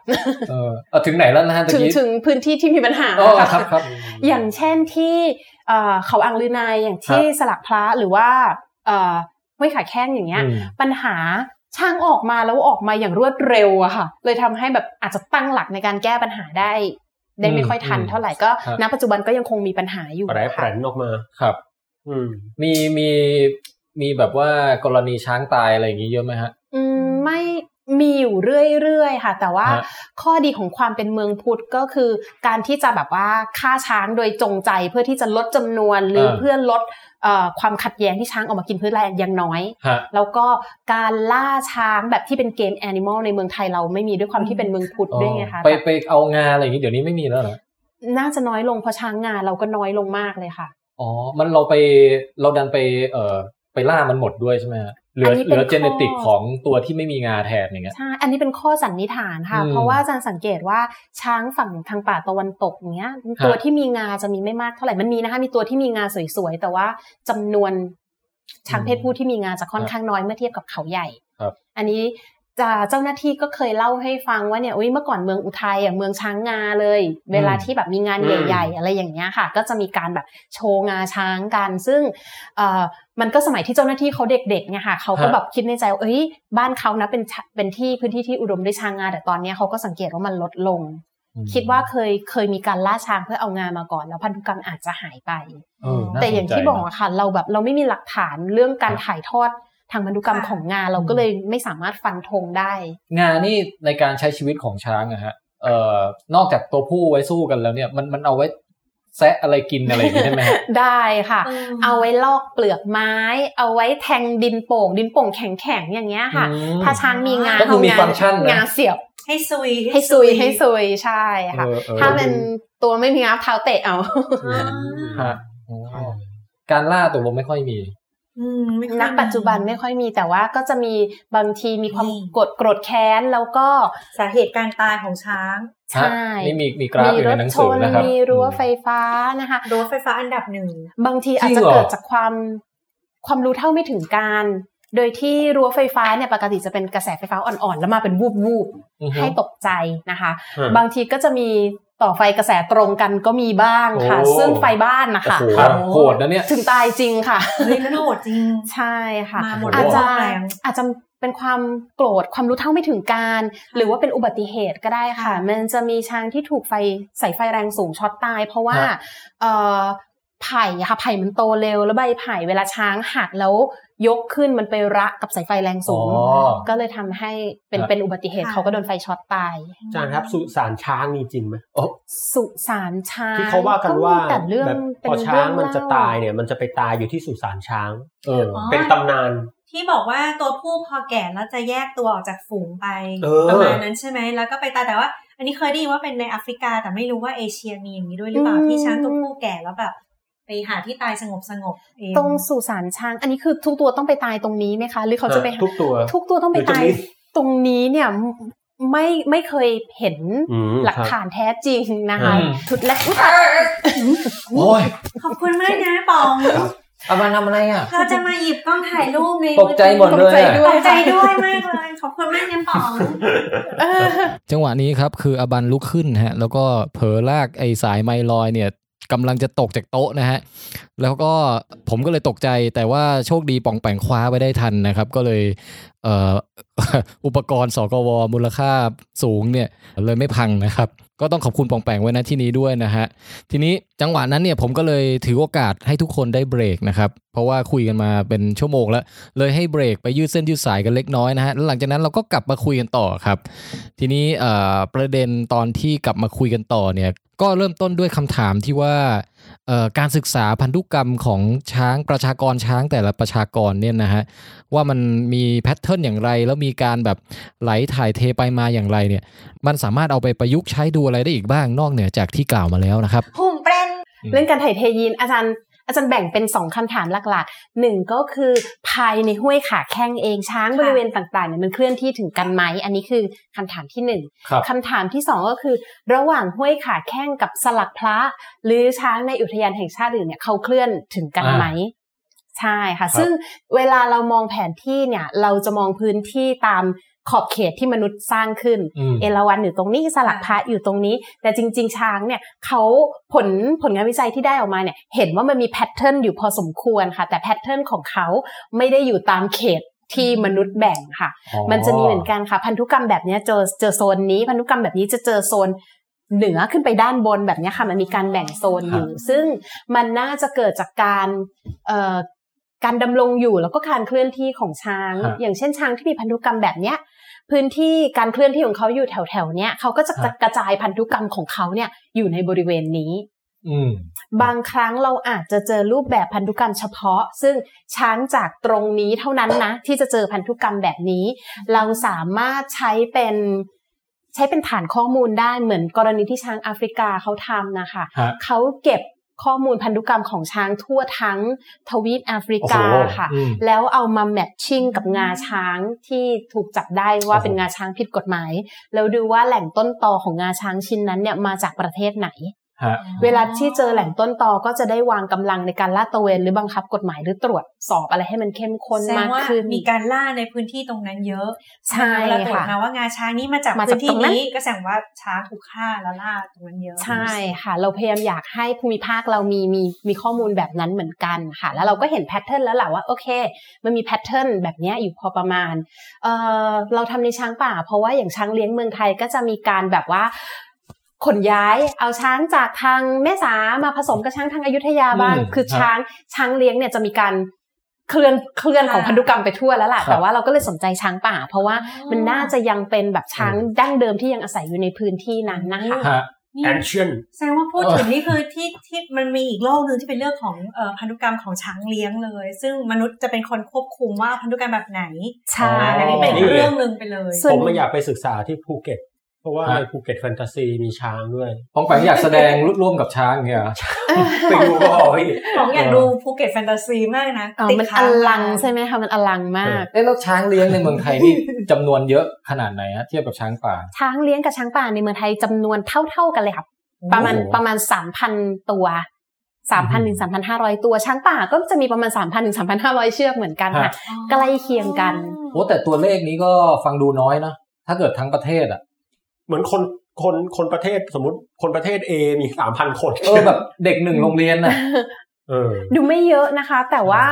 [SPEAKER 4] เออเอาถึงไหนแล้วนะฮะตะ
[SPEAKER 3] ถึง
[SPEAKER 4] กี้
[SPEAKER 3] ถึงพื้นที่ที่มีปัญหา
[SPEAKER 4] อ๋อ
[SPEAKER 3] ค่ะ
[SPEAKER 4] ครับครับ
[SPEAKER 3] อย่างเช่นที่เอ่อเขาอังลือนายอย่างที่สลักพระหรือว่าเอ่อห้วยขาแข้งอย่างเงี้ย
[SPEAKER 4] อืม
[SPEAKER 3] ปัญหาช่างออกมาแล้วออกมาอย่างรวดเร็วอะค่ะ เลยทำให้แบบอาจจะตั้งหลักในการแก้ปัญหาได้ ได้ไม่ค่อยทันเท่าไหร่ก็
[SPEAKER 4] ครับ
[SPEAKER 3] ณปัจจุบันก็ยังคงมีปัญหาอยู่
[SPEAKER 6] แปรแปร
[SPEAKER 3] ค่ะ
[SPEAKER 6] นออกมา
[SPEAKER 4] ครับ
[SPEAKER 6] อืม
[SPEAKER 4] มีมีมีแบบว่ากรณีช้างตายอะไรอย่างนี้เยอะไหมฮะ
[SPEAKER 3] อืมไม่มีอยู่เรื่อยๆค่ะ แต่ว่า
[SPEAKER 4] ฮะ
[SPEAKER 3] ข้อดีของความเป็นเมืองพุทธก็คือ การที่จะแบบว่าฆ่าช้างโดยจงใจเพื่อที่จะลดจำนวนหรือเพื่อลดเอ่อความขัดแย้งที่ช้างออกมากินพืชไร่อยังน้อย
[SPEAKER 4] ฮะ
[SPEAKER 3] แล้วก็การล่าช้างแบบที่เป็นเกมแอนิมอลในเมืองไทยเราไม่มีด้วยความที่เป็นเมืองพุทธด้วยไงคะ
[SPEAKER 4] ไปไปเอางาอะไรอย่างนี้เดี๋ยวนี้ไม่มีแล้วเหรอ
[SPEAKER 3] น่าจะน้อยลงเพราะช้างงานเราก็น้อยลงมากเลยค่ะ
[SPEAKER 4] อ๋อ มันเราไปเราดันไปเอ่อไปล่ามันหมดด้วยใช่ไหมฮะเหลือ
[SPEAKER 3] อันนี้
[SPEAKER 4] เห
[SPEAKER 3] เป็
[SPEAKER 4] ลื
[SPEAKER 3] น
[SPEAKER 4] อ
[SPEAKER 3] ข้อ
[SPEAKER 4] เจเนติกของตัวที่ไม่มีงาแทนอย่างเงี้ย
[SPEAKER 3] ใช่อันนี้เป็นข้อสันนิษฐานค่ะ
[SPEAKER 4] อืม
[SPEAKER 3] เพราะว่าอาจารย์สังเกตว่าช้างฝั่งทางป่าตะวันตกเนี้ย ตัวที่มีงาจะมีไม่มากเท่าไหร่มันมีนะคะมีตัวที่มีงาสวยๆแต่ว่าจำนวนช้างเพศผู้ที่มีงาจะค่อนข้างน้อยเมื่อเทียบกับเขาใหญ่
[SPEAKER 4] ครับ
[SPEAKER 3] อันนี้จะเจ้าหน้าที่ก็เคยเล่าให้ฟังว่าเนี่ยอุ๊ยเมื่อก่อนเมืองอุทัยอ่ะเมืองช้างงาเลย เวลาที่แบบมีงาน
[SPEAKER 6] อืม
[SPEAKER 3] ใหญ่ๆอะไรอย่างเงี้ยค่ะ ก็จะมีการแบบโชว์งาช้างกัน ซึ่งเอ่อมันก็สมัยที่เจ้าหน้าที่เขาเด็กๆเนี่ยค่ะเขาก็
[SPEAKER 4] ฮะ
[SPEAKER 3] แบบคิดในใจว่าเอ้ยบ้านเขานะเป็นชะเป็นที่พื้นที่ที่อุดมด้วยช้างงาแต่ตอนเนี้ยเขาก็สังเกตว่ามันลดลง
[SPEAKER 4] อืม
[SPEAKER 3] คิดว่าเคยเคยมีการล่าช้างเพื่อเอางามาก่อน แล้วพันธุกรรมอาจจะหายไป
[SPEAKER 4] เออน่สนใจนะ
[SPEAKER 3] แต่อย่างที่บอกอะค่ะ เราแบบเราไม่มีหลักฐานเรื่องการถ่ายทอดทางพันธุกรรมของงาเราก็เลยไม่สามารถฟันธงได้
[SPEAKER 4] งานี่ในการใช้ชีวิตของช้างอะฮะ เอ่อนอกจากตัวผู้ไว้สู้กันแล้วเนี่ย มันมันเอาไว้ แซะอะไรกินอะไรอย่างนี้ได้ไหมฮะ
[SPEAKER 3] ได้ค่ะ
[SPEAKER 7] เออ
[SPEAKER 3] เอาไว้ลอกเปลือกไม้ เอาไว้แทงดินโป่ง ดินโป่งแข็งๆอย่างเงี้ (laughs) ยค่ะ
[SPEAKER 4] อืม
[SPEAKER 3] ถ้าช้างมีงา
[SPEAKER 4] ก็คือมี
[SPEAKER 3] เางา
[SPEAKER 4] ฟังก์ชันนะ
[SPEAKER 3] งาเสียบ
[SPEAKER 7] ให้ซุย
[SPEAKER 3] ให้ซุยให้ซุยใช่ค่ะ
[SPEAKER 4] เออเออ
[SPEAKER 3] ถ้าเป็นตัวไม่มีงาเท้าเตะเอา
[SPEAKER 7] อ่า
[SPEAKER 4] ฮะอ๋อการล่าตกลงไม่ค่อยมี
[SPEAKER 7] อืมไม่ค่อย
[SPEAKER 3] ณปัจจุบันไม่ค่อยมีแต่ว่าก็จะมีบางทีมีความโกรธโกรธแค้นแล้วก็
[SPEAKER 7] สาเหตุการตายของช้าง
[SPEAKER 3] ใช่
[SPEAKER 4] นี่มีมีกราฟอยู่ในหนังสือนะครับ
[SPEAKER 3] มีรั้ว
[SPEAKER 4] อืม
[SPEAKER 3] ไฟฟ้านะคะ
[SPEAKER 7] รถไฟฟ้าอันดับหนึ่ง
[SPEAKER 3] บางทีอาจ
[SPEAKER 4] จริ
[SPEAKER 3] จะ
[SPEAKER 4] งเหรอ
[SPEAKER 3] เกิดจากความความรู้เท่าไม่ถึงการ โดยที่รั้วไฟฟ้าเนี่ยปกติจะเป็นกระแสไฟฟ้าอ่อนๆ แล้วมาเป็นวูบวูบ
[SPEAKER 4] อือ
[SPEAKER 3] ๆ
[SPEAKER 4] ฮึ
[SPEAKER 3] ให้ตกใจนะคะ
[SPEAKER 6] ฮะ
[SPEAKER 3] บางทีก็จะมีต่อไฟกระแสตรงกันก็มีบ้างค่ะ
[SPEAKER 4] โอ้
[SPEAKER 3] ซึ่งไฟบ้านนะคะ
[SPEAKER 6] โอ้โห
[SPEAKER 4] ครับโหดนะเนี่ย
[SPEAKER 3] ถึงตายจริงค่ะ
[SPEAKER 7] เฮ้ยมันโหดจริง
[SPEAKER 3] ใช่ค่ะ
[SPEAKER 7] มาหมด
[SPEAKER 3] อาจจะ
[SPEAKER 7] แรง
[SPEAKER 3] อาจจะเป็นความโกรธความรู้เท่าไม่ถึงการ หรือว่าเป็นอุบัติเหตุก็ได้ค่ะ
[SPEAKER 7] ค่ะ
[SPEAKER 3] มันจะมีช้างที่ถูกไฟสายไฟแรงสูงช็อตตาย เพราะว่า
[SPEAKER 4] ฮะ
[SPEAKER 3] เอ่อไผ่อะค่ะไผ่มันโตเร็วแล้วใบไผ่เวลาช้างหักแล้วยกขึ้นมันไประกับสายไฟแรงสูง
[SPEAKER 4] อ๋อ
[SPEAKER 3] ก็เลยทำให้เป็น
[SPEAKER 4] ฮะ
[SPEAKER 3] เป็นอุบัติเหตุเขาก็โดนไฟช็อตตาย
[SPEAKER 6] อาจารย์ครับสุสานช้างมีจริงไหม
[SPEAKER 3] สุสานช้าง
[SPEAKER 6] ที่เขาว่ากัน
[SPEAKER 3] มี
[SPEAKER 6] ว่า
[SPEAKER 3] แต่เรื่อง
[SPEAKER 6] แบบ
[SPEAKER 3] เป็น
[SPEAKER 6] พอช้างมันจะ
[SPEAKER 3] เรื่อง
[SPEAKER 6] ตาย
[SPEAKER 3] เล่
[SPEAKER 6] เนี่ย มันจะไปตายอยู่ที่สุสานช้าง
[SPEAKER 4] เออ
[SPEAKER 7] อ๋อ
[SPEAKER 6] เป็นตำนาน
[SPEAKER 7] ที่บอกว่าตัวผู้พอแก่แล้วจะแยกตัวออกจากฝูงไป
[SPEAKER 6] เออ
[SPEAKER 7] ประมาณนั้นใช่ไหมแล้วก็ไปตายแต่ว่า อันนี้เคยได้ยินว่าเป็นในแอฟริกาแต่ไม่รู้ว่าเอเชียมีอย่างนี้ด้วยหรือเปล่า
[SPEAKER 3] อืม
[SPEAKER 7] ที่ช้างตัวผู้แก่แล้วแบบ ไปหาที่ตายสงบสงบๆเอง
[SPEAKER 3] ตรงสุสานช้าง อันนี้คือทุกตัวต้องไปตายตรงนี้ไหมคะ หรือเขาจะไปหา
[SPEAKER 6] ทุกตัว
[SPEAKER 3] ทุกตัวต้องไป
[SPEAKER 6] หรือจะ
[SPEAKER 3] ตาย
[SPEAKER 6] มี
[SPEAKER 3] ตรงนี้เนี่ยไม่ไม่เคยเห็น
[SPEAKER 6] อืม
[SPEAKER 3] หลัก
[SPEAKER 6] ครับ
[SPEAKER 3] ฐานแท้จริงนะคะ
[SPEAKER 4] อืม
[SPEAKER 3] ชุด
[SPEAKER 6] (laughs)
[SPEAKER 3] แรกอุ๊ย
[SPEAKER 4] โอ้ย
[SPEAKER 7] ขอบคุณมากนะปอง
[SPEAKER 4] เอามาทำอะไรอ่ะ
[SPEAKER 7] เราจะมาหยิบกล้องถ่ายรูปใน
[SPEAKER 4] ตกใจหมด
[SPEAKER 7] มือ
[SPEAKER 4] เล
[SPEAKER 7] ถือย
[SPEAKER 4] อะ
[SPEAKER 7] ตกใจด้วยมากเลย ขอบคุณมากนะปอง
[SPEAKER 3] เออ
[SPEAKER 5] จังหวะนี้ครับคืออบันลุกขึ้นฮะแล้วก็เผลอลากไอ้สายไมลอยเนี่ยกำลังจะตกจากโต๊ะนะฮะแล้วก็ผมก็เลยตกใจแต่ว่าโชคดีป่องแปงคว้าไว้ได้ทันนะครับ ก็เลยเอ่อ (laughs) อุปกรณ์สกวมูลค่าสูงเนี่ยเลยไม่พังนะครับ ก็ต้องขอบคุณป่องแปงไว้นะที่นี้ด้วยนะฮะ ทีนี้จังหวะนั้นเนี่ยผมก็เลยถือโอกาสให้ทุกคนได้เบรกนะครับ เพราะว่าคุยกันมาเป็นชั่วโมงแล้ว เลยให้เบรกไปยืดเส้นยืดสายกันเล็กน้อยนะฮะแล้วหลังจากนั้นเราก็กลับมาคุยกันต่อครับ ทีนี้เอ่อประเด็นตอนที่กลับมาคุยกันต่อเนี่ยก็เริ่มต้นด้วยคำถามที่ว่าเอ่อการศึกษาพันธุกรรมของช้างประชากรช้างแต่ละประชากรเนี่ยนะฮะว่ามันมีแพทเทิร์นอย่างไร แล้วมีการแบบไหลถ่ายเทไปมาอย่างไรเนี่ยมันสามารถเอาไปประยุกต์ใช้ดูอะไรได้อีกบ้างนอกเหนือจากที่กล่าวมาแล้วนะครับ
[SPEAKER 3] หุ่มเปรนเรื่องการถ่ายเทยีนอาจารย์อาจารย์แบ่งเป็นสองคำถามหลักๆหนึ่งก็คือภายในห้วยขาแข้งเองช้างบริเวณต่างๆเนี่ยมันเคลื่อนที่ถึงกันไหมอันนี้คือคำถามที่หนึ่ง
[SPEAKER 4] ครับ
[SPEAKER 3] คำถามที่สองก็คือ ระหว่างห้วยขาแข้งกับสลักพระ หรือช้างในอุทยานแห่งชาติอื่นเนี่ยเขาเคลื่อนถึงกันไหม ใช่ค่ะ
[SPEAKER 4] ครับ
[SPEAKER 3] ซึ่งเวลาเรามองแผนที่เนี่ย เราจะมองพื้นที่ตามขอบเขตที่มนุษย์สร้างขึ้น
[SPEAKER 4] อืม
[SPEAKER 3] เอราวันอยู่ตรงนี้สลักพระอยู่ตรงนี้ แต่จริง ๆ ช้างเนี่ยเขาผลผลงานวิจัยที่ได้ออกมาเนี่ย เห็นว่ามันมีแพทเทิร์นอยู่พอสมควรค่ะ แต่แพทเทิร์นของเขาไม่ได้อยู่ตามเขตที่มนุษย์แบ่งค่ะ
[SPEAKER 4] อ๋อ
[SPEAKER 3] มันจะมีเหมือนกันค่ะ พันธุกรรมแบบเนี้ยเจอเจอโซนนี้ พันธุกรรมแบบนี้จะเจอโซนเหนือขึ้นไปด้านบนแบบเนี้ยค่ะ มันมีการแบ่งโซนอยู่ ซึ่งมันน่าจะเกิดจากการเอ่อการดำรงอยู่แล้วก็การเคลื่อนที่ของช้าง
[SPEAKER 4] ครับ
[SPEAKER 3] อย่างเช่นช้างที่มีพันธุกรรมแบบเนี้ย พื้นที่การเคลื่อนที่ของเขาอยู่แถวๆเนี้ยเขาก็จะ
[SPEAKER 4] ครับ
[SPEAKER 3] กระจายพันธุกรรมของเขาเนี่ยอยู่ในบริเวณนี้
[SPEAKER 4] อืม
[SPEAKER 3] บางครั้งเราอาจจะเจอรูปแบบพันธุกรรมเฉพาะ ซึ่งช้างจากตรงนี้เท่านั้นนะ ที่จะเจอพันธุกรรมแบบนี้ เราสามารถใช้เป็นใช้เป็นฐานข้อมูลได้เหมือนกรณีที่ช้างแอฟริกาเขาทำนะคะ
[SPEAKER 4] ฮะ
[SPEAKER 3] เขาเก็บข้อมูลพันธุกรรมของช้างทั่วทั้งทวีปแอฟริกา
[SPEAKER 6] โอ้โห
[SPEAKER 3] ค่ะ
[SPEAKER 4] อืม
[SPEAKER 3] แล้วเอามาแมทชิ่งกับงาช้างที่ถูกจับได้ว่าเป็นงาช้างผิดกฎหมาย แล้วดูว่าแหล่งต้นตอของงาช้างชิ้นนั้นเนี่ยมาจากประเทศไหน
[SPEAKER 4] ฮะ
[SPEAKER 3] เวลาที่เจอแหล่งต้นตอก็จะได้วางกำลังในการลาดตระเวน หรือบังคับกฎหมายหรือตรวจสอบอะไรให้มันเข้มข้น
[SPEAKER 7] แสด
[SPEAKER 3] มาง ก
[SPEAKER 7] ว่า
[SPEAKER 3] ขึ้น
[SPEAKER 7] มีการล่าในพื้นที่ตรงนั้นเยอะ
[SPEAKER 3] ใช่
[SPEAKER 7] เราตรวจ
[SPEAKER 3] ค่ะ
[SPEAKER 7] มาว่างาช้างนี้มาจาก
[SPEAKER 3] มาจาก
[SPEAKER 7] พื้น
[SPEAKER 3] ตร
[SPEAKER 7] ที่
[SPEAKER 3] งนั้น
[SPEAKER 7] นี้ก็แสดงว่าช้างถูกฆ่าแล้วล่าตรงนั้นเยอะ
[SPEAKER 3] ใช่ค่ะ เราพยายามอยากให้ภูมิภาคเรามีมีมีข้อมูลแบบนั้นเหมือนกันค่ะ แล้วเราก็เห็นแพทเทิร์นแล้วแหละว่าโอเค มันมีแพทเทิร์นแบบเนี้ยอยู่พอประมาณเออเราทำในช้างป่า เพราะว่าอย่างช้างเลี้ยงเมืองไทยก็จะมีการแบบว่าขนย้ายเอาช้างจากทางแม่สามาผสมกับช้างทางอยุธยาบ้าง
[SPEAKER 4] อืม
[SPEAKER 3] คือ
[SPEAKER 4] ครับ
[SPEAKER 3] ช้างช้างเลี้ยงเนี่ยจะมีการเคลื่อนเคลื่อนของ
[SPEAKER 7] ค่ะ
[SPEAKER 3] พันธุกรรมไปทั่วแล้ว
[SPEAKER 4] ค
[SPEAKER 3] ล่ะ
[SPEAKER 4] รับ
[SPEAKER 3] แต่ว่าเราก็เลยสนใจช้างป่า เพราะว่ามันน่าจะยังเป็นแบบช้างดั้งเดิมที่ยังอาศัยอยู่ในพื้นที่นั้นนะคะ
[SPEAKER 4] ฮะ
[SPEAKER 7] นี่
[SPEAKER 6] action
[SPEAKER 7] แสดงว่าพูดถึงนี่คือที่ที่มันมีอีกโลกหนึ่งที่เป็นเรื่องของเอ่อพันธุกรรมของช้างเลี้ยงเลย ซึ่งมนุษย์จะเป็นคนควบคุมว่าพันธุกรรมแบบไหน
[SPEAKER 3] ใช่
[SPEAKER 7] อันนี้เป็นอีกเรื่องหนึ่งไปเลย
[SPEAKER 3] ส่วน
[SPEAKER 6] ผมไม่อยากไปศึกษาที่ภูเก็ต เพราะว่า
[SPEAKER 4] ฮะ
[SPEAKER 6] ในภูเก็ตแฟนตาซีมีช้าง
[SPEAKER 3] (laughs)
[SPEAKER 6] ด้วย
[SPEAKER 4] ของแปงอยากแสดงร่วมกับช้างเนี่ยเหรอ
[SPEAKER 6] ไปดูก็เอาพี่
[SPEAKER 7] ของอยากดูภูเก็ตแฟนตาซีมากนะ
[SPEAKER 3] เอ่อมันอ
[SPEAKER 7] ค้าง
[SPEAKER 3] ลังใช่ไหมคะมันอลังมาก
[SPEAKER 4] (laughs) เอ๊ะแล้วช้างเลี้ยงในเมืองไทยนี่ จำนวนเยอะขนาดไหนฮะเทียบกับช้างป่า
[SPEAKER 3] ช้างเลี้ยงกับช้างป่าในเมืองไทยจำนวนเท่า ๆกันเลยครับ ประมาณ
[SPEAKER 4] โอ้โห
[SPEAKER 3] ประมาณสามพันตัวสามพันถึงสามพันห้าร้อยตัวช้างป่าก็จะมีประมาณสามพันถึงสามพันห้าร้อยเชือกเหมือนกันค่ะ ใกล้เคียงกัน
[SPEAKER 4] โอ้แต่ตัวเลขนี้ก็ฟังดูน้อยนะถ้าเกิดทั้งประเทศอ่ะ
[SPEAKER 6] เหมือนคนคนคนประเทศสมมติคนประเทศ A มีสามพันคน
[SPEAKER 4] เออแบบเด็กหนึ่งโรงเรียนน่ะ
[SPEAKER 6] เออ
[SPEAKER 3] (laughs) ดูไม่เยอะนะคะ แต่ว่า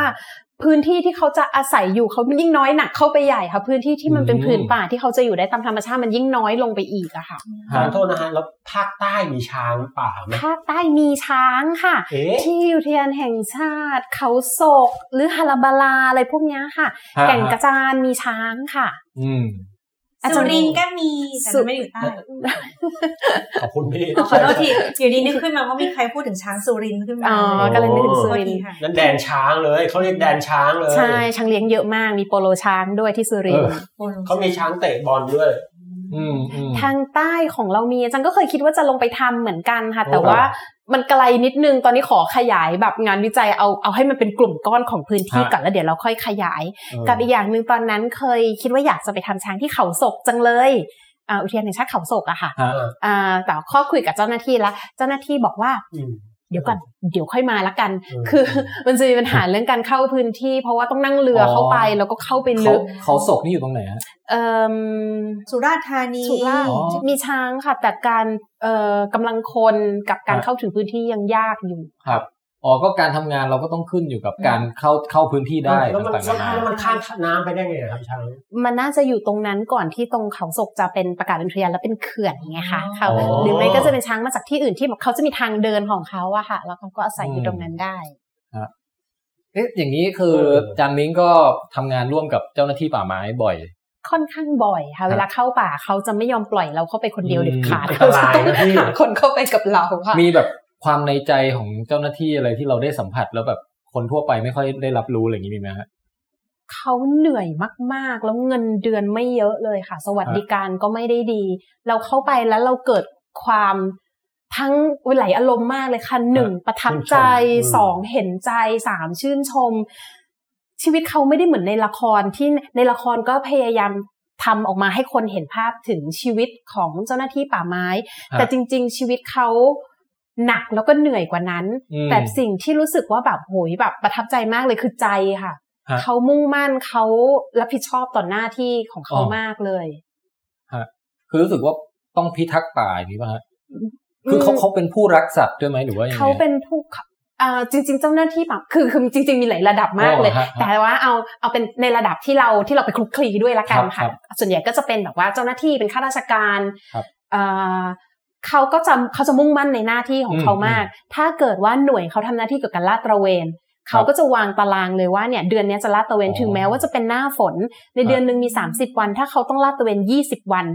[SPEAKER 3] พื้นที่ที่เขาจะอาศัยอยู่เขายิ่งน้อยหนักเข้าไปใหญ่ค่ะ พื้นที่ที่มันเป็น
[SPEAKER 4] อืม
[SPEAKER 3] พื้นป่าที่เขาจะอยู่ได้ตามธรรมชาติมันยิ่งน้อยลงไปอีกอะค่ะ
[SPEAKER 6] ขอโทษนะฮะ แล้วภาคใต้มีช้างป่าไหม
[SPEAKER 3] ภาคใต้มีช้างค่ะ
[SPEAKER 6] เอ๊ะ
[SPEAKER 3] ที่อุทยานแห่งชาติ เขาโศก หรือฮาราบาลาอะไรพวกเนี้ยค่ะ
[SPEAKER 4] ฮะ
[SPEAKER 3] แก่งกระจานมีช้างค่ะ
[SPEAKER 4] อืม
[SPEAKER 7] สุรินทร์ก็มีแต่
[SPEAKER 3] สุ
[SPEAKER 7] มันไม่ได้อยู่ใต้
[SPEAKER 6] ขอบคุณพี่
[SPEAKER 7] ขอโทษทีอยู่ดีนึกขึ้นมาว่ามีใครพูดถึงช้างสุรินทร์ขึ้นมา
[SPEAKER 3] อ๋อก็เลยนึกถึงสุรินท
[SPEAKER 7] โทษ
[SPEAKER 3] ร์
[SPEAKER 7] ทีค่ะ
[SPEAKER 6] นั่นแดนช้างเลยเขาเรียกแดนช้างเลย
[SPEAKER 3] ใช่ช้างเลี้ยงเยอะมากมีโปโลช้างด้วยที่สุรินทร์
[SPEAKER 6] เขามีช้างเตะบอลด้วย
[SPEAKER 4] อืมอืม
[SPEAKER 3] ทางใต้ของเรามีอาจารย์ก็เคยคิดว่าจะลงไปทำเหมือนกันค่ะ
[SPEAKER 6] โอ้
[SPEAKER 3] แต่ว่ามันไกลนิดนึงตอนนี้ขอขยายแบบงานวิจัยเอาเอาให้มันเป็นกลุ่มก้อนของพื้นที่
[SPEAKER 4] ฮะ
[SPEAKER 3] ก่อนแล้วเดี๋ยวเราค่อยขยาย
[SPEAKER 4] เออ
[SPEAKER 3] กับอีกอย่างหนึ่งตอนนั้นเคยคิดว่าอยากจะไปทำช้างที่เขาศกจังเลยอ่าอุทยานแห่งชาติเขาศกอะค่ะ
[SPEAKER 4] ฮะ
[SPEAKER 3] อ่าแต่ข้อคุยกับเจ้าหน้าที่ละเจ้าหน้าที่บอกว่า
[SPEAKER 6] อืม
[SPEAKER 3] เดี๋ยวก่อนเดี๋ยวค่อยมาละกัน
[SPEAKER 6] อืม
[SPEAKER 3] คือ มันจะมีปัญหาเรื่องการเข้าพื้นที่ เพราะว่าต้องนั่งเรืออ
[SPEAKER 4] อ
[SPEAKER 3] เข้าไปแล้วก็เข้าไป
[SPEAKER 4] เขา
[SPEAKER 3] ลึก
[SPEAKER 4] เขาศกนี่อยู่ตรงไหนฮะ
[SPEAKER 3] เอ่ม
[SPEAKER 7] สุราษฎร์ธานี
[SPEAKER 3] สุราษฎ
[SPEAKER 4] อ๋
[SPEAKER 3] ร์
[SPEAKER 4] อ
[SPEAKER 3] มีช้างค่ะ แต่การเอ่อกำลังคนกับการ
[SPEAKER 4] ครับ
[SPEAKER 3] เข้าถึงพื้นที่ยังยากอยู่
[SPEAKER 4] ครับอ๋อก็การทำงานเราก็ต้องขึ้นอยู่กับการเข้าเข้าพื้นที่ได้
[SPEAKER 6] แล้วมัน
[SPEAKER 4] ต่างๆ
[SPEAKER 6] แล้
[SPEAKER 4] นาว นา
[SPEAKER 6] มันข้ามน้ำไปได้ไงอะครับช้าง
[SPEAKER 3] มันน่าจะอยู่ตรงนั้นก่อนที่ตรงเขาศกจะเป็นประกาศเป็นอุทยานแล้วเป็นเขื่อนไงคะเขา
[SPEAKER 6] อ๋อ
[SPEAKER 3] หรือไม่ก็จะเป็นช้างมาจากที่อื่นที่แบบเขาจะมีทางเดินของเขาอะค่ะ แล้วเขาก็อาศัยอยู่ตรงนั้นได้
[SPEAKER 4] เอ๊ะอย่างนี้คือ
[SPEAKER 6] เออ
[SPEAKER 4] จานมิ้งก็ทำงานร่วมกับเจ้าหน้าที่ป่าไม้บ่อย
[SPEAKER 3] ค่อนข้างบ่อยค่ะเวลาเข้าป่าเขาจะไม่ยอมปล่อยเราเข้าไปคนเดียว
[SPEAKER 4] อืม
[SPEAKER 3] เด็ดขาด
[SPEAKER 6] อันต
[SPEAKER 3] เขาจะ
[SPEAKER 6] ราย
[SPEAKER 3] ต้อง
[SPEAKER 6] นะพี่
[SPEAKER 3] หาคนเข้าไปกับเราค่ะ
[SPEAKER 4] มีแบบความในใจของเจ้าหน้าที่อะไรที่เราได้สัมผัสแล้วแบบคนทั่วไปไม่ค่อยได้รับรู้อะไรอย่างนี้มีไหมฮะ
[SPEAKER 3] เขาเหนื่อยมากๆ แล้วเงินเดือนไม่เยอะเลยค่ะ สวัสดิการก็ไม่ได้ดี เราเข้าไปแล้วเราเกิดความทั้งไหลอารมณ์มากเลยค่ะหนึ่งประทับใจ
[SPEAKER 6] ชื่นชม
[SPEAKER 3] สองเห็นใจสามชื่นชม ชีวิตเขาไม่ได้เหมือนในละครที่ในละครก็พยายามทำออกมาให้คนเห็นภาพถึงชีวิตของเจ้าหน้าที่ป่าไม้
[SPEAKER 4] ครับ
[SPEAKER 3] แต่จริง ๆ ชีวิตเขาหนักแล้วก็เหนื่อยกว่านั้น
[SPEAKER 4] อืม
[SPEAKER 3] แต่สิ่งที่รู้สึกว่าแบบโหยแบบประทับใจมากเลยคือใจค่ะ
[SPEAKER 4] ฮะ
[SPEAKER 3] เขามุ่งมั่นเขารับผิดชอบต่อหน้าที่ของเขา
[SPEAKER 4] อ๋อ
[SPEAKER 3] มากเลย
[SPEAKER 4] คือรู้สึกว่าต้องพิทักษ์ป่าอย่างนี้ป่ะฮะ คือเขา
[SPEAKER 3] อืม
[SPEAKER 4] เขาเป็นผู้รักสัตว์ด้วยไหมหรือว่ายังไง
[SPEAKER 3] เขาเป็นผู้อ่าจริง ๆ เจ้าหน้าที่ป่าคือคือจริง ๆ มีหลายระดับมากเลย
[SPEAKER 4] อ๋อฮะฮะ
[SPEAKER 3] แต่ว่าเอาเอาเป็นในระดับที่เราที่เราไปคลุกคลีด้วยละกัน
[SPEAKER 4] ครั
[SPEAKER 3] ค่ะ
[SPEAKER 4] บ
[SPEAKER 3] ส่วนใหญ่ก็จะเป็นแบบว่าเจ้าหน้าที่เป็นข้าราชการ
[SPEAKER 4] ครับ
[SPEAKER 3] อ่าเขาก็จะเขาจะมุ่งมั่นในหน้าที่ของ
[SPEAKER 4] อืม
[SPEAKER 3] เขามาก ถ้าเกิดว่าหน่วยเขาทำหน้าที่เกี่ยวกับลาดตระเวน
[SPEAKER 4] ครับ
[SPEAKER 3] เขาก็จะวางตารางเลยว่าเนี่ยเดือนเนี้ยจะลาดตระเวน
[SPEAKER 4] อ๋อ
[SPEAKER 3] ถึงแม้ว่าจะเป็นหน้าฝน ในเดือนหนึ่งมี 30 วัน ถ้าเขาต้องลาดตระเวน 20 วัน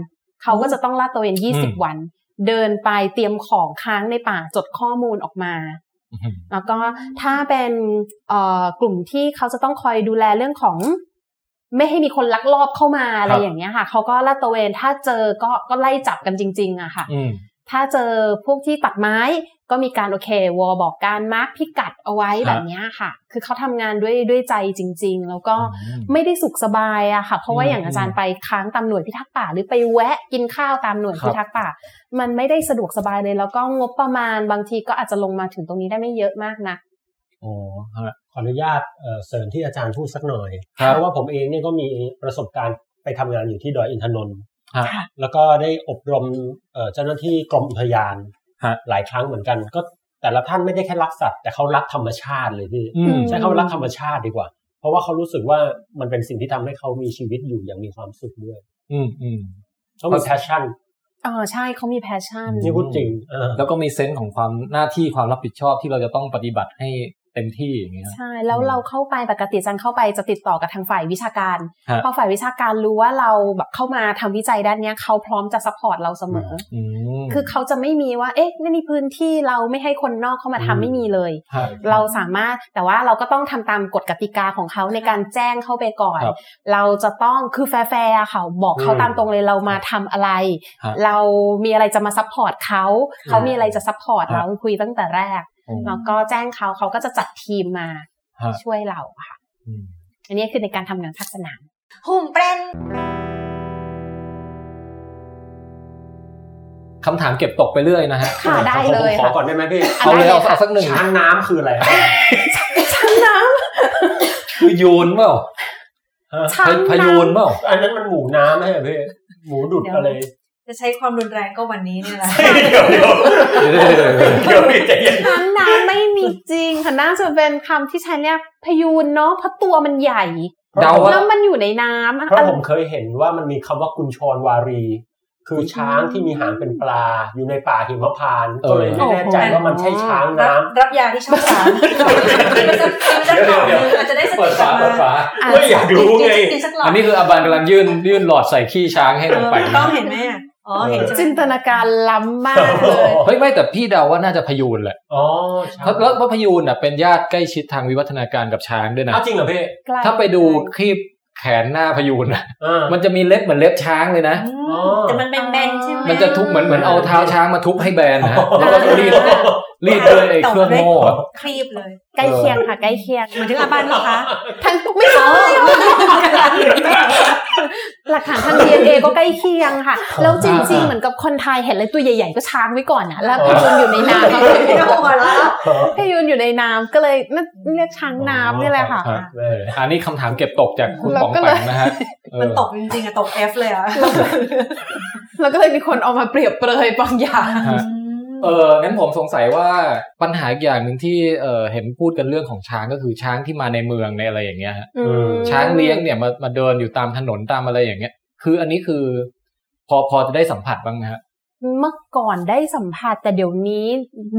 [SPEAKER 3] เขาก็จะต้องลาดตระเวน
[SPEAKER 4] อืม
[SPEAKER 3] 20 วัน เดินไปเตรียมของค้างในป่าจดข้อมูลออกมา
[SPEAKER 4] อืม
[SPEAKER 3] แล้วก็ถ้าเป็นเอ่อกลุ่มที่เขาจะต้องคอยดูแลเรื่องของ ไม่ให้มีคนลักลอบเข้ามาอะไร
[SPEAKER 4] ครับ
[SPEAKER 3] อย่างเงี้ยค่ะเขาก็ลาดตระเวนถ้าเจอก็ก็ไล่จับกันจริง ๆอะค่ะ
[SPEAKER 4] อืม
[SPEAKER 3] ถ้าเจอพวกที่ตัดไม้ก็มีการโอเควอลบอกการมาร์คพิกัดเอาไว้
[SPEAKER 4] ครับ
[SPEAKER 3] แบบเนี้ยค่ะ คือเขาทำงานด้วยด้วยใจจริง ๆ แล้วก็ไม่ได้สุขสบายอะค่ะ เพราะว่าอย่างอาจารย์ไปค้างตามหน่วยพิทักษ์ป่า หรือไปแวะกินข้าวตามหน่วยพิทักษ์ป่า มันไม่ได้สะดวกสบายเลย แล้วก็งบประมาณบางทีก็อาจจะลงมาถึงตรงนี้ได้ไม่เยอะมากนะ
[SPEAKER 4] โอ้ฮะ
[SPEAKER 6] ขออนุญาตเอ่อเสริมที่อาจารย์พูดสักหน่อย
[SPEAKER 4] ครับ
[SPEAKER 6] เพราะว่าผมเองเนี่ยก็มีประสบการณ์ไปทำงานอยู่ที่ดอยอินทนนท์
[SPEAKER 4] ฮะ
[SPEAKER 6] แล้วก็ได้อบรมเอ่อเจ้าหน้าที่กรมอุทยาน
[SPEAKER 4] ฮะ
[SPEAKER 6] หลายครั้งเหมือนกัน ก็แต่ละท่านไม่ได้แค่รักสัตว์แต่เขารักธรรมชาติเลยพี่
[SPEAKER 4] อืม
[SPEAKER 6] ใช้คำว่ารักธรรมชาติดีกว่า เพราะว่าเขารู้สึกว่ามันเป็นสิ่งที่ทำให้เขามีชีวิตอยู่อย่างมีความสุขด้วย
[SPEAKER 4] อืมอืม
[SPEAKER 6] เขามี passion
[SPEAKER 3] เออใช่เขามีแพชชั่น
[SPEAKER 4] อืม
[SPEAKER 6] นี่พูดจริงเออ
[SPEAKER 4] แล้วก็มีเซนส์ของความหน้าที่ความรับผิดชอบที่เราจะต้องปฏิบัติให้
[SPEAKER 5] เต็มที่อย่างเงี้ย
[SPEAKER 3] ใช่แล้วเราเข้าไปปกติจันเข้าไปจะติดต่อกับทางฝ่ายวิชาการ
[SPEAKER 5] ฮะ
[SPEAKER 3] พอฝ่ายวิชาการรู้ว่าเราแบบเข้ามาทำวิจัยด้านเนี้ยเขาพร้อมจะซัพพอร์ตเราเสมออ
[SPEAKER 5] อืม
[SPEAKER 3] คือเขาจะไม่มีว่าเอ๊ะนี่พื้นที่เราไม่ให้คนนอกเข้ามาทำไม่มีเลย
[SPEAKER 5] ฮะ
[SPEAKER 3] เราสามารถแต่ว่าเราก็ต้องทำตามกฎกติกาของเขาในการแจ้งเข้าไปก่อน
[SPEAKER 5] ครับ
[SPEAKER 3] เราจะต้องคือแฟร์ๆอะค่ะบอกเขา
[SPEAKER 6] อืม
[SPEAKER 3] ตามตรงเลยเรามาทำอะไร
[SPEAKER 5] ฮะ
[SPEAKER 3] เรามีอะไรจะมาซัพพอร์ตเขาเขามีอะไรจะซัพพอร์ต
[SPEAKER 5] ฮะ
[SPEAKER 3] เราคุยตั้งแต่แรก
[SPEAKER 5] อืม
[SPEAKER 3] แล้วก็แจ้งเขาเขาก็จะจัดทีมมา
[SPEAKER 5] ฮะ
[SPEAKER 3] ช่วยเราค่ะ
[SPEAKER 5] อืม
[SPEAKER 3] อันนี้คือในการทำงานภาคสนาม
[SPEAKER 7] หุ่มเปรน
[SPEAKER 5] คำถามเก็บตกไปเรื่อยนะฮะ
[SPEAKER 3] ค่ะได้เลย
[SPEAKER 6] ขอ
[SPEAKER 3] ค่ะ
[SPEAKER 6] ก่อนได้ไหมพี่
[SPEAKER 3] อ่ะ
[SPEAKER 5] เอาเลย
[SPEAKER 3] ได้เลย
[SPEAKER 5] เอา
[SPEAKER 3] ค่ะ
[SPEAKER 5] สักหนึ่ง
[SPEAKER 6] ช้างน้ำคืออะไรครับ
[SPEAKER 3] ช้างน้
[SPEAKER 5] คือโยนเปล่า
[SPEAKER 3] ำช้าง
[SPEAKER 5] พ
[SPEAKER 3] น้
[SPEAKER 5] ยูนเปล่า
[SPEAKER 6] อันนั้นมันหมูน้ำไหมอะพี่หมูดุดอะไร
[SPEAKER 7] จะใช้ความรุนแรงก็วันนี้เนี่ยแหละ
[SPEAKER 6] เดี๋ยวเดี๋ยวเดี๋ยวพี่ใจเย็น
[SPEAKER 3] ำช้างน้ำไม่มีจริงค่ะน่าจะเป็นคำที่ใช้เรียกพยูนเนาะเพราะตัวมันใหญ่
[SPEAKER 5] เดา พระ
[SPEAKER 3] แล้วมันอยู่ในน้ำอะ
[SPEAKER 6] เพราะผมเคยเห็นว่ามันมีคำว่ากุญชรวารี คือช้างที่มีหางเป็นปลา อยู่ในป่าหิมพานต์ก็เลยไม่แน่ใจว่ามันใช่ช้าง
[SPEAKER 7] รับ
[SPEAKER 6] น้ำ
[SPEAKER 7] รับยาที่ช่องสามจะจะตอบมืออาจจะได้ส
[SPEAKER 5] เปิ
[SPEAKER 7] ติ
[SPEAKER 5] ด
[SPEAKER 7] กลั
[SPEAKER 5] ฝา
[SPEAKER 7] บ
[SPEAKER 5] เปิด
[SPEAKER 7] มา
[SPEAKER 5] ฝา
[SPEAKER 3] อ่ะ
[SPEAKER 6] ไม่อยากรู้ไง
[SPEAKER 7] ติดสักหลอ
[SPEAKER 5] อั
[SPEAKER 7] ด
[SPEAKER 5] นนี้คืออาบันกำลังยื่นยื่นหลอดใส่ขี้ช้างให้
[SPEAKER 7] เอ
[SPEAKER 5] ลง
[SPEAKER 7] อ
[SPEAKER 5] ไป
[SPEAKER 7] มันต้องเห็นไหมอ่ะอ๋อเห็นใช่ไหม
[SPEAKER 3] จินตนาการล้ำมากเลย
[SPEAKER 5] เฮ้ยไม่แต่พี่เดาว่าน่าจะพยูนแหละ
[SPEAKER 6] อ๋อ
[SPEAKER 5] เพราะแล้วเพราะพยูนน่ะเป็นญาติใกล้ชิดทางวิวัฒนาการกับช้างด้วยนะ
[SPEAKER 6] อ้าวจริงเหรอพี่
[SPEAKER 3] ใกล้
[SPEAKER 5] ถ้าไปดูคลิปแขนหน้าพยูนน่ะ
[SPEAKER 6] อ่า
[SPEAKER 5] มันจะมีเล็บเหมือนเล็บช้างเลยนะ
[SPEAKER 7] อืมแต่มันแบนๆใช่ไหม
[SPEAKER 5] มันจะทุบเหมือนเหมือนเอาเท้าช้างมาทุบให้แบนนะฮะ
[SPEAKER 6] อ๋อ
[SPEAKER 5] แล้วก็รีดรีดด้วยไอ้เครื่องโม่อะ
[SPEAKER 7] ครีบเลย
[SPEAKER 3] ใกล้เคียงค่ะใกล้เคียง
[SPEAKER 7] เหมือนถึงอาบันเหรอคะ
[SPEAKER 3] ทั้งไม่ใช่หลักฐานทาง DNA ก็ใกล้เคียงค่ะ แล้วจริง ๆ เหมือนกับคนไทยเห็นเลยตัวใหญ่ ๆ ก็ช้างไว้ก่อนนะแล้วพยูนอยู่ในน้ำ
[SPEAKER 7] ไม่ต้องหัวเราะ
[SPEAKER 3] พยูนอยู่ในน้ำก็เลยนั่นเรียกช้างน้ำนี่แหละค่ะ
[SPEAKER 5] ฮ
[SPEAKER 6] แม่
[SPEAKER 5] อันนี้คำถามเก็บตกจากคุณ
[SPEAKER 3] แล้ว
[SPEAKER 5] ป๋อง
[SPEAKER 3] ก็
[SPEAKER 5] แป
[SPEAKER 3] เลย
[SPEAKER 5] งนะฮะเออ
[SPEAKER 7] มันตกจริงๆอะตก F เลยอะ
[SPEAKER 3] แล้วก็เลยมีคนเอามาเปรียบเปรยบางอย่าง
[SPEAKER 5] ฮะ เอองั้นผมสงสัยว่าปัญหาอีกอย่างหนึ่งที่เออเห็นพูดกันเรื่องของช้างก็คือช้างที่มาในเมืองในอะไรอย่างเงี้ยฮะช้างเลี้ยงเนี่ยมามาเดินอยู่ตามถนนตามอะไรอย่างเงี้ย คืออันนี้คือ พอพอจะได้สัมผัสบ้างนะฮะ
[SPEAKER 3] เมื่อก่อนได้สัมผัสแต่เดี๋ยวนี้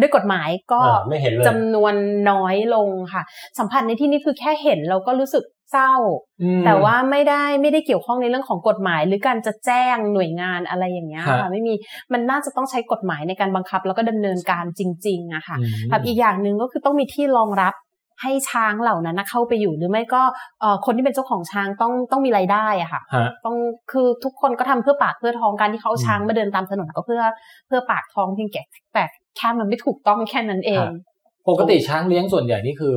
[SPEAKER 3] ด้วยกฎหมายก็
[SPEAKER 6] อ่าไม่เห็นเลย
[SPEAKER 3] จำนวนน้อยลงค่ะ สัมผัสในที่นี้คือแค่เห็นเราก็รู้สึกเศร้า แต่ว่าไม่ได้ไม่ได้เกี่ยวข้องในเรื่องของกฎหมาย หรือการจะแจ้งหน่วยงานอะไรอย่างเงี้ยค่ะ
[SPEAKER 5] ฮะ
[SPEAKER 3] ไม่มีมันน่าจะต้องใช้กฎหมายในการบังคับ แล้วก็ดำเนินการจริงๆอะค่ะ
[SPEAKER 5] อืม
[SPEAKER 3] กับอีกอย่างหนึ่งก็คือต้องมีที่รองรับให้ช้างเหล่านั้นนะเข้าไปอยู่หรือไม่ก็เอ่อคนที่เป็นเจ้าของช้างต้องต้องมีรายได้อะค่ะ
[SPEAKER 5] ฮะ
[SPEAKER 3] ต้องคือทุกคนก็ทำเพื่อปากเพื่อท้องการที่เขาเอาช้างมาเดินตามถนนก็เพื่อเพื่อปากท้องเพียงแค่แต่แค่มันไม่ถูกต้องแค่นั้นเอง
[SPEAKER 5] ฮะ ปกติช้างเลี้ยงส่วนใหญ่นี่คือ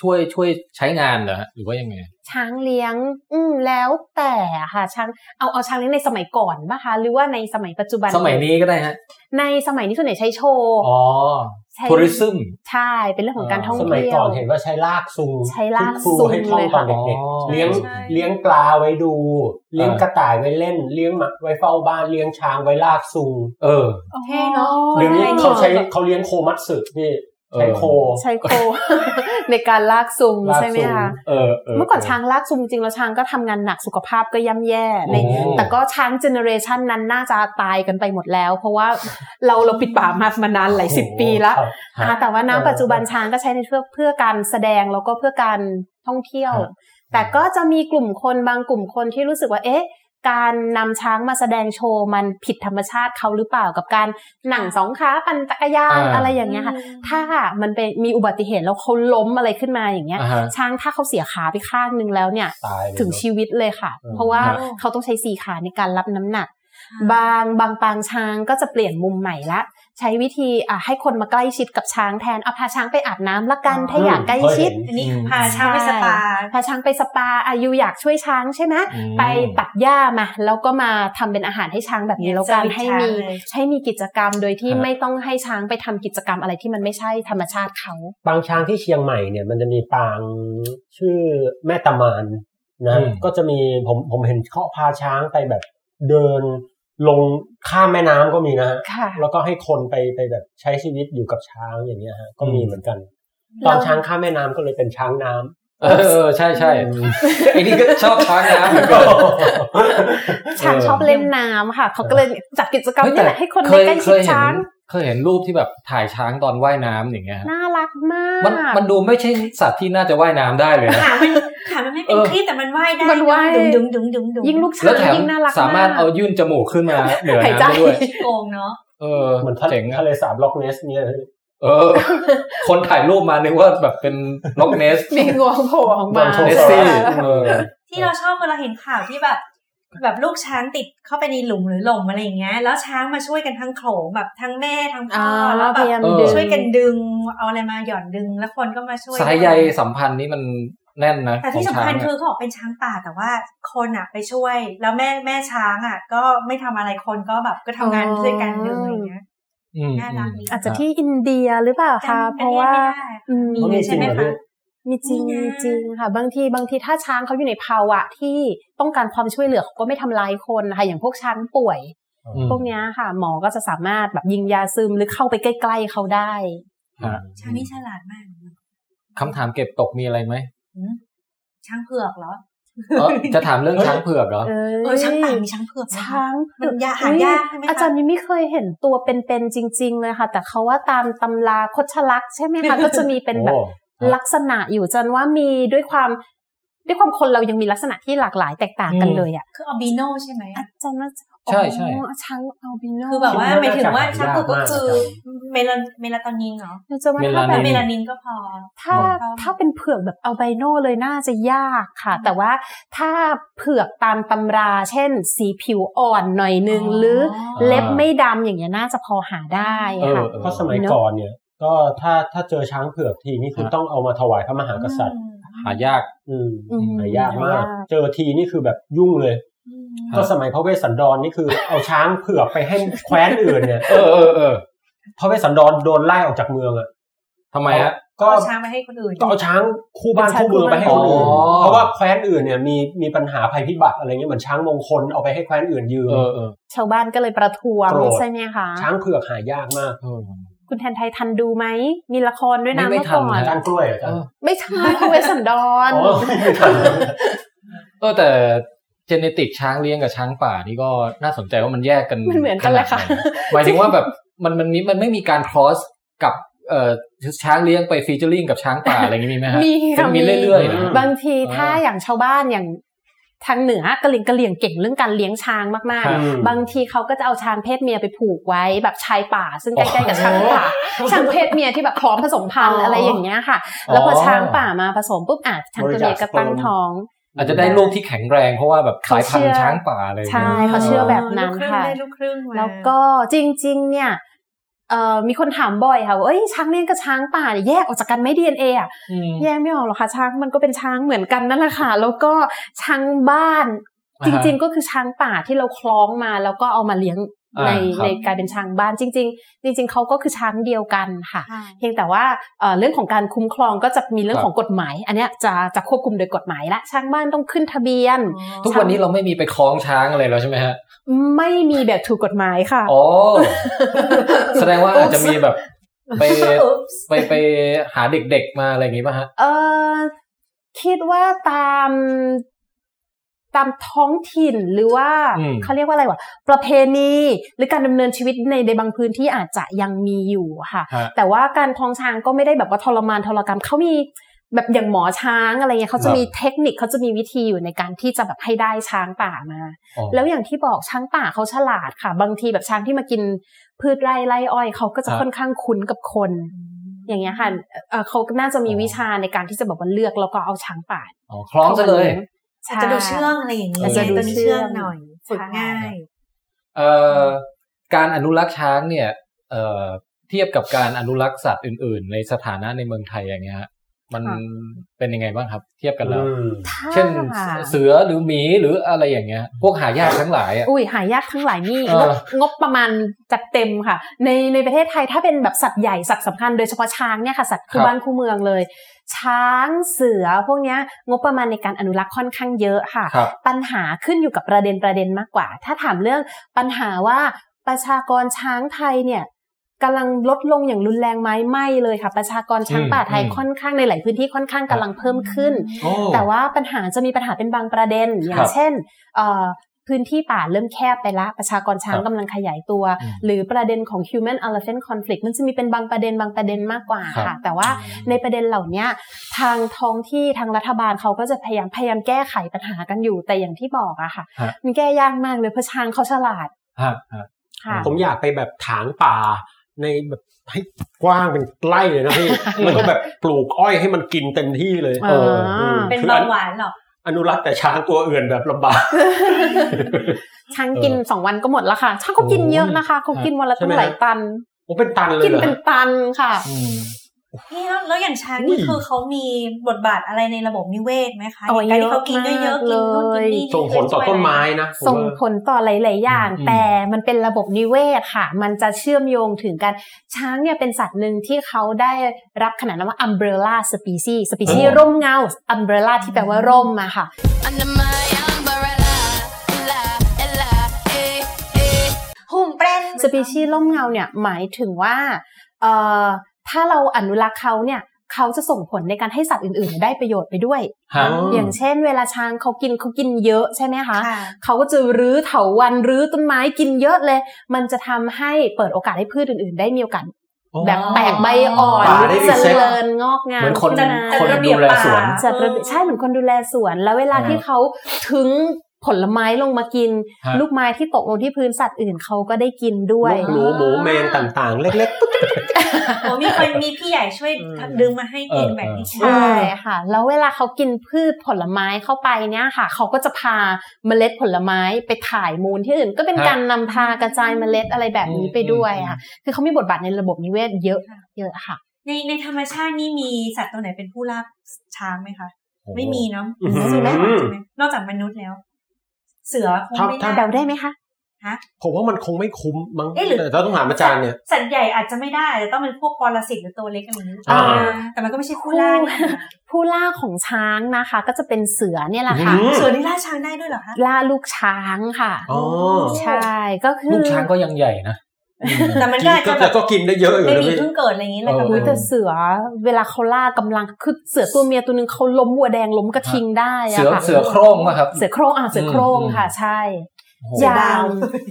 [SPEAKER 5] ช่วยช่วยใช้งานเหรอฮะหรือว่ายังไง
[SPEAKER 3] ช้างเลี้ยง อืมแล้วแต่ค่ะช้างเอาเอาช้างเลี้ยงในสมัยก่อนปะคะหรือว่าในสมัยปัจจุบัน
[SPEAKER 5] สมัยนี้ก็ได้ฮะ
[SPEAKER 3] ในสมัยนี้ส่วนใหญ่ใช้โชว์
[SPEAKER 5] อ๋อ
[SPEAKER 3] ใช้
[SPEAKER 5] ทัวริซึม
[SPEAKER 3] ใช่เป็นเรื่องของการท่อง
[SPEAKER 6] สมัย
[SPEAKER 3] เที่ย
[SPEAKER 6] ก่อ
[SPEAKER 3] ว
[SPEAKER 6] นเห็นว่าใช้ลากซูง
[SPEAKER 3] ใช้ลากซูง
[SPEAKER 6] ครูให้ท่อง
[SPEAKER 3] เลย
[SPEAKER 6] ต
[SPEAKER 3] ค่ะ
[SPEAKER 6] อนเด็ก
[SPEAKER 5] อ๋อ
[SPEAKER 6] ๆเลี้ยง
[SPEAKER 7] ใช่
[SPEAKER 6] เลี้ยงปลาไว้ดู เลี้ยงกระต่ายไว้เล่น เลี้ยงหมาไว้เฝ้าบ้านเลี้ยงช้างไว้ลากซูง
[SPEAKER 5] เออ
[SPEAKER 7] เท่เนอะ
[SPEAKER 6] เดี๋ยวนี้
[SPEAKER 7] อ๋อ
[SPEAKER 6] เขาใช้เขาเลี้ยงโคมัตสึพี่
[SPEAKER 5] เออ
[SPEAKER 6] ใช้โค
[SPEAKER 3] ใช้โค (laughs) ในการลากซุง
[SPEAKER 6] ลากซุง
[SPEAKER 3] ใช่ไหมคะ
[SPEAKER 5] เออเออ
[SPEAKER 3] เมื่อก่อนช้างลากซุงจริงแล้วช้างก็ทำงานหนักสุขภาพก็ย่ำแย่ใน
[SPEAKER 5] โอ้
[SPEAKER 3] แต่ก็ช้างเจเนอเรชันนั้นน่าจะตายกันไปหมดแล้ว เพราะว่าเราเราปิดป่ามามานานหลายสิบปีละ
[SPEAKER 6] ครับ
[SPEAKER 5] ฮะ
[SPEAKER 3] อ่าแต่ว่า
[SPEAKER 6] เออ
[SPEAKER 3] น้ำปัจจุบันช้างก็ใช้ในเพื่อเพื่อการแสดงแล้วก็เพื่อการท่องเที่ยว
[SPEAKER 5] ฮะ
[SPEAKER 3] แต่ก็จะมีกลุ่มคนบางกลุ่มคนที่รู้สึกว่าเอ๊ะ การนำช้างมาแสดงโชว์มันผิดธรรมชาติเขาหรือเปล่ากับการหนังสองขาปั่นจักรยาน
[SPEAKER 5] อ่า
[SPEAKER 3] อะไรอย่างเงี้ยค่ะ ถ้ามันเป็นมีอุบัติเหตุแล้วเขาล้มอะไรขึ้นมาอย่างเงี้ย
[SPEAKER 5] อ่าฮะ
[SPEAKER 3] ช้างถ้าเขาเสียขาไปข้างนึงแล้วเนี่ย
[SPEAKER 6] ตายเลย
[SPEAKER 3] ถึง
[SPEAKER 6] เนอะ
[SPEAKER 3] ชีวิตเลยค่ะ
[SPEAKER 6] อืม
[SPEAKER 3] เพราะว่า
[SPEAKER 5] ฮะ
[SPEAKER 3] เขาต้องใช้สี่ขาในการรับน้ำหนัก
[SPEAKER 7] ค่ะ
[SPEAKER 3] บางบางปางช้างก็จะเปลี่ยนมุมใหม่ละ ใช้วิธีอ่ะให้คนมาใกล้ชิดกับช้างแทนเอาพาช้างไปอาบน้ำละกัน
[SPEAKER 7] อ๋อ
[SPEAKER 3] ถ้าอยากใกล้
[SPEAKER 6] เคย
[SPEAKER 3] ชิ
[SPEAKER 6] เห็
[SPEAKER 3] ด
[SPEAKER 6] น
[SPEAKER 7] อันนี้คือพาช้างไปสปา
[SPEAKER 3] พาช้างไปสปาอายุอยากช่วยช้างใช่ไหม
[SPEAKER 5] อืม
[SPEAKER 3] ไปตัดหญ้ามาแล้วก็มาทำเป็นอาหารให้ช้างแบบนี้
[SPEAKER 7] เนี่ย
[SPEAKER 3] แล้วกั
[SPEAKER 7] เซอร์
[SPEAKER 3] น
[SPEAKER 7] วิส
[SPEAKER 3] ให้
[SPEAKER 7] ช้าง
[SPEAKER 3] มี
[SPEAKER 7] เลย
[SPEAKER 3] ให้มีกิจกรรมโดยที่
[SPEAKER 5] ฮะ
[SPEAKER 3] ไม่ต้องให้ช้างไปทำกิจกรรมอะไรที่มันไม่ใช่ธรรมชาติเขา
[SPEAKER 6] ปางช้างที่เชียงใหม่เนี่ยมันจะมีปางชื่อแม่ตะมานนะ
[SPEAKER 5] อืม
[SPEAKER 6] ก็จะมีผมผมเห็นเขาพาช้างไปแบบเดินลงข้ามแม่น้ำก็มีนะฮะ
[SPEAKER 3] ค่ะ
[SPEAKER 6] แล้วก็ให้คนไปไปแบบใช้ชีวิตอยู่กับช้างอย่างเงี้ยฮะก็มีเหมือนกัน ต
[SPEAKER 3] เรา
[SPEAKER 6] อนช้างข้ามแม่น้ำก็เลยเป็นช้างน้ำ
[SPEAKER 5] เออเออใช่ใช่ไอ้นี่ก็ชอบช้างนะ
[SPEAKER 3] ช้างชอบเล่นน้ำค่ะเขาก็เลยจัดกิจกรรม
[SPEAKER 5] เฮ้ยแต่
[SPEAKER 3] นี่แหละให้คน
[SPEAKER 5] เคย
[SPEAKER 3] ใกล้
[SPEAKER 5] เค
[SPEAKER 3] ชิ
[SPEAKER 5] ยเห็
[SPEAKER 3] ด
[SPEAKER 5] น
[SPEAKER 3] ช้าง
[SPEAKER 5] เคยเห็นรูปที่แบบถ่ายช้างตอนว่ายน้ำอย่างเงี้ยฮะ
[SPEAKER 3] น่ารักมาก
[SPEAKER 5] มันมันดูไม่ใช่สัตว์ที่น่าจะว่ายน้ำได้เลยนะ
[SPEAKER 7] ขามันขามันไม่เป็น
[SPEAKER 5] เออ
[SPEAKER 7] ครีบแต่มันว่ายได้
[SPEAKER 3] มันว่าย
[SPEAKER 7] ดึงดึงดึงดึงดึง
[SPEAKER 3] ยิ่งลูก
[SPEAKER 5] แล้วแถม
[SPEAKER 3] ช้างยิ่งน่ารักก
[SPEAKER 5] สามารถเอายื่นจมูกขึ้นมาเหนือ
[SPEAKER 3] หายใจ
[SPEAKER 5] น้ำได้ด้วย
[SPEAKER 7] โกงเนาะ
[SPEAKER 5] เออ
[SPEAKER 6] เหมือนทะเล
[SPEAKER 5] เจ๋งอะ
[SPEAKER 6] ทะเลสาบล็อกเนสเนี่ย
[SPEAKER 5] เออ คนถ่ายรูปมานึกว่าแบบเป็นล็อกเนส
[SPEAKER 3] (laughs) มีงวงโผล่ออกมา
[SPEAKER 5] เนสซี่เออ
[SPEAKER 7] ที่เราชอบเวลาเห็นข่าวที่แบบ แบบลูกช้างติดเข้าไปในหลุมหรือหล่มอะไรอย่างเงี้ย แล้วช้างมาช่วยกันทั้งโขลงแบบทั้งแม่ทั้งพ่
[SPEAKER 3] อ่า
[SPEAKER 7] อ
[SPEAKER 3] แล้
[SPEAKER 7] แล้ว ว
[SPEAKER 3] พ
[SPEAKER 7] แบบ
[SPEAKER 3] ยายาม
[SPEAKER 5] เออ
[SPEAKER 3] ดึง
[SPEAKER 7] ช่วยกันดึงเอาอะไรมาหย่อนดึงแล้วคนก็มาช่วย
[SPEAKER 5] สายใยสัมพันธ์นี่มันแน่นนะ
[SPEAKER 7] แต่ที่
[SPEAKER 5] ของ
[SPEAKER 7] สำคัญ
[SPEAKER 5] ช้างอะ
[SPEAKER 7] คือเขาบอกเป็นช้างป่าแต่ว่าคนอ่ะไปช่วย แล้วแม่แม่ช้างอ่ะ ก็ไม่ทำอะไรคนก็แบบก็ทำงานด้วยกันดึงอะไรอย่างเงี้ย
[SPEAKER 5] อืม
[SPEAKER 7] น่ารักดี
[SPEAKER 3] อาจจะที่อินเดียหรือเปล่าคะ
[SPEAKER 7] จำ
[SPEAKER 3] เพ
[SPEAKER 7] อันนี้
[SPEAKER 3] ราะว่า
[SPEAKER 7] ไม่ได้
[SPEAKER 3] อืม
[SPEAKER 6] เขา
[SPEAKER 7] ล
[SPEAKER 6] มี
[SPEAKER 7] ย
[SPEAKER 6] จริงเหรอ
[SPEAKER 7] ใช่ไหมคะ
[SPEAKER 6] พี่
[SPEAKER 3] มีจริง
[SPEAKER 7] นี่นะ
[SPEAKER 3] มีจริงค่ะบางทีบางทีถ้าช้างเขาอยู่ในภาวะที่ต้องการความช่วยเหลือเขาก็ไม่ทำร้ายคนนะคะอย่างพวกช้างป่วย
[SPEAKER 5] อืม
[SPEAKER 3] พวกเนี้ยค่ะ หมอก็จะสามารถแบบยิงยาซึมหรือเข้าไปใกล้ๆเขาได้
[SPEAKER 5] ฮะ
[SPEAKER 7] ช้างนี่ฉลาดมากนะ
[SPEAKER 5] คำถามเก็บตกมีอะไรไหม
[SPEAKER 7] หืมช้างเผือกเหรอ
[SPEAKER 5] เออจะถามเรื่องช้างเผือกเหรอ
[SPEAKER 3] เอ
[SPEAKER 7] เออช้างป่ามีช้างเผือกไหมคะ
[SPEAKER 3] ช้าง
[SPEAKER 7] มันยาหา
[SPEAKER 3] อุ๊
[SPEAKER 7] ยากใช่ไหมคะ
[SPEAKER 3] อาจารย์ยังไม่เคยเห็นตัวเป็นๆจริง ๆ เลยค่ะ แต่เขาว่าตามตำราคชลักษณ์ใช่ไหม
[SPEAKER 7] (laughs)
[SPEAKER 3] คะ ก็จะมีเป็นแบบ
[SPEAKER 5] ครับ
[SPEAKER 3] ลักษณะอยู่จันว่ามีด้วยความด้วยความคนเรายังมีลักษณะที่หลากหลายแตกต่างกันเลยอ่ะ
[SPEAKER 7] คือออบิโนใช่ไหม
[SPEAKER 3] อาจารย์ว่า
[SPEAKER 5] ใช่ใช่
[SPEAKER 3] อ๋อช้างอัลบิโน
[SPEAKER 7] คือแบบว่าหมายถึงว่าช้างเผือกก็คือ
[SPEAKER 6] น่าจะ
[SPEAKER 7] เมลานเมลาโทนินเหรอ
[SPEAKER 3] เราจะว่า
[SPEAKER 5] เม
[SPEAKER 3] ถ้าแบ
[SPEAKER 5] ลา
[SPEAKER 3] บ
[SPEAKER 5] นิ
[SPEAKER 7] เม
[SPEAKER 5] น
[SPEAKER 7] ลานินก็พอ
[SPEAKER 3] ถ้าถ้าเป็นเผือกแบบอัลไบโนเลยน่าจะยากค่ะ แต่ว่าถ้าเผือกตามตำรา เช่น สีผิวอ่อนหน่อยนึง
[SPEAKER 7] อ๋อ
[SPEAKER 3] หรือเล็บไม่ดำอย่างเงี้ยน่าจะพอหาได้
[SPEAKER 5] เออ
[SPEAKER 3] ค่ะ
[SPEAKER 5] เออ
[SPEAKER 6] เพราะสมัย
[SPEAKER 3] เนอะ
[SPEAKER 6] ก่อนเนี่ย ก็ถ้าถ้าเจอช้างเผือกทีนี่คือ
[SPEAKER 5] ฮะ
[SPEAKER 6] ต้องเอามาถวายพระมหากษัตริย์
[SPEAKER 7] อืม
[SPEAKER 5] หายาก
[SPEAKER 6] อืม
[SPEAKER 3] อืม
[SPEAKER 6] หายาก
[SPEAKER 3] ห
[SPEAKER 6] มาก เจอทีนี่คือแบบยุ่งเลย
[SPEAKER 7] อืม
[SPEAKER 5] ฮะ
[SPEAKER 6] ก็สมัยพระเวสสันดรนี่คือ เอาช้างเผือกไปให้แคว้นอื่นเนี่ย
[SPEAKER 5] เออเออเออ
[SPEAKER 6] พระเวสสันดรโดนไล่ออกจากเมืองอ่ะ
[SPEAKER 5] ทำไมฮะ
[SPEAKER 6] ก็
[SPEAKER 7] เอาช้างไปให้คนอื่น
[SPEAKER 6] ก็เอาช้างคู่บ้านคู่เมืองไปให้คนอื่น
[SPEAKER 5] อ๋อ
[SPEAKER 6] เพราะว่าแคว้นอื่นเนี่ยมีมีปัญหาภัยพิบัติอะไรเงี้ยเหมือนช้างมงคลเอาไปให้แคว้นอื่นยืม
[SPEAKER 5] เออเออ
[SPEAKER 3] ชาวบ้านก็เลยประท้วง
[SPEAKER 6] โกรธ
[SPEAKER 3] ใช่ไหมคะ
[SPEAKER 6] ช้างเผือกหายากมาก
[SPEAKER 5] เออ
[SPEAKER 3] คุณแทนไทยทันดูไหมมีละครด้วยนะ
[SPEAKER 5] ไม่
[SPEAKER 3] เมื่อ
[SPEAKER 5] ทั
[SPEAKER 3] ก่
[SPEAKER 5] น
[SPEAKER 3] อน
[SPEAKER 5] ฮะ
[SPEAKER 6] ช้างกล้วยเหรอจ๊ะ
[SPEAKER 3] ไม่ใช่คุณเวสสันดร
[SPEAKER 6] อ๋อไม่ทัน
[SPEAKER 5] เออแต่เจเนติกช้างเลี้ยงกับช้างป่านี่ก็น่าสนใจว่ามันแยกกัน
[SPEAKER 3] มันเหมือนกันเลยค่ะ
[SPEAKER 5] ขาดไหหมายถึงว่าแบบมันมันมีมันไม่มีการ cross กับเอ่อช้างเลี้ยงไปฟีเจอริงกับช้างป่าอะไรอย่างนี้มีไหมฮะ
[SPEAKER 3] มีค่ะ
[SPEAKER 5] มันมี
[SPEAKER 3] มี
[SPEAKER 5] เรื่อยๆนะ
[SPEAKER 6] อืม
[SPEAKER 3] บางทีถ้า
[SPEAKER 5] อ่า
[SPEAKER 3] อย่างชาวบ้านอย่างทางเหนือกะเหลี่ยงกะเหลี่ยงเก่งเรื่องการเลี้ยงช้างมาก
[SPEAKER 5] ครับ
[SPEAKER 3] ๆ บางทีเขาก็จะเอาช้างเพศเมียไปผูกไว้แบบชายป่า ซึ่งใกล้ๆกับช้างป่าช้างเพศเมียที่แบบพร้อมผสมพันธุ์
[SPEAKER 7] อ๋ออ
[SPEAKER 3] อะไรอย่างเงี้ยค่ะ แล้วพออ
[SPEAKER 5] อ
[SPEAKER 3] ช้างป่ามาผสมปุ๊บอาจช้างตัวเมียก็ตั้งท้อง
[SPEAKER 5] อาจจะได้ลูกที่แข็งแรงเพราะว่าแบบสายพันธุ์
[SPEAKER 3] เขาเชื่อ
[SPEAKER 5] ช้างป่าอะไรอย่าง
[SPEAKER 3] ใช่
[SPEAKER 5] เงี้ย
[SPEAKER 3] เขาเชื่อแบบนั้น
[SPEAKER 7] ลูกรึ่ง
[SPEAKER 3] ค่ะ
[SPEAKER 7] ได้ลูกครึ่งมา
[SPEAKER 3] แล้วก็จริง ๆ เนี่ยเอ่อมีคนถามบ่อยค่ะว่าเอ้ยช้างเลี้ยงกับช้างป่าเนี่ยแยกออกจากกันไหม่ดีเอ็นเออะ แยกไม่ออกหรอกค่ะช้างมันก็เป็นช้างเหมือนกันนั่นแหละค่ะ แล้วก็ช้างบ้าน
[SPEAKER 5] อ่าฮะ
[SPEAKER 3] จริง ๆ ก็คือช้างป่าที่เราคล้องมาแล้วก็เอามาเลี้ยง
[SPEAKER 5] อ่าครับ
[SPEAKER 3] ในในกลายเป็นช้างบ้านจริง ๆ จริง ๆเขาก็คือช้างเดียวกันค่ะ
[SPEAKER 7] ค่ะ
[SPEAKER 3] เพียงแต่ว่าเอ่อเรื่องของการคุ้มครองก็จะมีเรื่อ
[SPEAKER 5] ค
[SPEAKER 3] ง
[SPEAKER 5] รับ
[SPEAKER 3] ของกฎหมาย อันเนี้ยจะจะควบคุมโดยกฎหมายละช้างบ้านต้องขึ้นทะเบียน
[SPEAKER 5] ทุกวันนี้เราไม่มีไปคล้องช้างอะไรแล้วใช่ไหมฮะ
[SPEAKER 3] ไม่มีแบบถูกกฎหมายค่ะ (laughs)
[SPEAKER 5] อ๋อ แสดงว่าอาจจะมีแบบ ไป
[SPEAKER 7] Oops
[SPEAKER 5] ไปไปหาเด็กๆมาอะไรอย่างงี้ป่ะฮะ
[SPEAKER 3] เออคิดว่าตามตามท้องถิ่นหรือว่า
[SPEAKER 5] อืม
[SPEAKER 3] เขาเรียกว่าอะไรวะประเพณีหรือการดำเนินชีวิตในในบางพื้นที่อาจจะยังมีอยู่ค่ะ
[SPEAKER 5] ฮะ
[SPEAKER 3] แต่ว่าการคลองช้างก็ไม่ได้แบบว่าทรมานทรกรรมเขามีแบบอย่างหมอช้างอะไรเงี้ยเขา
[SPEAKER 5] ค
[SPEAKER 3] จะ
[SPEAKER 5] รับ
[SPEAKER 3] มีเทคนิคเขาจะมีวิธีอยู่ในการที่จะแบบให้ได้ช้างป่ามา
[SPEAKER 5] อ๋อ
[SPEAKER 3] แล้วอย่างที่บอกช้างป่าเขาฉลาดค่ะ บางทีแบบช้างที่มากินพืชไร่ไร่อ้อยเขาก็จะค่อนข้างคุ้นกับคน อย่างเงี้ยค่ะเอ่อเขาน่าจะมีวิชาในการที่จะแบบว่าเลือกแล้วก็เอาช้างป่า
[SPEAKER 5] อ๋อคล้องซะเลย
[SPEAKER 3] ใ
[SPEAKER 7] จะดูเชื่องอะไรอย่างนี้
[SPEAKER 5] อาจจะดู
[SPEAKER 7] ตัวนี้
[SPEAKER 3] เชื่
[SPEAKER 7] เชื่
[SPEAKER 3] อ
[SPEAKER 7] อง งหน่อยฝึกง่าย
[SPEAKER 5] เอ่อการอนุรักษ์ช้างเนี่ย เอ่อเทียบกับการอนุรักษ์สัตว์อื่น ๆ ในสถานะในเมืองไทยอย่างเงี้ยฮะมันเป็นยังไงบ้างครับ เทียบกันแล้ว
[SPEAKER 6] อืม
[SPEAKER 3] ถ้า
[SPEAKER 5] เช่นเสือหรือหมีหรืออะไรอย่างเงี้ย พวกหายากทั้งหลายอ่ะ
[SPEAKER 3] อุ้ยหายากทั้งหลายนี่
[SPEAKER 5] เออ
[SPEAKER 3] งบงบประมาณจัดเต็มค่ะ ในในประเทศไทยถ้าเป็นแบบสัตว์ใหญ่สัตว์สำคัญโดยเฉพาะช้างเนี่ยค่ะสัตว์คู่บ้านคู่เมืองเลย ช้างเสือพวกเนี้ยงบประมาณในการอนุรักษ์ค่อนข้างเยอะค่ะ
[SPEAKER 5] ครับ
[SPEAKER 3] ปัญหาขึ้นอยู่กับประเด็นประเด็นมากกว่า ถ้าถามเรื่องปัญหาว่าประชากรช้างไทยเนี่ยกำลังลดลงอย่างรุนแรงไหมไม่เลยค่ะ ประชากรช้าง
[SPEAKER 5] อืม
[SPEAKER 3] ป่าไทย
[SPEAKER 5] อืม
[SPEAKER 3] ค่อนข้างในหลายพื้นที่ค่อนข้างกำลังเพิ่มขึ้น
[SPEAKER 5] โอ้
[SPEAKER 3] แต่ว่าปัญหาจะมีปัญหาเป็นบางประเด็น อย่า
[SPEAKER 5] ครั
[SPEAKER 3] ง
[SPEAKER 5] บ
[SPEAKER 3] เช่นเอ่อ พื้นที่ป่าเริ่มแคบไปละประชากรช้าง
[SPEAKER 4] ครับ
[SPEAKER 3] กำลังขยายตัว
[SPEAKER 4] อืม
[SPEAKER 3] หรือประเด็นของ human elephant conflict มันจะมีเป็นบางประเด็นบางประเด็นมากกว่า
[SPEAKER 4] ครับ
[SPEAKER 3] ค่ะ แต่ว่าในประเด็นเหล่านี้ทางท้องที่ทางรัฐบาลเขาก็จะพยายามพยายามแก้ไขปัญหากันอยู่ แต่อย่างที่บอกอะค่ะ มันแก้ยากมากเลยเพราะช้างเขาฉลาด
[SPEAKER 4] ฮะฮะ
[SPEAKER 3] ค่ะ
[SPEAKER 6] ผมอยากไปแบบถางป่าในแบบให้กว้างเป็นไร่เลยนะพี่ แล้วก็แบบปลูกอ้อยให้มันกินเต็มที่เลย
[SPEAKER 3] เออ
[SPEAKER 6] ม
[SPEAKER 7] เป็น
[SPEAKER 6] คือ
[SPEAKER 7] เบา
[SPEAKER 6] อ
[SPEAKER 7] หวานเหรอ
[SPEAKER 6] อนุรักษ์แต่ช้างตัวอื่นแบบลำบาก
[SPEAKER 7] (laughs)
[SPEAKER 3] ช้างกินสองวันก็หมดละค่ะช้างเขากินเยอะนะคะเขากินวันละ
[SPEAKER 6] ใช่
[SPEAKER 3] ตั้ง
[SPEAKER 6] ไหม
[SPEAKER 3] หลายตัน
[SPEAKER 6] ผมเป็นตันเลย
[SPEAKER 3] กิน
[SPEAKER 6] เหรอ
[SPEAKER 3] เป็นตันค่ะ
[SPEAKER 4] อืม
[SPEAKER 7] นี่แล้วแล้วอย่างช้าง
[SPEAKER 6] อุ้
[SPEAKER 7] นี่
[SPEAKER 6] ย
[SPEAKER 7] คือเขามีบทบาทอะไรในระบบนิเวศไหมคะ
[SPEAKER 3] โอ้ย
[SPEAKER 7] ในการที่เขากิน
[SPEAKER 3] เย
[SPEAKER 7] เย
[SPEAKER 3] อะ
[SPEAKER 7] อะ
[SPEAKER 3] มาก
[SPEAKER 7] ๆกินนู่นกินนี่
[SPEAKER 3] เลย
[SPEAKER 6] ส่งผลต่อต้นไม้นะผม
[SPEAKER 3] ส่ง
[SPEAKER 6] ว่า
[SPEAKER 3] ผลต่อหลาย ๆ อย่าง
[SPEAKER 4] อืม
[SPEAKER 3] แต่มันเป็นระบบนิเวศค่ะ มันจะเชื่อมโยงถึงกัน ช้างเนี่ยเป็นสัตว์หนึ่งที่เขาได้รับขนานนามว่า umbrella species species
[SPEAKER 4] อ๋อ
[SPEAKER 3] ร่มเงา umbrella ที่แปลว่าร่มอะค่ะ
[SPEAKER 8] Under my umbrella, la, la, eh, eh.
[SPEAKER 7] หุ่มเป็น
[SPEAKER 3] สปีชีส์ร่มเงาเนี่ยหมายถึงว่าเอ่อถ้าเราอนุรักษ์เขาเนี่ยเขาจะส่งผลในการให้สัตว์อื่น ๆ ได้ประโยชน์ไปด้วย
[SPEAKER 4] ฮะ
[SPEAKER 3] อย่างเช่น เวลาช้างเขากินเขากินเยอะใช่ไหมคะ
[SPEAKER 7] ค่ะ
[SPEAKER 3] เขาก็จะรื้อเถาวันรื้อต้นไม้กินเยอะเลย มันจะทำให้เปิดโอกาสให้พืชอื่นๆ ได้มีโอกาสแบบแตกใบอ่อน
[SPEAKER 6] ป่าได้รี
[SPEAKER 3] เจ
[SPEAKER 6] เซ็ต
[SPEAKER 3] ริญงอกงาม
[SPEAKER 4] เหมือนคน
[SPEAKER 3] ขึ้มา
[SPEAKER 4] คน
[SPEAKER 7] จัดระเบี
[SPEAKER 4] ดู
[SPEAKER 7] ยบ
[SPEAKER 4] แล
[SPEAKER 7] ป่า
[SPEAKER 4] สวน
[SPEAKER 3] จัดระเบียบใช่เหมือนคนดูแลสวน แล้วเวลา
[SPEAKER 4] อ่า
[SPEAKER 3] ที่เขาถึงผลไม้ลงมากิน
[SPEAKER 4] ฮะ
[SPEAKER 3] ลูกไม้ที่ตกลงที่พื้นสัตว์อื่นเขาก็ได้กินด้วย
[SPEAKER 6] หนูหมูแมงต่างๆ เล็กๆตุ๊ก
[SPEAKER 7] โอ้มีคนมีพี่ใหญ่ช่วย
[SPEAKER 6] อืม
[SPEAKER 7] ดึงมาให้กินแบบนี้
[SPEAKER 3] ใช่ค่ะ แล้วเวลาเขากินพืชผลไม้เข้าไปเนี่ยค่ะ เขาก็จะพาเมล็ดผลไม้ไปถ่ายมูลที่อื่น ก็เป็น
[SPEAKER 4] ฮะ
[SPEAKER 3] การนำพากระจายเมล็ดอะไรแบบนี้ไปด้วย
[SPEAKER 4] อืม
[SPEAKER 3] ค่ะ คือเขามีบทบาทในระบบนิเวศเยอะเยอะค่ะ
[SPEAKER 7] ในในธรรมชาตินี่มีสัตว์ตัวไหนเป็นผู้ล่าช้างไหมคะ ไม่มีเนาะ
[SPEAKER 6] อื้อหือ
[SPEAKER 7] ใช่ไหมใช่ไหมนอกจากมนุษย์แล้ว เสือคงไม่
[SPEAKER 6] ถ้
[SPEAKER 7] น่า
[SPEAKER 3] เดาได้ไหมคะ
[SPEAKER 6] ผมว่ามันคงไม่คุ้มมั้ง
[SPEAKER 7] เอ๊ะหรือ
[SPEAKER 6] แต่เราต้องถามอาจารย์เนี่ย
[SPEAKER 7] สัตว์ใหญ่อาจจะไม่ได้แต่ต้องเป็นพวกปรสิตหรือตัวเล็กอะไรอย่างนี้
[SPEAKER 6] อ่า
[SPEAKER 7] แต่มันก็ไม่ใช่ผู้ล่านี่นะ
[SPEAKER 3] ผู้ล่าของช้างนะคะ ก็จะเป็นเสือเนี่ยแหละค่ะ
[SPEAKER 6] อืม
[SPEAKER 7] เสือนี่ล่าช้างได้ด้วยเหรอคะ
[SPEAKER 3] ล่าลูกช้างค่ะ
[SPEAKER 6] อ๋อ
[SPEAKER 3] ใช่ก็คือ
[SPEAKER 4] ลูกช้างก็ยังใหญ่นะ
[SPEAKER 7] แต่มันก็อาจจะ
[SPEAKER 6] แต่ก็กินได้เยอะอยู่
[SPEAKER 7] เบ
[SPEAKER 6] นะ
[SPEAKER 7] บี
[SPEAKER 6] พี่
[SPEAKER 7] เพิ่งเกิดอะไรอย่างนี้เลย
[SPEAKER 4] เออ
[SPEAKER 7] กับ
[SPEAKER 3] โอ้ยแต่เสือเวลาเขาล่ากำลังคือเสือตัวเมียตัวหนึ่งเขาล้มวัวแดงล้มกระทิงได้
[SPEAKER 4] เสื
[SPEAKER 3] อะ
[SPEAKER 4] อ
[SPEAKER 3] ค่ะ
[SPEAKER 4] เสือโคร่งป่ะครับ
[SPEAKER 3] เสือโคร่งอ่ะเสือโคร่ง
[SPEAKER 4] อืม
[SPEAKER 3] ค่ะ ใช่
[SPEAKER 4] โอ้โห
[SPEAKER 3] อย่าง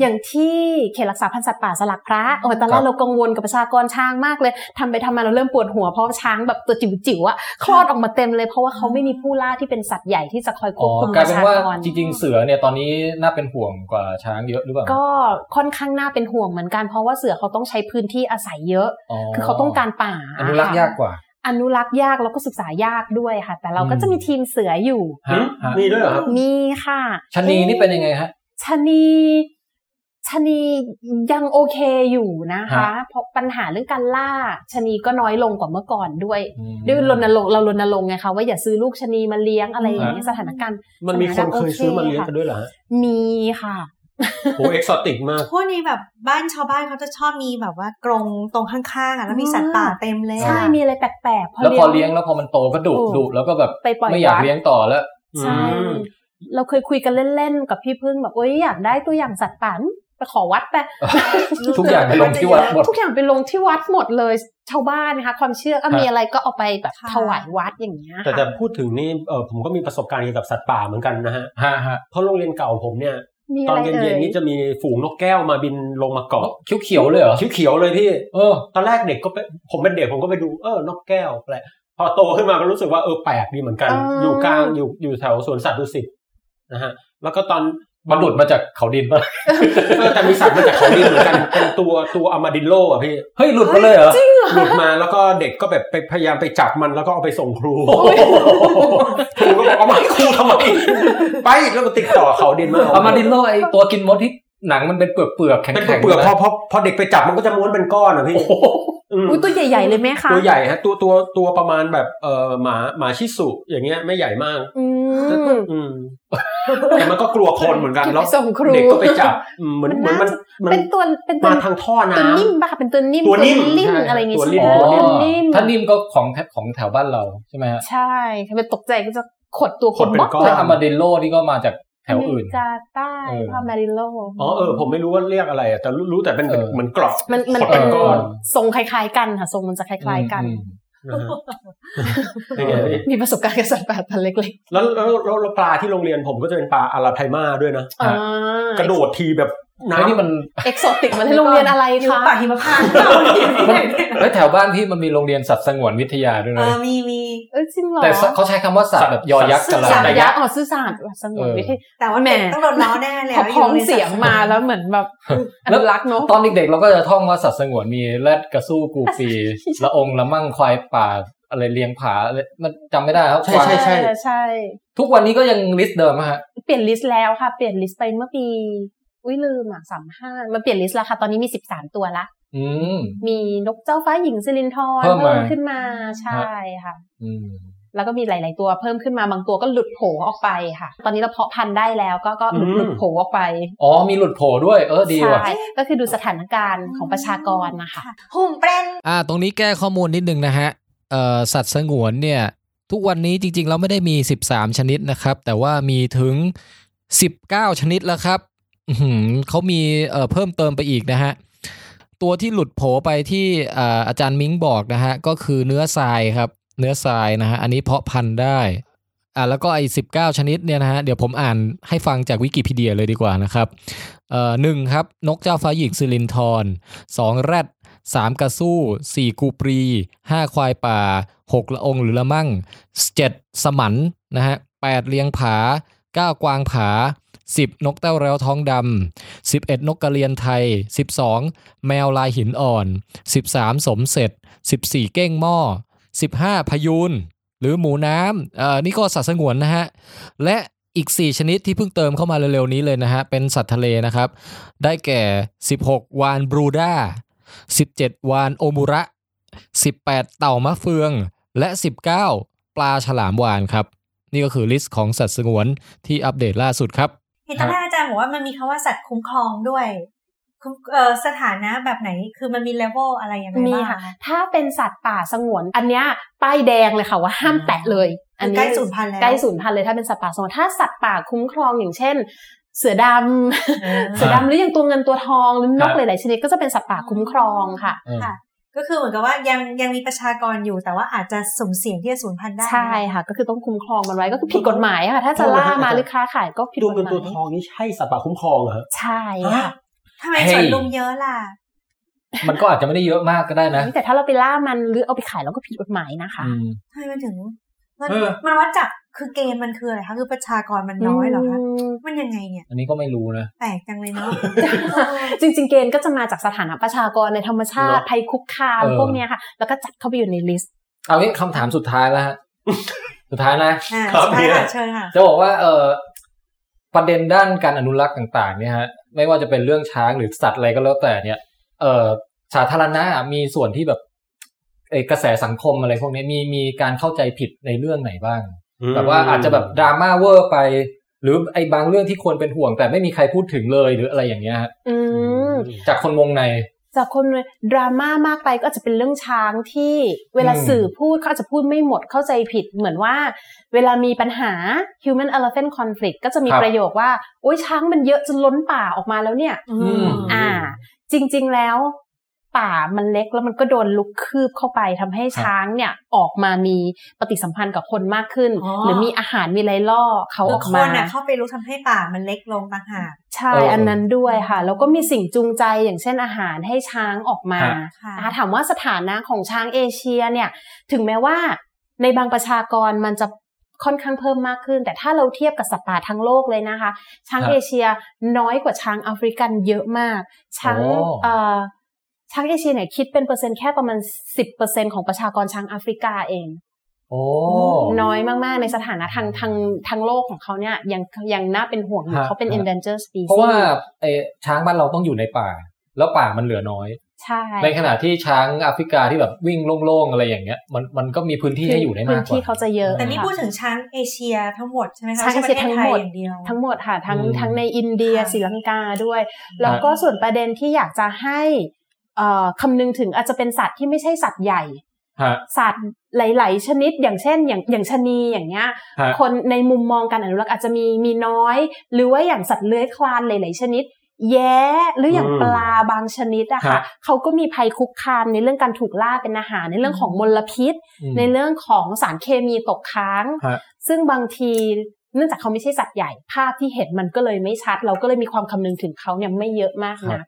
[SPEAKER 3] อย่างที่เขตรักษาพันธุ์สัตว์ป่าสลัก
[SPEAKER 4] (laughs)
[SPEAKER 3] พระโอ้ยตอนแร
[SPEAKER 4] ครั
[SPEAKER 3] ก
[SPEAKER 4] บ
[SPEAKER 3] เรากังวลกับประชากรช้างมากเลยทำไปทำมาเราเริ่มปวดหัวเพราะช้างแบบตัวจิ๋วๆอะคลอดออกมาเต็มเลยเพราะว่าเขาไม่มีผู้ล่าที่เป็นสัตว์ใหญ่ที่จะคอยค
[SPEAKER 4] อ๋อ
[SPEAKER 3] ว
[SPEAKER 4] บ
[SPEAKER 3] คุม
[SPEAKER 4] ก
[SPEAKER 3] ป
[SPEAKER 4] ลาย
[SPEAKER 3] ระ
[SPEAKER 4] เป็น
[SPEAKER 3] ชา
[SPEAKER 4] ว่าก
[SPEAKER 3] ร
[SPEAKER 4] จริง ๆ เสือเนี่ยตอนนี้น่าเป็นห่วงกว่าช้างเยอะหรือเปล่า
[SPEAKER 3] ก็ค่อนข้างน่าเป็นห่วงเหมือนกันเพราะว่าเสือเขาต้องใช้พื้นที่อาศัยเยอะ คือเขาต้องการป่า
[SPEAKER 4] อนุรักษ์
[SPEAKER 3] ค่ะ
[SPEAKER 4] ยากกว่า
[SPEAKER 3] อนุรักษ์ยากแล้วก็ศึกษายากด้วยค่ะ แต่เราก็
[SPEAKER 4] อืม
[SPEAKER 3] จะมีทีมเสืออยู่
[SPEAKER 4] ฮะฮะ
[SPEAKER 6] มีด้วยเหรอครับ
[SPEAKER 3] มีค่ะ
[SPEAKER 4] ชะนีนี่เป็นยังไงฮะ
[SPEAKER 3] ชะนีชะนียังโอเคอยู่นะคะ
[SPEAKER 4] ฮะ
[SPEAKER 3] เพราะปัญหาเรื่องการล่าชะนีก็น้อยลงกว่าเมื่อก่อนด้วย ด้วยรณรงค์เรารณรงค์ไงคะว่าอย่าซื้อลูกชะนีมาเลี้ยงอะไรอย่างนี้ยสถานการณ์
[SPEAKER 6] มันมีคนเคยซื้อมา
[SPEAKER 3] โอเค
[SPEAKER 6] เลี้ยงกันด้วยเหรอฮะ
[SPEAKER 3] มีค่ะ
[SPEAKER 6] โหเอ็กซอติกมาก
[SPEAKER 7] พวกนี้แบบบ้านชาวบ้านเขาจะชอบมีแบบว่ากรงตรงข้างๆอ่ะแล้วมีสัตว์ป่าเต็มเลยอะ
[SPEAKER 3] ใช่มีอะไรแปลกๆ
[SPEAKER 4] แล้วพอเลี้ยงแล้วพอมันโตก็ดุ
[SPEAKER 3] โอ้
[SPEAKER 4] ดุแล้วก็แบบ
[SPEAKER 3] ไปปล่อย
[SPEAKER 4] ไม่อยาก
[SPEAKER 3] วัด
[SPEAKER 4] เลี้ยงต่อแล้ว
[SPEAKER 3] ใช่
[SPEAKER 6] อืม
[SPEAKER 3] เราเคยคุยกันเล่นๆกับพี่พึ่งแบบโอ๊ยอยากได้ตัวอย่างสัตว์ป่าไปขอวัดไป
[SPEAKER 4] ทุกอย่างไปลงที่วัดหมด
[SPEAKER 3] ทุกอย่างไปลงที่วัดหมดเลยชาวบ้านนะคะ ความเชื่อก็มีอะไรก็เอาไปแบบถวายวัดอย่างเงี้ย
[SPEAKER 6] แต่แต่
[SPEAKER 3] ค่ะ
[SPEAKER 6] พูดถึงนี่เออผมก็มีประสบการณ์เกี่ยวกับสัตว์ป่าเหมือนกันนะฮะ
[SPEAKER 4] ฮะฮะ
[SPEAKER 6] เพราะโรงเรียนเก่าผมเนี่ย
[SPEAKER 3] มี
[SPEAKER 6] ต
[SPEAKER 3] อะ
[SPEAKER 6] อน
[SPEAKER 3] ไร
[SPEAKER 6] เย็
[SPEAKER 3] เอ่ย
[SPEAKER 6] นๆนี่จะมีฝูงนกแก้วมาบินลงมาเกาะ
[SPEAKER 4] คิ้วเขียวๆเลยเหรอ
[SPEAKER 6] เขียวๆเลยพี่
[SPEAKER 4] เออ
[SPEAKER 6] ตอนแรกเด็กก็ไปผมเป็นเด็กผมก็ไปดูเออนกแก้วแปลกพอโตขึ้นมาก็รู้สึกว่าเออแปลกดีเหมือนกัน อยู่กลางอยู่อยู่แถวสวนสัตว์ดุสิตนะฮะ แล้วก็ตอน (laughs)
[SPEAKER 4] มันหลุดมาจากเขาดินป่ะ
[SPEAKER 6] เออแต่มีสัตว์มาจากเขาดินเหมือนกัน เป็นตัวตัวอามาดิโลอ่ะพี่
[SPEAKER 4] เฮ้ยหลุดมาเลยเหรอ
[SPEAKER 6] หลุดมาแล้วก็เด็กก็แบบไปพยายามไปจับมันแล้วก็เอาไปส่งครูครูก็บอกเอามาให้ครูทำไมไปแล้วก็ติดต่อเขาดินมา
[SPEAKER 4] อามาดิโลไอตัวกินมดที่หนังมันเป็นเปลือกเปลือกๆแข็ง
[SPEAKER 6] เป็น
[SPEAKER 4] แข็ง
[SPEAKER 6] เปลือกๆพอพอพอเด็กไปจับมันก็จะม้วนเป็นก้อนอ่ะพี่อืม
[SPEAKER 3] อุ้ยตัวใหญ่ ๆ เลยไหมคะ
[SPEAKER 6] ตัวใหญ่ฮะตัวตัวตัวประมาณแบบเออหมาหมาชิสุอย่างเงี้ยไม่ใหญ่มาก
[SPEAKER 3] อืม
[SPEAKER 6] อื
[SPEAKER 3] (laughs)
[SPEAKER 6] มแต่มันก็กลัวคนเหมือนกัน
[SPEAKER 3] เก็บ
[SPEAKER 6] แล้
[SPEAKER 3] ไป
[SPEAKER 6] ว
[SPEAKER 3] ส่งครู
[SPEAKER 6] เด็กก็ไปจับอืมเหมือนเหมือนมันมัน
[SPEAKER 3] เป็นตัวเป็นตัว
[SPEAKER 6] มาทางท่อ
[SPEAKER 3] ตัว
[SPEAKER 6] น้ำ
[SPEAKER 3] นิ่มป่ะคะเป็นตัวนิ่ม
[SPEAKER 6] ตัวนิ่มใช่
[SPEAKER 3] อะไรอย่างงี้
[SPEAKER 6] ตัว
[SPEAKER 3] ใช่ไหมตัว
[SPEAKER 6] นิ่ม
[SPEAKER 4] อ๋อ
[SPEAKER 3] นิ่ม
[SPEAKER 4] ถ้านิ่มก็ของแถของแถวบ้านเราใช่ไหมฮะ
[SPEAKER 3] ใช่ถ้าเป็นตกใจก็จะขดตัว
[SPEAKER 6] ขดเป็นก้อน
[SPEAKER 4] ถ้าอามาดิโลนี่ก็มาจากแถวอื่น
[SPEAKER 3] เมริกาใต้
[SPEAKER 4] เออ
[SPEAKER 3] พามาริโล
[SPEAKER 6] อ๋อเออผมไม่รู้ว่าเรียกอะไรอะแต่รู้รู้แต่เป็นเป็น
[SPEAKER 4] เออ
[SPEAKER 6] เหมือนเกรอบ
[SPEAKER 3] มันมัน
[SPEAKER 6] ขดเป็
[SPEAKER 3] เป็น
[SPEAKER 6] นก้อน
[SPEAKER 3] ทรงคล้ายๆกันค่ะทรงมันจะคล้าย ๆกัน
[SPEAKER 4] อืม
[SPEAKER 6] นะ (laughs) ฮะ
[SPEAKER 4] เป็นไงพี่
[SPEAKER 3] มีประสบการณ์กับสัตว์ป่าพันธุ์เล็ก
[SPEAKER 6] แล้วแล้วแล้วแล้วปลาที่โรงเรียนผมก็จะเป็นปลาอาราไพมาด้วยนะ
[SPEAKER 3] ๆอ่าก
[SPEAKER 6] ระโดดทีแบบ
[SPEAKER 4] เฮ้ย
[SPEAKER 6] น้ำ
[SPEAKER 4] นี่มัน
[SPEAKER 3] เอกโซติกมาที่โรงเรียนอะไร
[SPEAKER 7] อยู่
[SPEAKER 3] คะ
[SPEAKER 7] ป่าหิมพานต์เปล่า
[SPEAKER 4] เฮ้ยแถวบ้านพี่มันมีโรงเรียนสัตว์สงวนวิทยาด้วย
[SPEAKER 7] เอ
[SPEAKER 4] นะ
[SPEAKER 7] อมีมี
[SPEAKER 3] เอ้ยจริงเหรอ
[SPEAKER 4] แต่เขาใช้คำว่าสัตว์แบบยอยักษ์
[SPEAKER 3] สื่
[SPEAKER 4] กั
[SPEAKER 3] อน
[SPEAKER 4] ละ
[SPEAKER 3] สาร
[SPEAKER 4] ระ
[SPEAKER 3] ยั
[SPEAKER 4] ยะ
[SPEAKER 3] กษ์อ๋อสื่อสารสงวนวิทยา
[SPEAKER 7] แต่ว่า
[SPEAKER 3] แหม
[SPEAKER 7] แม่ต้องโดนล้อแน่แล้ว
[SPEAKER 3] เขาพ้องเสียงมาแล้วเหมือนแบบอ
[SPEAKER 4] แล้ว
[SPEAKER 3] นุรักษ์เนาะ
[SPEAKER 4] ตอนเด็กๆเราก็จะท่องว่าสัตว์สงวนมีแรดกระสู้กูปีละองละมั่งควายป่าอะไรเลี้ยงผาอะไรมันจำไม่ได้ครับก
[SPEAKER 6] ใช่
[SPEAKER 4] วาง
[SPEAKER 6] ใช่ใช่
[SPEAKER 3] เออใช่
[SPEAKER 4] ทุกวันนี้ก็ยังลิสต์เดิมอะฮะ
[SPEAKER 3] เปลี่ยนลิสต์แล้วค่ะ เปลี่ยนลิสต์ไปเมื่อปี อุ้ยลืมอ่ะสามห้ามันเปลี่ยนลิสต์แล้วค่ะ ตอนนี้มีสิบสามตัวละ
[SPEAKER 4] อืม
[SPEAKER 3] มีนกเจ้าฟ้าหญิงซิลินทร
[SPEAKER 4] เพิ่มมา
[SPEAKER 3] ขึ้นมาใช่ค่ะ
[SPEAKER 4] อืม
[SPEAKER 3] แล้วก็มีหลาย ๆ ตัวเพิ่มขึ้นมาบางตัวก็หลุดโผล่ออกไปค่ะ ตอนนี้เราเพาะพันธุ์ได้แล้วก็ก็หลุด
[SPEAKER 6] อืม
[SPEAKER 3] หลุดโผล่ออกไป
[SPEAKER 4] อ๋อมีหลุดโผล่ด้วยเออดีว่ะ
[SPEAKER 3] ใช่ก็คือดูสถานการณ์ของประชากรนะคะ
[SPEAKER 7] หุ่มเปรน
[SPEAKER 5] อ่าตรงนี้แก้ข้อมูลนิดนึงนะฮะเอ่อสัตว์สงวนเนี่ย ทุกวันนี้จริงๆ เราไม่ได้มี 13 ชนิดนะครับ แต่ว่ามีถึง 19 ชนิดแล้วครับอื้อหือเขามีเอ่อเพิ่มเติมไปอีกนะฮะ ตัวที่หลุดโผไปที่เอ่ออาจารย์มิ้งบอกนะฮะ ก็คือเนื้อทรายครับ เนื้อทรายนะฮะ อันนี้เพาะพันธุ์ได้อ่าแล้วก็ไอ้19 ชนิดเนี่ยนะฮะ เดี๋ยวผมอ่านให้ฟังจากวิกิพีเดียเลยดีกว่านะครับเอ่อหนึ่งครับ นกเจ้าฟ้าหญิงซิลินทร สองแรดสามกระสู้สี่กูปรีห้าควายป่าหกละองหรือละมั่งเจ็ดสมันนะฮะแปดเลียงผาเก้ากวางผาสิบนกแต้วแร้วท้องดำสิบเอ็ดนกกระเรียนไทยสิบสองแมวลายหินอ่อนสิบสามสมเสร็จสิบสี่เก้งหม้อสิบห้าพยูนหรือหมูน้ำเอ่อนี่ก็สัตว์สงวนนะฮะ และอีก 4 ชนิดที่เพิ่งเติมเข้ามาเร็วๆนี้เลยนะฮะ เป็นสัตว์ทะเลนะครับ ได้แก่ 16 วานบรูด้า 17 วานโอมูระ 18 เต่ามะเฟือง และ 19 ปลาฉลามวานครับ นี่ก็คือลิสต์ของสัตว์สงวนที่อัปเดตล่าสุดครับ
[SPEAKER 7] เห็นตอนแรกอาจารย์บอกว่ามันมีคำว่าสัตว์คุ้มครองด้วยคุ้มเอ่อสถานะแบบไหนคือมันมีเลเวลอะไรยังไง
[SPEAKER 3] มี
[SPEAKER 7] บ้าง
[SPEAKER 3] ค่ะ ถ้าเป็นสัตว์ป่าสงวน อันเนี้ยป้ายแดงเลยค่ะว่าห้ามแตะเลย อั
[SPEAKER 7] คือน ใกล้
[SPEAKER 3] เนี้ย
[SPEAKER 7] สูญพันธุ์แล้ว
[SPEAKER 3] ใกล้สูญพันธุ์เลยถ้าเป็นสัตว์ป่าสงวนถ้าสัตว์ป่าคุ้มครองอย่างเช่น เสือด
[SPEAKER 7] อ่า
[SPEAKER 3] ำ เสือดำหรืออย่างตัวเงินตัวทองหรือนกหลายๆชนิดก็จะเป็นสัตว์ป่าคุ้มครองค่ะ
[SPEAKER 7] ก็คือเหมือนกับว่ายังยังมีประชากรอยู่แต่ว่าอาจจะสุ่มเสี่ยงที่จะสูญพันธุ์ได้
[SPEAKER 3] ใช่ค่ะ ก็คือต้องคุ้มครองมันไว้ก็คือผิดกฎหมายอะค่ะ ถ้าจะล่ามาหรือค้าขายก็ผิด
[SPEAKER 6] ตัว
[SPEAKER 3] กฎ
[SPEAKER 6] เงิน
[SPEAKER 3] ห
[SPEAKER 6] ตัวท
[SPEAKER 3] มาย
[SPEAKER 6] องนี่ใช่สัตว์ป่าคุ้มครองเหรอฮะ
[SPEAKER 3] ใช่ค่ะ
[SPEAKER 7] ทำไมสวน
[SPEAKER 4] เฮ้ย
[SPEAKER 7] ลุมเยอะล่ะ
[SPEAKER 4] (laughs) มันก็อาจจะไม่ได้เยอะมากก็ได้นะ
[SPEAKER 3] แต่ถ้าเราไปล่ามันหรือเอาไปขายเราก็ผิดกฎหมายนะคะ
[SPEAKER 4] อืม
[SPEAKER 7] ทำไมมันถึงมัน
[SPEAKER 4] เออ
[SPEAKER 7] มันวัดจากคือเกณฑ์มันคืออะไรคะคือประชากรมันน้อยเหรอคะมันยังไงเนี่ย
[SPEAKER 4] อันนี้ก็ไม่รู้นะ
[SPEAKER 7] แปลกจังเลยเนาะ
[SPEAKER 3] จริงๆ เกณฑ์ก็จะมาจากสถานะประชากรในธรรมชาติภัยคุกคาม
[SPEAKER 4] เออ
[SPEAKER 3] พวกเนี้ยค่ะ แล้วก็จัดเข้าไปอยู่ในลิสต์
[SPEAKER 4] เอางี้คำถามสุดท้ายแล้ว (laughs) ฮะ สุดท้ายนะ
[SPEAKER 7] อ่า
[SPEAKER 6] ครับ
[SPEAKER 7] สุดท้าย
[SPEAKER 6] เนี่ย
[SPEAKER 7] ค่ะเชิญค่ะ
[SPEAKER 4] จะบอกว่าเออประเด็นด้านการอนุรักษ์ต่างๆ เนี่ยฮะไม่ว่าจะเป็นเรื่องช้างหรือสัตว์อะไรก็แล้วแต่เนี่ย เออสาธารณะมีส่วนที่แบบเอ่อกระแสสังคมอะไรพวกนี้มีมีการเข้าใจผิดในเรื่องไหนบ้าง แบบว่าอาจจะแบบดราม่าเวอร์ไป หรือไอ้บางเรื่องที่ควรเป็นห่วง แต่ไม่มีใครพูดถึงเลยหรืออะไรอย่างเงี้ยฮะ
[SPEAKER 3] อืม
[SPEAKER 4] จากคนวงใน
[SPEAKER 3] จากคนดราม่ามากไปก็อาจจะเป็นเรื่องช้างที่เวลา
[SPEAKER 4] อืม
[SPEAKER 3] สื่อพูดเขาอาจจะพูดไม่หมดเข้าใจผิด เหมือนว่า เวลามีปัญหา human elephant conflict ก็จะมีประโยคว่า โอ้ยช้างมันเยอะจนล้นป่าออกมาแล้วเนี่ย
[SPEAKER 7] อืม
[SPEAKER 3] อ่า จริง ๆแล้ว ป่ามันเล็กแล้วมันก็โดนลุกคืบเข้าไปทำให้ช้างเนี่ยออกมามีปฏิสัมพันธ์กับคนมากขึ้น
[SPEAKER 7] อ๋อ
[SPEAKER 3] หรือมีอาหารมีอะไรล่อเขา
[SPEAKER 7] คือ
[SPEAKER 3] ออก
[SPEAKER 7] ค
[SPEAKER 3] มา
[SPEAKER 7] นน่ะเข้าไปรู้ทำให้ป่ามันเล็กลงต่างหาก
[SPEAKER 3] ใช่
[SPEAKER 4] เอออั
[SPEAKER 3] อันนั้นด้วยค่ะ แล้วก็มีสิ่งจูงใจอย่างเช่นอาหารให้ช้างออกมา
[SPEAKER 4] ฮะ
[SPEAKER 7] ค่ะ
[SPEAKER 3] อ่ะถามว่าสถานะของช้างเอเชียเนี่ย ถึงแม้ว่าในบางประชากรมันจะค่อนข้างเพิ่มมากขึ้น แต่ถ้าเราเทียบกับสัตว์ป่าทั้งโลกเลยนะคะ ช้าง
[SPEAKER 4] ครับ
[SPEAKER 3] เอเชียน้อยกว่าช้างแอฟริกันเยอะมาก ช้าง
[SPEAKER 4] โอ้
[SPEAKER 3] เอ่อช้างเอเชียเนี่ยคิดเป็นเปอร์เซ็นต์แค่ประมาณ 10%ของประชากรช้างแอฟริกาเอง
[SPEAKER 4] โอ้
[SPEAKER 3] น้อยมากๆ ในสถานะทางทางทางโลกของเขาเนี่ยยังยังน่าเป็นห่วงอยู่
[SPEAKER 4] ฮะ
[SPEAKER 3] เขาเป็น
[SPEAKER 4] ฮะ
[SPEAKER 3] endangered
[SPEAKER 4] เพราะว่า
[SPEAKER 3] species
[SPEAKER 4] ไอ้ช้างบ้านเราต้องอยู่ในป่า แล้วป่ามันเหลือน้อย
[SPEAKER 3] ใช่
[SPEAKER 4] ในขณะที่ช้างแอฟริกาที่แบบวิ่งโล่งๆอะไรอย่างเงี้ย มันมันก็มีพื้นที่ให้อยู่ได้
[SPEAKER 3] พื้
[SPEAKER 4] มาก
[SPEAKER 3] น
[SPEAKER 4] ก
[SPEAKER 3] ที่
[SPEAKER 4] ว่า
[SPEAKER 3] เขาจะเยอะ
[SPEAKER 7] แต่นี่
[SPEAKER 3] ค่ะ
[SPEAKER 7] พูดถึงช้างเอเชียทั้งหมดใช่ไหมคะ
[SPEAKER 3] ช้างเอเชีย
[SPEAKER 7] ไม่
[SPEAKER 3] ทั้ง
[SPEAKER 7] ใช่
[SPEAKER 3] หมด
[SPEAKER 7] ประเทศไทยอย่างเดียว
[SPEAKER 3] ทั้งหมดค่ะทั้ง
[SPEAKER 4] อืม
[SPEAKER 3] ทั้งในอินเดีย
[SPEAKER 7] ค่ะ
[SPEAKER 3] ศรีลังกาด้วย แล้วก็ส่วนประเด็นที่อยากจะให้เอ่อคำนึงถึงอาจจะเป็นสัตว์ที่ไม่ใช่สัตว์ใหญ่
[SPEAKER 4] ฮะ
[SPEAKER 3] สัตว์หลาย ๆ ชนิดอย่างเช่น อย่างอย่างชะนีอย่างเงี้ย
[SPEAKER 4] ฮะ
[SPEAKER 3] คนในมุมมองการอนุรักษ์อาจจะมีมีน้อย หรือว่าอย่างสัตว์เลื้อยคลานหลาย ๆ ชนิด แย้หรืออย่าง
[SPEAKER 6] อืม
[SPEAKER 3] ปลาบางชนิดอะค่ะ
[SPEAKER 4] ฮะ
[SPEAKER 3] เขาก็มีภัยคุกคามในเรื่องการถูกล่าเป็นอาหารในเรื่องของมลพิษ
[SPEAKER 4] อืม
[SPEAKER 3] ในเรื่องของสารเคมีตกค้าง
[SPEAKER 4] ฮะ
[SPEAKER 3] ซึ่งบางทีเนื่องจากเขาไม่ใช่สัตว์ใหญ่ภาพที่เห็นมันก็เลยไม่ชัด เราก็เลยมีความคำนึงถึงเขาเนี่ยไม่เยอะมากนะ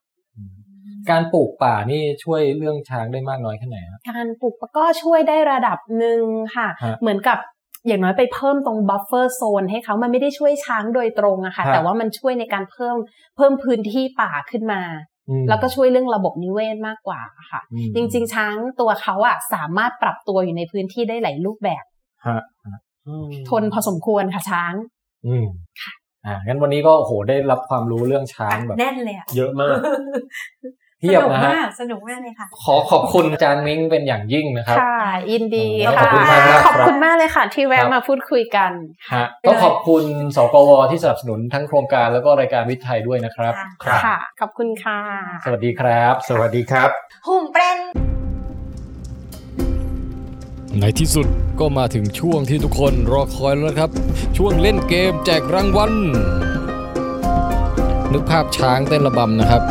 [SPEAKER 4] การปลูกป่านี่ช่วยเรื่องช้างได้มากน้อยแค่ไหนฮะ
[SPEAKER 3] การปลูกก็ช่วยได้ระดับหนึ่งค่ะ
[SPEAKER 4] ฮะ
[SPEAKER 3] เหมือนกับอย่างน้อยไปเพิ่มตรงบัฟเฟอร์โซนให้เขามันไม่ได้ช่วยช้างโดยตรงอะค่ะ
[SPEAKER 4] ฮะ
[SPEAKER 3] แต่ว่ามันช่วยในการเพิ่มเพิ่มพื้นที่ป่าขึ้นมา
[SPEAKER 4] อืม
[SPEAKER 3] แล้วก็ช่วยเรื่องระบบนิเวศมากกว่าค่ะ
[SPEAKER 4] อืม
[SPEAKER 3] จริงๆช้างตัวเขาอะสามารถปรับตัวอยู่ในพื้นที่ได้หลายรูปแบบ
[SPEAKER 4] ฮะ
[SPEAKER 3] ทนพอสมควรค่ะช้าง
[SPEAKER 4] อืมอ่างั้นวันนี้ก็โอ้โหได้รับความรู้เรื่องช้างแบบ
[SPEAKER 7] แน่นเลยอะ
[SPEAKER 6] เยอะ
[SPEAKER 3] (laughs)
[SPEAKER 6] มาก
[SPEAKER 7] (laughs)
[SPEAKER 4] เทียบ
[SPEAKER 7] สนุก
[SPEAKER 4] นะฮะ
[SPEAKER 7] มากสนุกมากเลยค่ะ
[SPEAKER 4] ขอขอบคุณอาจารย์มิ้งเป็นอย่างยิ่งนะครับ
[SPEAKER 3] ค่ะยินดี
[SPEAKER 4] ขอบ
[SPEAKER 3] ค่ะ
[SPEAKER 4] คุณมากครับ
[SPEAKER 3] ขอบคุณมากเลยค่ะ ที่
[SPEAKER 4] ค
[SPEAKER 3] แวะ
[SPEAKER 4] รับ
[SPEAKER 3] มาพูดคุยกัน
[SPEAKER 4] ฮะก็ขอบคุณสกวที่สนับสนุนทั้งโครงการแล้วก็รายการวิทย์ไทยด้วยนะครับ
[SPEAKER 9] ครับ
[SPEAKER 3] ค่ะ ขอบคุณค่ะ
[SPEAKER 4] สวัสดีครับ
[SPEAKER 9] สวัสดีครับ
[SPEAKER 7] หุ่มเปรน
[SPEAKER 5] ในที่สุดก็มาถึงช่วงที่ทุกคนรอคอยแล้วนะครับ ช่วงเล่นเกมแจกรางวัลนึกภาพช้างเต้นระบำนะครับ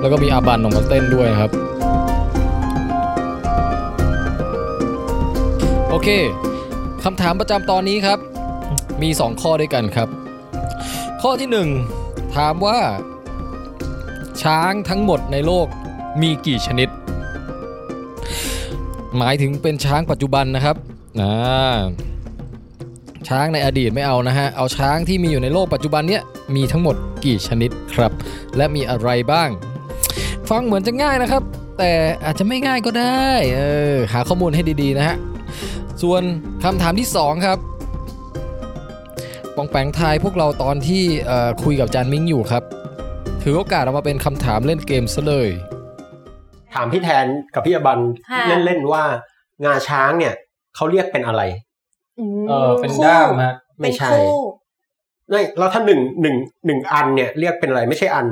[SPEAKER 5] แล้วก็มีอาบันออกมาเต้นด้วยนะครับ โอเคคำถามประจำตอนนี้ครับ มี 2 ข้อด้วยกันครับ ข้อที่ 1 ถามว่า ช้างทั้งหมดในโลกมีกี่ชนิด หมายถึงเป็นช้างปัจจุบันนะครับอ่าช้างในอดีตไม่เอานะฮะ เอาช้างที่มีอยู่ในโลกปัจจุบันเนี้ยมีทั้งหมดกี่ชนิดครับ และมีอะไรบ้าง ฟังเหมือนจะง่ายนะครับ แต่อาจจะไม่ง่ายก็ได้ เออ หาข้อมูลให้ดีๆนะฮะ ส่วนคำถามที่ 2 ครับปองแปงทายพวกเราตอนที่เอ่อคุยกับจานมิ้งอยู่ครับ ถือโอกาสเอามาเป็นคำถามเล่นเกมซะเลย
[SPEAKER 6] ถามพี่แทนกับพี่อบัน
[SPEAKER 7] ค่ะ
[SPEAKER 6] เล่นๆว่างาช้างเนี่ยเขาเรียกเป็นอะไร
[SPEAKER 4] เออเป็นด้ามฮะ
[SPEAKER 6] ไม่ใช่
[SPEAKER 7] เป็นคู่
[SPEAKER 6] ไม่แล้วถ้าหนึ่งหนึ่งหนึ่งอันเนี่ย เรียกเป็นอะไรไม่ใช่อัน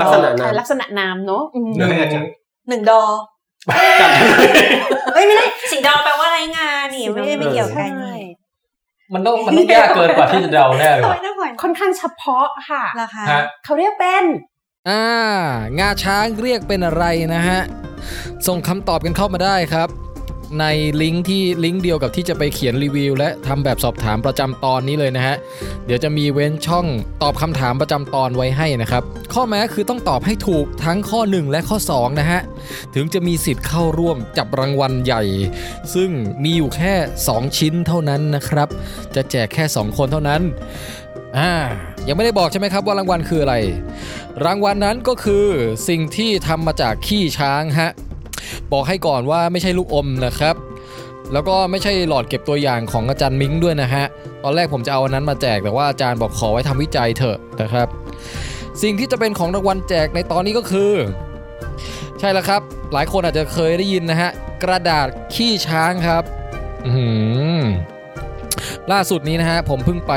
[SPEAKER 6] ลักษณะ
[SPEAKER 3] อ่า
[SPEAKER 6] นั้น
[SPEAKER 3] ลักษณะนามเนอะอืม
[SPEAKER 9] เดี๋ยวให้อาจารย์
[SPEAKER 7] หนึ่งดอเอ้ยไม่ได้สิงดอแปลว่าไรงานนี่ไม่ได้ไม่เกี่ยวกัน
[SPEAKER 3] ใช่
[SPEAKER 7] นี่
[SPEAKER 4] มันต้องมันต้องยากเกินกว่าที่จะเดาแน่เลย
[SPEAKER 7] โอ้
[SPEAKER 4] ว่ะ
[SPEAKER 7] ยน่าหวาน
[SPEAKER 3] ค่อนข้างเฉพาะค่ะ
[SPEAKER 7] ราคา
[SPEAKER 4] ฮะ
[SPEAKER 3] เขาเรียกเป็น
[SPEAKER 5] อ่างาช้างเรียกเป็นอะไรนะฮะ ส่งคำตอบกันเข้ามาได้ครับ ในลิงก์ที่ลิงก์เดียวกับที่จะไปเขียนรีวิว และทำแบบสอบถามประจำตอนนี้เลยนะฮะ เดี๋ยวจะมีเว้นช่องตอบคำถามประจำตอนไว้ให้นะครับ ข้อแม้คือต้องตอบให้ถูกทั้งข้อ 1 และข้อ 2 นะฮะ ถึงจะมีสิทธิ์เข้าร่วมจับรางวัลใหญ่ ซึ่งมีอยู่แค่ 2 ชิ้นเท่านั้นนะครับ จะแจกแค่ 2 คนเท่านั้นอ่ายังไม่ได้บอกใช่ไหมครับว่ารางวัลคืออะไร รางวัลนั้นก็คือสิ่งที่ทำมาจากขี้ช้างฮะ บอกให้ก่อนว่าไม่ใช่ลูกอมนะครับ แล้วก็ไม่ใช่หลอดเก็บตัวอย่างของอาจารย์มิ้งด้วยนะฮะ ตอนแรกผมจะเอาอันนั้นมาแจกแต่ว่าอาจารย์บอกขอไว้ทำวิจัยเถอะนะครับ สิ่งที่จะเป็นของรางวัลแจกในตอนนี้ก็คือ ใช่แล้วครับ หลายคนอาจจะเคยได้ยินนะฮะ กระดาษขี้ช้างครับอือหือล่าสุดนี้นะฮะผมเพิ่งไป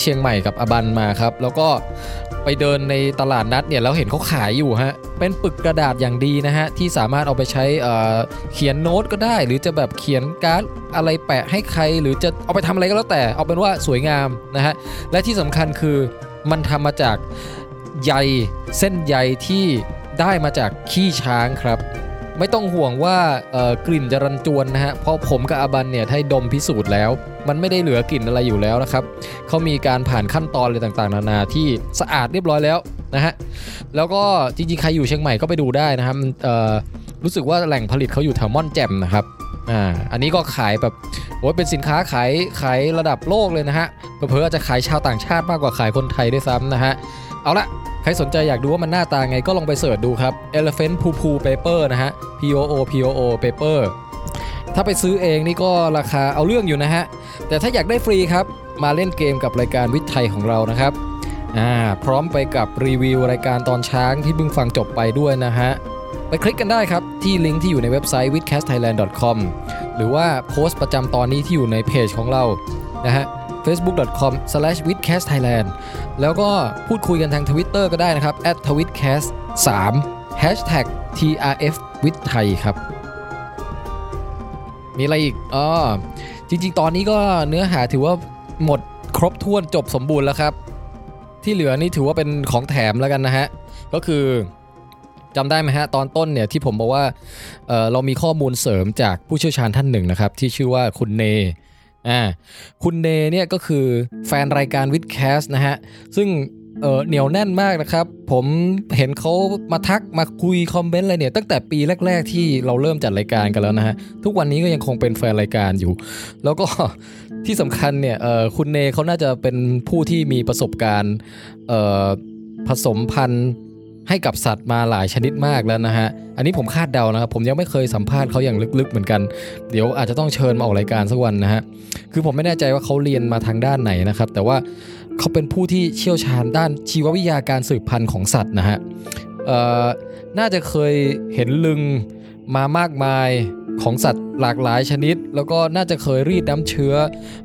[SPEAKER 5] เชียงใหม่กับอบันมาครับ แล้วก็ไปเดินในตลาดนัดเนี่ยแล้วเห็นเขาขายอยู่ฮะ เป็นปึกกระดาษอย่างดีนะฮะ ที่สามารถเอาไปใช้เอ่อเขียนโน้ตก็ได้ หรือจะแบบเขียนการ์ดอะไรแปะให้ใคร หรือจะเอาไปทำอะไรก็แล้วแต่ เอาเป็นว่าสวยงามนะฮะ และที่สำคัญคือมันทำมาจากใยเส้นใยที่ได้มาจากขี้ช้างครับ ไม่ต้องห่วงว่าเอ่อกลิ่นจะรันจวนนะฮะเพราะผมกับอาบันเนี่ยให้ดมพิสูจน์แล้ว มันไม่ได้เหลือกลิ่นอะไรอยู่แล้วนะครับเขามีการผ่านขั้นตอนอะไรต่างๆ นานาที่สะอาดเรียบร้อยแล้วนะฮะแล้วก็จริงๆใครอยู่เชียงใหม่ก็ไปดูได้นะครับมันเอ่อรู้สึกว่าแหล่งผลิตเขาอยู่แถวม่อนแจ่มนะครับอ่าอันนี้ก็ขายแบบโอ้ยเป็นสินค้าขายขายระดับโลกเลยนะฮะเผื่อๆอาจจะขายชาวต่างชาติมากกว่าขายคนไทยด้วยซ้ำนะฮะเอาละ ใครสนใจอยากดูว่ามันหน้าตาไงก็ลองไปเสิร์ชดูครับ Elephant Poo Poo Paper นะฮะ P O O P O O Paper ถ้าไปซื้อเองนี่ก็ราคาเอาเรื่องอยู่นะฮะ แต่ถ้าอยากได้ฟรีครับ มาเล่นเกมกับรายการวิทย์ไทยของเรานะครับอ่าพร้อมไปกับรีวิวรายการตอนช้างที่เพิ่งฟังจบไปด้วยนะฮะ ไปคลิกกันได้ครับ ที่ลิงก์ที่อยู่ในเว็บไซต์ w i t h c a s t t h a i l a n d c o m หรือว่าโพสต์ประจำตอนนี้ที่อยู่ในเพจของเรานะฮะ facebook.com/withcastthailand แล้วก็พูดคุยกันทาง Twitter ก็ได้นะครับ @twitcast 3 hashtag trf วิทไทยครับ มีอะไรอีกอ๋อจริง ๆ ตอนนี้ก็เนื้อหาถือว่าหมดครบถ้วนจบสมบูรณ์แล้วครับ ที่เหลือนี่ถือว่าเป็นของแถมแล้วกันนะฮะ ก็คือจำได้ไหมฮะ ตอนต้นเนี่ยที่ผมบอกว่าเอ่อเรามีข้อมูลเสริมจากผู้เชี่ยวชาญท่านหนึ่งนะครับ ที่ชื่อว่าคุณเนอ่าคุณเนเนี่ยก็คือแฟนรายการวิดแคสนะฮะ ซึ่งเอ่อเหนียวแน่นมากนะครับ ผมเห็นเขามาทักมาคุยคอมเมนต์อะไรเนี่ย ตั้งแต่ปีแรก ๆ ที่เราเริ่มจัดรายการกันแล้วนะฮะ ทุกวันนี้ก็ยังคงเป็นแฟนรายการอยู่ แล้วก็ (laughs) ที่สำคัญเนี่ยเอ่อคุณเนเขาน่าจะเป็นผู้ที่มีประสบการณ์เอ่อผสมพันธุ์ให้กับสัตว์มาหลายชนิดมากแล้วนะฮะ อันนี้ผมคาดเดานะครับ ผมยังไม่เคยสัมภาษณ์เขาอย่างลึกๆเหมือนกัน เดี๋ยวอาจจะต้องเชิญมาออกรายการสักวันนะฮะ คือผมไม่แน่ใจว่าเขาเรียนมาทางด้านไหนนะครับ แต่ว่าเขาเป็นผู้ที่เชี่ยวชาญด้านชีววิทยาการสืบพันธุ์ของสัตว์นะฮะเอ่อน่าจะเคยเห็นลึงมามากมายของสัตว์หลากหลายชนิด แล้วก็น่าจะเคยรีดน้ำเชื้อ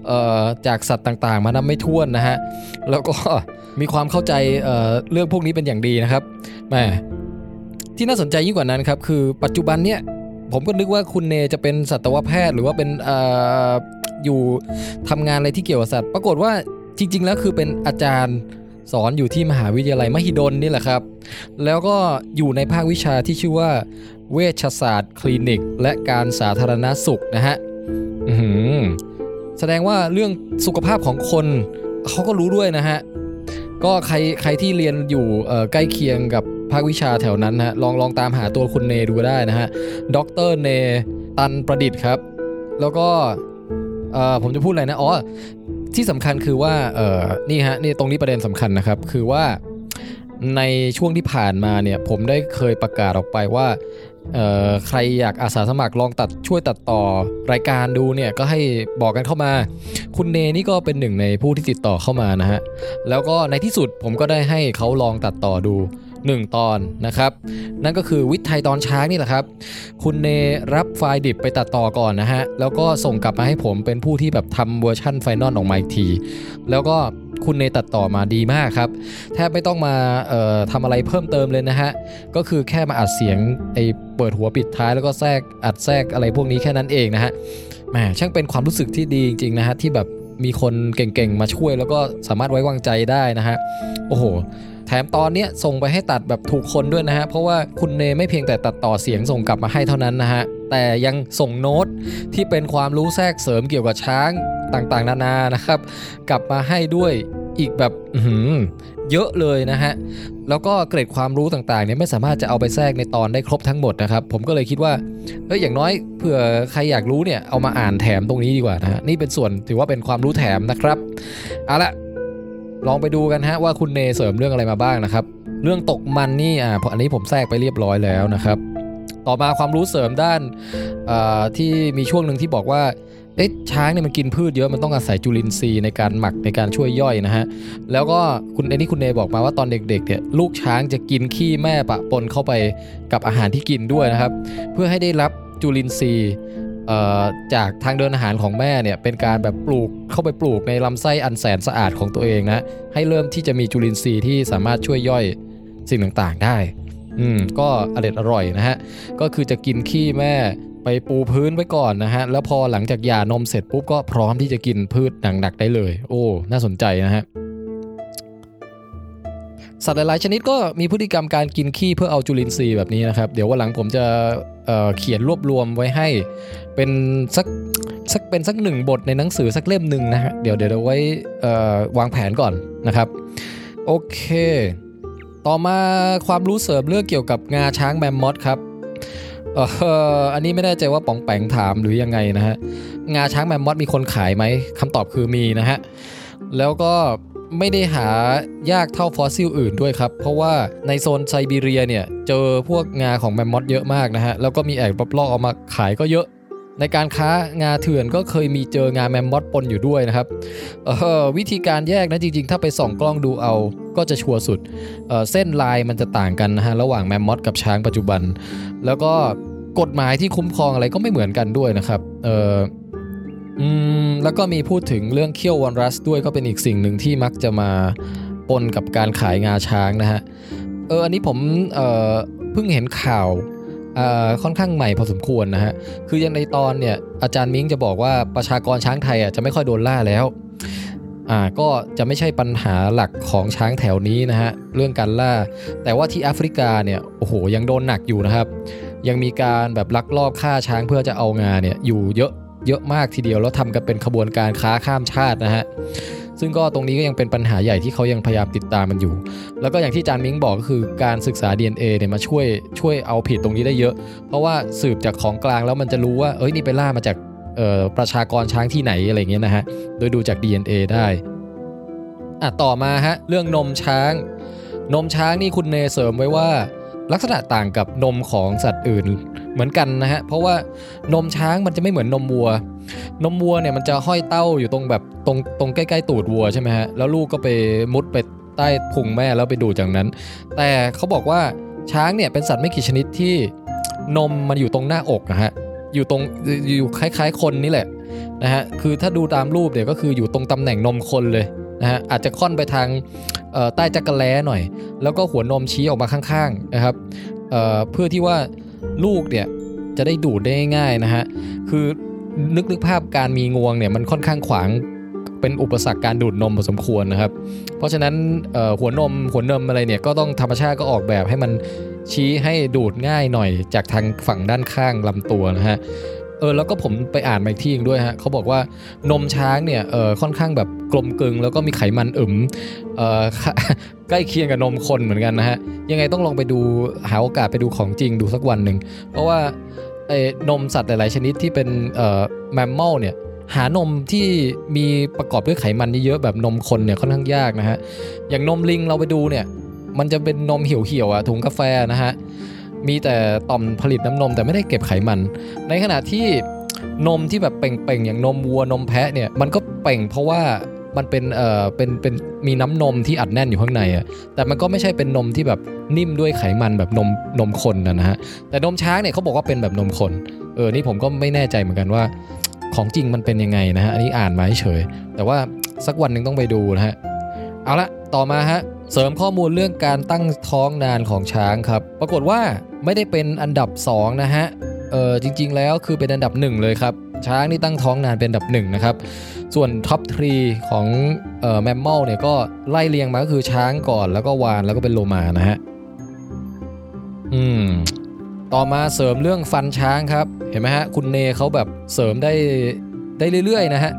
[SPEAKER 5] เอ่อจากสัตว์ต่างๆ มานับไม่ถ้วนนะฮะ แล้วก็ มีความเข้าใจเอ่อเรื่องพวกนี้เป็นอย่างดีนะครับแหมที่น่าสนใจยิ่งกว่านั้นครับ คือปัจจุบันเนี่ย ผมก็นึกว่าคุณเนจะเป็นสัตวแพทย์ หรือว่าเป็นเอ่ออยู่ทำงานอะไรที่เกี่ยวกับสัตว์ ปรากฏว่าจริง ๆ แล้วคือเป็นอาจารย์สอนอยู่ที่มหาวิทยาลัยมหิดลนี่แหละครับ แล้วก็อยู่ในภาควิชาที่ชื่อว่า เวชศาสตร์คลินิก และการสาธารณสุขนะฮะอื้อหือ แสดงว่าเรื่องสุขภาพของคนเขาก็รู้ด้วยนะฮะ ก็ใครใครที่เรียนอยู่เอ่อใกล้เคียงกับภาควิชาแถวนั้นนะฮะลองลองตามหาตัวคุณเนดูได้นะฮะดรเนตันประดิษฐ์ครับ แล้วก็เอ่อผมจะพูดอะไรนะอ๋อที่สำคัญคือว่าเอ่อนี่ฮะนี่ตรงนี้ประเด็นสำคัญนะครับ คือว่าในช่วงที่ผ่านมาเนี่ยผมได้เคยประกาศออกไปว่า เอ่อใครอยากอาสาสมัครลองตัดช่วยตัดต่อรายการดูเนี่ยก็ให้บอกกันเข้ามา คุณเนนี่ก็เป็นหนึ่งในผู้ที่ติดต่อเข้ามานะฮะ แล้วก็ในที่สุดผมก็ได้ให้เขาลองตัดต่อดู 1 ตอนนะครับ นั่นก็คือวิทย์ไทยตอนช้างนี่แหละครับ คุณเนรับไฟล์ดิบไปตัดต่อก่อนนะฮะ แล้วก็ส่งกลับมาให้ผมเป็นผู้ที่แบบทำเวอร์ชั่นไฟนอลออกมาอีกที แล้วก็คุณเนตัดต่อมาดีมากครับ แทบไม่ต้องมาเอ่อทำอะไรเพิ่มเติมเลยนะฮะ ก็คือแค่มาอัดเสียงไอ้เปิดหัวปิดท้ายแล้วก็แทรกอัดแทรกอะไรพวกนี้แค่นั้นเองนะฮะแหมช่างเป็นความรู้สึกที่ดีจริงๆนะฮะ ที่แบบมีคนเก่งๆมาช่วย แล้วก็สามารถไว้วางใจได้นะฮะ โอ้โห แถมตอนเนี้ยส่งไปให้ตัดแบบถูกคนด้วยนะฮะ เพราะว่าคุณเนไม่เพียงแต่ตัดต่อเสียงส่งกลับมาให้เท่านั้นนะฮะ แต่ยังส่งโน้ตที่เป็นความรู้แทรกเสริมเกี่ยวกับช้างต่างๆ นานานะครับ กลับมาให้ด้วยอีกแบบอื้อหือเยอะเลยนะฮะ แล้วก็เกรดความรู้ต่างๆเนี่ยไม่สามารถจะเอาไปแทรกในตอนได้ครบทั้งหมดนะครับ ผมก็เลยคิดว่าเอ้ยอย่างน้อยเผื่อใครอยากรู้เนี่ยเอามาอ่านแถมตรงนี้ดีกว่านะฮะนี่เป็นส่วนถือว่าเป็นความรู้แถมนะครับเอาละลองไปดูกันฮะว่าคุณเนเสริมเรื่องอะไรมาบ้างนะครับ เรื่องตกมันนี่อ่าอันนี้ผมแทรกไปเรียบร้อยแล้วนะครับ ต่อมาความรู้เสริมด้านอ่าที่มีช่วงหนึ่งที่บอกว่าเอ๊ะช้างเนี่ยมันกินพืชเยอะมันต้องอาศัยจุลินทรีย์ในการหมักในการช่วยย่อยนะฮะ แล้วก็คุณเอนนี่คุณเนบอกมาว่าตอนเด็กๆเนี่ยลูกช้างจะกินขี้แม่ปะปนเข้าไปกับอาหารที่กินด้วยนะครับ เพื่อให้ได้รับจุลินทรีย์เอ่อจากทางเดินอาหารของแม่เนี่ยเป็นการแบบปลูกเข้าไปปลูกในลำไส้อันแสนสะอาดของตัวเองนะให้เริ่มที่จะมีจุลินทรีย์ที่สามารถช่วยย่อยสิ่งต่างๆได้อืมก็อร่อยอร่อยนะฮะก็คือจะกินขี้แม่ไปปูพื้นไว้ก่อนนะฮะแล้วพอหลังจากหย่านมเสร็จปุ๊บก็พร้อมที่จะกินพืชหนักๆได้เลย โอ้น่าสนใจนะฮะ สัตว์หลายๆชนิดก็มีพฤติกรรมการกินขี้เพื่อเอาจุลินทรีย์แบบนี้นะครับ เดี๋ยววันหลังผมจะเอ่อเขียนรวบรวมไว้ให้ เป็นสักสักเป็นสักหนึ่งบทในหนังสือสักเล่มหนึ่งนะฮะเดี๋ยวเดี๋ยวเอาไว้เอ่อวางแผนก่อนนะครับ โอเค ต่อมาความรู้เสริมเรื่องเกี่ยวกับงาช้างแมมมอสครับเอ่ออันนี้ไม่แน่ใจว่าป๋องแปงถามหรือยังไงนะฮะงาช้างแมมมอสมีคนขายไหมคำตอบคือมีนะฮะ แล้วก็ไม่ได้หายากเท่าฟอสซิลอื่นด้วยครับ เพราะว่าในโซนไซบีเรียเนี่ยเจอพวกงาของแมมมอสเยอะมากนะฮะ แล้วก็มีแอกปลอกๆเอามาขายก็เยอะ ในการค้างาเถื่อนก็เคยมีเจองาแมมมอสปนอยู่ด้วยนะครับเอ่อวิธีการแยกนะจริงๆ ถ้าไปส่องกล้องดูเอาก็จะชัวร์สุดเอ่อเส้นลายมันจะต่างกันนะฮะระหว่างแมมมอสกับช้างปัจจุบัน แล้วก็กฎหมายที่คุ้มครองอะไรก็ไม่เหมือนกันด้วยนะครับเอ่อ อืมแล้วก็มีพูดถึงเรื่องเขี้ยววอนรัสด้วยก็เป็นอีกสิ่งหนึ่งที่มักจะมาปนกับการขายงาช้างนะฮะ เอออันนี้ผมเอ่อเพิ่งเห็นข่าวเอ่อค่อนข้างใหม่พอสมควรนะฮะ คืออยังในตอนเนี่ยอาจารย์มิ้งจะบอกว่าประชากรช้างไทยอ่ะจะไม่ค่อยโดนล่าแล้ว อ่าก็จะไม่ใช่ปัญหาหลักของช้างแถวนี้นะฮะเรื่องการล่า แต่ว่าที่แอฟริกาเนี่ยโอ้โหยังโดนหนักอยู่นะครับ ยังมีการแบบลักลอบฆ่าช้างเพื่อจะเอางาเนี่ยอยู่เยอะเยอะมากทีเดียวแล้วทำกันเป็นขบวนการค้าข้ามชาตินะฮะซึ่งก็ตรงนี้ก็ยังเป็นปัญหาใหญ่ที่เขายังพยายามติดตามมันอยู่ แล้วก็อย่างที่จานมิงบอกก็คือการศึกษา DNA เนี่ยมาช่วยช่วยเอาผิดตรงนี้ได้เยอะ เพราะว่าสืบจากของกลางแล้วมันจะรู้ว่าเอ้ยนี่ไปล่ามาจากเอ่อประชากรช้างที่ไหนอะไรเงี้ยนะฮะโดยดูจาก DNA ได้อ่ะต่อมาฮะเรื่องนมช้าง นมช้างนี่คุณเนเสริมไว้ว่า ลักษณะต่างกับนมของสัตว์อื่นเหมือนกันนะฮะเพราะว่านมช้างมันจะไม่เหมือนนมวัว นมวัวเนี่ยมันจะห้อยเต้าอยู่ตรงแบบตรงตรงใกล้ๆตูดวัวใช่ไหมฮะแล้วลูกก็ไปมุดไปใต้พุงแม่แล้วไปดูดจากนั้น แต่เขาบอกว่าช้างเนี่ยเป็นสัตว์ไม่กี่ชนิดที่นมมันอยู่ตรงหน้าอกนะฮะอยู่ตรงอยู่คล้าย ๆ คนนี่แหละนะฮะคือถ้าดูตามรูปเนี่ยก็คืออยู่ตรงตำแหน่งนมคนเลยนะฮะอาจจะค่อนไปทางเอ่อใต้จักรแล้หน่อย แล้วก็หัวนมชี้ออกมาข้างๆนะครับเอ่อเพื่อที่ว่าลูกเนี่ยจะได้ดูดได้ง่ายๆนะฮะคือนึกนึกภาพการมีงวงเนี่ยมันค่อนข้างขวางเป็นอุปสรรคการดูดนมพอสมควรนะครับ เพราะฉะนั้นเอ่อหัวนมหัวนมอะไรเนี่ยก็ต้องธรรมชาติก็ออกแบบให้มันชี้ให้ดูดง่ายหน่อย จากทางฝั่งด้านข้างลำตัวนะฮะเออแล้วก็ผมไปอ่านมาอีกที่หนึงด้วยฮะเขาบอกว่านมช้างเนี่ยเออค่อนข้างแบบกลมกลึง แล้วก็มีไขมันอึมเอ (laughs) อ ใกล้เคียงกับนมคนเหมือนกันนะฮะ ยังไงต้องลองไปดูหาโอกาสไปดูของจริงดูสักวันหนึ่ง เพราะว่าไอ้นมสัตว์หลาย ๆ ชนิดที่เป็นเอ่อแมมมอลเนี่ยหานมที่มีประกอบด้วยไขมันเยอะๆแบบนมคนเนี่ยค่อนข้างยากนะฮะ อย่างนมลิงเราไปดูเนี่ย มันจะเป็นนมเหี่ยวๆอ่ะถุงกาแฟนะฮะ มีแต่ต่อมผลิตน้ำนมแต่ไม่ได้เก็บไขมัน ในขณะที่นมที่แบบเป่งๆอย่างนมวัวนมแพะเนี่ยมันก็เป่งเพราะว่ามันเป็นเอ่อเป็นเป็นมีน้ำนมที่อัดแน่นอยู่ข้างในอ่ะแต่มันก็ไม่ใช่เป็นนมที่แบบนิ่มด้วยไขมันแบบนมนมคนนะนะฮะแต่นมช้างเนี่ยเขาบอกว่าเป็นแบบนมคนเออนี่ผมก็ไม่แน่ใจเหมือนกันว่า ของจริงมันเป็นยังไงนะฮะอันนี้อ่านมาเฉยๆแต่ว่าสักวันหนึ่งต้องไปดูนะฮะเอาละต่อมาฮะเสริมข้อมูลเรื่องการตั้งท้องนานของช้างครับ ปรากฏว่าไม่ได้เป็นอันดับสองนะฮะ เออจริงๆแล้วคือเป็นอันดับหนึ่งเลยครับ ช้างนี่ตั้งท้องนานเป็นอันดับหนึ่งนะครับ ส่วนท็อปทรีของเอ่อแมมมอลเนี่ยก็ไล่เรียงมาก็คือช้างก่อนแล้วก็วานแล้วก็เป็นโลมานะฮะอืมต่อมาเสริมเรื่องฟันช้างครับ เห็นไหมฮะคุณเนเขาแบบเสริมได้ได้เรื่อยๆนะฮะ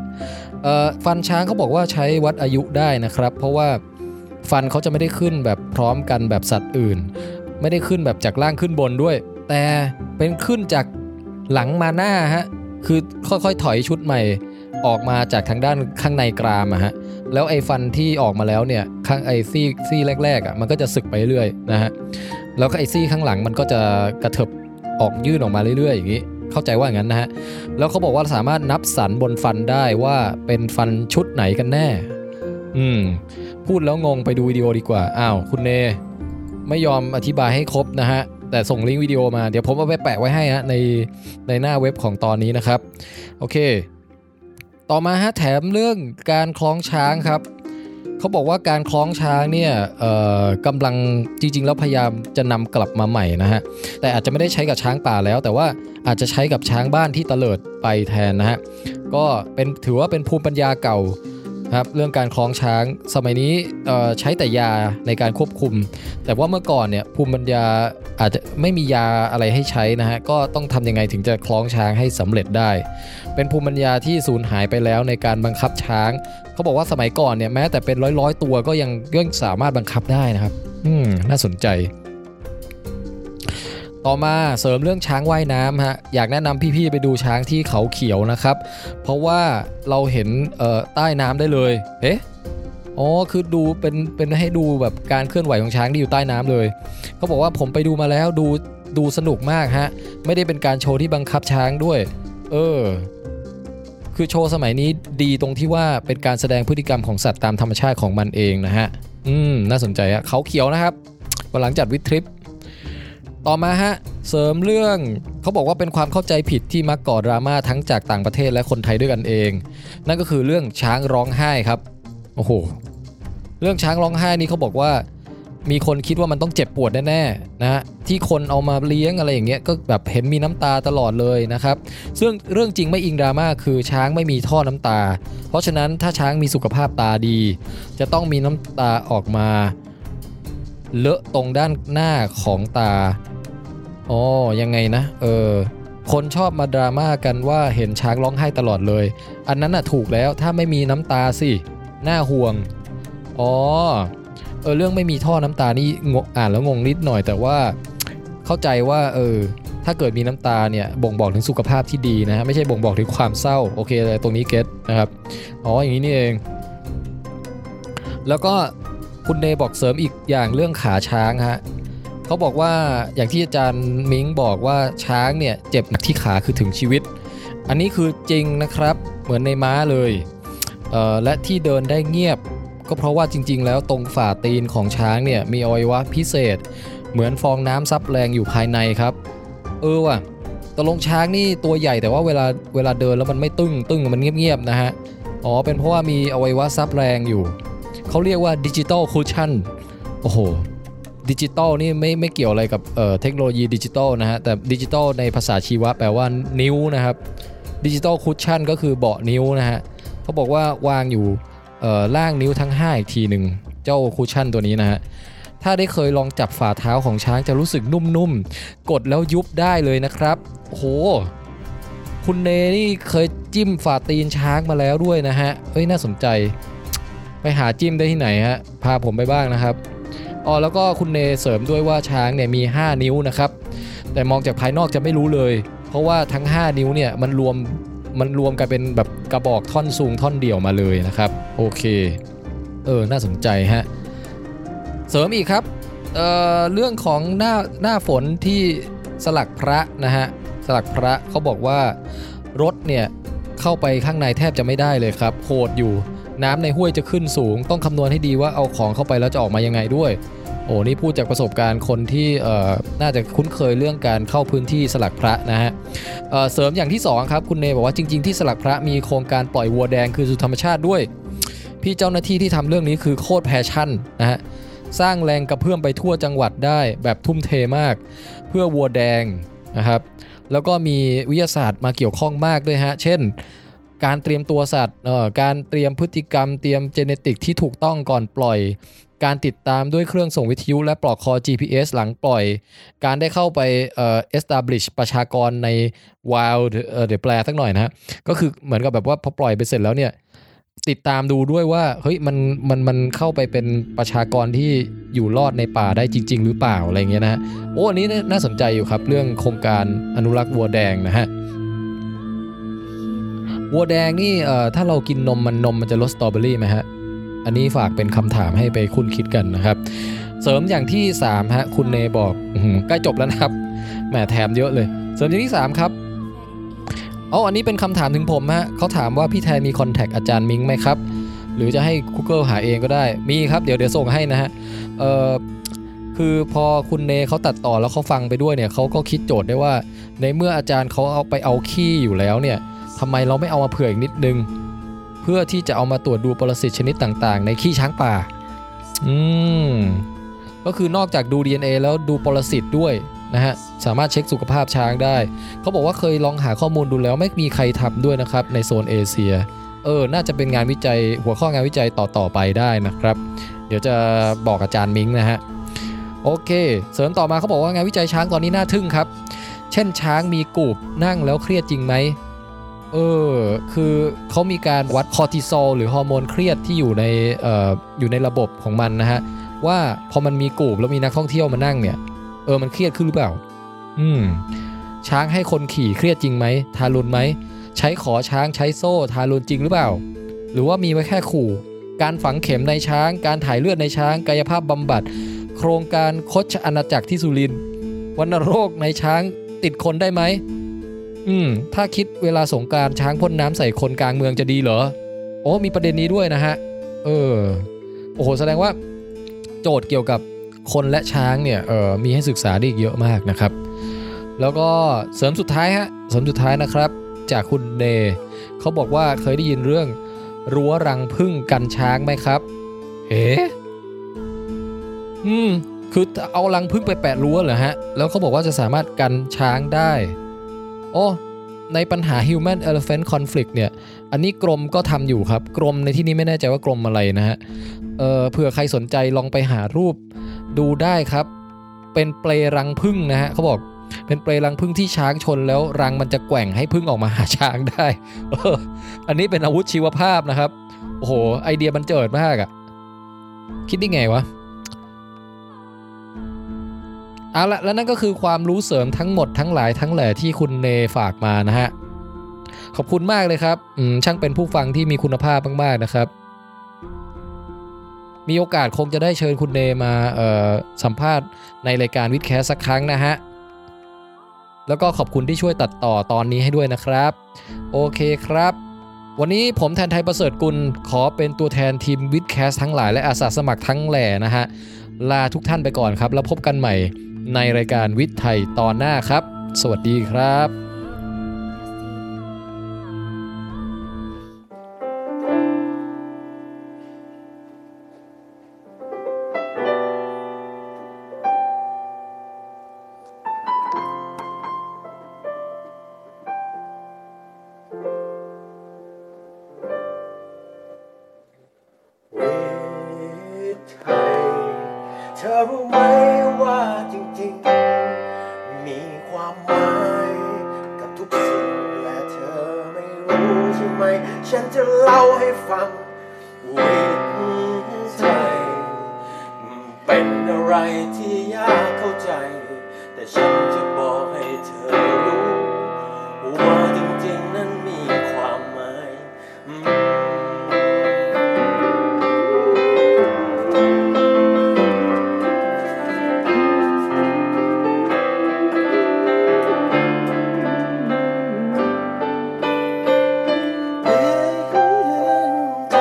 [SPEAKER 5] เอ่อฟันช้างเขาบอกว่าใช้วัดอายุได้นะครับ เพราะว่าฟันเขาจะไม่ได้ขึ้นแบบพร้อมกันแบบสัตว์อื่น ไม่ได้ขึ้นแบบจากล่างขึ้นบนด้วย แต่เป็นขึ้นจากหลังมาหน้าฮะคือค่อยๆถอยชุดใหม่ ออกมาจากทางด้านข้างในกรามอะฮะแล้วไอ้ฟันที่ออกมาแล้วเนี่ยข้างไอ้ซี่ซี่แรกๆอะมันก็จะสึกไปเรื่อยๆนะฮะแล้วก็ไอ้ซี่ข้างหลังมันก็จะกระเถิบออกยื่นออกมาเรื่อยๆอย่างนี้ เข้าใจว่าอย่างนั้นนะฮะแล้วเขาบอกว่าสามารถนับสันบนฟันได้ว่าเป็นฟันชุดไหนกันแน่ อืม พูดแล้วงงไปดูวิดีโอดีกว่า อ้าว คุณเน ไม่ยอมอธิบายให้ครบนะฮะ แต่ส่งลิงก์วิดีโอมา เดี๋ยวผมเอาไปแปะไว้ให้ฮะในในหน้าเว็บของตอนนี้นะครับ โอเค ต่อมาฮะแถมเรื่องการคล้องช้างครับ เขาบอกว่าการคล้องช้างเนี่ยเอ่อกำลังจริง ๆ แล้วพยายามจะนำกลับมาใหม่นะฮะ แต่อาจจะไม่ได้ใช้กับช้างป่าแล้ว แต่ว่าอาจจะใช้กับช้างบ้านที่ตะเลิดไปแทนนะฮะ ก็เป็นถือว่าเป็นภูมิปัญญาเก่า ครับเรื่องการคล้องช้างสมัยนี้เอ่อใช้แต่ยาในการควบคุม แต่ว่าเมื่อก่อนเนี่ยภูมิปัญญาอาจจะไม่มียาอะไรให้ใช้นะฮะก็ต้องทำยังไงถึงจะคล้องช้างให้สำเร็จได้ เป็นภูมิปัญญาที่สูญหายไปแล้วในการบังคับช้าง เขาบอกว่าสมัยก่อนเนี่ยแม้แต่เป็นร้อยร้อยๆตัวก็ยังยังสามารถบังคับได้นะครับอืมน่าสนใจ ต่อมาเสริมเรื่องช้างว่ายน้ำฮะอยากแนะนำพี่ๆไปดูช้างที่เขาเขียวนะครับ เพราะว่าเราเห็นเอ่อใต้น้ำได้เลย เอ๊ะ อ๋อ คือดูเป็นเป็นให้ดูแบบการเคลื่อนไหวของช้างที่อยู่ใต้น้ำเลย เขาบอกว่าผมไปดูมาแล้วดูดูสนุกมากฮะ ไม่ได้เป็นการโชว์ที่บังคับช้างด้วย เออ คือโชว์สมัยนี้ดีตรงที่ว่าเป็นการแสดงพฤติกรรมของสัตว์ตามธรรมชาติของมันเองนะฮะ อืม น่าสนใจฮะเขาเขียวนะครับ วันหลังจัดวิดทริป ต่อมาฮะ เสริมเรื่องเขาบอกว่าเป็นความเข้าใจผิดที่มักก่อดราม่าทั้งจากต่างประเทศและคนไทยด้วยกันเอง นั่นก็คือเรื่องช้างร้องไห้ครับ โอ้โห เรื่องช้างร้องไห้นี่เขาบอกว่า มีคนคิดว่ามันต้องเจ็บปวดแน่ๆนะฮะที่คนเอามาเลี้ยงอะไรอย่างเงี้ยก็แบบเห็นมีน้ำตาตลอดเลยนะครับ ซึ่งเรื่องจริงไม่อิงดราม่าคือช้างไม่มีท่อน้ำตา เพราะฉะนั้นถ้าช้างมีสุขภาพตาดี จะต้องมีน้ำตาออกมา เลอะตรงด้านหน้าของตาอ๋อยังไงนะ เออ คนชอบมาดราม่ากันว่าเห็นช้างร้องไห้ตลอดเลย อันนั้นน่ะถูกแล้วถ้าไม่มีน้ำตาสิน่าห่วง อ๋อ เออเรื่องไม่มีท่อน้ำตานี่งงอ่านแล้วงงนิดหน่อย แต่ว่าเข้าใจว่าเออถ้าเกิดมีน้ำตาเนี่ยบ่งบอกถึงสุขภาพที่ดีนะฮะไม่ใช่บ่งบอกถึงความเศร้าโอเคเลยตรงนี้เก็ตนะครับอ๋ออย่างนี้นี่เอง แล้วก็คุณเดย์บอกเสริมอีกอย่างเรื่องขาช้างฮะเขาบอกว่าอย่างที่อาจารย์มิงบอกว่าช้างเนี่ยเจ็บหนักที่ขาคือถึงชีวิต อันนี้คือจริงนะครับเหมือนในม้าเลยเอ่อและที่เดินได้เงียบ ก็เพราะว่าจริง ๆ แล้วตรงฝ่าตีนของช้างเนี่ยมีอวัยวะพิเศษ เหมือนฟองน้ำซับแรงอยู่ภายในครับ เออว่ะตกลงช้างนี่ตัวใหญ่แต่ว่าเวลาเวลาเดินแล้วมันไม่ตึ้งตึ้งมันเงียบๆนะฮะอ๋อเป็นเพราะว่ามีอวัยวะซับแรงอยู่ เขาเรียกว่าดิจิตอลคูชั่นโอ้โหดิจิตอลนี่ไม่ไม่เกี่ยวอะไรกับเอ่อเทคโนโลยีดิจิตอลนะฮะแต่ดิจิตอลในภาษาชีวะแปลว่านิ้วนะครับดิจิตอลคูชั่นก็คือเบาะนิ้วนะฮะเขาบอกว่าวางอยู่ เอ่อล่างนิ้วทั้ง 5 อีกทีหนึ่งเจ้าคูชั่นตัวนี้นะฮะ ถ้าได้เคยลองจับฝ่าเท้าของช้างจะรู้สึกนุ่มๆ กดแล้วยุบได้เลยนะครับ โอ้โห คุณเนนี่เคยจิ้มฝ่าตีนช้างมาแล้วด้วยนะฮะ เอ้ยน่าสนใจ ไปหาจิ้มได้ที่ไหนฮะ พาผมไปบ้างนะครับ อ๋อแล้วก็คุณเนเสริมด้วยว่าช้างเนี่ยมี 5 นิ้วนะครับ แต่มองจากภายนอกจะไม่รู้เลย เพราะว่าทั้ง 5 นิ้วเนี่ยมันรวม มันรวมกันเป็นแบบกระบอกท่อนสูงท่อนเดี่ยวมาเลยนะครับ โอเค เออ น่าสนใจฮะ เสริมอีกครับเอ่อเรื่องของหน้าหน้าฝนที่สลักพระนะฮะ สลักพระเขาบอกว่ารถเนี่ย เข้าไปข้างในแทบจะไม่ได้เลยครับโหดอยู่ น้ำในห้วยจะขึ้นสูง ต้องคำนวณให้ดีว่าเอาของเข้าไปแล้วจะออกมายังไงด้วย โอ้นี่พูดจากประสบการณ์คนที่เอ่อน่าจะคุ้นเคยเรื่องการเข้าพื้นที่สลักพระนะฮะ เอ่อเสริมอย่างที่ 2 ครับคุณเนบอกว่าจริง ๆ ที่สลักพระมีโครงการปล่อยวัวแดงคืนสู่ธรรมชาติด้วย พี่เจ้าหน้าที่ที่ทำเรื่องนี้คือโคตรแพชชั่นนะฮะสร้างแรงกระเพื่อมไปทั่วจังหวัดได้แบบทุ่มเทมาก เพื่อวัวแดงนะครับ แล้วก็มีวิทยาศาสตร์มาเกี่ยวข้องมากด้วยฮะ เช่น การเตรียมตัวสัตว์เอ่อการเตรียมพฤติกรรมเตรียมเจเนติกที่ถูกต้องก่อนปล่อย การติดตามด้วยเครื่องส่งวิทยุและปลอกคอ GPS หลังปล่อย การได้เข้าไปเอ่อ establish ประชากรใน wild เอ่อเดี๋ยวแปลสักหน่อยนะฮะ ก็คือเหมือนกับแบบว่าพอปล่อยไปเสร็จแล้วเนี่ย ติดตามดูด้วยว่าเฮ้ยมันมันมันเข้าไปเป็นประชากรที่อยู่รอดในป่าได้จริง ๆ หรือเปล่าอะไรเงี้ยนะฮะโอ้อันนี้น่าสนใจอยู่ครับ เรื่องโครงการอนุรักษ์วัวแดงนะฮะ วัวแดงนี่เอ่อถ้าเรากินนมมันนมมันจะลดสตรอเบอรี่ไหมฮะ อันนี้ฝากเป็นคำถามให้ไปคุ้นคิดกันนะครับ เสริมอย่างที่3ฮะคุณเนบอกอื้อหือใกล้จบแล้วนะครับแหมแถมเยอะเลย เสริมอย่างที่ 3 ครับเอาอันนี้เป็นคำถามถึงผมฮะเขาถามว่าพี่แทนมีคอนแทคอาจารย์มิงไหมครับ หรือจะให้ Google หาเองก็ได้มีครับเดี๋ยวเดี๋ยวส่งให้นะฮะเออคือพอคุณเนเขาตัดต่อแล้วเขาฟังไปด้วยเนี่ยเขาก็คิดโจทย์ได้ว่า ในเมื่ออาจารย์เขาเอาไปเอาขี้อยู่แล้วเนี่ยทำไมเราไม่เอามาเผื่ออีกนิดนึง เพื่อที่จะเอามาตรวจดูปรสิตชนิดต่างๆ ในขี้ช้างป่า อืม ก็คือนอกจากดู DNA แล้วดูปรสิตด้วยนะฮะ สามารถเช็คสุขภาพช้างได้ เขาบอกว่าเคยลองหาข้อมูลดูแล้วไม่มีใครทำด้วยนะครับ ในโซนเอเชีย เออ น่าจะเป็นงานวิจัยหัวข้องานวิจัยต่อต่อไปได้นะครับ เดี๋ยวจะบอกอาจารย์มิงนะฮะ โอเค เสริมต่อมาเขาบอกว่างานวิจัยช้างตอนนี้น่าทึ่งครับ เช่นช้างมีกูบนั่งแล้วเครียดจริงไหม เออ คือเขามีการวัดคอร์ติซอลหรือฮอร์โมนเครียดที่อยู่ในเอ่ออยู่ในระบบของมันนะฮะ ว่าพอมันมีกลุ่มแล้วมีนักท่องเที่ยวมานั่งเนี่ย เออมันเครียดขึ้นหรือเปล่า อืม ช้างให้คนขี่เครียดจริงไหมทารุณไหม ใช้ขอช้างใช้โซ่ทารุณจริงหรือเปล่า หรือว่ามีไว้แค่ขู่ การฝังเข็มในช้าง การถ่ายเลือดในช้าง กายภาพบำบัด โครงการคดชอาณาจักรที่สุรินทร์วัณโรคในช้างติดคนได้ไหม อืม ถ้าคิดเวลาสงกรารช้างพ่นน้ำใส่คนกลางเมืองจะดีเหรอ โอ้มีประเด็นนี้ด้วยนะฮะ เออ โอ้โห แสดงว่า โจทย์เกี่ยวกับคนและช้างเนี่ย เออมีให้ศึกษาได้อีกเยอะมากนะครับ แล้วก็เสริมสุดท้ายฮะ เสริมสุดท้ายนะครับ จากคุณเนเขาบอกว่าเคยได้ยินเรื่องรั้วรังพึ่งกันช้างไหมครับ เอ๊ะ อืม คือเอารังพึ่งไปแปะรั้วเหรอฮะ แล้วเขาบอกว่าจะสามารถกันช้างได้ โอ้ ในปัญหา Human Elephant Conflict เนี่ย อันนี้กรมก็ทำอยู่ครับ กรมในที่นี้ไม่แน่ใจว่ากรมอะไรนะฮะ เออเผื่อใครสนใจลองไปหารูปดูได้ครับ เป็นเปลรังพึ่งนะฮะเขาบอก เป็นเปลรังพึ่งที่ช้างชนแล้วรังมันจะแกว่งให้พึ่งออกมาหาช้างได้ (laughs) เอออันนี้เป็นอาวุธชีวภาพนะครับ โอ้โห ไอเดียมันเจิดมากอะคิดได้ไงวะ เอาละและนั่นก็คือความรู้เสริมทั้งหมดทั้งหลายทั้งแหล่ที่คุณเนฝากมานะฮะ ขอบคุณมากเลยครับอืมช่างเป็นผู้ฟังที่มีคุณภาพมากๆนะครับ มีโอกาสคงจะได้เชิญคุณเนมาเอ่อสัมภาษณ์ในรายการวิดแคสสักครั้งนะฮะ แล้วก็ขอบคุณที่ช่วยตัดต่อตอนนี้ให้ด้วยนะครับ โอเคครับ วันนี้ผมแทนไทยประเสริฐกุล ขอเป็นตัวแทนทีมวิดแคสทั้งหลายและอาสาสมัครทั้งแหล่นะฮะ ลาทุกท่านไปก่อนครับ แล้วพบกันใหม่ในรายการวิทย์ไทยตอนหน้าครับ สวัสดีครับ
[SPEAKER 9] วิทย์ไทยเธอรู้ไหมว่าจริงๆ มีความหมายกับทุกสิ่งและเธอไม่รู้ใช่ไหม ฉันจะเล่าให้ฟัง วิทย์ไทยเป็นอะไรที่ยากเข้าใจ แต่ฉันจะบอกให้เธอรู้ ว่าจริงๆ นั้นมีความหมาย เพียงใจเอ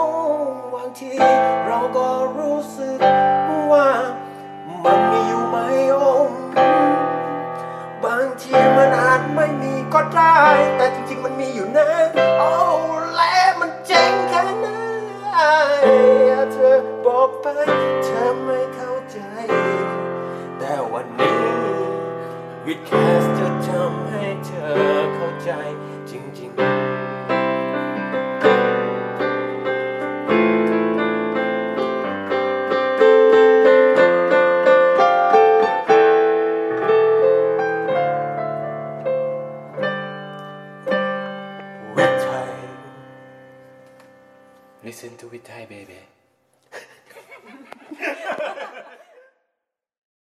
[SPEAKER 9] าบางทีเราก็รู้สึกว่ามันมีอยู่ไหมโอ้บางทีมันอาจไม่มีก็ได้ แต่จริงๆมันมีอยู่นะโอ้และมันเจ๋งแค่ไหนเธอบอกไปเธอไม่เข้าใจ แต่วันนี้ วิดแคสจะทำให้เธอเข้าใจจริง ๆ with time. Listen to with time, baby.